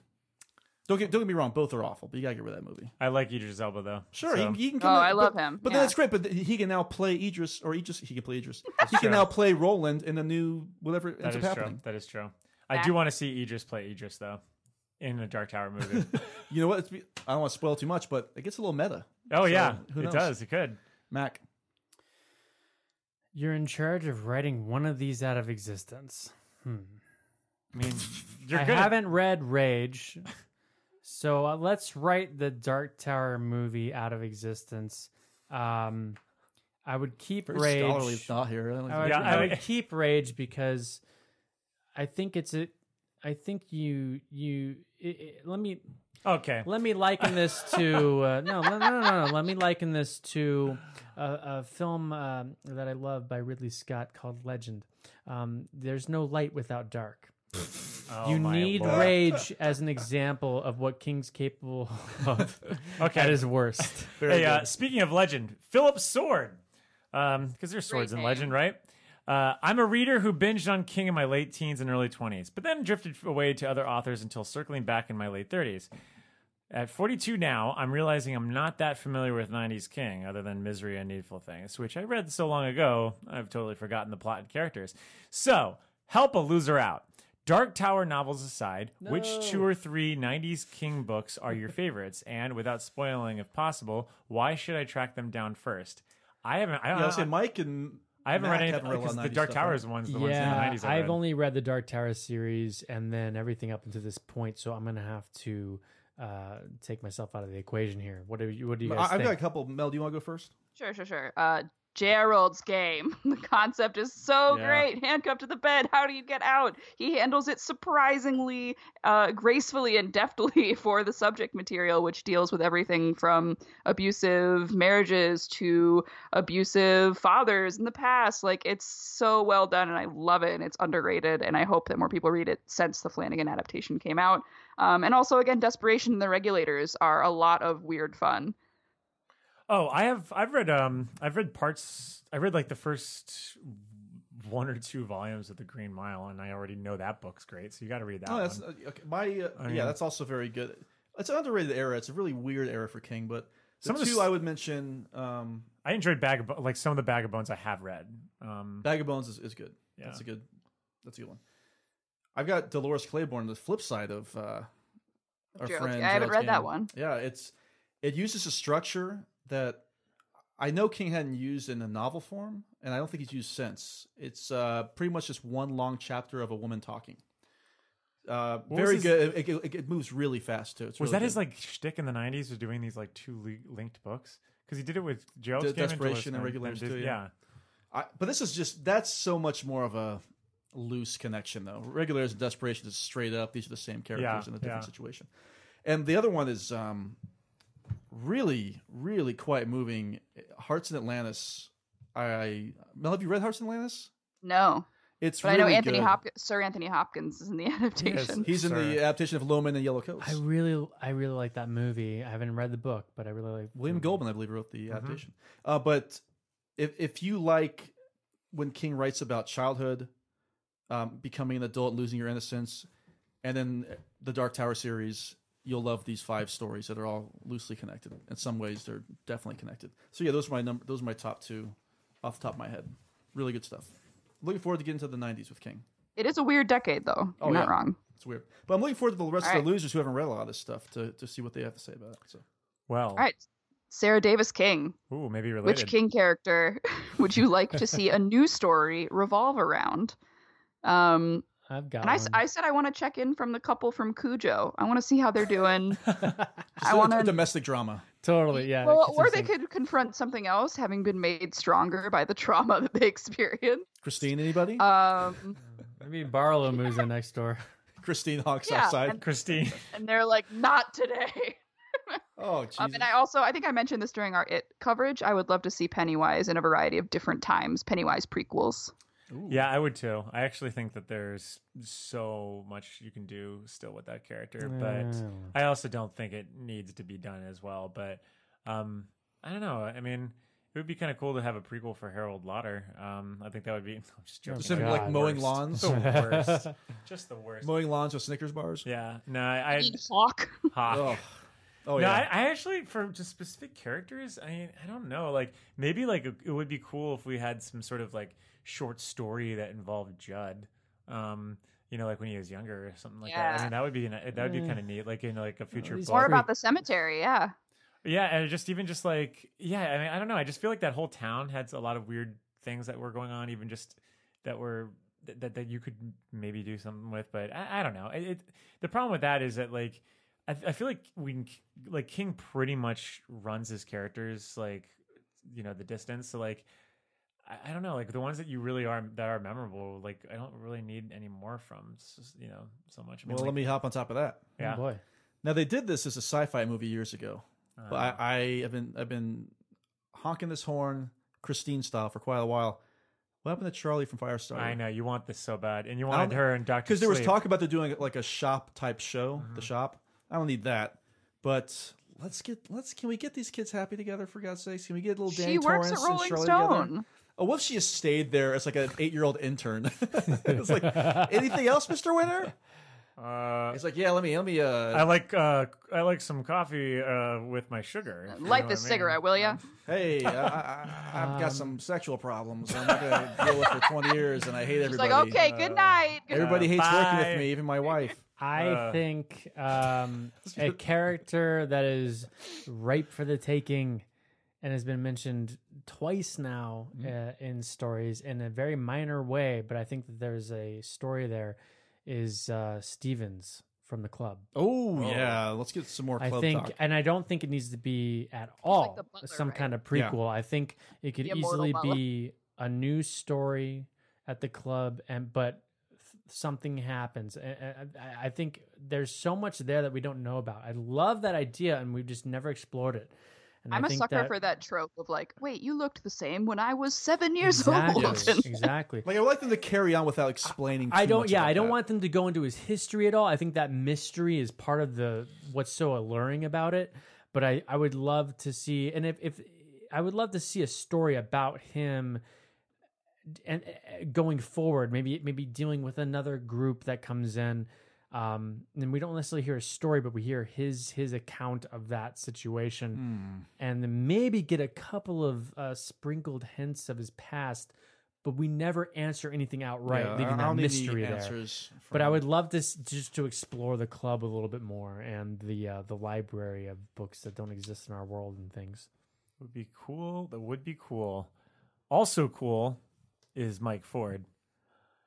[SPEAKER 6] Don't get don't get me wrong, both are awful, but you gotta get rid of that movie.
[SPEAKER 3] I like Idris Elba though.
[SPEAKER 6] Sure,
[SPEAKER 3] so-
[SPEAKER 6] he, he can.
[SPEAKER 5] Oh,
[SPEAKER 6] in,
[SPEAKER 5] I love
[SPEAKER 6] but-
[SPEAKER 5] him,
[SPEAKER 6] But then
[SPEAKER 5] yeah.
[SPEAKER 6] that's great. But th- he can now play Idris, or Idris. He can play Idris. he
[SPEAKER 3] true.
[SPEAKER 6] can now play Roland in the new whatever
[SPEAKER 3] that
[SPEAKER 6] ends
[SPEAKER 3] is
[SPEAKER 6] up
[SPEAKER 3] true.
[SPEAKER 6] happening.
[SPEAKER 3] That is true. I do want to see Idris play Idris though, in a Dark Tower movie.
[SPEAKER 6] You know what? It's, be- I don't want to spoil too much, but it gets a little meta.
[SPEAKER 3] oh
[SPEAKER 6] So,
[SPEAKER 3] yeah,
[SPEAKER 6] who
[SPEAKER 3] it
[SPEAKER 6] knows?
[SPEAKER 3] does. It could.
[SPEAKER 6] Mac,
[SPEAKER 4] You're in charge of writing one of these out of existence. Hmm.
[SPEAKER 3] I mean, you're
[SPEAKER 4] I
[SPEAKER 3] good. at-
[SPEAKER 4] haven't read Rage, so uh, let's write the Dark Tower movie out of existence. Um, I would keep
[SPEAKER 6] very
[SPEAKER 4] Rage.
[SPEAKER 6] scholarly thought here.
[SPEAKER 4] I would,
[SPEAKER 3] Yeah,
[SPEAKER 4] I
[SPEAKER 3] I-
[SPEAKER 4] would keep rage because I think it's a. I think you you i i let me
[SPEAKER 3] okay.
[SPEAKER 4] let me liken this to uh, no, no no no no let me liken this to a, a film um, that I love by Ridley Scott called Legend. Um, There's no light without dark.
[SPEAKER 3] Oh,
[SPEAKER 4] you
[SPEAKER 3] my
[SPEAKER 4] need
[SPEAKER 3] Lord.
[SPEAKER 4] rage as an example of what King's capable of
[SPEAKER 3] Okay.
[SPEAKER 4] at his worst.
[SPEAKER 3] hey, uh, speaking of legend, Philip Sword, because there's swords in
[SPEAKER 5] name.
[SPEAKER 3] legend, right? Uh, I'm a reader who binged on King in my late teens and early 20s, but then drifted away to other authors until circling back in my late 30s. At 42 now, I'm realizing I'm not that familiar with 90s King, other than Misery and Needful Things, which I read so long ago, I've totally forgotten the plot and characters. So, help a loser out. Dark Tower novels aside, which two or three 90s King books are your favorites? And without spoiling, if possible, why should I track them down first? I haven't. I,
[SPEAKER 6] Yeah, I
[SPEAKER 3] don't,
[SPEAKER 6] was saying Mike and
[SPEAKER 3] uh, I haven't
[SPEAKER 6] Mac
[SPEAKER 3] read anything
[SPEAKER 6] haven't read a lot
[SPEAKER 3] because
[SPEAKER 6] of
[SPEAKER 3] the
[SPEAKER 6] 90s
[SPEAKER 3] Dark
[SPEAKER 6] stuff, right?
[SPEAKER 3] Towers ones, the ones in the
[SPEAKER 4] yeah,
[SPEAKER 3] 90s. I
[SPEAKER 4] I've
[SPEAKER 3] read.
[SPEAKER 4] only read the Dark Tower series and then everything up until this point, so I'm gonna have to uh, take myself out of the equation here. What do you? What do you guys
[SPEAKER 6] I- I've
[SPEAKER 4] think?
[SPEAKER 6] got a couple. Mel, do you want to go first?
[SPEAKER 5] Sure, sure, sure. Uh, Gerald's game. The concept is so
[SPEAKER 6] Yeah.
[SPEAKER 5] great. Handcuffed to the bed. How do you get out? He handles it surprisingly uh, gracefully and deftly for the subject material, which deals with everything from abusive marriages to abusive fathers in the past. Like, it's so well done, and I love it, and it's underrated, and I hope that more people read it since the Flanagan adaptation came out. Um, and also, again, Desperation and the Regulators are a lot of weird fun.
[SPEAKER 3] Oh, I have. I've read. Um, I've read parts. I read like the first one or two volumes of the Green Mile, and I already know that book's great. So you got to read that.
[SPEAKER 6] Oh, that's
[SPEAKER 3] one.
[SPEAKER 6] uh, okay. my uh,
[SPEAKER 3] I
[SPEAKER 6] yeah.
[SPEAKER 3] am-
[SPEAKER 6] That's also very good. It's an underrated era. It's a really weird era for King, but the
[SPEAKER 3] Some of the
[SPEAKER 6] two
[SPEAKER 3] s-
[SPEAKER 6] I would mention. Um,
[SPEAKER 3] I enjoyed Bag of Bo- like some of the Bag of Bones I have read. Um,
[SPEAKER 6] Bag of Bones is, is good.
[SPEAKER 3] Yeah.
[SPEAKER 6] That's a good. That's a good one. I've got Dolores Claiborne, the flip side of uh, our
[SPEAKER 5] Gerald's-
[SPEAKER 6] friend.
[SPEAKER 5] I haven't
[SPEAKER 6] Gerald's
[SPEAKER 5] read that
[SPEAKER 6] Game.
[SPEAKER 5] one.
[SPEAKER 6] Yeah, it's it uses a structure that I know King hadn't used in a novel form, and I don't think he's used since. It's uh, pretty much just one long chapter of a woman talking. Uh,
[SPEAKER 3] was
[SPEAKER 6] very
[SPEAKER 3] his-
[SPEAKER 6] good. It, it, it moves really fast too. It's
[SPEAKER 3] was that
[SPEAKER 6] really good.
[SPEAKER 3] his like shtick in the '90s? Was doing these like two le- linked books because he did it with Gerald's
[SPEAKER 6] De-
[SPEAKER 3] Game
[SPEAKER 6] Desperation and
[SPEAKER 3] Dolores
[SPEAKER 6] Regulators
[SPEAKER 3] Did-
[SPEAKER 6] too, yeah.
[SPEAKER 3] yeah.
[SPEAKER 6] I, but this is just that's so much more of a loose connection though. Regulars and desperation is straight up. These are the same characters
[SPEAKER 3] Yeah,
[SPEAKER 6] in a different
[SPEAKER 3] yeah.
[SPEAKER 6] situation. And the other one is um, really, really quite moving. Hearts in Atlantis. I Mel, have you read Hearts in Atlantis?
[SPEAKER 5] No.
[SPEAKER 6] It's
[SPEAKER 5] But
[SPEAKER 6] really
[SPEAKER 5] I know Anthony
[SPEAKER 6] good.
[SPEAKER 5] Hopkins, Sir Anthony Hopkins, is in the adaptation.
[SPEAKER 6] He's in the
[SPEAKER 3] Sir.
[SPEAKER 6] adaptation of Loman and Yellow Coats.
[SPEAKER 4] I really, I really like that movie. I haven't read the book, but I really like
[SPEAKER 6] William Goldman, I believe, wrote the adaptation. Uh, but if if you like when King writes about childhood, um, becoming an adult, losing your innocence, and then the Dark Tower series, you'll love these five stories that are all loosely connected. In some ways, they're definitely connected. So yeah, those are my number. Those are my top two, off the top of my head. Really good stuff. Looking forward to getting to the '90s with King.
[SPEAKER 5] It is a weird decade, though. You're
[SPEAKER 6] Oh,
[SPEAKER 5] not
[SPEAKER 6] yeah.
[SPEAKER 5] wrong.
[SPEAKER 6] It's weird, but I'm looking forward to the rest of
[SPEAKER 5] Alright.
[SPEAKER 6] the losers who haven't read a lot of this stuff to to see what they have to say about it. So
[SPEAKER 3] Well,
[SPEAKER 5] All right. Sarah Davis King.
[SPEAKER 3] ooh, maybe related.
[SPEAKER 5] Which King character would you like to see a new story revolve around? Um,
[SPEAKER 4] I've got.
[SPEAKER 5] and I, s-
[SPEAKER 4] one.
[SPEAKER 5] I said I want to check in from the couple from Cujo. I want to see how they're doing.
[SPEAKER 6] Just
[SPEAKER 5] I
[SPEAKER 6] a
[SPEAKER 5] want to.
[SPEAKER 6] domestic drama.
[SPEAKER 4] totally yeah.
[SPEAKER 5] Well, or they
[SPEAKER 4] consistent.
[SPEAKER 5] could confront something else, having been made stronger by the trauma that they experienced.
[SPEAKER 6] Christine, anybody?
[SPEAKER 5] Um,
[SPEAKER 4] Maybe Barlow moves in next door.
[SPEAKER 6] Christine Hawks
[SPEAKER 5] yeah,
[SPEAKER 6] outside.
[SPEAKER 5] and-
[SPEAKER 3] Christine.
[SPEAKER 5] and they're like, not today.
[SPEAKER 6] Oh, Jesus.
[SPEAKER 5] Um, and I also, I think I mentioned this during our it coverage. I would love to see Pennywise in a variety of different times, Pennywise prequels.
[SPEAKER 3] Yeah, I would too. I actually think that there's so much you can do still with that character, but
[SPEAKER 4] Mm.
[SPEAKER 3] I also don't think it needs to be done as well. But um, I don't know. I mean, It would be kind of cool to have a prequel for Harold Lauder. Um, I think that would be. I'm just joking.
[SPEAKER 6] Just him, like
[SPEAKER 4] God.
[SPEAKER 6] mowing
[SPEAKER 3] Worst.
[SPEAKER 6] lawns,
[SPEAKER 3] The worst. just the worst.
[SPEAKER 6] mowing lawns with Snickers bars.
[SPEAKER 3] Yeah. No, I. I
[SPEAKER 5] Eat Hawk.
[SPEAKER 3] Hawk.
[SPEAKER 6] Oh, oh
[SPEAKER 3] no,
[SPEAKER 6] yeah.
[SPEAKER 3] I, I actually for just specific characters. I mean, I don't know. Like maybe like it would be cool if we had some sort of like short story that involved Judd. Um, you know, like when he was younger or something like that. I
[SPEAKER 5] Yeah.
[SPEAKER 3] mean, that would be that would be
[SPEAKER 4] Eh.
[SPEAKER 3] kind
[SPEAKER 6] Mm.
[SPEAKER 3] of neat. Like in like a future
[SPEAKER 4] least
[SPEAKER 3] book.
[SPEAKER 5] More
[SPEAKER 4] Or
[SPEAKER 5] about the cemetery, yeah.
[SPEAKER 3] Yeah, and just even just like yeah, I mean, I don't know. I just feel like that whole town had a lot of weird things that were going on, even just that were that that, that you could maybe do something with. But I, I don't know. It, it the problem with that is that like I, I feel like when like King pretty much runs his characters like you know the distance. So like I, I don't know, like the ones that you really are that are memorable. Like I don't really need any more from s- s- you know so much. I mean,
[SPEAKER 6] well, let
[SPEAKER 3] like,
[SPEAKER 6] me hop on top of that.
[SPEAKER 3] yeah.
[SPEAKER 4] Oh boy.
[SPEAKER 6] Now they did this as a sci-fi movie years ago, but
[SPEAKER 3] uh,
[SPEAKER 6] I, I have been I've been honking this horn Christine style for quite a while. What happened to Charlie from Firestarter?
[SPEAKER 3] I know you want this so bad, and you
[SPEAKER 6] don't-
[SPEAKER 3] wanted her and Doctor
[SPEAKER 6] because there was talk about they're doing like a shop type show,
[SPEAKER 3] Uh-huh.
[SPEAKER 6] the shop. I don't need that, but let's get let's can we get these kids happy together for God's sakes? Can we get little Danny
[SPEAKER 5] she works
[SPEAKER 6] Torrance
[SPEAKER 5] at Rolling
[SPEAKER 6] and Charlie
[SPEAKER 5] Stone.
[SPEAKER 6] together? Oh, what if she just stayed there as like an eight year old intern? it's like anything else, Mister Winter?
[SPEAKER 3] Uh,
[SPEAKER 6] It's like yeah, let me let me
[SPEAKER 3] I
[SPEAKER 6] uh
[SPEAKER 3] like uh, I like some coffee uh, with my sugar. if you know
[SPEAKER 5] Light this
[SPEAKER 3] what I mean.
[SPEAKER 5] cigarette, will ya?
[SPEAKER 6] hey, I, I, I- I've got some sexual problems. I'm gonna deal with for twenty years, and I hate
[SPEAKER 5] She's
[SPEAKER 6] everybody.
[SPEAKER 5] like, okay, good night. Good
[SPEAKER 6] Everybody hates working
[SPEAKER 3] Bye.
[SPEAKER 6] with me, even my wife.
[SPEAKER 4] I
[SPEAKER 3] Uh.
[SPEAKER 4] think um, a character that is ripe for the taking and has been mentioned twice now uh, in stories in a very minor way, but I think that there's a story there is uh, Stevens from the club.
[SPEAKER 6] Oh, yeah, let's get some more
[SPEAKER 4] I
[SPEAKER 6] club
[SPEAKER 4] think,
[SPEAKER 6] talk.
[SPEAKER 4] and I don't think it needs to be at all
[SPEAKER 5] the butler,
[SPEAKER 4] some
[SPEAKER 5] right?
[SPEAKER 4] kind of
[SPEAKER 6] Yeah.
[SPEAKER 4] prequel. I think it could
[SPEAKER 5] The immortal
[SPEAKER 4] easily
[SPEAKER 5] butler.
[SPEAKER 4] be a new story at the club, and but th- something happens. I, I, I think there's so much there that we don't know about. I love that idea, and we've just never explored it. And I
[SPEAKER 5] I'm a
[SPEAKER 4] think
[SPEAKER 5] sucker for that trope of like, wait, you looked the same when I was seven years
[SPEAKER 4] Exactly,
[SPEAKER 5] old. And
[SPEAKER 4] exactly.
[SPEAKER 6] Like I would like them to carry on without explaining.
[SPEAKER 4] I
[SPEAKER 6] too
[SPEAKER 4] don't.
[SPEAKER 6] much
[SPEAKER 4] Yeah,
[SPEAKER 6] about
[SPEAKER 4] I don't
[SPEAKER 6] that.
[SPEAKER 4] want them to go into his history at all. I think that mystery is part of the what's so alluring about it. But I, I would love to see, and if, if I would love to see a story about him and uh, going forward, maybe maybe dealing with another group that comes in. Um, and we don't necessarily hear a story, but we hear his his account of that
[SPEAKER 6] Hmm.
[SPEAKER 4] situation, and then maybe get a couple of uh, sprinkled hints of his past, but we never answer anything outright,
[SPEAKER 6] Yeah, I- I
[SPEAKER 4] leaving that
[SPEAKER 6] don't need any
[SPEAKER 4] mystery there.
[SPEAKER 6] answers
[SPEAKER 4] But
[SPEAKER 6] from-
[SPEAKER 4] I would love this just to explore the club a little bit more and the uh, the library of books that don't exist in our world and things.
[SPEAKER 3] would be cool. That would be cool. Also cool is Mike Ford.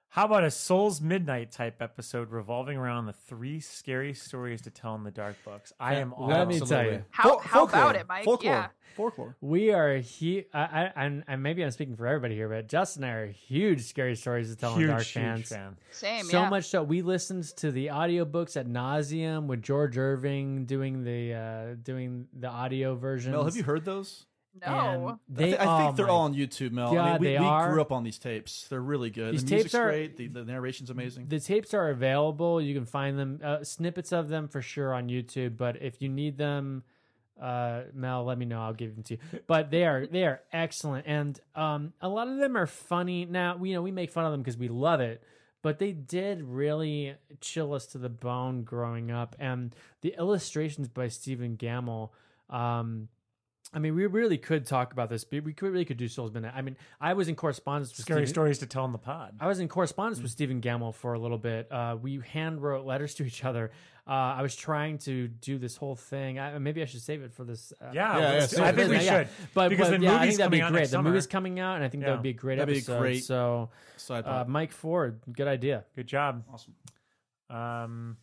[SPEAKER 3] How about a Souls Midnight type episode revolving around the three scary stories to tell in the dark books? I am all
[SPEAKER 4] Let me tell you.
[SPEAKER 5] How-
[SPEAKER 6] Fol-
[SPEAKER 5] how about
[SPEAKER 6] folklore.
[SPEAKER 5] it, Mike?
[SPEAKER 6] Folklore.
[SPEAKER 5] Yeah.
[SPEAKER 6] Folklore.
[SPEAKER 4] We are huge. I, I, and- and maybe I'm speaking for everybody here, but Justin and I are huge scary stories to tell in
[SPEAKER 3] huge,
[SPEAKER 4] dark
[SPEAKER 3] huge
[SPEAKER 4] fans.
[SPEAKER 3] fan.
[SPEAKER 5] same,
[SPEAKER 4] so
[SPEAKER 5] yeah.
[SPEAKER 4] much so we listened to the audiobooks at nauseum with George Irving doing the uh doing the audio version.
[SPEAKER 6] Mel, have you heard those?
[SPEAKER 5] no.
[SPEAKER 6] I, thi- I
[SPEAKER 4] oh
[SPEAKER 6] think they're all on YouTube, Mel. I mean,
[SPEAKER 4] God,
[SPEAKER 6] we,
[SPEAKER 4] they
[SPEAKER 6] we
[SPEAKER 4] are.
[SPEAKER 6] grew up on these tapes. They're really good.
[SPEAKER 4] These
[SPEAKER 6] the
[SPEAKER 4] tapes
[SPEAKER 6] music's
[SPEAKER 4] are-
[SPEAKER 6] great. The, the narration's amazing.
[SPEAKER 4] The tapes are available. You can find them uh, snippets of them for sure on YouTube. But if you need them, uh, Mel, let me know. I'll give them to you. But they are they are excellent, and um, a lot of them are funny. Now we you know we make fun of them because we love it, but they did really chill us to the bone growing up. And the illustrations by Stephen Gamel. Um, I mean, we really could talk about this. but We could, really could do Souls Midnight. I mean, I was in correspondence with
[SPEAKER 3] Scary
[SPEAKER 4] Stephen-
[SPEAKER 3] stories to tell in the pod.
[SPEAKER 4] I was in correspondence
[SPEAKER 3] Mm.
[SPEAKER 4] with Stephen Gamel for a little bit. Uh, we hand wrote letters to each other. Uh, I was trying to do this whole thing. I, maybe I should save it for this. Uh,
[SPEAKER 3] yeah,
[SPEAKER 6] yeah,
[SPEAKER 3] let's do
[SPEAKER 6] so
[SPEAKER 3] it. I think we
[SPEAKER 4] yeah,
[SPEAKER 3] should.
[SPEAKER 4] yeah. But,
[SPEAKER 3] because
[SPEAKER 4] but,
[SPEAKER 3] the
[SPEAKER 4] yeah, I
[SPEAKER 3] movie's
[SPEAKER 4] think that'd be
[SPEAKER 3] coming out
[SPEAKER 4] great.
[SPEAKER 3] next
[SPEAKER 4] The
[SPEAKER 3] summer.
[SPEAKER 4] movie's coming out, and I think that
[SPEAKER 3] Yeah.
[SPEAKER 4] would be a great
[SPEAKER 6] That'd be
[SPEAKER 4] episode.
[SPEAKER 6] great.
[SPEAKER 4] So,
[SPEAKER 6] Side
[SPEAKER 4] uh,
[SPEAKER 6] pod.
[SPEAKER 4] Mike Ford, good idea.
[SPEAKER 3] Good job.
[SPEAKER 6] Awesome.
[SPEAKER 3] Um,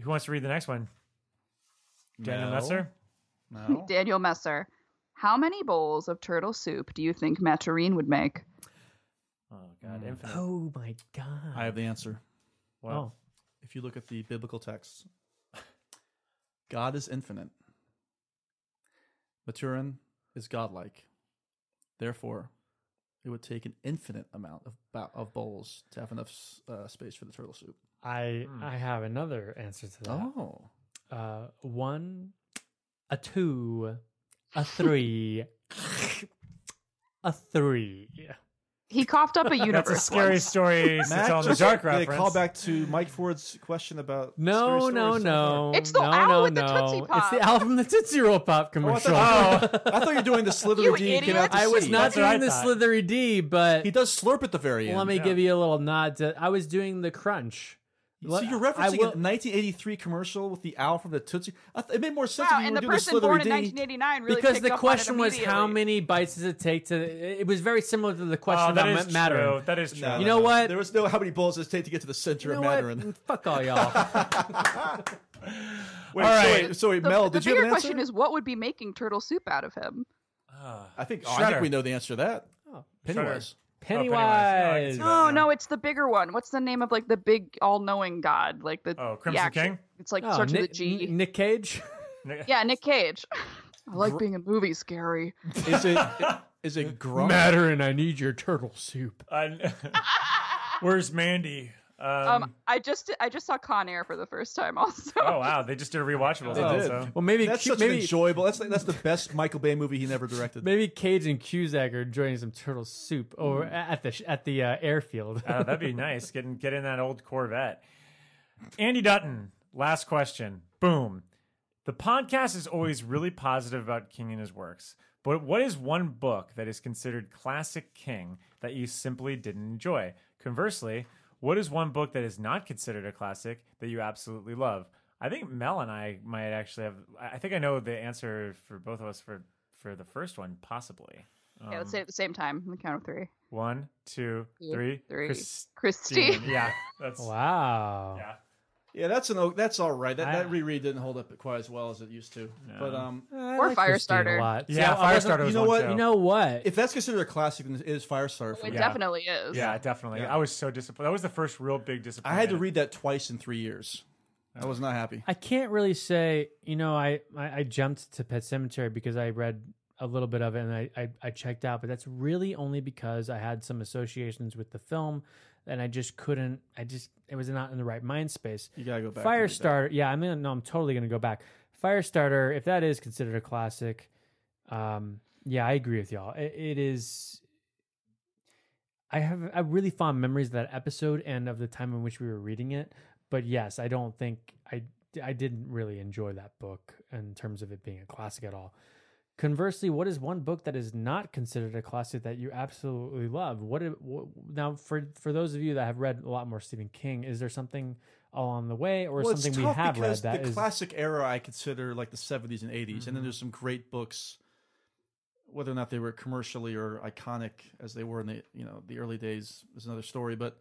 [SPEAKER 3] who wants to read the next one? Daniel
[SPEAKER 6] No.
[SPEAKER 3] Messer.
[SPEAKER 6] No.
[SPEAKER 5] Daniel Messer. How many bowls of turtle soup do you think Maturine would make?
[SPEAKER 3] Oh God, infinite.
[SPEAKER 4] Oh my god!
[SPEAKER 6] I have the answer.
[SPEAKER 3] Well,
[SPEAKER 6] If you look at the biblical texts, God is infinite. Maturin is godlike. Therefore, it would take an infinite amount of bo- of bowls to have enough s- uh, space for the turtle soup.
[SPEAKER 4] Oh, I I have another answer to that.
[SPEAKER 6] hmm. Oh,
[SPEAKER 4] Uh, one, a two, a three. a three.
[SPEAKER 5] He coughed up a universe.
[SPEAKER 3] That's a scary
[SPEAKER 5] once.
[SPEAKER 3] story to tell in the
[SPEAKER 6] just
[SPEAKER 3] dark
[SPEAKER 6] did a
[SPEAKER 3] reference.
[SPEAKER 6] callback to Mike Ford's question about
[SPEAKER 4] No,
[SPEAKER 6] scary
[SPEAKER 4] no,
[SPEAKER 6] stories.
[SPEAKER 4] no.
[SPEAKER 5] It's the
[SPEAKER 4] no,
[SPEAKER 5] owl
[SPEAKER 4] no,
[SPEAKER 5] with the
[SPEAKER 4] no.
[SPEAKER 5] Tootsie
[SPEAKER 4] It's the
[SPEAKER 5] Pop.
[SPEAKER 4] owl from the Tootsie Roll Pop commercial.
[SPEAKER 6] Oh, I thought, I thought you were doing the slithery
[SPEAKER 5] You
[SPEAKER 6] D. Came
[SPEAKER 5] idiot.
[SPEAKER 6] out to
[SPEAKER 4] I was
[SPEAKER 6] sea.
[SPEAKER 4] not
[SPEAKER 3] That's what I
[SPEAKER 4] doing the
[SPEAKER 3] thought.
[SPEAKER 4] slithery D, but
[SPEAKER 6] He does slurp at the very end.
[SPEAKER 4] let me give you a little nod. To, I was doing the crunch.
[SPEAKER 6] so you're
[SPEAKER 4] I
[SPEAKER 6] referencing
[SPEAKER 4] will-
[SPEAKER 6] a 1983 commercial with the owl from the Tootsie. I th- it made more sense
[SPEAKER 5] Wow,
[SPEAKER 6] if you
[SPEAKER 5] and the
[SPEAKER 6] were doing the
[SPEAKER 5] person
[SPEAKER 6] slithery
[SPEAKER 5] born
[SPEAKER 6] D.
[SPEAKER 5] in 1989 really
[SPEAKER 4] because
[SPEAKER 5] picked
[SPEAKER 4] the
[SPEAKER 5] up on it
[SPEAKER 4] question was how
[SPEAKER 5] immediately.
[SPEAKER 4] many bites does it take to? It was very similar to the question
[SPEAKER 3] Oh, that
[SPEAKER 4] about
[SPEAKER 3] is
[SPEAKER 4] ma- matter.
[SPEAKER 3] true. That is true.
[SPEAKER 6] No,
[SPEAKER 4] You
[SPEAKER 6] no,
[SPEAKER 4] know
[SPEAKER 6] no.
[SPEAKER 4] what?
[SPEAKER 6] There was no how many bullets does it take to get to the center
[SPEAKER 4] You know
[SPEAKER 6] of Mandarin.
[SPEAKER 4] what? Mm, Fuck all y'all.
[SPEAKER 6] Wait,
[SPEAKER 3] All
[SPEAKER 6] sorry,
[SPEAKER 3] right.
[SPEAKER 6] sorry,
[SPEAKER 5] The,
[SPEAKER 6] Mel,
[SPEAKER 5] the
[SPEAKER 6] did you have
[SPEAKER 5] bigger
[SPEAKER 6] an
[SPEAKER 5] question
[SPEAKER 6] answer?
[SPEAKER 5] is what would be making turtle soup out of him?
[SPEAKER 6] I think oh, I think
[SPEAKER 3] Shredder.
[SPEAKER 6] we know the answer to that.
[SPEAKER 3] Pennywise.
[SPEAKER 6] Pennywise.
[SPEAKER 4] Pennywise.
[SPEAKER 3] Oh, I can see
[SPEAKER 5] No, no, it's the bigger one. What's the name of like the big all-knowing god? Like the
[SPEAKER 3] Oh, Crimson
[SPEAKER 5] yeah,
[SPEAKER 3] King?
[SPEAKER 5] It's like
[SPEAKER 4] Oh,
[SPEAKER 5] starts
[SPEAKER 4] Nick,
[SPEAKER 5] with a G.
[SPEAKER 4] N- Nick Cage.
[SPEAKER 5] yeah, Nick Cage. I like being in movies, Gary.
[SPEAKER 6] Is it is it Grump?
[SPEAKER 4] Matterin, I need your turtle soup.
[SPEAKER 3] I- Where's Mandy? Um,
[SPEAKER 5] Um, I just I just saw Con Air for the first time. Also,
[SPEAKER 3] oh wow, they just did a rewatchable.
[SPEAKER 6] They did.
[SPEAKER 4] Well, maybe
[SPEAKER 6] That's
[SPEAKER 4] Q-
[SPEAKER 6] such an
[SPEAKER 4] maybe
[SPEAKER 6] enjoyable. That's like, that's the best Michael Bay movie he never directed.
[SPEAKER 4] maybe Cage and Cusack are enjoying some turtle soup over
[SPEAKER 3] Mm-hmm.
[SPEAKER 4] at the sh- at the uh, airfield.
[SPEAKER 3] Uh, that'd be nice. Getting get in that old Corvette. Andy Dutton, last question. Boom. The podcast is always really positive about King and his works, but what is one book that is considered classic King that you simply didn't enjoy? Conversely, what is one book that is not considered a classic that you absolutely love? I think Mel and I might actually have. I I think I know the answer for both of us for for the first one, possibly.
[SPEAKER 5] yeah, let's say it at the same time. On the count of three.
[SPEAKER 3] One, two,
[SPEAKER 5] Two,
[SPEAKER 3] three.
[SPEAKER 5] three.
[SPEAKER 3] Christine.
[SPEAKER 5] Christine.
[SPEAKER 3] Yeah, that's
[SPEAKER 4] wow.
[SPEAKER 3] yeah.
[SPEAKER 6] Yeah, that's an o- that's all right. That,
[SPEAKER 4] I-
[SPEAKER 6] that reread didn't hold up quite as well as it used to. But um,
[SPEAKER 4] I
[SPEAKER 5] Or
[SPEAKER 4] like Christine a
[SPEAKER 5] Firestarter.
[SPEAKER 4] lot.
[SPEAKER 3] Yeah,
[SPEAKER 4] So I wasn't-
[SPEAKER 3] Firestarter. was
[SPEAKER 6] uh, you know
[SPEAKER 3] one,
[SPEAKER 6] what?
[SPEAKER 3] too.
[SPEAKER 4] You know what?
[SPEAKER 6] if that's considered a classic, then it is Firestarter for
[SPEAKER 5] It
[SPEAKER 6] me.
[SPEAKER 3] Yeah.
[SPEAKER 5] definitely is.
[SPEAKER 3] Yeah, definitely.
[SPEAKER 6] Yeah.
[SPEAKER 3] I was so disappointed. That was the first real big
[SPEAKER 6] I
[SPEAKER 3] disappointment.
[SPEAKER 6] had to read that twice in three years. I was not happy.
[SPEAKER 4] I can't really say, you know, I, I, I jumped to Pet Cemetery because I read a little bit of it and I, I, I checked out, but that's really only because I had some associations with the film and I just couldn't, I just, it was not in the right mind space.
[SPEAKER 6] You gotta go back. and read that.
[SPEAKER 4] Firestarter, yeah, I'm gonna, no, I'm totally gonna go back. Firestarter, if that is considered a classic, um, yeah, I agree with y'all. It, it is. I have I have really fond memories of that episode and of the time in which we were reading it. But yes, I don't think I I didn't really enjoy that book in terms of it being a classic at all. Conversely, what is one book that is not considered a classic that you absolutely love? What, i- wh- now for for those of you that have read a lot more Stephen King, is there something along the way or
[SPEAKER 6] Well, it's
[SPEAKER 4] something we
[SPEAKER 6] tough
[SPEAKER 4] have read
[SPEAKER 6] because
[SPEAKER 4] that
[SPEAKER 6] the
[SPEAKER 4] is Mm-hmm.
[SPEAKER 6] classic era I consider like the 70s and 80s, and then there's some great books, whether or not they were commercially or iconic as they were in the you know the early days is another story. But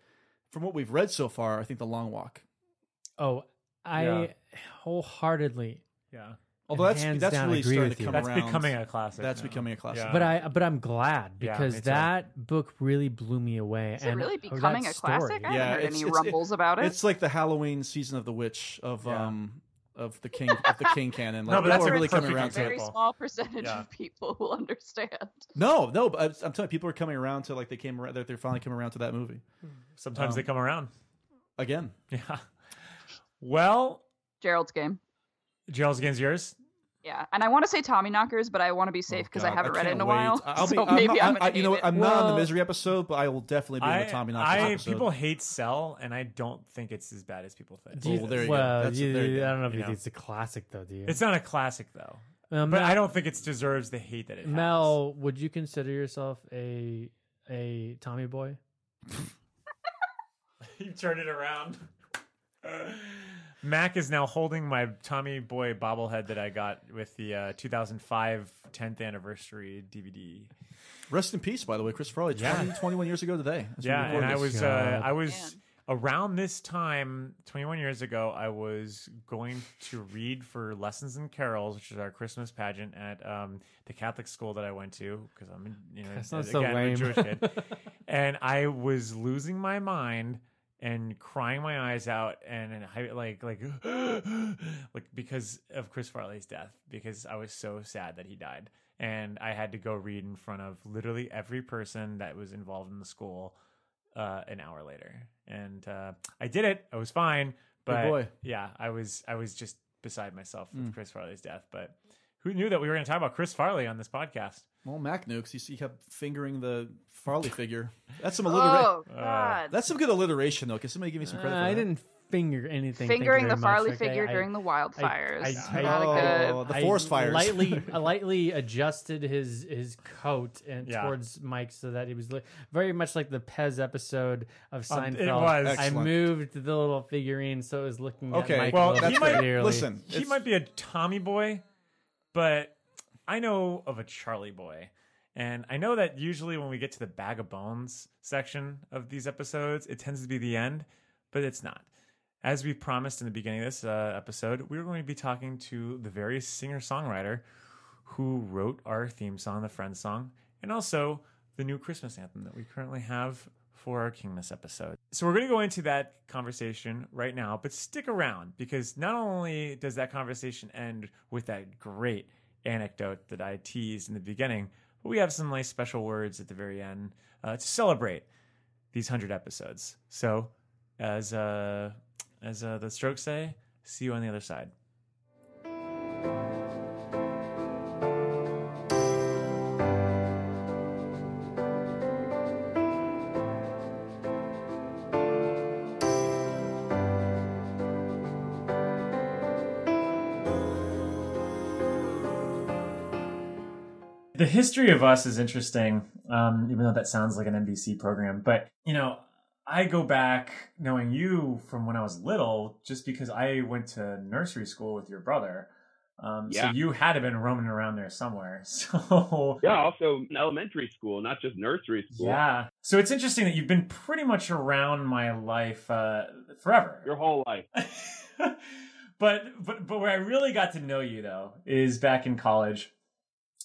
[SPEAKER 6] from what we've read so far, I think The Long Walk.
[SPEAKER 4] Oh, I
[SPEAKER 3] Yeah.
[SPEAKER 4] wholeheartedly
[SPEAKER 3] Yeah,
[SPEAKER 6] Although
[SPEAKER 4] And
[SPEAKER 6] that's
[SPEAKER 4] hands
[SPEAKER 6] that's
[SPEAKER 4] down,
[SPEAKER 6] really
[SPEAKER 4] agree
[SPEAKER 6] starting
[SPEAKER 4] with
[SPEAKER 6] to
[SPEAKER 4] you.
[SPEAKER 6] come
[SPEAKER 3] that's
[SPEAKER 6] around.
[SPEAKER 3] becoming a classic.
[SPEAKER 6] that's
[SPEAKER 3] now.
[SPEAKER 6] becoming a classic.
[SPEAKER 3] Yeah.
[SPEAKER 4] but I but I'm glad
[SPEAKER 3] Uh, Yeah, me
[SPEAKER 4] because
[SPEAKER 3] too.
[SPEAKER 4] that book really blew me away.
[SPEAKER 5] Is it
[SPEAKER 4] and
[SPEAKER 5] really oh,
[SPEAKER 4] or that
[SPEAKER 5] becoming a classic? I
[SPEAKER 4] story.
[SPEAKER 5] haven't
[SPEAKER 6] Yeah,
[SPEAKER 5] heard
[SPEAKER 6] it's-
[SPEAKER 5] any
[SPEAKER 6] it's-
[SPEAKER 5] rumbles about it.
[SPEAKER 6] It's like the Halloween season of the witch of
[SPEAKER 3] Yeah.
[SPEAKER 6] um of the king of the king canon. Like,
[SPEAKER 3] No, but
[SPEAKER 6] people
[SPEAKER 3] that's
[SPEAKER 6] are
[SPEAKER 3] a
[SPEAKER 6] really coming
[SPEAKER 3] perfect
[SPEAKER 6] around
[SPEAKER 5] a
[SPEAKER 6] to it.
[SPEAKER 5] very
[SPEAKER 3] example.
[SPEAKER 5] small percentage
[SPEAKER 3] Yeah.
[SPEAKER 5] of people will understand.
[SPEAKER 6] No, no, but I'm- I'm telling you, people are coming around to like they came around, they're finally coming around to that movie
[SPEAKER 3] Sometimes
[SPEAKER 6] Um,
[SPEAKER 3] they come around.
[SPEAKER 6] again.
[SPEAKER 3] Yeah. Well,
[SPEAKER 5] Gerald's game.
[SPEAKER 3] Gerald's game's yours.
[SPEAKER 5] Yeah, and I want to say Tommy Knockers, but I want to be safe because I
[SPEAKER 6] Oh, God,
[SPEAKER 5] haven't read it in
[SPEAKER 6] can't
[SPEAKER 5] a
[SPEAKER 6] wait.
[SPEAKER 5] while.
[SPEAKER 6] I'll
[SPEAKER 5] so
[SPEAKER 6] be, I'm
[SPEAKER 5] maybe
[SPEAKER 6] not,
[SPEAKER 5] I'm,
[SPEAKER 6] I-
[SPEAKER 5] gonna
[SPEAKER 6] you know,
[SPEAKER 5] name
[SPEAKER 6] what,
[SPEAKER 5] it.
[SPEAKER 6] I'm not on
[SPEAKER 4] Well-
[SPEAKER 6] the misery episode, but I will definitely be on
[SPEAKER 3] I,
[SPEAKER 6] the Tommy Knockers
[SPEAKER 3] I
[SPEAKER 6] episode.
[SPEAKER 3] people hate Cell, and I don't think it's as bad as people think.
[SPEAKER 4] Do you-
[SPEAKER 6] Oh, there you go.
[SPEAKER 4] well,
[SPEAKER 6] That's-
[SPEAKER 4] you-
[SPEAKER 6] there you go.
[SPEAKER 4] I don't know if
[SPEAKER 3] You
[SPEAKER 4] you
[SPEAKER 3] know.
[SPEAKER 4] think it's a classic though, do you?
[SPEAKER 3] It's not a classic though,
[SPEAKER 4] Uh,
[SPEAKER 3] but
[SPEAKER 4] Mel,
[SPEAKER 3] I don't think it deserves the hate that it has.
[SPEAKER 4] Mel, would you consider yourself a a Tommy boy?
[SPEAKER 3] you turned it around. Mac is now holding my Tommy Boy bobblehead that I got with the uh, 2005 10th anniversary DVD.
[SPEAKER 6] Rest in peace, by the way, Chris Farley, 20, 21 years ago today. as we
[SPEAKER 3] yeah,
[SPEAKER 6] record
[SPEAKER 3] and I
[SPEAKER 6] this.
[SPEAKER 3] was uh,
[SPEAKER 4] God.
[SPEAKER 3] I was
[SPEAKER 5] Man.
[SPEAKER 3] around this time, 21 years ago, I was going to read for Lessons and Carols, which is our Christmas pageant at um, the Catholic school that I went to because I'm a- you know
[SPEAKER 4] That sounds
[SPEAKER 3] again,
[SPEAKER 4] so
[SPEAKER 3] I'm a
[SPEAKER 4] lame.
[SPEAKER 3] Jewish kid, and I was losing my mind and crying my eyes out and, and I, like like like because of Chris Farley's death because I was so sad that he died and I had to go read in front of literally every person that was involved in the school uh, an hour later, and uh, I did it. I was fine, but
[SPEAKER 6] boy.
[SPEAKER 3] yeah, I was I was just beside myself with Chris Farley's death. But Who knew that we were going to talk about Chris Farley on this podcast?
[SPEAKER 6] Well, Mac nukes. He, he kept fingering the Farley figure. That's some alliteration.
[SPEAKER 5] Oh God!
[SPEAKER 6] That's some good alliteration though. Can somebody give me some credit?
[SPEAKER 4] Uh,
[SPEAKER 6] for that?
[SPEAKER 4] I didn't finger anything. thank you
[SPEAKER 5] Fingering
[SPEAKER 4] very
[SPEAKER 5] the
[SPEAKER 4] much,
[SPEAKER 5] Farley
[SPEAKER 4] okay?
[SPEAKER 5] figure
[SPEAKER 4] I-
[SPEAKER 5] during the wildfires.
[SPEAKER 4] I-
[SPEAKER 5] Not a good-
[SPEAKER 6] Oh, the
[SPEAKER 4] I
[SPEAKER 6] forest fires.
[SPEAKER 4] lightly, I lightly adjusted his his coat and
[SPEAKER 3] Yeah.
[SPEAKER 4] towards Mike so that he was li- very much like the Pez episode of
[SPEAKER 3] Um,
[SPEAKER 4] Seinfeld.
[SPEAKER 3] it was.
[SPEAKER 4] I
[SPEAKER 6] Excellent.
[SPEAKER 4] moved the little figurine so it was looking
[SPEAKER 6] Okay,
[SPEAKER 4] At Mike
[SPEAKER 3] well,
[SPEAKER 4] a little
[SPEAKER 3] he
[SPEAKER 4] bit
[SPEAKER 3] might-
[SPEAKER 4] clearly.
[SPEAKER 6] Listen,
[SPEAKER 3] He
[SPEAKER 6] it's-
[SPEAKER 3] might be a Tommy boy, but I know of a Charlie boy. And I know that usually when we get to the bag of bones section of these episodes, it tends to be the end, but it's not. As we promised in the beginning of this uh, episode, we were going to be talking to the very singer songwriter who wrote our theme song, the Friends song, and also the new Christmas anthem that we currently have for our Kingness episode. So we're going to go into that conversation right now, but stick around because not only does that conversation end with that great anecdote that I teased in the beginning, but we have some nice special words at the very end uh, to celebrate these 100 episodes. So, as uh, as uh, the strokes say, see you on the other side. the history of us is interesting, um, even though that sounds like an NBC program. But you know, I go back knowing you from when I was little, just because I went to nursery school with your brother. Um,
[SPEAKER 9] Yeah.
[SPEAKER 3] So you had to have been roaming around there somewhere. So
[SPEAKER 9] Yeah, also in elementary school, not just nursery school.
[SPEAKER 3] yeah. So it's interesting that you've been pretty much around my life uh, forever.
[SPEAKER 9] Your whole life.
[SPEAKER 3] but but but where I really got to know you though is back in college,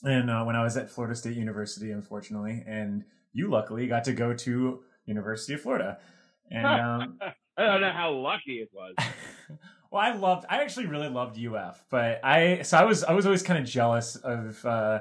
[SPEAKER 3] and uh, when I was at Florida State University, unfortunately, and you luckily got to go to University of Florida, and um,
[SPEAKER 9] I don't know how lucky it was.
[SPEAKER 3] well, I loved. I actually really loved UF, but I so I was I was always kind of jealous of uh,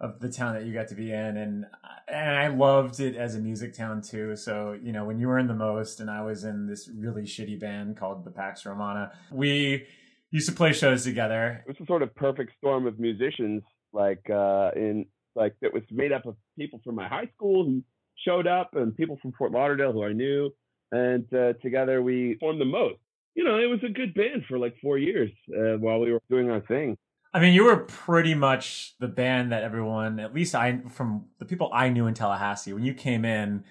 [SPEAKER 3] of the town that you got to be in, and and I loved it as a music town too. So you know when you were in the most, and I was in this really shitty band called the Pax Romana, we used to play shows together.
[SPEAKER 9] It was a sort of perfect storm of musicians, like uh, in like that was made up of people from my high school who showed up and people from Fort Lauderdale who I knew, and uh, together we formed the most. You know, it was a good band for like four years uh, while we were doing our thing.
[SPEAKER 3] I mean, you were pretty much the band that everyone, at least I from the people I knew in Tallahassee, when you came in.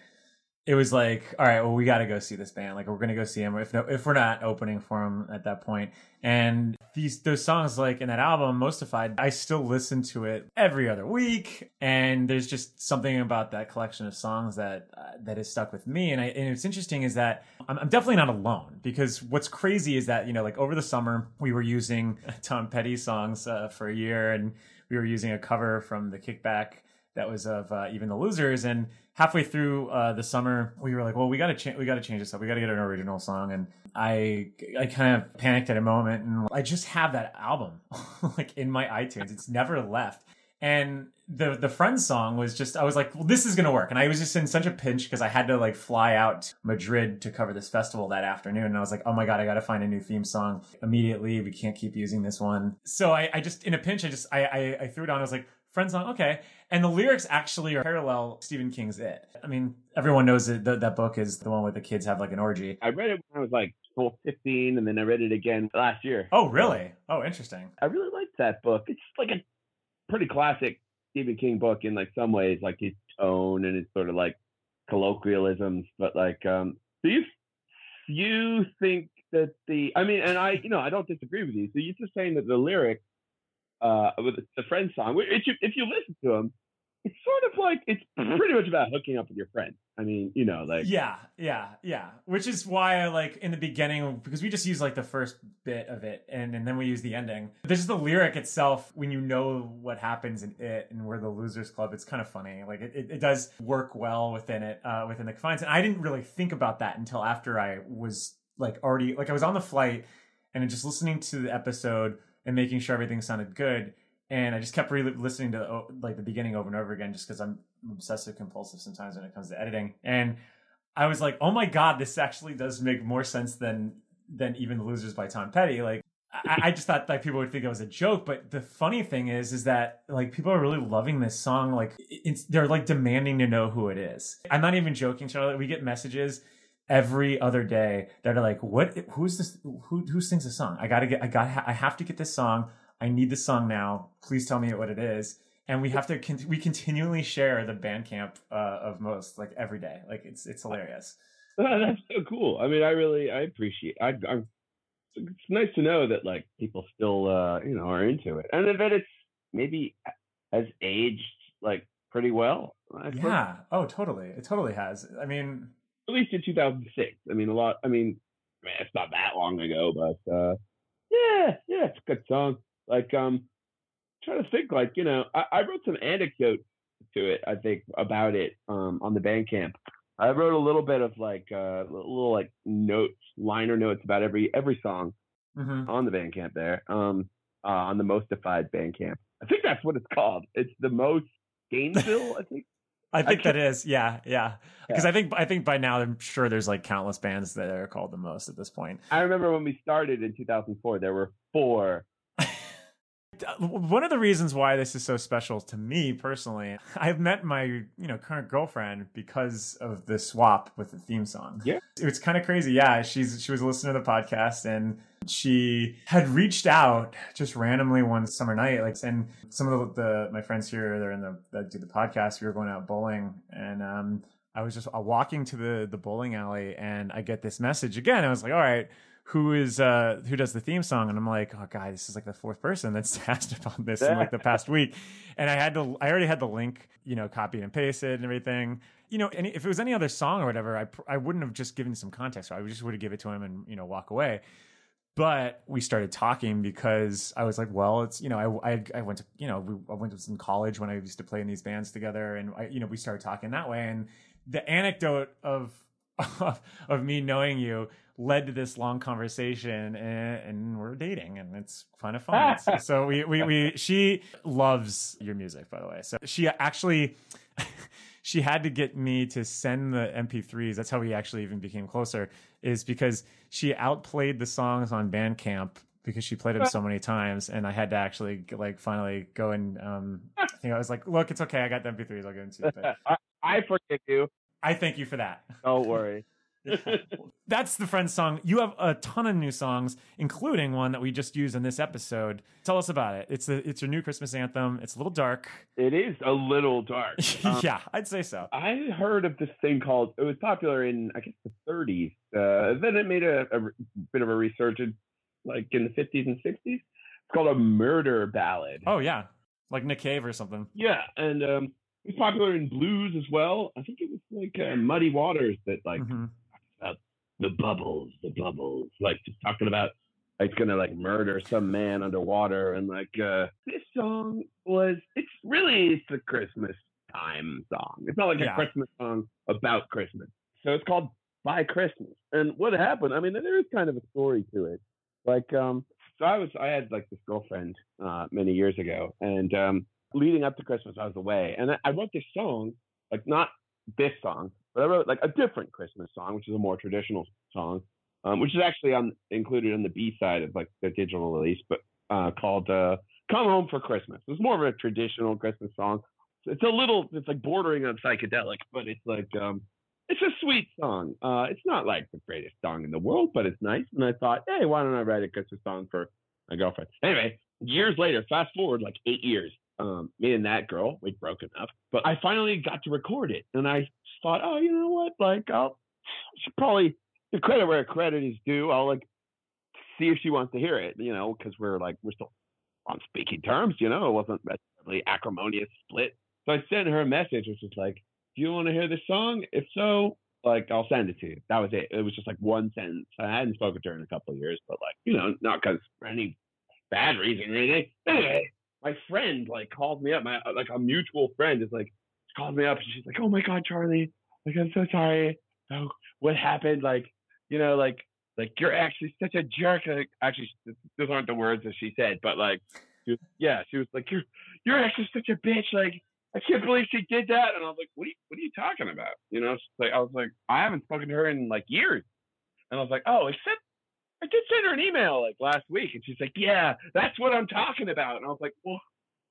[SPEAKER 3] It was like, all right, well, we got to go see this band. Like, we're gonna go see him. If no, if we're not opening for him at that point, and these those songs like in that album mostified i still listen to it every other week and there's just something about that collection of songs that uh, that has stuck with me and i and it's interesting is that I'm, I'm definitely not alone because what's crazy is that you know like over the summer we were using tom petty songs uh, for a year and we were using a cover from the kickback that was of uh, even the losers and halfway through uh, the summer we were like well we got to change we got to change this up we got to get an original song and I I kind of panicked at a moment and I just have that album like in my iTunes. It's never left. And the the friends song was just I was like, well, this is gonna work. And I was just in such a pinch because I had to like fly out to Madrid to cover this festival that afternoon. And I was like, oh my god, I gotta find a new theme song immediately. We can't keep using this one. So I, I just in a pinch, I just I, I I threw it on. I was like, friends song, okay. And the lyrics actually are parallel Stephen King's It. I mean, everyone knows that that that book is the one where the kids have like an orgy.
[SPEAKER 9] I read it when I was like full 15, and then I read it again last year.
[SPEAKER 3] Oh, really? Oh, interesting.
[SPEAKER 9] I really liked that book. It's like a pretty classic Stephen King book in like some ways, like his tone and his sort of like colloquialisms. But like, um, do you you think that the? I mean, and I, you know, I don't disagree with you. So you're just saying that the lyrics uh, with the friend song, which if you, if you listen to them, it's sort of like it's pretty much about hooking up with your friend. I mean, you know, like
[SPEAKER 3] yeah, yeah, yeah. Which is why I like in the beginning because we just use like the first bit of it and and then we use the ending. There's just the lyric itself when you know what happens in it and we're the losers club. It's kind of funny. Like it, it, it does work well within it uh, within the confines. And I didn't really think about that until after I was like already like I was on the flight and just listening to the episode and making sure everything sounded good. And I just kept re listening to oh, like the beginning over and over again just because I'm obsessive compulsive sometimes when it comes to editing. And I was like, oh my god, this actually does make more sense than than even Losers by Tom Petty. Like I, I just thought like people would think it was a joke, but the funny thing is, is that like people are really loving this song. Like it's, they're like demanding to know who it is. I'm not even joking, Charlotte. We get messages every other day that are like, "What? Who's this? Who who sings this song? I gotta get. I got. I have to get this song. I need this song now. Please tell me what it is." And we have to. Con- we continually share the Bandcamp uh, of most like every day. Like it's it's hilarious.
[SPEAKER 2] That's so cool. I mean, I really I appreciate. I, I'm. It's nice to know that like people still uh you know are into it, and that it's maybe uh, has aged like pretty well. I suppose.
[SPEAKER 3] Yeah. Oh, totally. It totally has. I mean,
[SPEAKER 2] released in 2006. I mean, a lot. I mean, I mean, it's not that long ago, but uh, yeah, yeah, it's a good song. Like, um, trying to think, like, you know, I, I wrote some anecdote to it. I think about it um, on the Bandcamp. I wrote a little bit of like uh, little like notes, liner notes about every every song
[SPEAKER 3] mhm.
[SPEAKER 2] on the Bandcamp there, um, uh, on the Mostified Bandcamp. I think that's what it's called. It's the most Gainesville, I think.
[SPEAKER 3] I think
[SPEAKER 2] can't-
[SPEAKER 3] that is, yeah, yeah. Because
[SPEAKER 2] Yeah.
[SPEAKER 3] I think I think by now I'm sure there's like countless bands that are called the most at this point.
[SPEAKER 2] I remember when we started in 2004, there were four
[SPEAKER 3] One of the reasons why this is so special to me personally, I've met my you know current girlfriend because of the swap with the theme song.
[SPEAKER 2] Yeah.
[SPEAKER 3] it was kind of crazy. Yeah, she's she was listening to the podcast and she had reached out just randomly one summer night, like and some of the, the my friends here they're in the that do the podcast. We were going out bowling and um I was just uh, walking to the the bowling alley and I get this message again. I was like, all right who is uh who does the theme song and i'm like oh god this is like the fourth person that's asked about this in like the past week and i had to i already had the link you know copied and pasted and everything you know any, if it was any other song or whatever i pr- i wouldn't have just given some context i just would have given it to him and you know walk away but we started talking because I was like, well, it's you know, I I, I went to you know, we, I went to some college when I used to play in these bands together, and I, you know, we started talking that way. And the anecdote of of, of me knowing you led to this long conversation, and, and we're dating, and it's kind of fun. so, so we we we she loves your music, by the way. So she actually. She had to get me to send the MP3s. That's how we actually even became closer, is because she outplayed the songs on Bandcamp because she played them so many times, and I had to actually like finally go and um, I think I was like, "Look, it's okay. I got the MP3s. I'll give them to you." But
[SPEAKER 2] I, I forgive you.
[SPEAKER 3] I thank you for that.
[SPEAKER 2] Don't worry.
[SPEAKER 3] That's the friend song. You have a ton of new songs, including one that we just used in this episode. Tell us about it. It's the it's your new Christmas anthem. It's a little dark.
[SPEAKER 2] It is a little dark. Um,
[SPEAKER 3] yeah, I'd say so.
[SPEAKER 2] I heard of this thing called, it was popular in, I guess, the 30s. Uh, then it made a, a r- bit of a resurgence, like in the 50s and 60s. It's called a murder ballad.
[SPEAKER 3] Oh yeah, like Nick Cave or something.
[SPEAKER 2] Yeah, and um, it was popular in blues as well. I think it was like uh, Muddy Waters that, like,
[SPEAKER 3] Mhm.
[SPEAKER 2] the bubbles, the bubbles, like just talking about it's gonna like murder some man underwater and like uh this song was it's really it's a Christmas time song. It's not like
[SPEAKER 3] Yeah.
[SPEAKER 2] a Christmas song about Christmas. So it's called By Christmas. And what happened, I mean there is kind of a story to it. Like um so I was I had like this girlfriend uh many years ago and um leading up to Christmas I was away and I, I wrote this song, like not this song, but I wrote like a different Christmas song, which is a more traditional song, um, which is actually on included on the B side of like the digital release, but uh, called uh, "Come Home for Christmas." It's more of a traditional Christmas song. It's a little, it's like bordering on psychedelic, but it's like um, it's a sweet song. Uh, it's not like the greatest song in the world, but it's nice. And I thought, hey, why don't I write a Christmas song for my girlfriend? Anyway, years later, fast forward like eight years, um, me and that girl, we'd broken up, but I finally got to record it, and I thought, oh, you know what? Like, I'll I should probably the credit where credit is due. I'll like see if she wants to hear it, you know, because we're like we're still on speaking terms, you know. It wasn't a really acrimonious split. So I sent her a message, which was like, "Do you want to hear this song? If so, like I'll send it to you." That was it. It was just like one sentence. I hadn't spoken to her in a couple of years, but like you know, not because for any bad reason or anything. Anyway, my friend like called me up. My uh, like a mutual friend is like called me up, and she's like, "Oh my god, Charlie, like I'm so sorry. Oh, what happened? Like, you know, like." Like you're actually such a jerk. Like, actually, those aren't the words that she said, but like, she was- yeah, she was like, "You're you're actually such a bitch." Like, I can't believe she did that. And I was like, what are you, what are you talking about? You know, she's like, I was like, I haven't spoken to her in like years. And I was like, oh, except
[SPEAKER 9] I did send her an email like last week, and she's like, "Yeah, that's what I'm talking about." And I was like, "Well,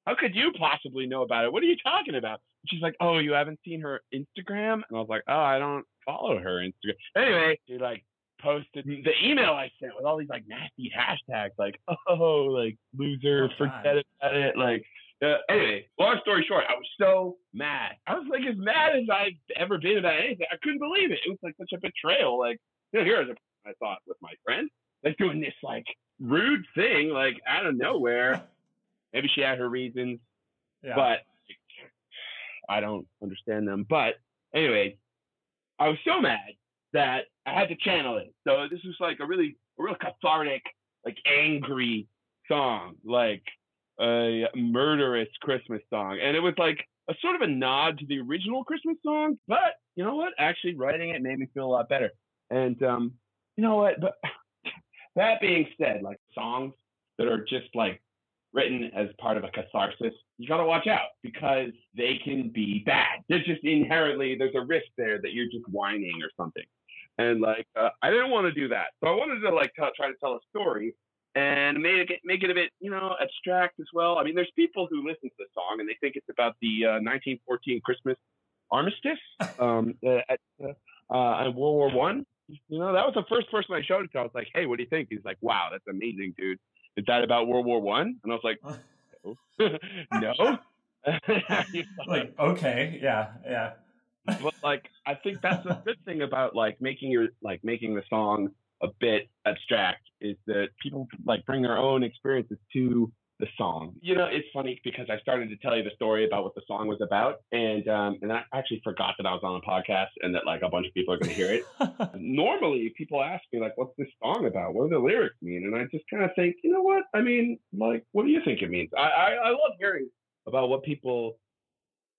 [SPEAKER 9] how could you possibly know about it? What are you talking about?" And she's like, "Oh, you haven't seen her Instagram?" And I was like, "Oh, I don't follow her Instagram." Anyway, she like posted the email I sent with all these like nasty hashtags, like "oh, like loser,"
[SPEAKER 6] Oh, God.
[SPEAKER 9] "forget about it," like. Uh, anyway, long story short, I was so mad. I was like as mad as I've ever been about anything. I couldn't believe it. It was like such a betrayal. Like, you know, here is a I thought with my friend. Like doing this like rude thing, like out of nowhere. Maybe she had her reasons,
[SPEAKER 3] Yeah.
[SPEAKER 9] but I don't understand them. But anyway, I was so mad that I had to channel it. So this was like a really, a real cathartic, like angry song, like a murderous Christmas song. And it was like a sort of a nod to the original Christmas song. But you know what? Actually, writing it made me feel a lot better. And um, you know what? But that being said, like songs that are just like written as part of a catharsis, you gotta watch out because they can be bad. There's just inherently there's a risk there that you're just whining or something. And like uh, I didn't want to do that, so I wanted to like t- try to tell a story and make it make it a bit you know abstract as well. I mean, there's people who listen to the song and they think it's about the uh, 1914 Christmas armistice um, uh, at, uh, uh, in World War One you know, that was the first person I showed it to. I was like, "Hey, what do you think?" He's like, "Wow, that's amazing, dude. Is that about World War One?" And I was like, "No, no."
[SPEAKER 3] like okay, yeah, yeah.
[SPEAKER 9] but like, I think that's the good thing about like making your like making the song a bit abstract is that people like bring their own experiences to the song. You know, it's funny because I started to tell you the story about what the song was about, and um, and I actually forgot that I was on a podcast and that like a bunch of people are going to hear it. normally people ask me like what's this song about what do the lyrics mean and i just kind of think you know what i mean like what do you think it means i i, I love hearing about what people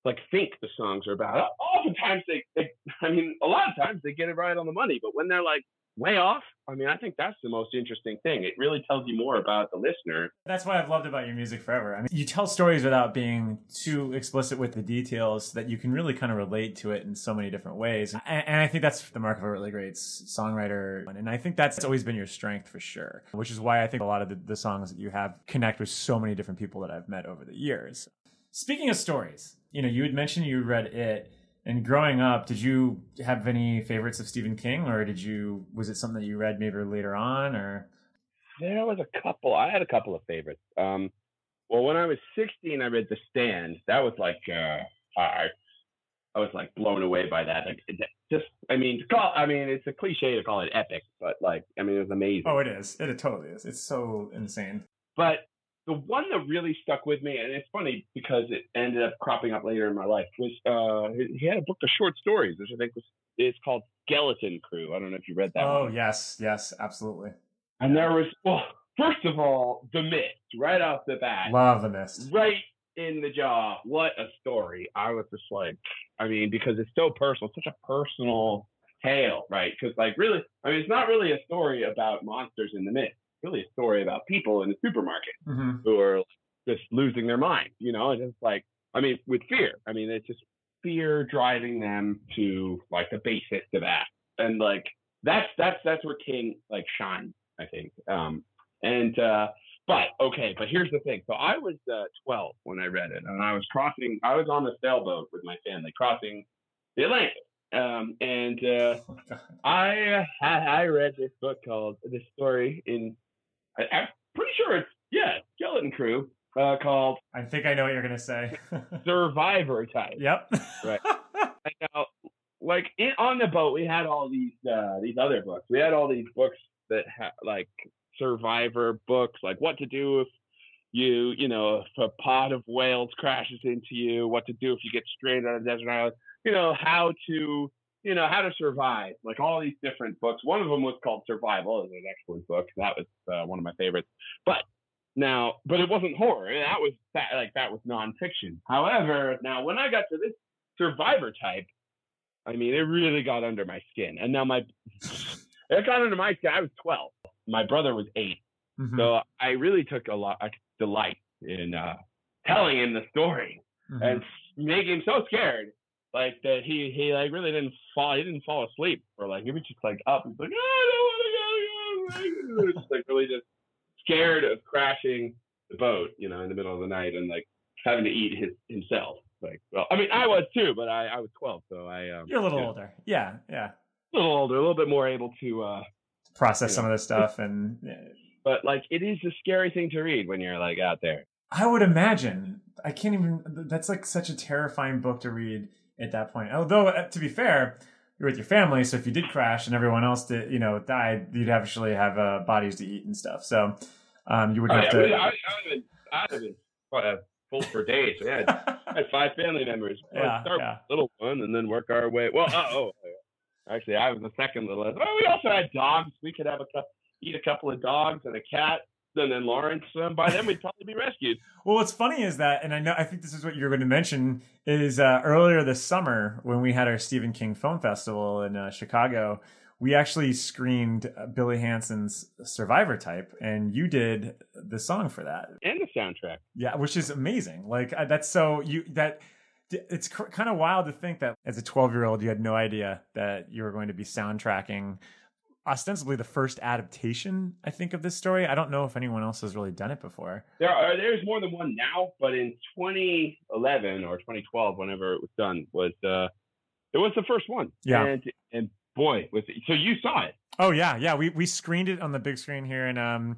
[SPEAKER 9] like think the songs are about oftentimes they, they i mean a lot of times they get it right on the money but when they're like way off i mean i think that's the most interesting thing it really tells you more about the listener
[SPEAKER 3] That's what I've loved about your music forever. I mean, you tell stories without being too explicit with the details that you can really kind of relate to it in so many different ways. And, and I think that's the mark of a really great s- songwriter. And I think that's always been your strength for sure, which is why I think a lot of the, the songs that you have connect with so many different people that I've met over the years. Speaking of stories, you know, you had mentioned you read it. And growing up, did you have any favorites of Stephen King, or did you was it something that you read maybe later on, or
[SPEAKER 9] There was a couple. I had a couple of favorites. Um, well, when I was 16, I read The Stand. That was like, uh, I, I was like blown away by that. Like, it- just, I mean, to call, I mean, it's a cliche to call it epic, but like, I mean, it was amazing.
[SPEAKER 3] Oh, it is. It, totally is. It's so insane.
[SPEAKER 9] But the one that really stuck with me, and it's funny because it ended up cropping up later in my life, was uh, he- he had a book of short stories, which I think was it's called Skeleton Crew. I don't know if you read that.
[SPEAKER 3] oh
[SPEAKER 9] one.
[SPEAKER 3] yes, yes, absolutely.
[SPEAKER 9] And there was, well, first of all, The Mist right off the bat.
[SPEAKER 3] Love the mist.
[SPEAKER 9] right in the jaw. What a story. I was just like, I mean, because it's so personal, such a personal tale, right? Because, like, really, I mean, it's not really a story about monsters in the mist. It's really a story about people in the supermarket
[SPEAKER 3] hmm
[SPEAKER 9] who are just losing their mind, you know? And it's like, I mean, with fear. I mean, it's just fear driving them to like the basis of that. And like, that's, that's, that's where King like shines, I think. Um, and, uh, but okay, but here's the thing. So I was uh, 12 when I read it, and I was crossing. I was on a sailboat with my family crossing the Atlantic, um, and uh, I uh, I read this book called this story in. I, I'm pretty sure it's yeah, Skeleton Crew uh, called
[SPEAKER 3] I think I know what you're gonna say.
[SPEAKER 9] Survivor Type.
[SPEAKER 3] yep.
[SPEAKER 9] Right. And now, like in, on the boat, we had all these uh, these other books. We had all these books that ha- like survivor books, like what to do if you you know if a pod of whales crashes into you, what to do if you get stranded on a desert island, you know how to you know how to survive, like all these different books. One of them was called Survival, it was an excellent book. That was uh, one of my favorites. But now, but it wasn't horror. That was that like that was nonfiction. However, now when I got to this survivor type, I mean, it really got under my skin. And now my, it got under my skin. I was 12. My brother was eight.
[SPEAKER 3] Mhm,
[SPEAKER 9] So I really took a lot of delight in uh, telling him the story
[SPEAKER 3] mhm.
[SPEAKER 9] and making him so scared. Like that he, he like really didn't fall. He didn't fall asleep or like, he was just like up. He's like, I "Ah, don't want to go. away. They're just like really just scared of crashing the boat, you know, in the middle of the night and like having to eat his himself. Like, well, I mean, I was too, but I, I was 12, so I um,
[SPEAKER 3] You're a little
[SPEAKER 9] you know,
[SPEAKER 3] older. Yeah, yeah.
[SPEAKER 9] a little older, a little bit more able to. uh
[SPEAKER 3] Process
[SPEAKER 9] Yeah.
[SPEAKER 3] some of this stuff, and yeah.
[SPEAKER 9] But like, it is a scary thing to read when you're like out there.
[SPEAKER 3] I would imagine. I can't even. That's like such a terrifying book to read at that point. Although, uh, to be fair, you're with your family, so if you did crash and everyone else did, you know, died, you'd actually have uh, bodies to eat and stuff. So, um, you would
[SPEAKER 9] Oh,
[SPEAKER 3] have
[SPEAKER 9] yeah,
[SPEAKER 3] to.
[SPEAKER 9] we- I, I would've been, I'd have been uh, full for days. Yeah, I had- I had five family members. Well,
[SPEAKER 3] Yeah,
[SPEAKER 9] start
[SPEAKER 3] yeah.
[SPEAKER 9] with the little one and then work our way. Well, uh, oh, actually, I was the second little. One. Well, we also had dogs. We could have a cou- eat a couple of dogs and a cat, and then Lawrence. Um, by then, we'd probably be rescued.
[SPEAKER 3] Well, what's funny is that, and I know I think this is what you're going to mention is uh, earlier this summer when we had our Stephen King Film Festival in uh, Chicago, we actually screened uh, Billy Hansen's Survivor Type, and you did the song for that.
[SPEAKER 9] And the soundtrack.
[SPEAKER 3] Yeah, which is amazing. Like I- that's so you that it's cr- kind of wild to think that as a 12 year old you had no idea that you were going to be soundtracking ostensibly the first adaptation I think of this story. I don't know if anyone else has really done it before.
[SPEAKER 9] There are there's more than one now, but in 2011 or 2012, whenever it was done, was uh, it was the first one.
[SPEAKER 3] Yeah.
[SPEAKER 9] And, and boy, was it, so you saw it.
[SPEAKER 3] Oh yeah, yeah. We we screened it on the big screen here and um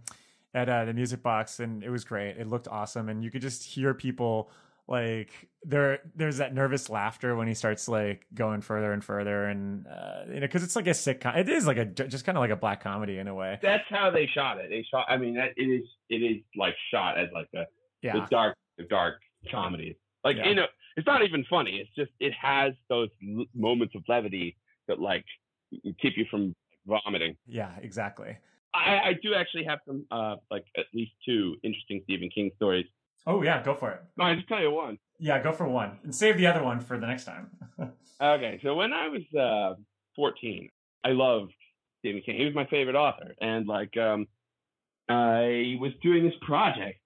[SPEAKER 3] at uh, the music box, and it was great. It looked awesome, and you could just hear people like there. There's that nervous laughter when he starts like going further and further, and uh, you know, because it's like a sitcom. It is like a just kind of like a black comedy in a way.
[SPEAKER 9] That's how they shot it. They shot. I mean, that it is it is like shot as like a the
[SPEAKER 3] Yeah,
[SPEAKER 9] dark the dark comedy. Like
[SPEAKER 3] Yeah.
[SPEAKER 9] you know, it's not even funny. It's just it has those l- moments of levity that like keep you from vomiting.
[SPEAKER 3] yeah, exactly.
[SPEAKER 9] I, I do actually have some uh like at least two interesting Stephen King stories.
[SPEAKER 3] Oh yeah, go for it.
[SPEAKER 9] No, I just tell you one.
[SPEAKER 3] Yeah, go for one and save the other one for the next time.
[SPEAKER 9] Okay, so when I was uh, 14, I loved Stephen King. He was my favorite author, and like um, I was doing this project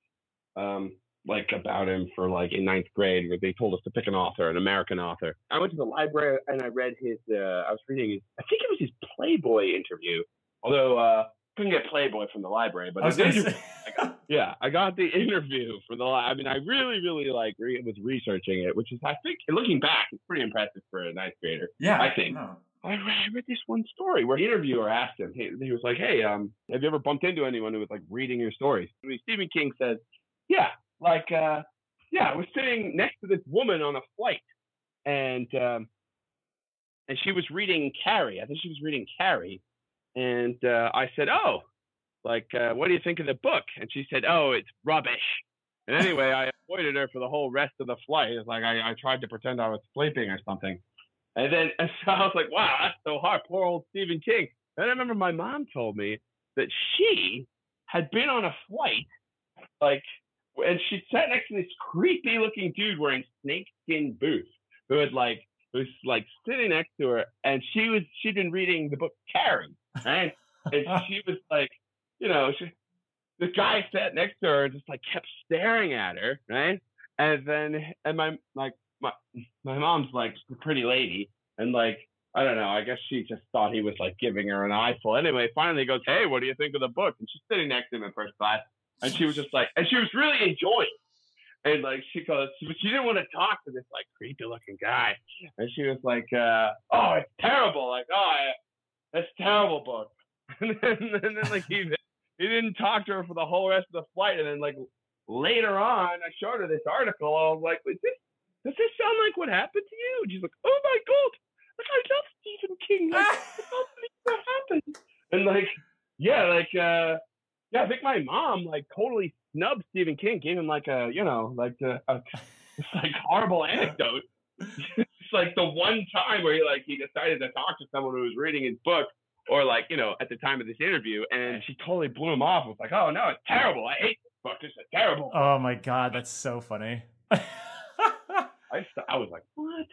[SPEAKER 9] um, like about him for like in ninth grade, where they told us to pick an author, an American author. I went to the library and I read his. Uh, I was reading his. I think it was his Playboy interview, although uh, couldn't get Playboy from the library. But
[SPEAKER 3] I was
[SPEAKER 9] his
[SPEAKER 3] gonna
[SPEAKER 9] interview-
[SPEAKER 3] say,
[SPEAKER 9] yeah, I got the interview for the. li- I mean, I really, really like re- was researching it, which is I think looking back, it's pretty impressive for a ninth grader.
[SPEAKER 3] yeah, Oh.
[SPEAKER 9] I think.
[SPEAKER 3] no.
[SPEAKER 9] I read, I read this one story where the interviewer asked him, he, he was like, Hey, um, have you ever bumped into anyone who was like reading your stories? I mean, Stephen King says, Yeah, like, uh, yeah, I was sitting next to this woman on a flight and, um, and she was reading Carrie. I think she was reading Carrie. And, uh, I said, Oh, like, uh, what do you think of the book? And she said, Oh, it's rubbish. And anyway, I avoided her for the whole rest of the flight. It's like I, I tried to pretend I was sleeping or something. And then and so I was like, wow, that's so hard. Poor old Stephen King. And I remember my mom told me that she had been on a flight, like, and she sat next to this creepy looking dude wearing snakeskin boots who had like, who's like sitting next to her. And she was, she'd been reading the book Carrie. Right. and she was like, you know, she, the guy sat next to her and just like kept staring at her. Right. And then, and my, like, my, my mom's like a pretty lady and like i don't know i guess she just thought he was like giving her an eyeful anyway finally he goes hey what do you think of the book and she's sitting next to him in first class and she was just like and she was really enjoying it. and like she goes but she didn't want to talk to this like creepy looking guy and she was like uh, oh it's terrible like oh I, that's a terrible book and then, and then like he, he didn't talk to her for the whole rest of the flight and then like later on i showed her this article i was like is this does this sound like what happened to you? And she's like, oh my god, like I love Stephen King. Like, I can't believe that happened. And like, yeah, like, uh, yeah, I think my mom like totally snubbed Stephen King, gave him like a, you know, like a, a it's like horrible anecdote. it's like the one time where he like he decided to talk to someone who was reading his book. Or like you know, at the time of this interview, and she totally blew him off. Was like, "Oh no, it's terrible! I hate this book. It's a terrible." book."
[SPEAKER 3] Oh my god, that's so funny.
[SPEAKER 9] I, st- I was like, "What?"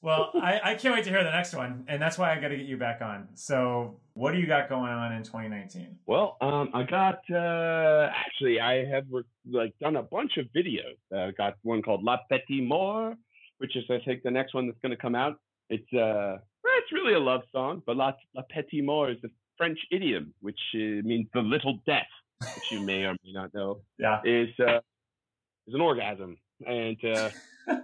[SPEAKER 3] Well, I, I can't wait to hear the next one, and that's why I got to get you back on. So, what do you got going on in 2019?
[SPEAKER 9] Well, um, I got uh, actually I have rec- like done a bunch of videos. Uh, I got one called La Petite Mort, which is I think the next one that's going to come out. It's uh, well, it's really a love song, but La, La Petite Mort is the French idiom, which uh, means the little death, which you may or may not know,
[SPEAKER 10] Yeah.
[SPEAKER 9] is uh, is an orgasm, and uh,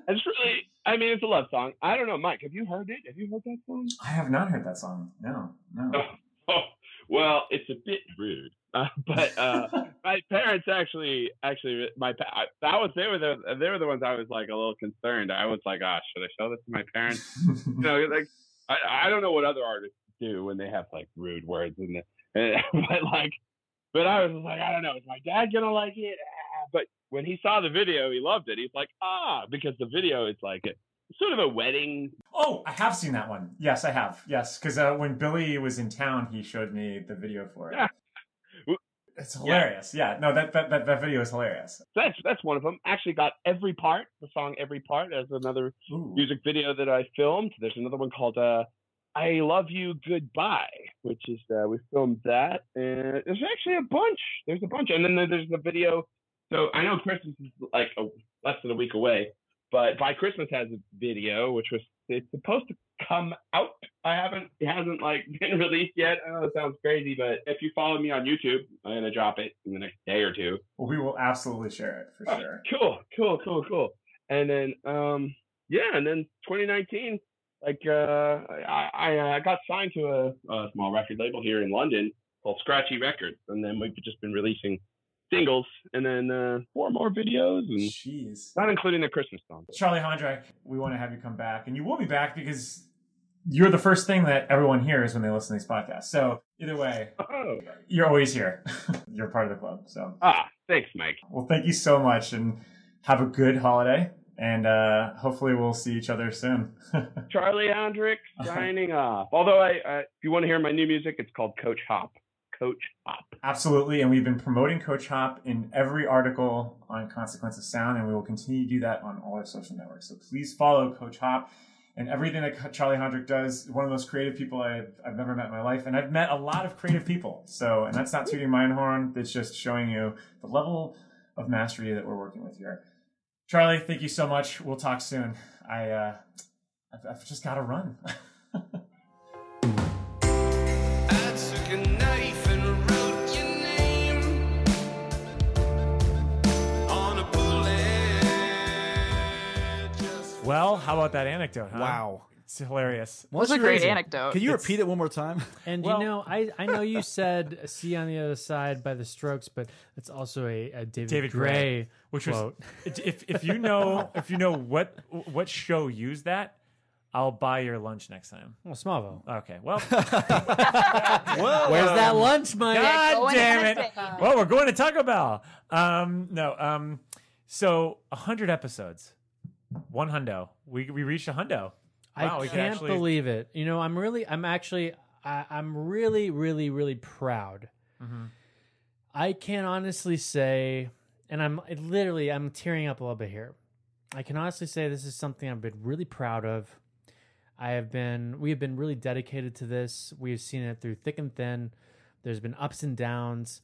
[SPEAKER 9] it's really. I mean, it's a love song. I don't know, Mike. Have you heard it? Have you heard that song?
[SPEAKER 8] I have not heard that song. No, no.
[SPEAKER 9] Oh, oh, well, it's a bit rude, uh, but uh, my parents actually, actually, my pa- I, that was they were the they were the ones I was like a little concerned. I was like, ah, should I show this to my parents? you know, like I, I don't know what other artists do when they have like rude words in it, but like, but I was like, I don't know, is my dad gonna like it? Ah, But when he saw the video, he loved it. He's like, ah, because the video is like a, sort of a wedding.
[SPEAKER 3] Oh, I have seen that one. Yes, I have. Yes, because uh, when Billy was in town, he showed me the video for it.
[SPEAKER 9] Yeah.
[SPEAKER 3] It's hilarious. Yeah, no, that, that that that video is hilarious.
[SPEAKER 9] So that's that's one of them. Actually, got every part the song, every part as another
[SPEAKER 3] Ooh.
[SPEAKER 9] music video that I filmed. There's another one called uh, "I Love You Goodbye," which is uh, we filmed that, and there's actually a bunch. There's a bunch, and then there- there's the video. So I know Christmas is like a, less than a week away, but by Christmas has a video which was it's supposed to come out. I haven't it hasn't like been released yet. I know it sounds crazy, but if you follow me on YouTube, I'm gonna drop it in the next day or two.
[SPEAKER 3] Well, we will absolutely share it for
[SPEAKER 9] Oh,
[SPEAKER 3] sure.
[SPEAKER 9] Cool, cool, cool, cool. And then um yeah, and then 2019, like uh I I uh, got signed to a, a small record label here in London called Scratchy Records, and then we've just been releasing singles and then uh four more videos and
[SPEAKER 8] Jeez.
[SPEAKER 9] not including the Christmas song.
[SPEAKER 3] Charlie Hondrak, we want to have you come back, and you will be back because you're the first thing that everyone hears when they listen to these podcasts. So either way,
[SPEAKER 9] Oh.
[SPEAKER 3] you're always here. you're part of the club. So
[SPEAKER 9] Ah, thanks, Mike.
[SPEAKER 3] well, thank you so much, and have a good holiday. And uh, hopefully, we'll see each other soon.
[SPEAKER 9] Charlie Andrick signing off. Although I, uh, if you want to hear my new music, it's called Coach Hop. Coach Hop.
[SPEAKER 3] Absolutely, and we've been promoting Coach Hop in every article on Consequence of Sound, and we will continue to do that on all our social networks. So please follow Coach Hop and everything that Charlie Hondrick does. One of the most creative people I've, I've ever met in my life, and I've met a lot of creative people. So, and that's not tooting my own horn; that's just showing you the level of mastery that we're working with here. Charlie, thank you so much. We'll talk soon. I, uh, I've, I've just got to run.
[SPEAKER 2] I took a knife and wrote your name on a bullet. Just
[SPEAKER 3] well, how about that anecdote? Huh?
[SPEAKER 6] Wow.
[SPEAKER 3] it's hilarious.
[SPEAKER 5] That's a great anecdote.
[SPEAKER 6] Can you repeat it one more time?
[SPEAKER 4] And
[SPEAKER 3] Well-
[SPEAKER 4] you know, I, I know you said "See on the other side" by the Strokes, but that's also a, a David,
[SPEAKER 3] David Gray,
[SPEAKER 4] Gray,
[SPEAKER 3] which
[SPEAKER 4] quote.
[SPEAKER 3] was if if you know if you know what what show used that, I'll buy your lunch next time.
[SPEAKER 4] well, Smallville.
[SPEAKER 3] Okay, well,
[SPEAKER 4] Where's that lunch, Mike?
[SPEAKER 5] go
[SPEAKER 3] God
[SPEAKER 5] on
[SPEAKER 3] damn
[SPEAKER 5] ahead,
[SPEAKER 3] it! Well, we're going to Taco Bell. Um, no, um, so hundred episodes, one hundo. We we reached a hundo. Wow,
[SPEAKER 4] I
[SPEAKER 3] we can
[SPEAKER 4] can't
[SPEAKER 3] actually-
[SPEAKER 4] believe it. You know, I'm really, I'm actually, I, I'm really, really, really proud.
[SPEAKER 3] Mm-hmm.
[SPEAKER 4] I can honestly say, and I'm I literally, I'm tearing up a little bit here. I can honestly say this is something I've been really proud of. I have been, we have been really dedicated to this. We have seen it through thick and thin. There's been ups and downs,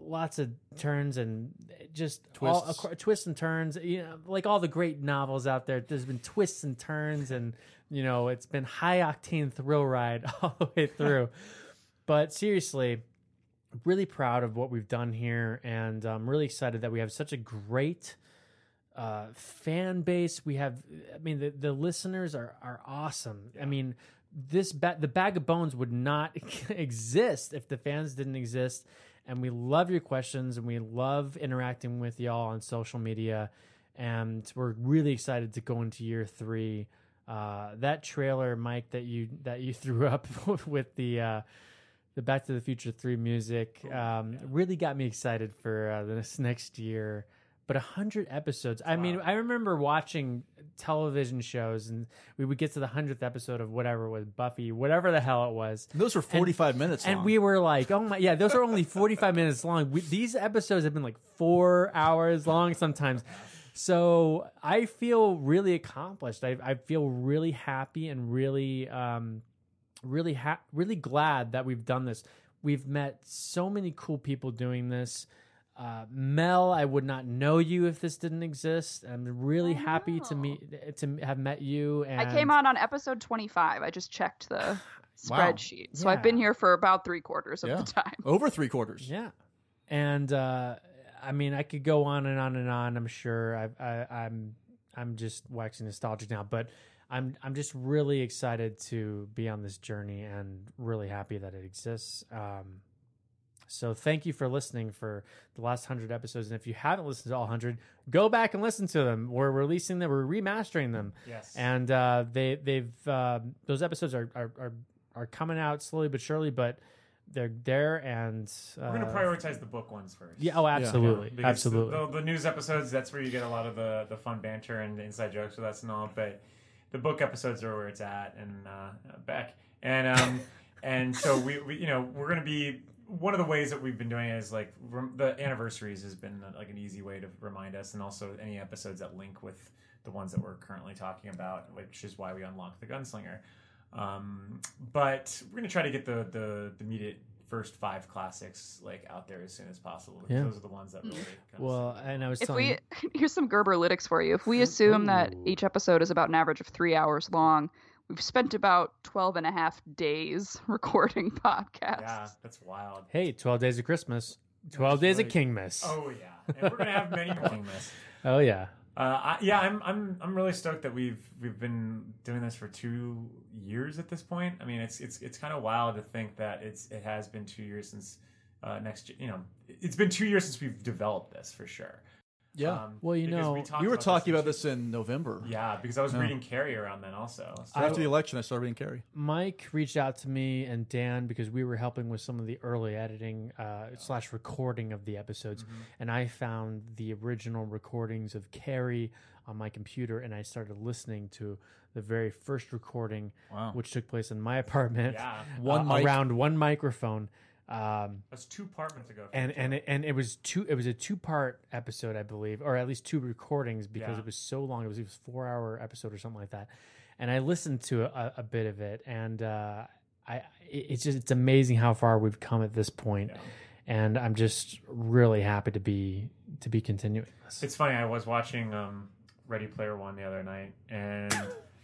[SPEAKER 4] lots of turns and just all,
[SPEAKER 6] Twists.
[SPEAKER 4] acro- twists and turns. You know, like all the great novels out there, there's been twists and turns, and you know, it's been high octane thrill ride all the way through. but seriously, really proud of what we've done here, and I'm really excited that we have such a great uh, fan base. We have, I mean, the, the listeners are are awesome. I mean, this ba- the bag of bones would not exist if the fans didn't exist. And we love your questions, and we love interacting with y'all on social media. And we're really excited to go into year three. Uh, that trailer, Mike, that you that you threw up with the uh, the Back to the Future Three music um, really got me excited for uh, this next year. But hundred episodes. I mean, I remember watching television shows, and we would get to the hundredth episode of whatever it was Buffy, whatever the hell it was.
[SPEAKER 6] Those were 45 minutes
[SPEAKER 4] And
[SPEAKER 6] long.
[SPEAKER 4] we were like, oh my, yeah, those are only 45 minutes long. We, these episodes have been like four hours long sometimes. So I feel really accomplished. I, I feel really happy and really, um, really, ha- really glad that we've done this. We've met so many cool people doing this. Uh, Mel, I would not know you if this didn't exist. I'm really
[SPEAKER 5] I
[SPEAKER 4] happy to
[SPEAKER 5] know.
[SPEAKER 4] meet to have met you. And
[SPEAKER 5] I came on on episode 25. I just checked the
[SPEAKER 6] Wow.
[SPEAKER 5] spreadsheet. So I've been
[SPEAKER 4] Yeah.
[SPEAKER 5] here for about three quarters of
[SPEAKER 6] Yeah.
[SPEAKER 5] the time.
[SPEAKER 6] Over three quarters.
[SPEAKER 4] Yeah, and uh, I mean, I could go on and on and on. I'm sure I, I, I'm I'm just waxing nostalgic now, but I'm I'm just really excited to be on this journey and really happy that it exists. Um, so thank you for listening for the last hundred episodes, and if you haven't listened to all hundred, go back and listen to them. We're releasing them, we're remastering them
[SPEAKER 3] Yes.
[SPEAKER 4] and uh, they they've uh, those episodes are, are are are coming out slowly but surely, but they're there and uh,
[SPEAKER 3] we're gonna prioritize Oh, the book ones first.
[SPEAKER 4] Yeah, oh, absolutely,
[SPEAKER 3] because
[SPEAKER 4] absolutely.
[SPEAKER 3] The, the, the news episodes, that's where you get a lot of the, the fun banter and the inside jokes with us and all. But the book episodes are where it's at and uh, back. And um, and so we, we, you know, we're gonna be one of the ways that we've been doing it is like rem- the anniversaries has been uh, like an easy way to remind us, and also any episodes that link with the ones that we're currently talking about, which is why we unlocked the gunslinger. Um, but we're gonna try to get the the the immediate first five classics like out there as soon as possible. because
[SPEAKER 4] Yeah.
[SPEAKER 3] Those are the ones that really. Kind of
[SPEAKER 4] Mm. well, and I was
[SPEAKER 5] If
[SPEAKER 4] telling
[SPEAKER 5] we here's some Gerber lytics for you. If we assume that
[SPEAKER 4] Ooh.
[SPEAKER 5] each episode is about an average of three hours long, we've spent about 12 and a half days recording podcasts.
[SPEAKER 3] yeah, that's wild.
[SPEAKER 4] hey, twelve days of Christmas, twelve days of Kingmas. Oh,
[SPEAKER 3] Oh yeah, and we're gonna have many more on this.
[SPEAKER 4] yeah,
[SPEAKER 3] Uh, I, yeah, I'm I'm I'm really stoked that we've we've been doing this for two years at this point. I mean, it's it's it's kind of wild to think that it's it has been two years since uh, next. You know, it's been two years since we've developed this for sure.
[SPEAKER 6] Yeah.
[SPEAKER 3] Um,
[SPEAKER 4] Well, you
[SPEAKER 3] because
[SPEAKER 4] know,
[SPEAKER 3] talked
[SPEAKER 6] we were
[SPEAKER 3] in
[SPEAKER 6] talking about this in November.
[SPEAKER 3] Yeah, because I was
[SPEAKER 6] Yeah.
[SPEAKER 3] reading Carrie around then also. So-
[SPEAKER 6] After the election, I started reading Carrie.
[SPEAKER 4] Mike reached out to me and Dan because we were helping with some of the early editing uh, slash recording of the episodes,
[SPEAKER 6] Mm-hmm.
[SPEAKER 4] and I found the original recordings of Carrie on my computer, and I started listening to the very first recording,
[SPEAKER 6] Wow.
[SPEAKER 4] which took place in my apartment,
[SPEAKER 3] yeah,
[SPEAKER 6] One
[SPEAKER 4] uh,
[SPEAKER 6] mic.
[SPEAKER 4] around one microphone. Um,
[SPEAKER 3] that's two apartments ago. from
[SPEAKER 4] and
[SPEAKER 3] each
[SPEAKER 4] and
[SPEAKER 3] other.
[SPEAKER 4] it, and it was two. It was a two part episode, I believe, or at least two recordings because
[SPEAKER 3] Yeah.
[SPEAKER 4] it was so long. It was it was four hour episode or something like that. And I listened to a, a bit of it, and uh, I it- it's just it's amazing how far we've come at this point.
[SPEAKER 3] Yeah.
[SPEAKER 4] And I'm just really happy to be to be continuing this.
[SPEAKER 3] It's funny. I was watching um, Ready Player One the other night, and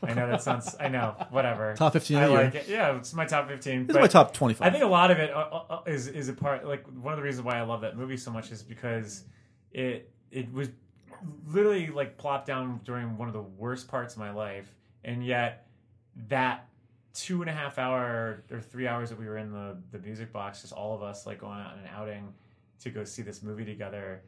[SPEAKER 3] I know that sounds. I know, whatever.
[SPEAKER 6] Top 15 of
[SPEAKER 3] I
[SPEAKER 6] the year.
[SPEAKER 3] like it. Yeah, it's my top fifteen.
[SPEAKER 6] This is
[SPEAKER 3] but
[SPEAKER 6] my top
[SPEAKER 3] I
[SPEAKER 6] 25.
[SPEAKER 3] think a lot of it uh, uh, is is a part. Like one of the reasons why I love that movie so much is because it it was literally like plopped down during one of the worst parts of my life, and yet that two and a half hour or three hours that we were in the the music box, just all of us like going out on an outing to go see this movie together.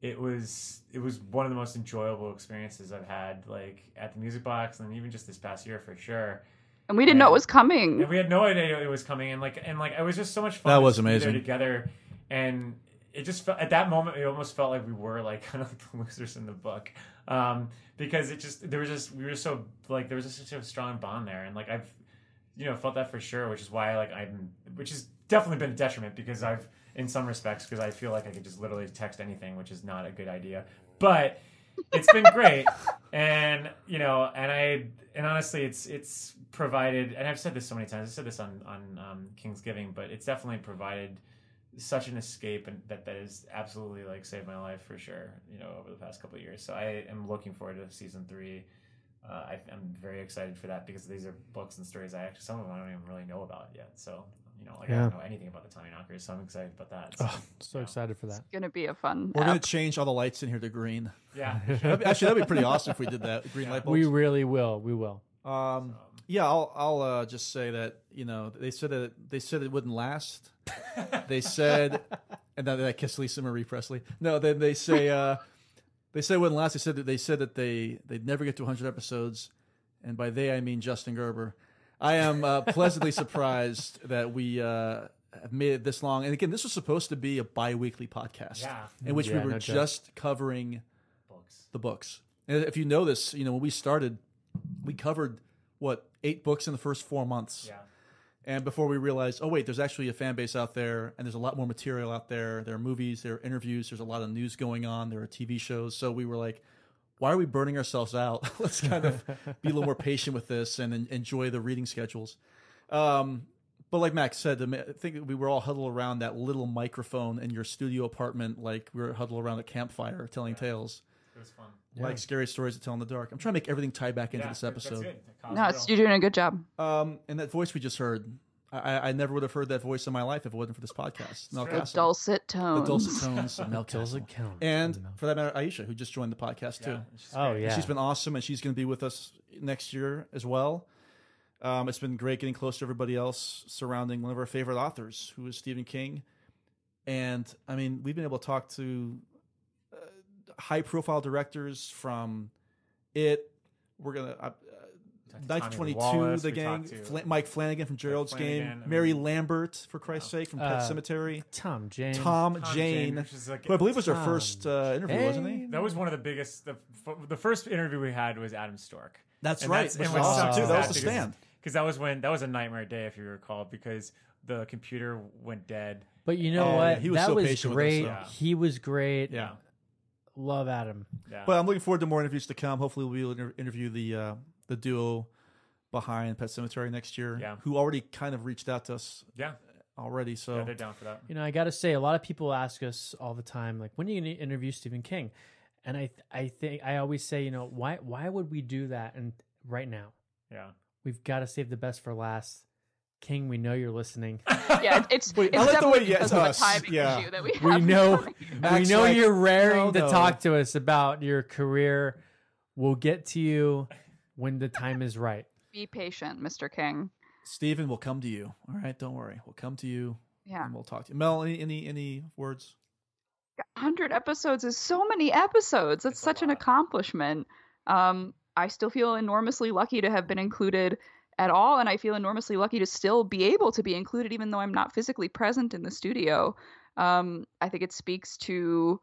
[SPEAKER 3] It was it was one of the most enjoyable experiences I've had like at the music box and even just this past year for sure.
[SPEAKER 5] And we didn't know
[SPEAKER 3] Yeah.
[SPEAKER 5] it was coming.
[SPEAKER 3] And we had no idea it was coming, and like and like it was just so much fun.
[SPEAKER 6] That
[SPEAKER 3] to
[SPEAKER 6] was
[SPEAKER 3] just be there
[SPEAKER 6] amazing.
[SPEAKER 3] together, and it just felt at that moment it almost felt like we were like kind of like the losers in the book, um, because it just there was just we were so like there was just such a strong bond there, and like I've you know felt that for sure, which is why like I'm which has definitely been a detriment because I've in some respects because I feel like I could just literally text anything, which is not a good idea, but it's been great and you know and i and honestly it's it's provided and i've said this so many times i said this on on um, kingsgiving but it's definitely provided such an escape and that that has absolutely like saved my life for sure you know over the past couple of years so i am looking forward to season three uh, I, i'm very excited for that because these are books and stories i actually some of them i don't even really know about yet so you know like i
[SPEAKER 4] Yeah.
[SPEAKER 3] don't know anything about the tommy knockers so i'm excited about that so,
[SPEAKER 4] Oh, so excited for that.
[SPEAKER 5] It's going to be a fun
[SPEAKER 6] We're going
[SPEAKER 5] app.
[SPEAKER 6] to change all the lights in here to green.
[SPEAKER 3] yeah
[SPEAKER 6] That'd be- actually, that'd be pretty awesome if we did that. Green light bulbs.
[SPEAKER 4] We really will. We will.
[SPEAKER 6] Um, yeah, I'll I'll uh, just say that you know they said that they said it wouldn't last. they said, and then I kiss Lisa Marie Presley. No, then they say uh, they said it wouldn't last. They said that they said that they they'd never get to 100 episodes, and by they I mean Justin Gerber. I am uh, pleasantly surprised that we uh, have made it this long. And again, this was supposed to be a bi-weekly podcast
[SPEAKER 3] Yeah.
[SPEAKER 6] in which
[SPEAKER 4] Yeah,
[SPEAKER 6] we were
[SPEAKER 4] no joke.
[SPEAKER 6] just covering
[SPEAKER 3] books
[SPEAKER 6] the books. And if you know this, you know when we started, we covered what eight books in the first four months.
[SPEAKER 3] yeah
[SPEAKER 6] And before we realized, oh wait, there's actually a fan base out there, and there's a lot more material out there. There are movies, there are interviews, there's a lot of news going on, there are TV shows. So we were like, why are we burning ourselves out? Let's kind of be a little more patient with this and en- enjoy the reading schedules. Um, but like Max said, the ma- I think we were all huddled around that little microphone in your studio apartment, like we were huddled around a campfire telling tales.
[SPEAKER 3] It It was fun.
[SPEAKER 6] like scary stories to tell in the dark. I'm trying to make everything tie back into this episode.
[SPEAKER 5] No, it's, you're doing a good job.
[SPEAKER 6] Um, and that voice we just heard, I, I- I never would have heard that voice in my life if it wasn't for this podcast. Mel
[SPEAKER 5] The
[SPEAKER 6] Castle,
[SPEAKER 5] dulcet
[SPEAKER 6] the
[SPEAKER 5] tones.
[SPEAKER 6] dulcet tones, of Mel
[SPEAKER 4] Doesn't
[SPEAKER 6] Castle,
[SPEAKER 4] count.
[SPEAKER 6] and for that matter, Aisha, who just joined the podcast too.
[SPEAKER 4] oh yeah,
[SPEAKER 6] She's been awesome, and she's going to be with us next year as well. Um, it's been great getting close to everybody else surrounding one of our favorite authors, who is Stephen King. And I mean, we've been able to talk to uh, high-profile directors from it. We're gonna uh, Night Twenty Two, the gang, Fla- Mike Flanagan from Gerald's Game,
[SPEAKER 3] Flanagan, I
[SPEAKER 6] Mary
[SPEAKER 3] mean-
[SPEAKER 6] Lambert, for Christ's sake, from Pet
[SPEAKER 4] Uh,
[SPEAKER 6] Cemetery,
[SPEAKER 4] Tom James.
[SPEAKER 6] Tom, Jane, who I believe was her
[SPEAKER 4] Tom
[SPEAKER 6] first uh, interview, wasn't he?
[SPEAKER 4] Jane.
[SPEAKER 3] That was one of the biggest. The, the first interview we had was Adam Stork.
[SPEAKER 6] That's
[SPEAKER 3] And
[SPEAKER 6] right.
[SPEAKER 3] That's,
[SPEAKER 6] which
[SPEAKER 3] and
[SPEAKER 6] was
[SPEAKER 3] what
[SPEAKER 4] awesome,
[SPEAKER 6] awesome
[SPEAKER 3] sucks
[SPEAKER 6] too.
[SPEAKER 3] is
[SPEAKER 6] That was
[SPEAKER 3] that
[SPEAKER 6] the
[SPEAKER 3] because-
[SPEAKER 6] stand.
[SPEAKER 3] because that was when that was a nightmare day, if you recall, because the computer went dead.
[SPEAKER 4] But you know
[SPEAKER 6] Oh,
[SPEAKER 4] what?
[SPEAKER 6] yeah, he was
[SPEAKER 4] that
[SPEAKER 6] so
[SPEAKER 4] was
[SPEAKER 6] patient with us,
[SPEAKER 4] great.
[SPEAKER 6] though.
[SPEAKER 4] He was great.
[SPEAKER 6] Yeah.
[SPEAKER 4] Love Adam.
[SPEAKER 3] Yeah.
[SPEAKER 6] But I'm looking forward to more interviews to come. Hopefully, we'll be able to inter- interview the uh, the duo behind Pet Cemetery next year,
[SPEAKER 3] Yeah.
[SPEAKER 6] who already kind of reached out to us
[SPEAKER 3] yeah,
[SPEAKER 6] already. So
[SPEAKER 3] yeah, they're down for that.
[SPEAKER 4] You know, I got to say, a lot of people ask us all the time, like, when are you going to interview Stephen King? And I, I think I always say, you know, why, why would we do that? And right now,
[SPEAKER 3] Yeah.
[SPEAKER 4] we've got to save the best for last. King, we know you're listening.
[SPEAKER 5] Yeah, it's,
[SPEAKER 6] Wait,
[SPEAKER 5] it's
[SPEAKER 6] I like the way-
[SPEAKER 5] definitely
[SPEAKER 6] yeah,
[SPEAKER 5] because
[SPEAKER 6] it's
[SPEAKER 5] of a
[SPEAKER 6] us.
[SPEAKER 5] timing
[SPEAKER 6] Yeah.
[SPEAKER 5] issue that we have.
[SPEAKER 4] We know,
[SPEAKER 5] going.
[SPEAKER 4] we
[SPEAKER 6] Acts
[SPEAKER 4] know
[SPEAKER 6] like,
[SPEAKER 4] you're raring
[SPEAKER 6] "Oh,
[SPEAKER 4] to
[SPEAKER 6] no."
[SPEAKER 4] talk to us about your career. We'll get to you when the time is right.
[SPEAKER 5] Be patient, Mr. King.
[SPEAKER 6] Stephen, we'll come to you. All right, don't worry. We'll come to you
[SPEAKER 5] Yeah,
[SPEAKER 6] and we'll talk to you. Mel, any any, any words?
[SPEAKER 5] hundred episodes is so many episodes. That's
[SPEAKER 3] It's a
[SPEAKER 5] such an
[SPEAKER 3] lot.
[SPEAKER 5] accomplishment. Um, I still feel enormously lucky to have been included at all, and I feel enormously lucky to still be able to be included, even though I'm not physically present in the studio. Um, I think it speaks to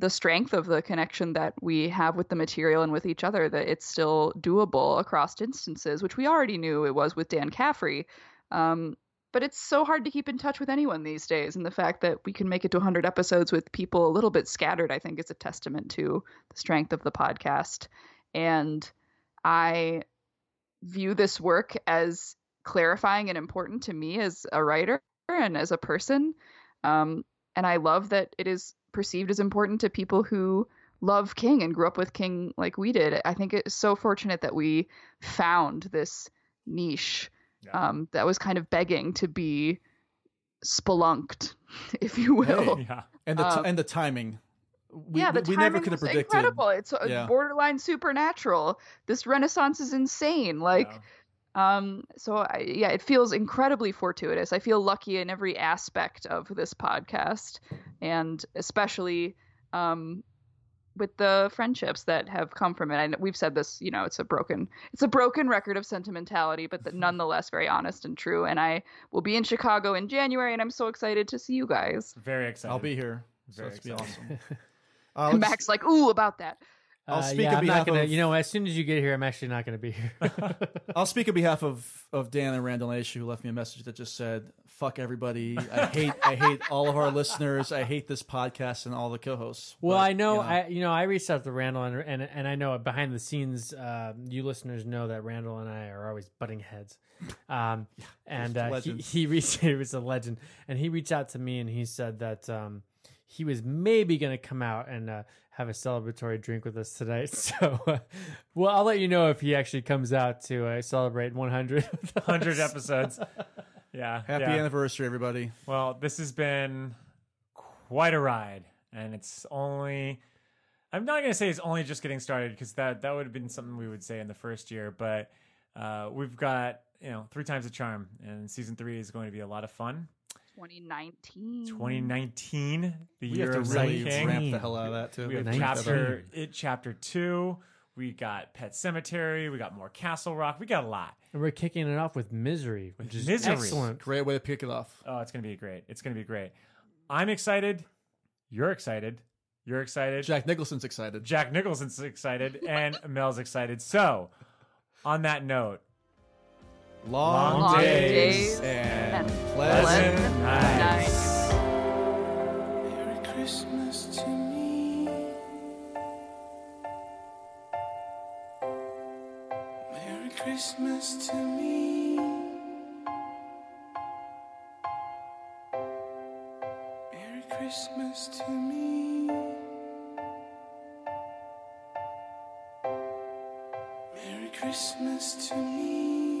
[SPEAKER 5] the strength of the connection that we have with the material and with each other that it's still doable across instances, which we already knew it was with Dan Caffrey. Um, but it's so hard to keep in touch with anyone these days, and the fact that we can make it to 100 episodes with people a little bit scattered, I think, is a testament to the strength of the podcast. And I view this work as clarifying and important to me as a writer and as a person. Um, and I love that it is perceived as important to people who love King and grew up with King like we did. I think it's so fortunate that we found this niche
[SPEAKER 3] Yeah.
[SPEAKER 5] um, that was kind of begging to be spelunked, if you will.
[SPEAKER 6] Hey,
[SPEAKER 3] yeah.
[SPEAKER 6] and the
[SPEAKER 5] Um,
[SPEAKER 6] t- and the timing. We,
[SPEAKER 5] yeah, the
[SPEAKER 6] we, we never
[SPEAKER 5] timing
[SPEAKER 6] could have
[SPEAKER 5] was
[SPEAKER 6] predicted.
[SPEAKER 5] incredible. It's uh,
[SPEAKER 6] Yeah.
[SPEAKER 5] borderline supernatural. This Renaissance is insane. Like,
[SPEAKER 3] Yeah.
[SPEAKER 5] um, so I, yeah, it feels incredibly fortuitous. I feel lucky in every aspect of this podcast, and especially um, with the friendships that have come from it. I know we've said this, you know, it's a broken, it's a broken record of sentimentality, but that nonetheless very honest and true. And I will be in Chicago in January, and I'm so excited to see you guys.
[SPEAKER 3] Very excited.
[SPEAKER 6] I'll be here. So
[SPEAKER 3] Very
[SPEAKER 6] it's be
[SPEAKER 3] excited.
[SPEAKER 6] awesome. Uh,
[SPEAKER 5] And
[SPEAKER 6] let's-
[SPEAKER 5] Mac's like, ooh, about that.
[SPEAKER 6] I'll
[SPEAKER 4] Uh,
[SPEAKER 6] speak
[SPEAKER 4] yeah,
[SPEAKER 6] on
[SPEAKER 4] I'm not
[SPEAKER 6] behalf
[SPEAKER 4] gonna.
[SPEAKER 6] of-
[SPEAKER 4] You know, as soon as you get here, I'm actually not gonna be here.
[SPEAKER 6] I'll speak on behalf of, of Dan and Randall Nash, who left me a message that just said, "Fuck everybody. I hate I hate all of our listeners. I hate this podcast and all the co-hosts."
[SPEAKER 4] Well,
[SPEAKER 6] But,
[SPEAKER 4] I know,
[SPEAKER 6] you
[SPEAKER 4] I you know I reached out to Randall and and, and I know behind the scenes, uh, you listeners know that Randall and I are always butting heads. Um, and
[SPEAKER 6] just
[SPEAKER 4] uh, he
[SPEAKER 6] legends.
[SPEAKER 4] he reached he was a legend, and he reached out to me and he said that um, he was maybe going to come out and uh, have a celebratory drink with us tonight. So, uh, well, I'll let you know if he actually comes out to uh, celebrate 100. with us.
[SPEAKER 3] 100 episodes. Yeah.
[SPEAKER 6] happy
[SPEAKER 3] yeah.
[SPEAKER 6] anniversary, everybody.
[SPEAKER 3] Well, this has been quite a ride, and it's only. I'm not gonna say it's only just getting started because that that would have been something we would say in the first year, but uh, we've got you know three times the charm, and season three is going to be a lot of fun.
[SPEAKER 5] 2019.
[SPEAKER 3] 2019, the
[SPEAKER 6] We
[SPEAKER 3] year
[SPEAKER 6] have to
[SPEAKER 3] of
[SPEAKER 6] really
[SPEAKER 3] Lion King.
[SPEAKER 6] ramp the hell out of that too.
[SPEAKER 3] We have
[SPEAKER 4] Nineteen.
[SPEAKER 3] chapter it chapter two. We got Pet Cemetery. We got more Castle Rock. We got a lot.
[SPEAKER 4] And we're kicking it off with misery, which is
[SPEAKER 3] Misery.
[SPEAKER 4] excellent.
[SPEAKER 6] Great way to pick it off.
[SPEAKER 3] Oh, it's gonna be great. It's gonna be great. I'm excited. You're excited. You're excited.
[SPEAKER 6] Jack Nicholson's excited.
[SPEAKER 3] Jack Nicholson's excited and Mel's excited. So, on that note,
[SPEAKER 6] Long,
[SPEAKER 5] Long
[SPEAKER 6] days,
[SPEAKER 5] days
[SPEAKER 6] and,
[SPEAKER 5] and
[SPEAKER 6] pleasant.
[SPEAKER 5] pleasant nights.
[SPEAKER 7] Merry Christmas to me. Merry Christmas to me. Merry Christmas to me. Christmas to me.